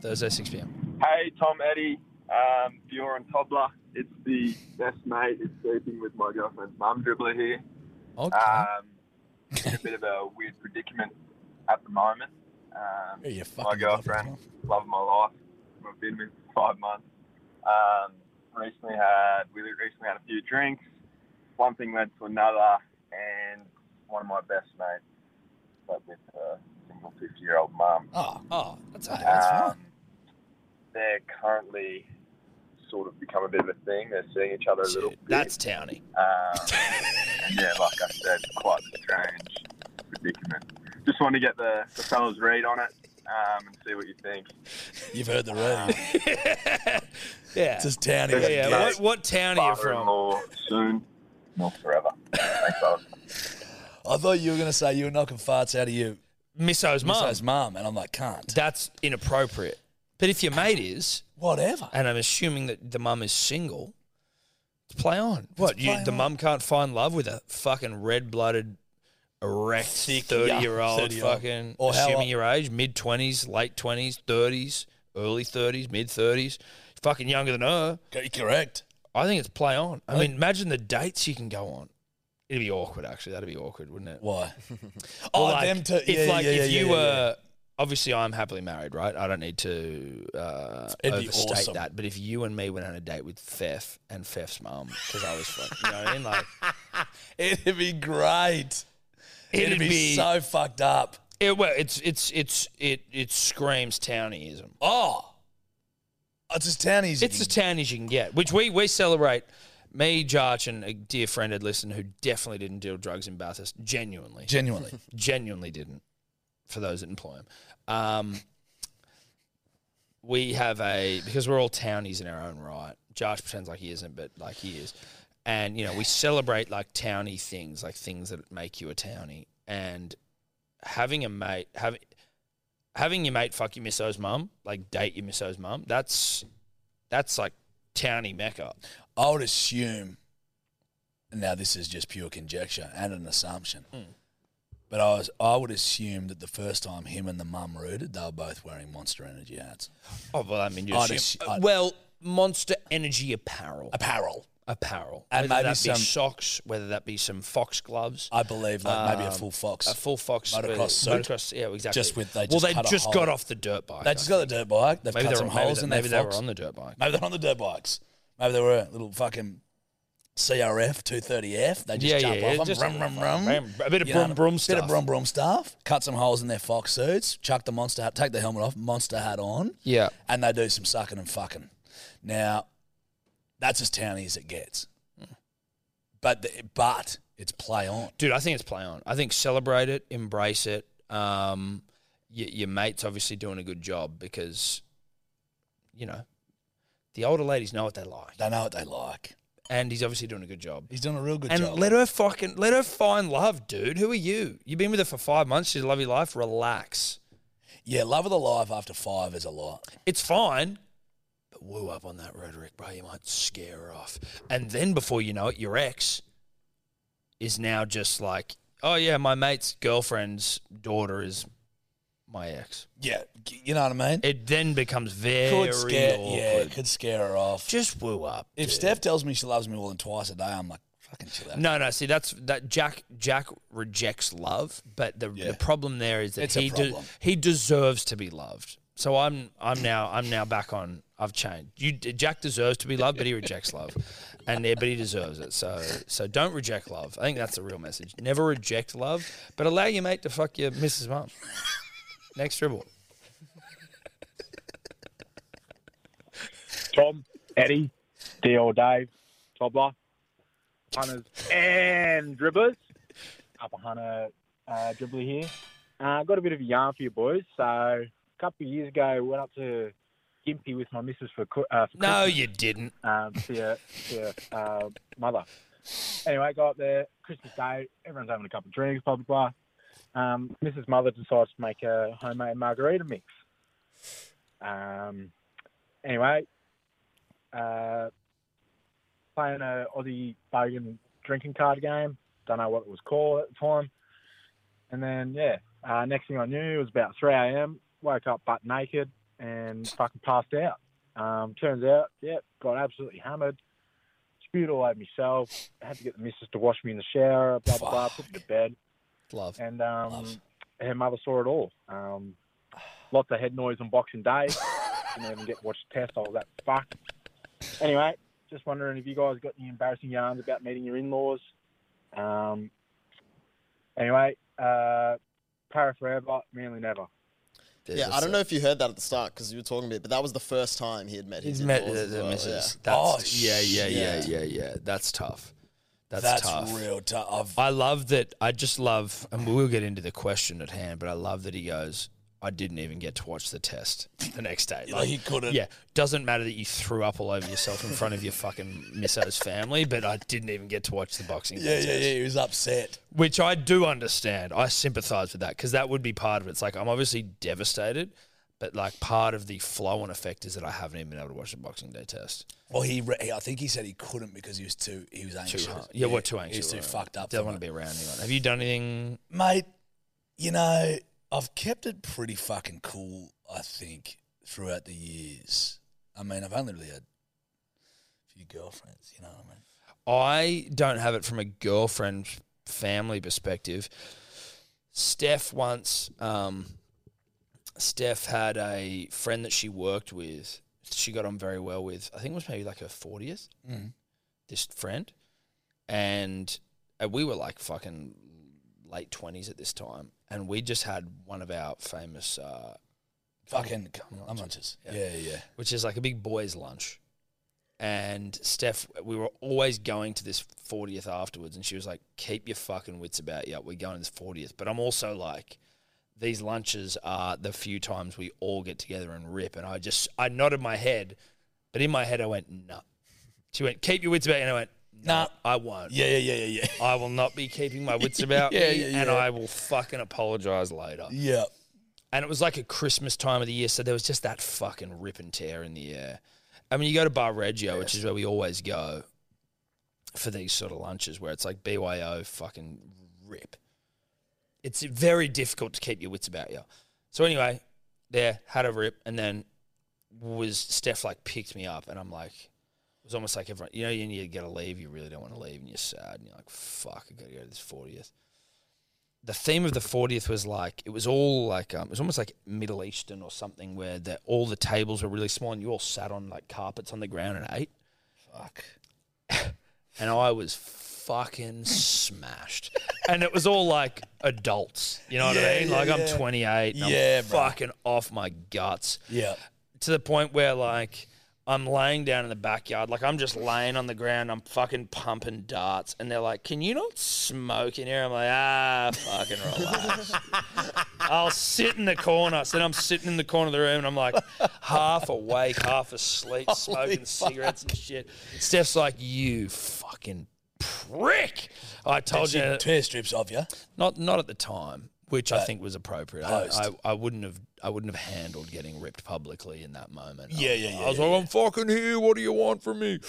[SPEAKER 2] Thursday, 6 p.m.
[SPEAKER 12] Hey, Tom, Eddie, um, Dior and Toddler. It's the best mate is sleeping with my girlfriend's mum dribbler here.
[SPEAKER 2] Okay.
[SPEAKER 12] Um, in a bit of a weird predicament at the moment. Um,
[SPEAKER 3] Yeah, you
[SPEAKER 12] my
[SPEAKER 3] fucking
[SPEAKER 12] girlfriend, love of my life. I've been with for five months. Um, recently had we recently had a few drinks. One thing led to another, and one of my best mates slept with a single fifty-year-old mum.
[SPEAKER 2] Oh, oh, that's,
[SPEAKER 12] Um,
[SPEAKER 2] that's fine.
[SPEAKER 12] They're currently sort of become a bit of a thing. They're seeing each other a little bit.
[SPEAKER 2] That's towny.
[SPEAKER 12] Um, and yeah, like I said, quite a strange predicament. Just wanted to get the, the fellas' read on it um, and see what you think.
[SPEAKER 3] You've heard the room.
[SPEAKER 2] Yeah.
[SPEAKER 3] It's just towny.
[SPEAKER 2] Yeah, yeah. What, what town are you from?
[SPEAKER 12] Father-in-law soon, not forever. Thanks, fellas.
[SPEAKER 3] I thought you were going to say you were knocking farts out of you.
[SPEAKER 2] Misso's mum.
[SPEAKER 3] Misso's mum. And I'm like, can't.
[SPEAKER 2] That's inappropriate. But if your mate is.
[SPEAKER 3] Whatever.
[SPEAKER 2] And I'm assuming that the mum is single, play on. What? You,
[SPEAKER 3] play
[SPEAKER 2] the
[SPEAKER 3] on.
[SPEAKER 2] mum can't find love with a fucking red blooded, erect,
[SPEAKER 3] Thick,
[SPEAKER 2] 30
[SPEAKER 3] young
[SPEAKER 2] year old
[SPEAKER 3] 30-year-old.
[SPEAKER 2] fucking.
[SPEAKER 3] Or how
[SPEAKER 2] assuming
[SPEAKER 3] old-
[SPEAKER 2] your age, mid 20s, late 20s, 30s, early 30s, mid 30s, fucking younger than her.
[SPEAKER 3] Correct.
[SPEAKER 2] I think it's play on. I
[SPEAKER 3] I
[SPEAKER 2] mean, imagine the dates you can go on. It'd be awkward, actually. That'd be awkward, wouldn't it?
[SPEAKER 3] Why?
[SPEAKER 2] Well,
[SPEAKER 3] Oh,
[SPEAKER 2] like,
[SPEAKER 3] them two. Yeah,
[SPEAKER 2] if like
[SPEAKER 3] yeah, yeah,
[SPEAKER 2] if
[SPEAKER 3] yeah,
[SPEAKER 2] you
[SPEAKER 3] yeah,
[SPEAKER 2] were uh, obviously I'm happily married, right? I don't need to uh,
[SPEAKER 3] It'd be
[SPEAKER 2] overstate
[SPEAKER 3] awesome.
[SPEAKER 2] that. But if you and me went on a date with Feff and Feff's mum, because I was like, you know what I mean? Like
[SPEAKER 3] It'd be great. It'd, be, so fucked up.
[SPEAKER 2] It, well, it's it's it's it it screams townieism.
[SPEAKER 3] Oh, it's as towny as
[SPEAKER 2] it's as towny as you can get. Which we we celebrate. Me, Jarch, and a dear friend had listened who definitely didn't deal drugs in Bathurst. Genuinely,
[SPEAKER 3] Genuinely.
[SPEAKER 2] genuinely didn't. For those that employ him, um, we have a because we're all townies in our own right. Josh pretends like he isn't, but like he is. And you know, we celebrate like towny things, like things that make you a townie. And having a mate, having having your mate fuck your misso's mum, like date your misso's mum, that's that's like towny mecca.
[SPEAKER 3] I would assume. Now this is just pure conjecture and an assumption, but I was I would assume that the first time him and the mum rooted, they were both wearing Monster Energy hats.
[SPEAKER 2] Oh well, I mean, you
[SPEAKER 3] I'd
[SPEAKER 2] assume,
[SPEAKER 3] assu-
[SPEAKER 2] uh,
[SPEAKER 3] I'd-
[SPEAKER 2] well, Monster Energy apparel,
[SPEAKER 3] apparel,
[SPEAKER 2] apparel,
[SPEAKER 3] And
[SPEAKER 2] whether
[SPEAKER 3] maybe
[SPEAKER 2] that
[SPEAKER 3] some-
[SPEAKER 2] be socks, whether that be some fox gloves.
[SPEAKER 3] I believe like maybe a
[SPEAKER 2] um,
[SPEAKER 3] full fox,
[SPEAKER 2] a full fox uh,
[SPEAKER 3] motocross suit,
[SPEAKER 2] motocross- yeah, exactly.
[SPEAKER 3] Just with they
[SPEAKER 2] well,
[SPEAKER 3] just
[SPEAKER 2] they
[SPEAKER 3] cut a
[SPEAKER 2] just
[SPEAKER 3] hole.
[SPEAKER 2] got off the dirt bike.
[SPEAKER 3] They
[SPEAKER 2] I
[SPEAKER 3] just got the dirt
[SPEAKER 2] think.
[SPEAKER 3] bike. They've
[SPEAKER 2] Maybe
[SPEAKER 3] cut
[SPEAKER 2] they're-
[SPEAKER 3] some
[SPEAKER 2] maybe
[SPEAKER 3] holes
[SPEAKER 2] they-
[SPEAKER 3] in
[SPEAKER 2] maybe
[SPEAKER 3] their
[SPEAKER 2] they
[SPEAKER 3] fox.
[SPEAKER 2] were on the dirt bike.
[SPEAKER 3] Maybe they're on the dirt bikes. Maybe they were a little fucking CRF 230F. They just
[SPEAKER 2] Yeah,
[SPEAKER 3] jump
[SPEAKER 2] yeah,
[SPEAKER 3] off
[SPEAKER 2] yeah,
[SPEAKER 3] them,
[SPEAKER 2] just-
[SPEAKER 3] rum, rum, rum.
[SPEAKER 2] ram, a bit of
[SPEAKER 3] You know,
[SPEAKER 2] brum, brum
[SPEAKER 3] Bit
[SPEAKER 2] stuff.
[SPEAKER 3] of brum, brum stuff. Cut some holes in their fox suits. Chuck the monster hat. Take the helmet off. Monster hat on.
[SPEAKER 2] Yeah.
[SPEAKER 3] And they do some sucking and fucking. Now, that's as towny as it gets. But the, but it's play on.
[SPEAKER 2] Dude, I think it's play on. I think celebrate it, embrace it. Um, y- your mate's obviously doing a good job because, you know, the older ladies know what they like,
[SPEAKER 3] They know what they like.
[SPEAKER 2] and he's obviously doing a good job.
[SPEAKER 3] He's doing a real good
[SPEAKER 2] and
[SPEAKER 3] job.
[SPEAKER 2] let her fucking let her find love, dude. Who are you? You've been with her for five months. She's love your life. Relax.
[SPEAKER 3] yeah, love of the life after five is a lot.
[SPEAKER 2] It's fine. But woo up on that rhetoric, bro. You might scare her off. And then before you know it, your ex is now just like, oh, yeah, my mate's girlfriend's daughter is my ex.
[SPEAKER 3] Yeah, you know what I mean?
[SPEAKER 2] It then becomes very
[SPEAKER 3] could scare, yeah,
[SPEAKER 2] awkward.
[SPEAKER 3] could scare her off.
[SPEAKER 2] Just woo up.
[SPEAKER 3] If
[SPEAKER 2] dude.
[SPEAKER 3] Steph tells me she loves me more than twice a day, I'm like, fucking chill out.
[SPEAKER 2] No, no. See, that's that. Jack Jack rejects love, but the,
[SPEAKER 3] Yeah.
[SPEAKER 2] the problem there is that
[SPEAKER 3] It's a
[SPEAKER 2] he de-
[SPEAKER 3] problem.
[SPEAKER 2] he deserves to be loved. So I'm I'm now I'm now back on. I've changed. You Jack deserves to be loved, but he rejects love, and yeah, but he deserves it. So so don't reject love. I think that's the real message. Never reject love, but allow your mate to fuck your Mrs. Mum. Next dribble.
[SPEAKER 13] Tom, Eddie, D.O. Dave, Tobler, Hunters and Dribblers. Upper Hunter uh, Dribbler here. Uh, got a bit of a yarn for you boys. So a couple of years ago, went up to Gympie with my missus for, cou- uh, for
[SPEAKER 2] No,
[SPEAKER 13] Christmas,
[SPEAKER 2] you didn't.
[SPEAKER 13] Um, to your, to your uh, mother. Anyway, go up there, Christmas Day, everyone's having a couple of drinks, blah, blah, blah. Um, Mrs. Mother decides to make a homemade margarita mix. Um, anyway, uh, playing a Aussie bargain drinking card game. Don't know what it was called at the time. And then, yeah, uh, next thing I knew, it was about 3 a.m. Woke up butt naked and fucking passed out. Um, turns out, yep, got absolutely hammered. Spewed all over myself. Had to get the missus to wash me in the shower, blah, blah, blah, put me to bed.
[SPEAKER 2] Love.
[SPEAKER 13] And um, her mother saw it all. Um, lots of head noise on Boxing Day. Didn't even get watched test. I was that fucked. Anyway, just wondering if you guys got any embarrassing yarns about meeting your in-laws. Um, anyway, uh, para forever, manly never.
[SPEAKER 4] yeah, I don't know if you heard that at the start because you were talking a bit, but that was the first time he had met his
[SPEAKER 2] He's met the,
[SPEAKER 4] in-laws as
[SPEAKER 2] the
[SPEAKER 4] well,
[SPEAKER 2] missus.
[SPEAKER 4] yeah.
[SPEAKER 3] Oh,
[SPEAKER 2] That's- yeah, yeah, yeah, yeah, yeah. That's tough. That's,
[SPEAKER 3] That's
[SPEAKER 2] tough.
[SPEAKER 3] real tough.
[SPEAKER 2] i love that. I just love, and we'll get into the question at hand, but I love that he goes, I didn't even get to watch the test the next day.
[SPEAKER 3] Like, he couldn't.
[SPEAKER 2] Yeah. Doesn't matter that you threw up all over yourself in front of your fucking misso's family, but I didn't even get to watch the boxing
[SPEAKER 3] Yeah,
[SPEAKER 2] day
[SPEAKER 3] yeah,
[SPEAKER 2] test.
[SPEAKER 3] yeah. He was upset.
[SPEAKER 2] Which I do understand. I sympathize with that because that would be part of it. It's like I'm obviously devastated, but like part of the flow on effect is that I haven't even been able to watch the Boxing Day test.
[SPEAKER 3] Well, he, re- he- I think he said he couldn't because he was too, he was anxious.
[SPEAKER 2] Too hard. Yeah, what too
[SPEAKER 3] He
[SPEAKER 2] anxious?
[SPEAKER 3] was too fucked up.
[SPEAKER 2] Don't
[SPEAKER 3] for
[SPEAKER 2] want to
[SPEAKER 3] it.
[SPEAKER 2] be around anyone. Have you done anything?
[SPEAKER 3] Mate, you know, I've kept it pretty fucking cool, I think, throughout the years. I mean, I've only really had a few girlfriends, you know what I mean?
[SPEAKER 2] I don't have it from a girlfriend family perspective. Steph once, um, Steph had a friend that she worked with. She got on very well with. I think it was maybe like her fortieth.
[SPEAKER 3] Mhm.
[SPEAKER 2] This friend, and uh, we were like fucking late twenties at this time, and we just had one of our famous uh,
[SPEAKER 3] Fucking
[SPEAKER 2] cum
[SPEAKER 3] cum lunches. Yeah, yeah, yeah.
[SPEAKER 2] which is like a big boys' lunch. And Steph, we were always going to this 40th afterwards, and she was like, "Keep your fucking wits about you. We're going to this 40th." But I'm also like, these lunches are the few times we all get together and rip. And I just, I nodded my head, but in my head I went, "No." She went, "Keep your wits about," you. and I went, "No, I won't."
[SPEAKER 3] Yeah, yeah, yeah, yeah,
[SPEAKER 2] I will not be keeping my wits about
[SPEAKER 3] Yeah,
[SPEAKER 2] me,
[SPEAKER 3] yeah,
[SPEAKER 2] and
[SPEAKER 3] yeah.
[SPEAKER 2] I will fucking apologize later.
[SPEAKER 3] Yeah.
[SPEAKER 2] And it was like a Christmas time of the year, so there was just that fucking rip and tear in the air. I mean, you go to Bar Reggio, which is where we always go for these sort of lunches, where it's like BYO fucking rip. It's very difficult to keep your wits about you. So anyway, there had a rip, and then was Steph like picked me up, and I'm like, it was almost like everyone, you know, you, you gotta leave, you really don't want to leave, and you're sad, and you're like, fuck, I gotta go to this 40th the theme of the 40th was like it was all like um, it was almost like middle eastern or something where the, all the tables were really small and you all sat on like carpets on the ground and ate fuck and i was fucking smashed and it was all like adults you know what
[SPEAKER 3] Yeah,
[SPEAKER 2] i mean
[SPEAKER 3] yeah,
[SPEAKER 2] like
[SPEAKER 3] yeah.
[SPEAKER 2] i'm 28 and
[SPEAKER 3] Yeah,
[SPEAKER 2] i'm
[SPEAKER 3] bro.
[SPEAKER 2] fucking off my guts
[SPEAKER 3] Yeah.
[SPEAKER 2] to the point where like I'm laying down in the backyard, like I'm just laying on the ground, I'm fucking pumping darts, and they're like, "Can you not smoke in here?" I'm like, "Ah, fucking relax." I'll sit in the corner. So then I'm sitting in the corner of the room, and I'm like, half awake, half asleep, smoking cigarettes and shit. Steph's like, "You fucking prick!" I told
[SPEAKER 3] Did she
[SPEAKER 2] you
[SPEAKER 3] tear strips off you.
[SPEAKER 2] Not not at the time, which I
[SPEAKER 3] But
[SPEAKER 2] think was appropriate. I,
[SPEAKER 3] post.
[SPEAKER 2] I, I wouldn't have I wouldn't have handled getting ripped publicly in that moment.
[SPEAKER 3] Yeah,
[SPEAKER 2] I,
[SPEAKER 3] yeah, yeah,
[SPEAKER 2] I was
[SPEAKER 3] yeah,
[SPEAKER 2] like, I'm fucking here. What do you want from me?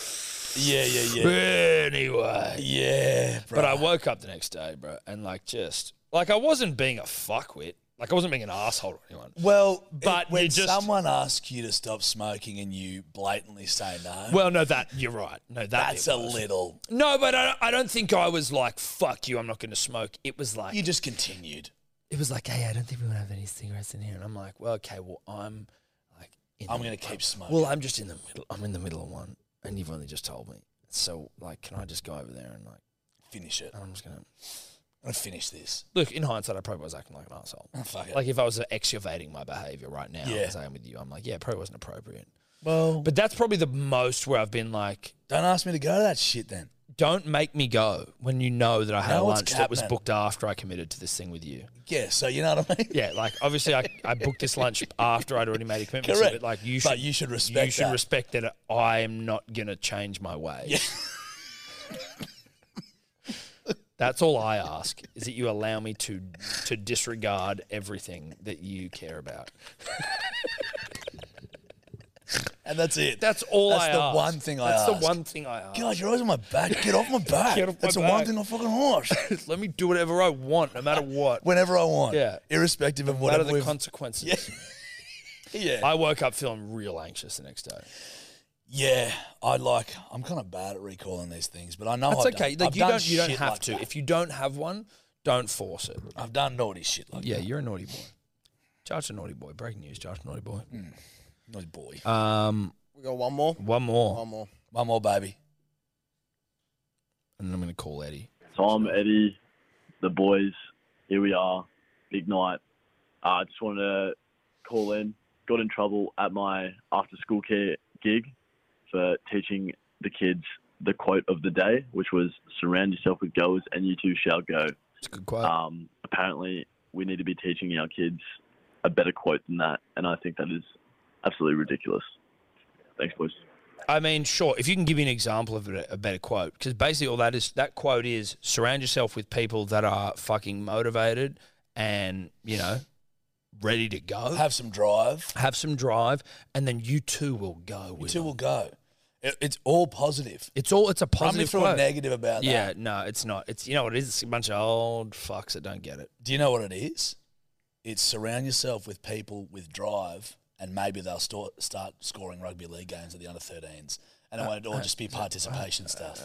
[SPEAKER 3] Yeah, yeah, yeah.
[SPEAKER 2] Anyway.
[SPEAKER 3] Yeah,
[SPEAKER 2] But I woke up the next day, bro, and like just like I wasn't being a fuckwit. Like I wasn't being an asshole or anyone.
[SPEAKER 3] Well,
[SPEAKER 2] But
[SPEAKER 3] when
[SPEAKER 2] you just-
[SPEAKER 3] someone asks you to stop smoking and you blatantly say no,
[SPEAKER 2] Well, no, that you're right. No, that
[SPEAKER 3] that's
[SPEAKER 2] bit
[SPEAKER 3] a
[SPEAKER 2] was.
[SPEAKER 3] little.
[SPEAKER 2] No, but I, I don't think I was like, fuck you, I'm not going to smoke. It was like.
[SPEAKER 3] You just continued.
[SPEAKER 2] It was like, hey, I don't think we want to have any cigarettes in here. And I'm like, well, okay, well, I'm like.
[SPEAKER 3] I'm
[SPEAKER 2] the-
[SPEAKER 3] gonna keep smoking.
[SPEAKER 2] Well, I'm just in the middle. I'm in the middle of one, and you've only just told me. So, like, can I just go over there and, like,
[SPEAKER 3] finish it?
[SPEAKER 2] I'm just going to.
[SPEAKER 3] I'm gonna finish this.
[SPEAKER 2] Look, in hindsight, I probably was acting like an asshole.
[SPEAKER 3] Oh, fuck it.
[SPEAKER 2] Like, if I was excavating my behavior right now,
[SPEAKER 3] Yeah.
[SPEAKER 2] as I am with you, I'm like, yeah, it probably wasn't appropriate.
[SPEAKER 3] Well,
[SPEAKER 2] But that's probably the most where I've been like,
[SPEAKER 3] don't ask me to go to that shit then.
[SPEAKER 2] don't make me go when you know that I had
[SPEAKER 3] Know
[SPEAKER 2] a
[SPEAKER 3] what's
[SPEAKER 2] lunch that was
[SPEAKER 3] happening.
[SPEAKER 2] booked after I committed to this thing with you.
[SPEAKER 3] Yeah, so you know what I mean.
[SPEAKER 2] Yeah, like obviously I, I booked this lunch after I'd already made a commitment. To,
[SPEAKER 3] Correct.
[SPEAKER 2] it, but like you should,
[SPEAKER 3] But you should respect
[SPEAKER 2] You should
[SPEAKER 3] that.
[SPEAKER 2] respect that I am not gonna change my ways. That's all I ask is that you allow me to to disregard everything that you care about.
[SPEAKER 3] And that's it.
[SPEAKER 2] That's all
[SPEAKER 3] That's
[SPEAKER 2] I
[SPEAKER 3] the
[SPEAKER 2] ask.
[SPEAKER 3] one thing I
[SPEAKER 2] That's
[SPEAKER 3] ask.
[SPEAKER 2] the one thing I ask.
[SPEAKER 3] God, you're always on my back. Get off my back.
[SPEAKER 2] Get off my
[SPEAKER 3] That's the one
[SPEAKER 2] back.
[SPEAKER 3] thing I fucking want.
[SPEAKER 2] Let me do whatever I want, no matter what.
[SPEAKER 3] Whenever I want.
[SPEAKER 2] Yeah.
[SPEAKER 3] Irrespective of
[SPEAKER 2] No matter
[SPEAKER 3] whatever
[SPEAKER 2] the
[SPEAKER 3] we've-
[SPEAKER 2] consequences. yeah. I woke up feeling real anxious the next day.
[SPEAKER 3] Yeah, I like. I'm kind of bad at recalling these things, but I know
[SPEAKER 2] That's
[SPEAKER 3] I've
[SPEAKER 2] okay.
[SPEAKER 3] Done,
[SPEAKER 2] Like,
[SPEAKER 3] I've
[SPEAKER 2] you
[SPEAKER 3] done
[SPEAKER 2] don't you don't
[SPEAKER 3] shit
[SPEAKER 2] have
[SPEAKER 3] like
[SPEAKER 2] to.
[SPEAKER 3] that.
[SPEAKER 2] If you don't have one, don't force it.
[SPEAKER 3] I've done naughty shit like
[SPEAKER 2] yeah,
[SPEAKER 3] that.
[SPEAKER 2] you're a naughty boy. Josh a naughty boy. Breaking news, Josh a naughty boy.
[SPEAKER 3] Hmm. Naughty boy.
[SPEAKER 2] Um
[SPEAKER 4] We got one more.
[SPEAKER 2] One more.
[SPEAKER 4] One more.
[SPEAKER 3] One more, baby.
[SPEAKER 2] And I'm gonna call Eddie.
[SPEAKER 14] Tom, Eddie, the boys, here we are, big night. I uh, just wanted to call in. Got in trouble at my after school care gig for teaching the kids the quote of the day, which was surround yourself with goers and you too shall go.
[SPEAKER 2] It's a good quote.
[SPEAKER 14] Um, apparently, we need to be teaching our kids a better quote than that, and I think that is absolutely ridiculous. Thanks, boys.
[SPEAKER 2] I mean, sure. If you can give me an example of a, a better quote, because basically all that is that quote is surround yourself with people that are fucking motivated and you know ready to go.
[SPEAKER 3] Have some drive.
[SPEAKER 2] Have some drive, and then you too will go.
[SPEAKER 3] You
[SPEAKER 2] with
[SPEAKER 3] two
[SPEAKER 2] them.
[SPEAKER 3] will go. It, it's all positive.
[SPEAKER 2] It's all. It's a
[SPEAKER 3] Run me
[SPEAKER 2] positive.
[SPEAKER 3] through
[SPEAKER 2] quote.
[SPEAKER 3] a negative about
[SPEAKER 2] yeah,
[SPEAKER 3] that.
[SPEAKER 2] no, it's not. It's you know what it is. It's a bunch of old fucks that don't get it.
[SPEAKER 3] Do you know what it is? It's surround yourself with people with drive, and maybe they'll store, start scoring rugby league games at the under 13s, and it
[SPEAKER 2] Uh,
[SPEAKER 3] won't all
[SPEAKER 2] uh, um,
[SPEAKER 3] just be
[SPEAKER 2] is it-
[SPEAKER 3] participation stuff.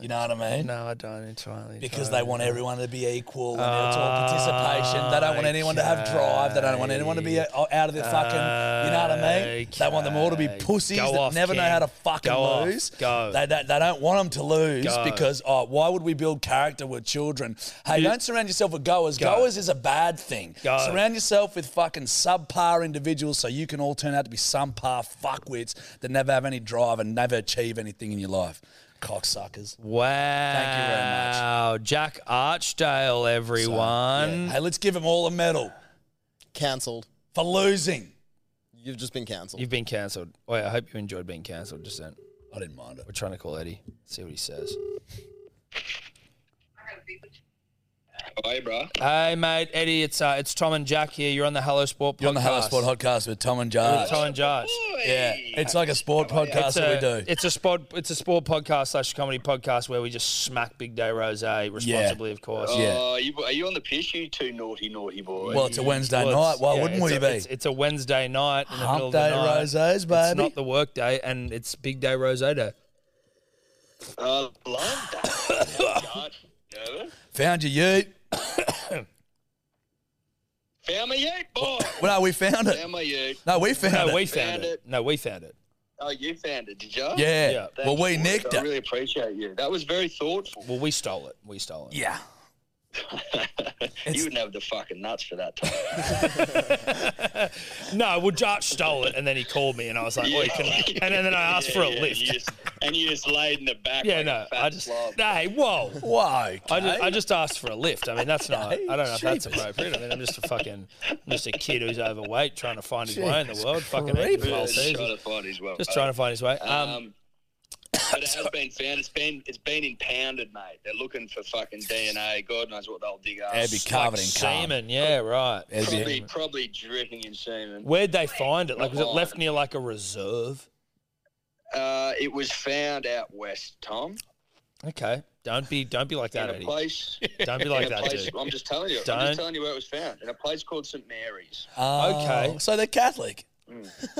[SPEAKER 3] You know what I mean?
[SPEAKER 2] No, I don't entirely.
[SPEAKER 3] Because
[SPEAKER 2] entirely
[SPEAKER 3] they want
[SPEAKER 2] know.
[SPEAKER 3] everyone to be equal and it's all participation. They don't
[SPEAKER 2] Ah,
[SPEAKER 3] want anyone to have drive. They don't want anyone to be o- out of their fucking. You know what I mean? They want them all to be
[SPEAKER 2] Okay.
[SPEAKER 3] pussies
[SPEAKER 2] Go
[SPEAKER 3] that
[SPEAKER 2] off,
[SPEAKER 3] never know
[SPEAKER 2] King.
[SPEAKER 3] how to fucking
[SPEAKER 2] Go off.
[SPEAKER 3] lose.
[SPEAKER 2] Go.
[SPEAKER 3] They, they, they don't want them to lose
[SPEAKER 2] Go.
[SPEAKER 3] because oh, why would we build character with children? Hey,
[SPEAKER 2] You-
[SPEAKER 3] don't surround yourself with goers.
[SPEAKER 2] Go.
[SPEAKER 3] Goers is a bad thing.
[SPEAKER 2] Go.
[SPEAKER 3] Surround yourself with fucking subpar individuals so you can all turn out to be some par fuckwits that never have any drive and never achieve anything in your life. Cocksuckers.
[SPEAKER 2] Wow. Thank
[SPEAKER 3] you very much.
[SPEAKER 2] Wow, Jack Archdale, everyone.
[SPEAKER 3] Hey, let's give him all a medal.
[SPEAKER 4] Cancelled.
[SPEAKER 3] For losing.
[SPEAKER 4] You've just been cancelled.
[SPEAKER 2] You've been cancelled. Oh, yeah, I hope you enjoyed being cancelled. Just then.
[SPEAKER 3] I didn't mind it.
[SPEAKER 2] We're trying to call Eddie. See what he says.
[SPEAKER 5] Hey, bro.
[SPEAKER 2] Hey, mate, Eddie. It's uh, it's Tom and Jack here. You're on the Hello Sport. Podcast.
[SPEAKER 3] You're on the Hello Sport podcast with Tom and Josh.
[SPEAKER 2] With Tom and Josh.
[SPEAKER 3] Yeah, it's like a sport podcast
[SPEAKER 2] It's
[SPEAKER 3] that
[SPEAKER 2] a-
[SPEAKER 3] we do.
[SPEAKER 2] It's a sport. It's a sport podcast slash comedy podcast where we just smack Big Day Rose eh, responsibly, of course.
[SPEAKER 5] Oh, you, are you on the piss, you two naughty, naughty boys?
[SPEAKER 2] Well, it's a Wednesday
[SPEAKER 3] night. Why wouldn't
[SPEAKER 2] it's
[SPEAKER 3] we
[SPEAKER 2] a,
[SPEAKER 3] be?
[SPEAKER 2] It's, it's a Wednesday night. In the
[SPEAKER 3] Hump
[SPEAKER 2] middle of the
[SPEAKER 3] day
[SPEAKER 2] night.
[SPEAKER 3] rosés,
[SPEAKER 2] It's
[SPEAKER 3] baby.
[SPEAKER 2] not the work day, and it's Big Day Rose Day.
[SPEAKER 5] Uh, love that.
[SPEAKER 3] Found you, you.
[SPEAKER 5] Found my ute, boy.
[SPEAKER 3] Well, no, we found it.
[SPEAKER 5] Found my ute.
[SPEAKER 3] No, we found
[SPEAKER 2] no,
[SPEAKER 3] it.
[SPEAKER 2] we found, it. No, we found it.
[SPEAKER 5] Oh, you found it, did you?
[SPEAKER 3] Yeah. Yeah. Well, we
[SPEAKER 5] boys.
[SPEAKER 3] nicked
[SPEAKER 5] I
[SPEAKER 3] it.
[SPEAKER 5] really appreciate you. That was very thoughtful.
[SPEAKER 2] Well, we stole it. We stole it.
[SPEAKER 3] Yeah.
[SPEAKER 5] you wouldn't have the fucking nuts for that. Time.
[SPEAKER 2] No, well, Josh stole it, and then he called me, and I was like, "Oh, you can." And then, then I asked for a
[SPEAKER 5] Yeah,
[SPEAKER 2] lift.
[SPEAKER 5] You just, and you just laid in the back.
[SPEAKER 2] Yeah,
[SPEAKER 5] like
[SPEAKER 2] no,
[SPEAKER 5] a fat
[SPEAKER 2] I just.
[SPEAKER 5] slob.
[SPEAKER 2] Hey, whoa,
[SPEAKER 3] whoa! I
[SPEAKER 2] just, I just asked for a lift. I mean, that's not. I
[SPEAKER 5] Okay,
[SPEAKER 2] don't know if that's
[SPEAKER 5] jeepers.
[SPEAKER 2] appropriate. I mean, I'm just a fucking, I'm just a kid who's overweight trying to find his way in the
[SPEAKER 5] Jesus
[SPEAKER 2] world. Fucking
[SPEAKER 5] creepers.
[SPEAKER 2] eating wild
[SPEAKER 5] Just
[SPEAKER 2] seeds.
[SPEAKER 5] trying to find his way. Uh,
[SPEAKER 2] Just trying to find his way. Um,
[SPEAKER 5] But it has been found. It's been it's been impounded, mate. They're looking for fucking DNA. God knows what they'll dig up.
[SPEAKER 2] It'd be covered in cum. semen, yeah, right. It'd be-
[SPEAKER 5] Probably, probably dripping in semen.
[SPEAKER 2] where'd they find it? Like, was it left near like a reserve?
[SPEAKER 5] Uh, it was found out west, Tom.
[SPEAKER 2] Okay, don't be, don't be like that,
[SPEAKER 5] in a
[SPEAKER 2] Eddie.
[SPEAKER 5] place.
[SPEAKER 2] Don't be
[SPEAKER 5] in
[SPEAKER 2] like
[SPEAKER 5] a
[SPEAKER 2] that,
[SPEAKER 5] place-
[SPEAKER 2] dude.
[SPEAKER 5] I'm just telling you. I'm
[SPEAKER 2] Don't.
[SPEAKER 5] just telling you where it was found in a place called St Mary's.
[SPEAKER 3] Oh, So they're Catholic.
[SPEAKER 2] Mm.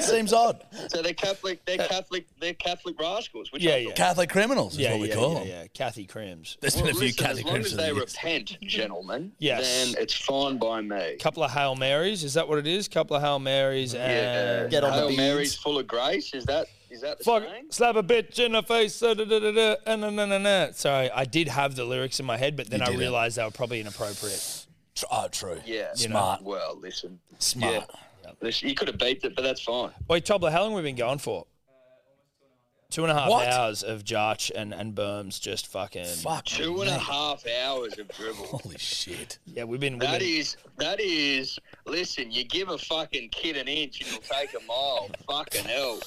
[SPEAKER 3] Seems odd.
[SPEAKER 5] So they're Catholic. They're Catholic. They're Catholic rascals. Which
[SPEAKER 2] Uh, yeah,
[SPEAKER 5] I'm
[SPEAKER 2] yeah.
[SPEAKER 3] Catholic criminals is
[SPEAKER 2] yeah,
[SPEAKER 3] what we
[SPEAKER 2] yeah,
[SPEAKER 3] call
[SPEAKER 2] yeah,
[SPEAKER 3] them.
[SPEAKER 2] Yeah, Kathy Crims.
[SPEAKER 3] There's
[SPEAKER 5] Well, listen, as long as they repent, gentlemen,
[SPEAKER 2] Yes.
[SPEAKER 5] then it's fine by me.
[SPEAKER 2] Couple of Hail Marys, is that what it is? Couple of Hail Marys and
[SPEAKER 5] Yeah, uh, Hail Mary's full of grace. Is that is that the
[SPEAKER 2] Fuck,
[SPEAKER 5] saying?
[SPEAKER 2] slap a bitch in the face. Da, da, da, da, da, and na, na, na, na. Sorry, I did have the lyrics in my head, but then
[SPEAKER 5] You
[SPEAKER 2] I
[SPEAKER 5] did it.
[SPEAKER 2] realized they were probably inappropriate.
[SPEAKER 3] Oh, true.
[SPEAKER 5] Yeah,
[SPEAKER 2] You Smart. know.
[SPEAKER 5] Well, listen,
[SPEAKER 2] Smart.
[SPEAKER 5] Yeah. Listen, you could have beeped it, but that's fine.
[SPEAKER 2] Wait, Tobler, how long have we been going for? Two and a half
[SPEAKER 5] What?
[SPEAKER 2] hours of Jarch and, and Berms just fucking. Fuck.
[SPEAKER 5] Two and a half hours of dribble.
[SPEAKER 2] Holy shit. Yeah, we've been. We've
[SPEAKER 5] That
[SPEAKER 2] been
[SPEAKER 5] is, that is, listen, you give a fucking kid an inch, it'll take a mile. fucking hell.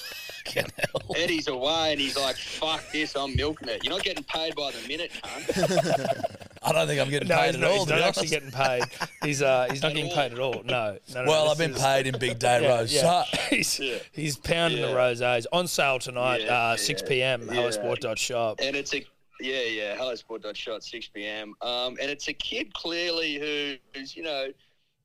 [SPEAKER 5] Eddie's away and he's like, fuck this, I'm milking it. You're not getting paid by the minute, cunt.
[SPEAKER 3] I don't think I'm getting
[SPEAKER 2] no,
[SPEAKER 3] paid
[SPEAKER 2] he's
[SPEAKER 3] at
[SPEAKER 2] not,
[SPEAKER 3] all,
[SPEAKER 2] He's
[SPEAKER 3] to
[SPEAKER 2] not
[SPEAKER 3] be
[SPEAKER 2] actually
[SPEAKER 3] honest.
[SPEAKER 2] getting paid. He's uh, he's not getting paid at all. No. no, no
[SPEAKER 3] Well, I've
[SPEAKER 2] this
[SPEAKER 3] been paid in big day rose. So-
[SPEAKER 2] he's, he's pounding the rosés on sale tonight,
[SPEAKER 5] Yeah,
[SPEAKER 2] uh,
[SPEAKER 5] yeah,
[SPEAKER 2] 6 p.m.
[SPEAKER 5] yeah.
[SPEAKER 2] Shop.
[SPEAKER 5] And it's a yeah, yeah, hellosport.shot, 6 p.m. Um, and it's a kid clearly who, who's, you know,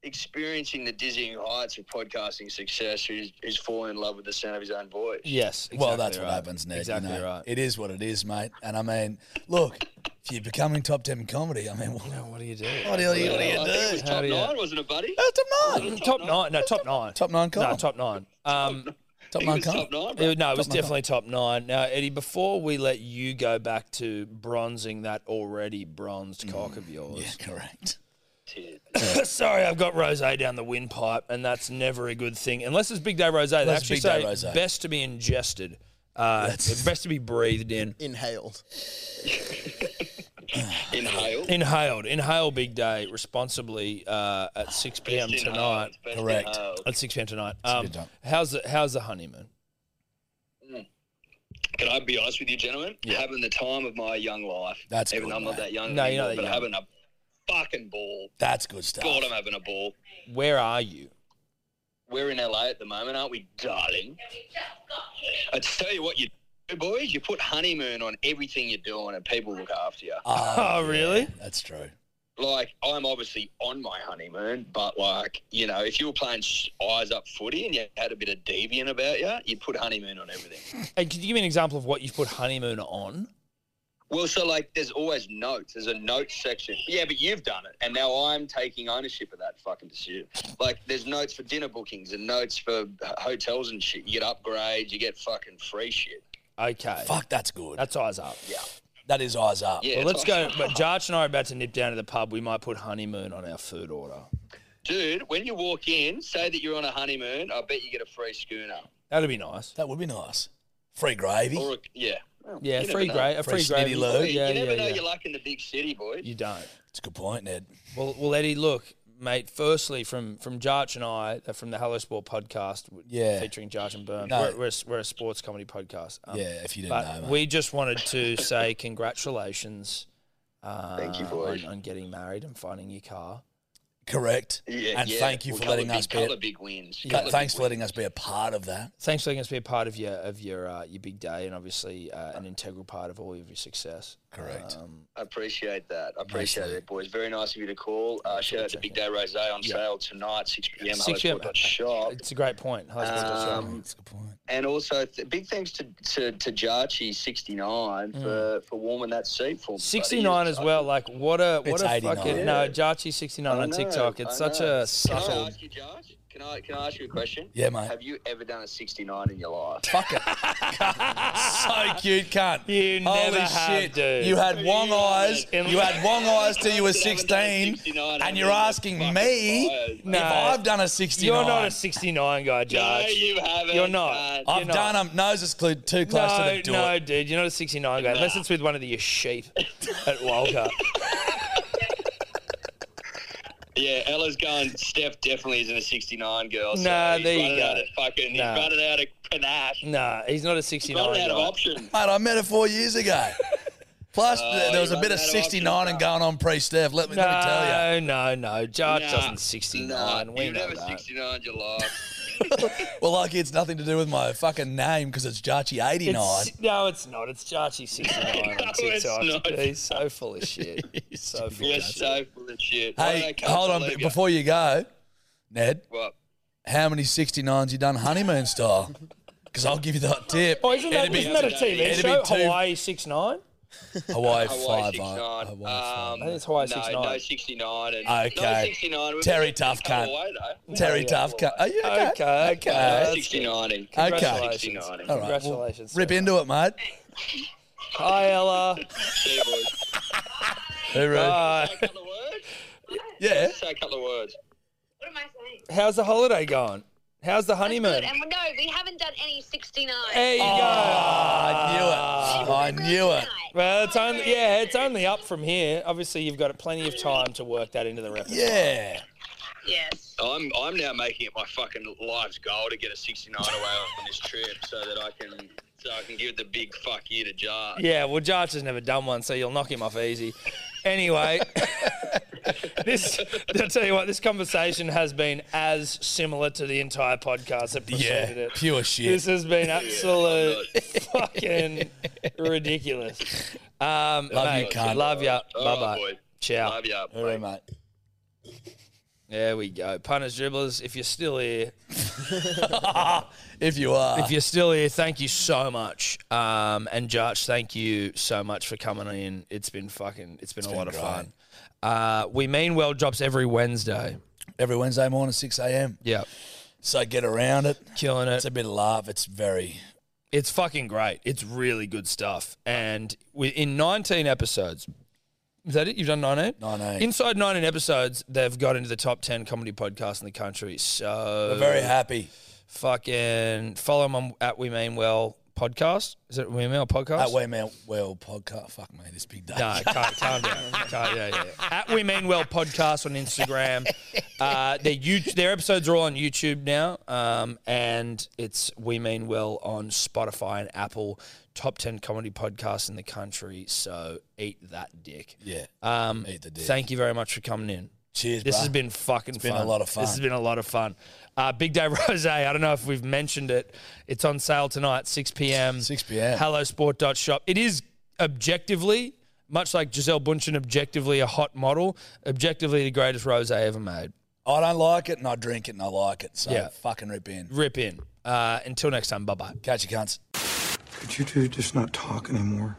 [SPEAKER 5] experiencing the dizzying heights of podcasting success, who's, who's fallen in love with the sound of his own voice.
[SPEAKER 2] Yes,
[SPEAKER 3] well,
[SPEAKER 2] exactly
[SPEAKER 3] that's
[SPEAKER 2] right.
[SPEAKER 3] what happens, Ned.
[SPEAKER 2] Exactly
[SPEAKER 3] you know.
[SPEAKER 2] right.
[SPEAKER 3] It is what it is, mate. And I mean, look, if you're becoming top ten in comedy, I mean, what,
[SPEAKER 2] what do you do?
[SPEAKER 3] What do you, what do
[SPEAKER 5] I
[SPEAKER 3] you
[SPEAKER 5] think it was
[SPEAKER 3] do?
[SPEAKER 5] top nine, wasn't it, buddy?
[SPEAKER 3] top nine.
[SPEAKER 2] Top nine. No, top nine.
[SPEAKER 3] Top nine.
[SPEAKER 2] No, top nine. Um,
[SPEAKER 3] Top
[SPEAKER 5] nine was comp. top nine, bro.
[SPEAKER 2] It- no, it was
[SPEAKER 5] Top nine
[SPEAKER 2] definitely top nine. Now, Eddie, before we let you go back to bronzing that already bronzed cock of yours.
[SPEAKER 3] Mm. Yeah, correct.
[SPEAKER 2] Sorry, I've got rosé down the windpipe, and that's never a good thing unless it's big day rosé. They
[SPEAKER 3] Unless it's
[SPEAKER 2] actually
[SPEAKER 3] big day
[SPEAKER 2] say
[SPEAKER 3] rosé.
[SPEAKER 2] best to be ingested, uh, best to be breathed in.
[SPEAKER 4] Inhaled.
[SPEAKER 5] Inhaled.
[SPEAKER 2] Inhaled. Inhale Big Day responsibly uh, at 6 p.m. tonight.
[SPEAKER 5] best Correct. inhaled.
[SPEAKER 2] At 6 p.m. tonight.
[SPEAKER 5] a
[SPEAKER 2] Um,
[SPEAKER 5] good time.
[SPEAKER 2] how's the How's the honeymoon?
[SPEAKER 5] Mm. Can I be honest with you, gentlemen?
[SPEAKER 2] Yeah.
[SPEAKER 5] Having the time of my young life.
[SPEAKER 3] That's
[SPEAKER 5] Even
[SPEAKER 3] good,
[SPEAKER 5] though I'm not
[SPEAKER 3] mate.
[SPEAKER 5] that young
[SPEAKER 2] No, you're
[SPEAKER 5] anymore,
[SPEAKER 2] not that
[SPEAKER 5] but
[SPEAKER 2] young.
[SPEAKER 5] having a fucking ball.
[SPEAKER 3] That's good stuff.
[SPEAKER 5] God, I'm having a ball.
[SPEAKER 2] Where are you?
[SPEAKER 5] We're in LA at the moment, aren't we, darling? I tell you what you do, boys. You put honeymoon on everything you're doing, and people look after you.
[SPEAKER 2] Oh, really?
[SPEAKER 3] That's true.
[SPEAKER 5] like I'm obviously on my honeymoon, but like you know, if you were playing sh- eyes up footy and you had a bit of deviant about you, you'd put honeymoon on everything.
[SPEAKER 2] And could you give me an example of what you've put honeymoon on?
[SPEAKER 5] Well, so like, there's always notes. There's a notes section. Yeah, but you've done it, and now I'm taking ownership of that fucking decision. Like, there's notes for dinner bookings and notes for h- hotels and shit. You get upgrades. You get fucking free shit.
[SPEAKER 2] Okay.
[SPEAKER 3] Fuck, that's good.
[SPEAKER 2] That's eyes up.
[SPEAKER 5] Yeah.
[SPEAKER 3] That is eyes up.
[SPEAKER 5] Yeah,
[SPEAKER 2] well, let's
[SPEAKER 5] it's
[SPEAKER 2] go.
[SPEAKER 5] eyes
[SPEAKER 2] But Jarch and I are about to nip down to the pub. We might put honeymoon on our food order.
[SPEAKER 5] Dude, when you walk in, say that you're on a honeymoon. I bet you get a free schooner.
[SPEAKER 2] That'd be nice.
[SPEAKER 3] That would be nice. Free gravy.
[SPEAKER 5] Or a, yeah.
[SPEAKER 2] Yeah,
[SPEAKER 5] You never
[SPEAKER 2] free
[SPEAKER 5] know.
[SPEAKER 2] gra- a free
[SPEAKER 3] Free snitty
[SPEAKER 2] gravy.
[SPEAKER 3] loo.
[SPEAKER 2] Yeah,
[SPEAKER 5] you never
[SPEAKER 2] yeah,
[SPEAKER 5] know
[SPEAKER 2] yeah.
[SPEAKER 5] your luck in the big city, boys.
[SPEAKER 2] You don't.
[SPEAKER 3] It's a good point, Ned.
[SPEAKER 2] Well, well, Eddie, look, mate. Firstly, from from Jarch and I, uh, from the Hello Sport podcast, w-
[SPEAKER 3] Yeah.
[SPEAKER 2] featuring Jarch and Burn.
[SPEAKER 3] No.
[SPEAKER 2] We're, we're, a, s- we're a sports comedy podcast. Um,
[SPEAKER 3] Yeah, if you didn't
[SPEAKER 2] but
[SPEAKER 3] know, mate.
[SPEAKER 2] we just wanted to say congratulations. Uh,
[SPEAKER 3] Thank you, boys.
[SPEAKER 2] on, on getting married and finding your car.
[SPEAKER 3] Correct.
[SPEAKER 2] Yeah,
[SPEAKER 3] and
[SPEAKER 2] yeah.
[SPEAKER 3] thank you
[SPEAKER 2] Well,
[SPEAKER 3] for
[SPEAKER 2] couple
[SPEAKER 3] letting
[SPEAKER 2] big-
[SPEAKER 3] us be.
[SPEAKER 2] couple big wins.
[SPEAKER 3] Th-
[SPEAKER 2] Couple
[SPEAKER 3] Thanks
[SPEAKER 2] big
[SPEAKER 3] for letting us be a part of that.
[SPEAKER 2] Thanks for letting us be a part of your of your uh, your big day and obviously uh, an integral part of all of your success.
[SPEAKER 3] Correct.
[SPEAKER 2] Um,
[SPEAKER 5] I appreciate that. I appreciate it, boys. Very nice of you to call. Uh, shout out to Big Day Rose on
[SPEAKER 2] Yeah.
[SPEAKER 5] sale tonight, 6 p.m.
[SPEAKER 2] 6 p.m.
[SPEAKER 5] Shop.
[SPEAKER 2] It's a great point. Hello Sport dot shop.
[SPEAKER 5] Um, And also, th- big thanks to to, to Jarchi 69
[SPEAKER 2] Mm.
[SPEAKER 5] for, for warming that seat for me. buddy.
[SPEAKER 2] 69 as well. Like what a what
[SPEAKER 5] It's
[SPEAKER 2] a
[SPEAKER 5] 89.
[SPEAKER 2] fucking no Jarchi 69
[SPEAKER 5] I
[SPEAKER 2] on
[SPEAKER 5] know,
[SPEAKER 2] TikTok.
[SPEAKER 5] I
[SPEAKER 2] It's such
[SPEAKER 5] know.
[SPEAKER 2] a
[SPEAKER 5] Can
[SPEAKER 2] subtle.
[SPEAKER 5] I ask you, Josh? Can I can I ask you a question?
[SPEAKER 2] Yeah, mate.
[SPEAKER 5] Have you ever done a 69 in your life?
[SPEAKER 3] Fuck it. so cute, cunt.
[SPEAKER 2] Ah, You
[SPEAKER 5] never have, dude.
[SPEAKER 3] You had Wong eyes.
[SPEAKER 5] In-
[SPEAKER 3] You had Wong eyes till you were 16, and you're asking me if I've done a 69.
[SPEAKER 2] You're not a 69 guy, Jarch.
[SPEAKER 5] you haven't,
[SPEAKER 2] You're not.
[SPEAKER 3] I've
[SPEAKER 2] You're not.
[SPEAKER 3] done them. Nose is glued too close
[SPEAKER 2] no,
[SPEAKER 3] to the door.
[SPEAKER 2] No, dude, you're not a 69 guy. Unless it's with one of the, your sheep at Walcott.
[SPEAKER 5] Yeah, Ella's going. Steph definitely isn't a 69 girl. So
[SPEAKER 2] Nah,
[SPEAKER 5] he's
[SPEAKER 2] there you
[SPEAKER 5] running
[SPEAKER 2] go.
[SPEAKER 5] Out of fucking,
[SPEAKER 2] Nah.
[SPEAKER 5] He's running out of panache.
[SPEAKER 2] nah, he's not a 69
[SPEAKER 5] Running out of
[SPEAKER 2] guy.
[SPEAKER 5] options.
[SPEAKER 3] Mate, I met her four years ago. Plus,
[SPEAKER 2] Oh,
[SPEAKER 3] th- there was
[SPEAKER 2] you
[SPEAKER 3] a bit
[SPEAKER 2] run
[SPEAKER 3] of
[SPEAKER 2] out of
[SPEAKER 3] 69 and going on pre-Steph. Let me,
[SPEAKER 2] no,
[SPEAKER 3] let me tell you.
[SPEAKER 2] no, no. Jarch
[SPEAKER 3] Nah,
[SPEAKER 2] doesn't 69. we
[SPEAKER 3] you've
[SPEAKER 2] know
[SPEAKER 3] never
[SPEAKER 2] that.
[SPEAKER 5] 69 July.
[SPEAKER 3] Well, lucky it's nothing to do with my fucking name because it's Jarchi 89.
[SPEAKER 2] It's, no, it's not. It's Jarchi 69 on
[SPEAKER 5] it's
[SPEAKER 2] TikTok.
[SPEAKER 5] not.
[SPEAKER 2] He's so full of shit. so full
[SPEAKER 5] You're
[SPEAKER 2] of shit.
[SPEAKER 5] so full of shit. Why
[SPEAKER 3] hey,
[SPEAKER 5] don't I come
[SPEAKER 3] hold
[SPEAKER 5] to
[SPEAKER 3] on.
[SPEAKER 5] leave
[SPEAKER 3] b-
[SPEAKER 5] you?
[SPEAKER 3] Before you go, Ned,
[SPEAKER 5] What?
[SPEAKER 3] how many 69s you done honeymoon style? Because I'll give you that tip.
[SPEAKER 2] Oh, isn't that,
[SPEAKER 3] It'd be-
[SPEAKER 2] isn't that a TV
[SPEAKER 3] it'd be
[SPEAKER 2] show?
[SPEAKER 3] two-
[SPEAKER 2] Hawaii 69?
[SPEAKER 3] Hawaii
[SPEAKER 5] Hawaii
[SPEAKER 3] 5
[SPEAKER 5] 69.
[SPEAKER 3] uh,
[SPEAKER 5] Um,
[SPEAKER 2] I think it's Hawaii
[SPEAKER 5] no,
[SPEAKER 2] 69.
[SPEAKER 5] No, 69. And, No,
[SPEAKER 3] Okay.
[SPEAKER 5] 69. We've
[SPEAKER 3] Terry
[SPEAKER 5] been
[SPEAKER 3] Tough
[SPEAKER 5] couple
[SPEAKER 3] cunt.
[SPEAKER 5] away, though.
[SPEAKER 3] Terry
[SPEAKER 5] Yeah.
[SPEAKER 3] Tough cunt. Are you okay?
[SPEAKER 2] Okay, okay.
[SPEAKER 5] No, 69. Okay.
[SPEAKER 3] Okay.
[SPEAKER 5] 69.
[SPEAKER 3] All right, well,
[SPEAKER 2] Congratulations,
[SPEAKER 3] Rip into it, mate.
[SPEAKER 2] Hi, Ella. Uh,
[SPEAKER 5] See you, boys.
[SPEAKER 3] Hooroo.
[SPEAKER 2] Bye.
[SPEAKER 5] Yeah.
[SPEAKER 2] Yeah.
[SPEAKER 5] Say a couple of words.
[SPEAKER 2] How's the holiday going? How's the honeymoon?
[SPEAKER 15] Good. And we- no, we haven't done any 69.
[SPEAKER 2] There you
[SPEAKER 3] Oh,
[SPEAKER 2] go.
[SPEAKER 3] Ah,
[SPEAKER 2] I
[SPEAKER 15] knew it.
[SPEAKER 2] I knew it. Well, it's only yeah, it's only up from here. Obviously, you've got plenty of time to work that into the repertoire.
[SPEAKER 3] Yeah.
[SPEAKER 15] Yes.
[SPEAKER 5] I'm I'm now making it my fucking life's goal to get a 69 away on this trip so that I can so I can give the big fuck you to Jar.
[SPEAKER 2] Yeah, well, Jarch has never done one, so you'll knock him off easy. Anyway, this I'll tell you what, this conversation has been as similar to the entire podcast that preceded
[SPEAKER 3] Yeah,
[SPEAKER 2] it.
[SPEAKER 3] pure shit.
[SPEAKER 2] This has been absolute fucking ridiculous.
[SPEAKER 3] Love
[SPEAKER 2] Um, mate,
[SPEAKER 3] you, cunt.
[SPEAKER 2] Love ya.
[SPEAKER 3] All
[SPEAKER 2] bye
[SPEAKER 3] right,
[SPEAKER 2] bye.
[SPEAKER 3] boy.
[SPEAKER 2] Ciao.
[SPEAKER 3] Love
[SPEAKER 5] ya.
[SPEAKER 2] All right, mate. There we go. Punters, dribblers, if you're still here,
[SPEAKER 3] If you are.
[SPEAKER 2] if you're still here, thank you so much. Um, and Jarch, thank you so much for coming in. It's been fucking, it's been
[SPEAKER 3] It's
[SPEAKER 2] a
[SPEAKER 3] been
[SPEAKER 2] lot
[SPEAKER 3] great.
[SPEAKER 2] of fun. Uh, we mean well drops every Wednesday.
[SPEAKER 3] Every Wednesday morning, 6 a.m.
[SPEAKER 2] Yeah.
[SPEAKER 3] So get around it.
[SPEAKER 2] Killing it.
[SPEAKER 3] It's a bit of love. It's very.
[SPEAKER 2] It's fucking great. It's really good stuff. And we, in 19 episodes, is that it? You've done 19?
[SPEAKER 3] 19.
[SPEAKER 2] Inside 19 episodes, they've got into the top 10 comedy podcasts in the country. So
[SPEAKER 3] We're very happy.
[SPEAKER 2] Fucking follow them on at We Mean Well podcast. Is it We Mean Well podcast?
[SPEAKER 3] That way, man. Well, podcast. Fuck, mate. This big day.
[SPEAKER 2] No, calm, calm down. Calm, yeah, yeah. At We Mean Well podcast on Instagram. Uh, their, you, their episodes are all on YouTube now, um, and it's We Mean Well on Spotify and Apple. Top ten comedy podcasts in the country. So eat that dick.
[SPEAKER 3] Yeah.
[SPEAKER 2] Um,
[SPEAKER 3] Eat the dick.
[SPEAKER 2] Thank you very much for coming in.
[SPEAKER 3] Cheers,
[SPEAKER 2] This
[SPEAKER 3] bruh.
[SPEAKER 2] has been fucking
[SPEAKER 3] It's
[SPEAKER 2] fun.
[SPEAKER 3] been a lot of fun.
[SPEAKER 2] This has been a lot of fun. Uh, Big Day Rose, I don't know if we've mentioned it. It's on sale tonight, 6 p.m. 6
[SPEAKER 3] p.m.
[SPEAKER 2] Hellosport.shop. It is objectively, much like Giselle Bundchen, objectively a hot model, objectively the greatest rose ever made.
[SPEAKER 3] I don't like it, and I drink it, and I like it. So
[SPEAKER 2] Yeah.
[SPEAKER 3] fucking rip in.
[SPEAKER 2] Rip in. Uh, until next time, bye bye.
[SPEAKER 3] Catch you, cunts.
[SPEAKER 16] Could you two just not talk anymore?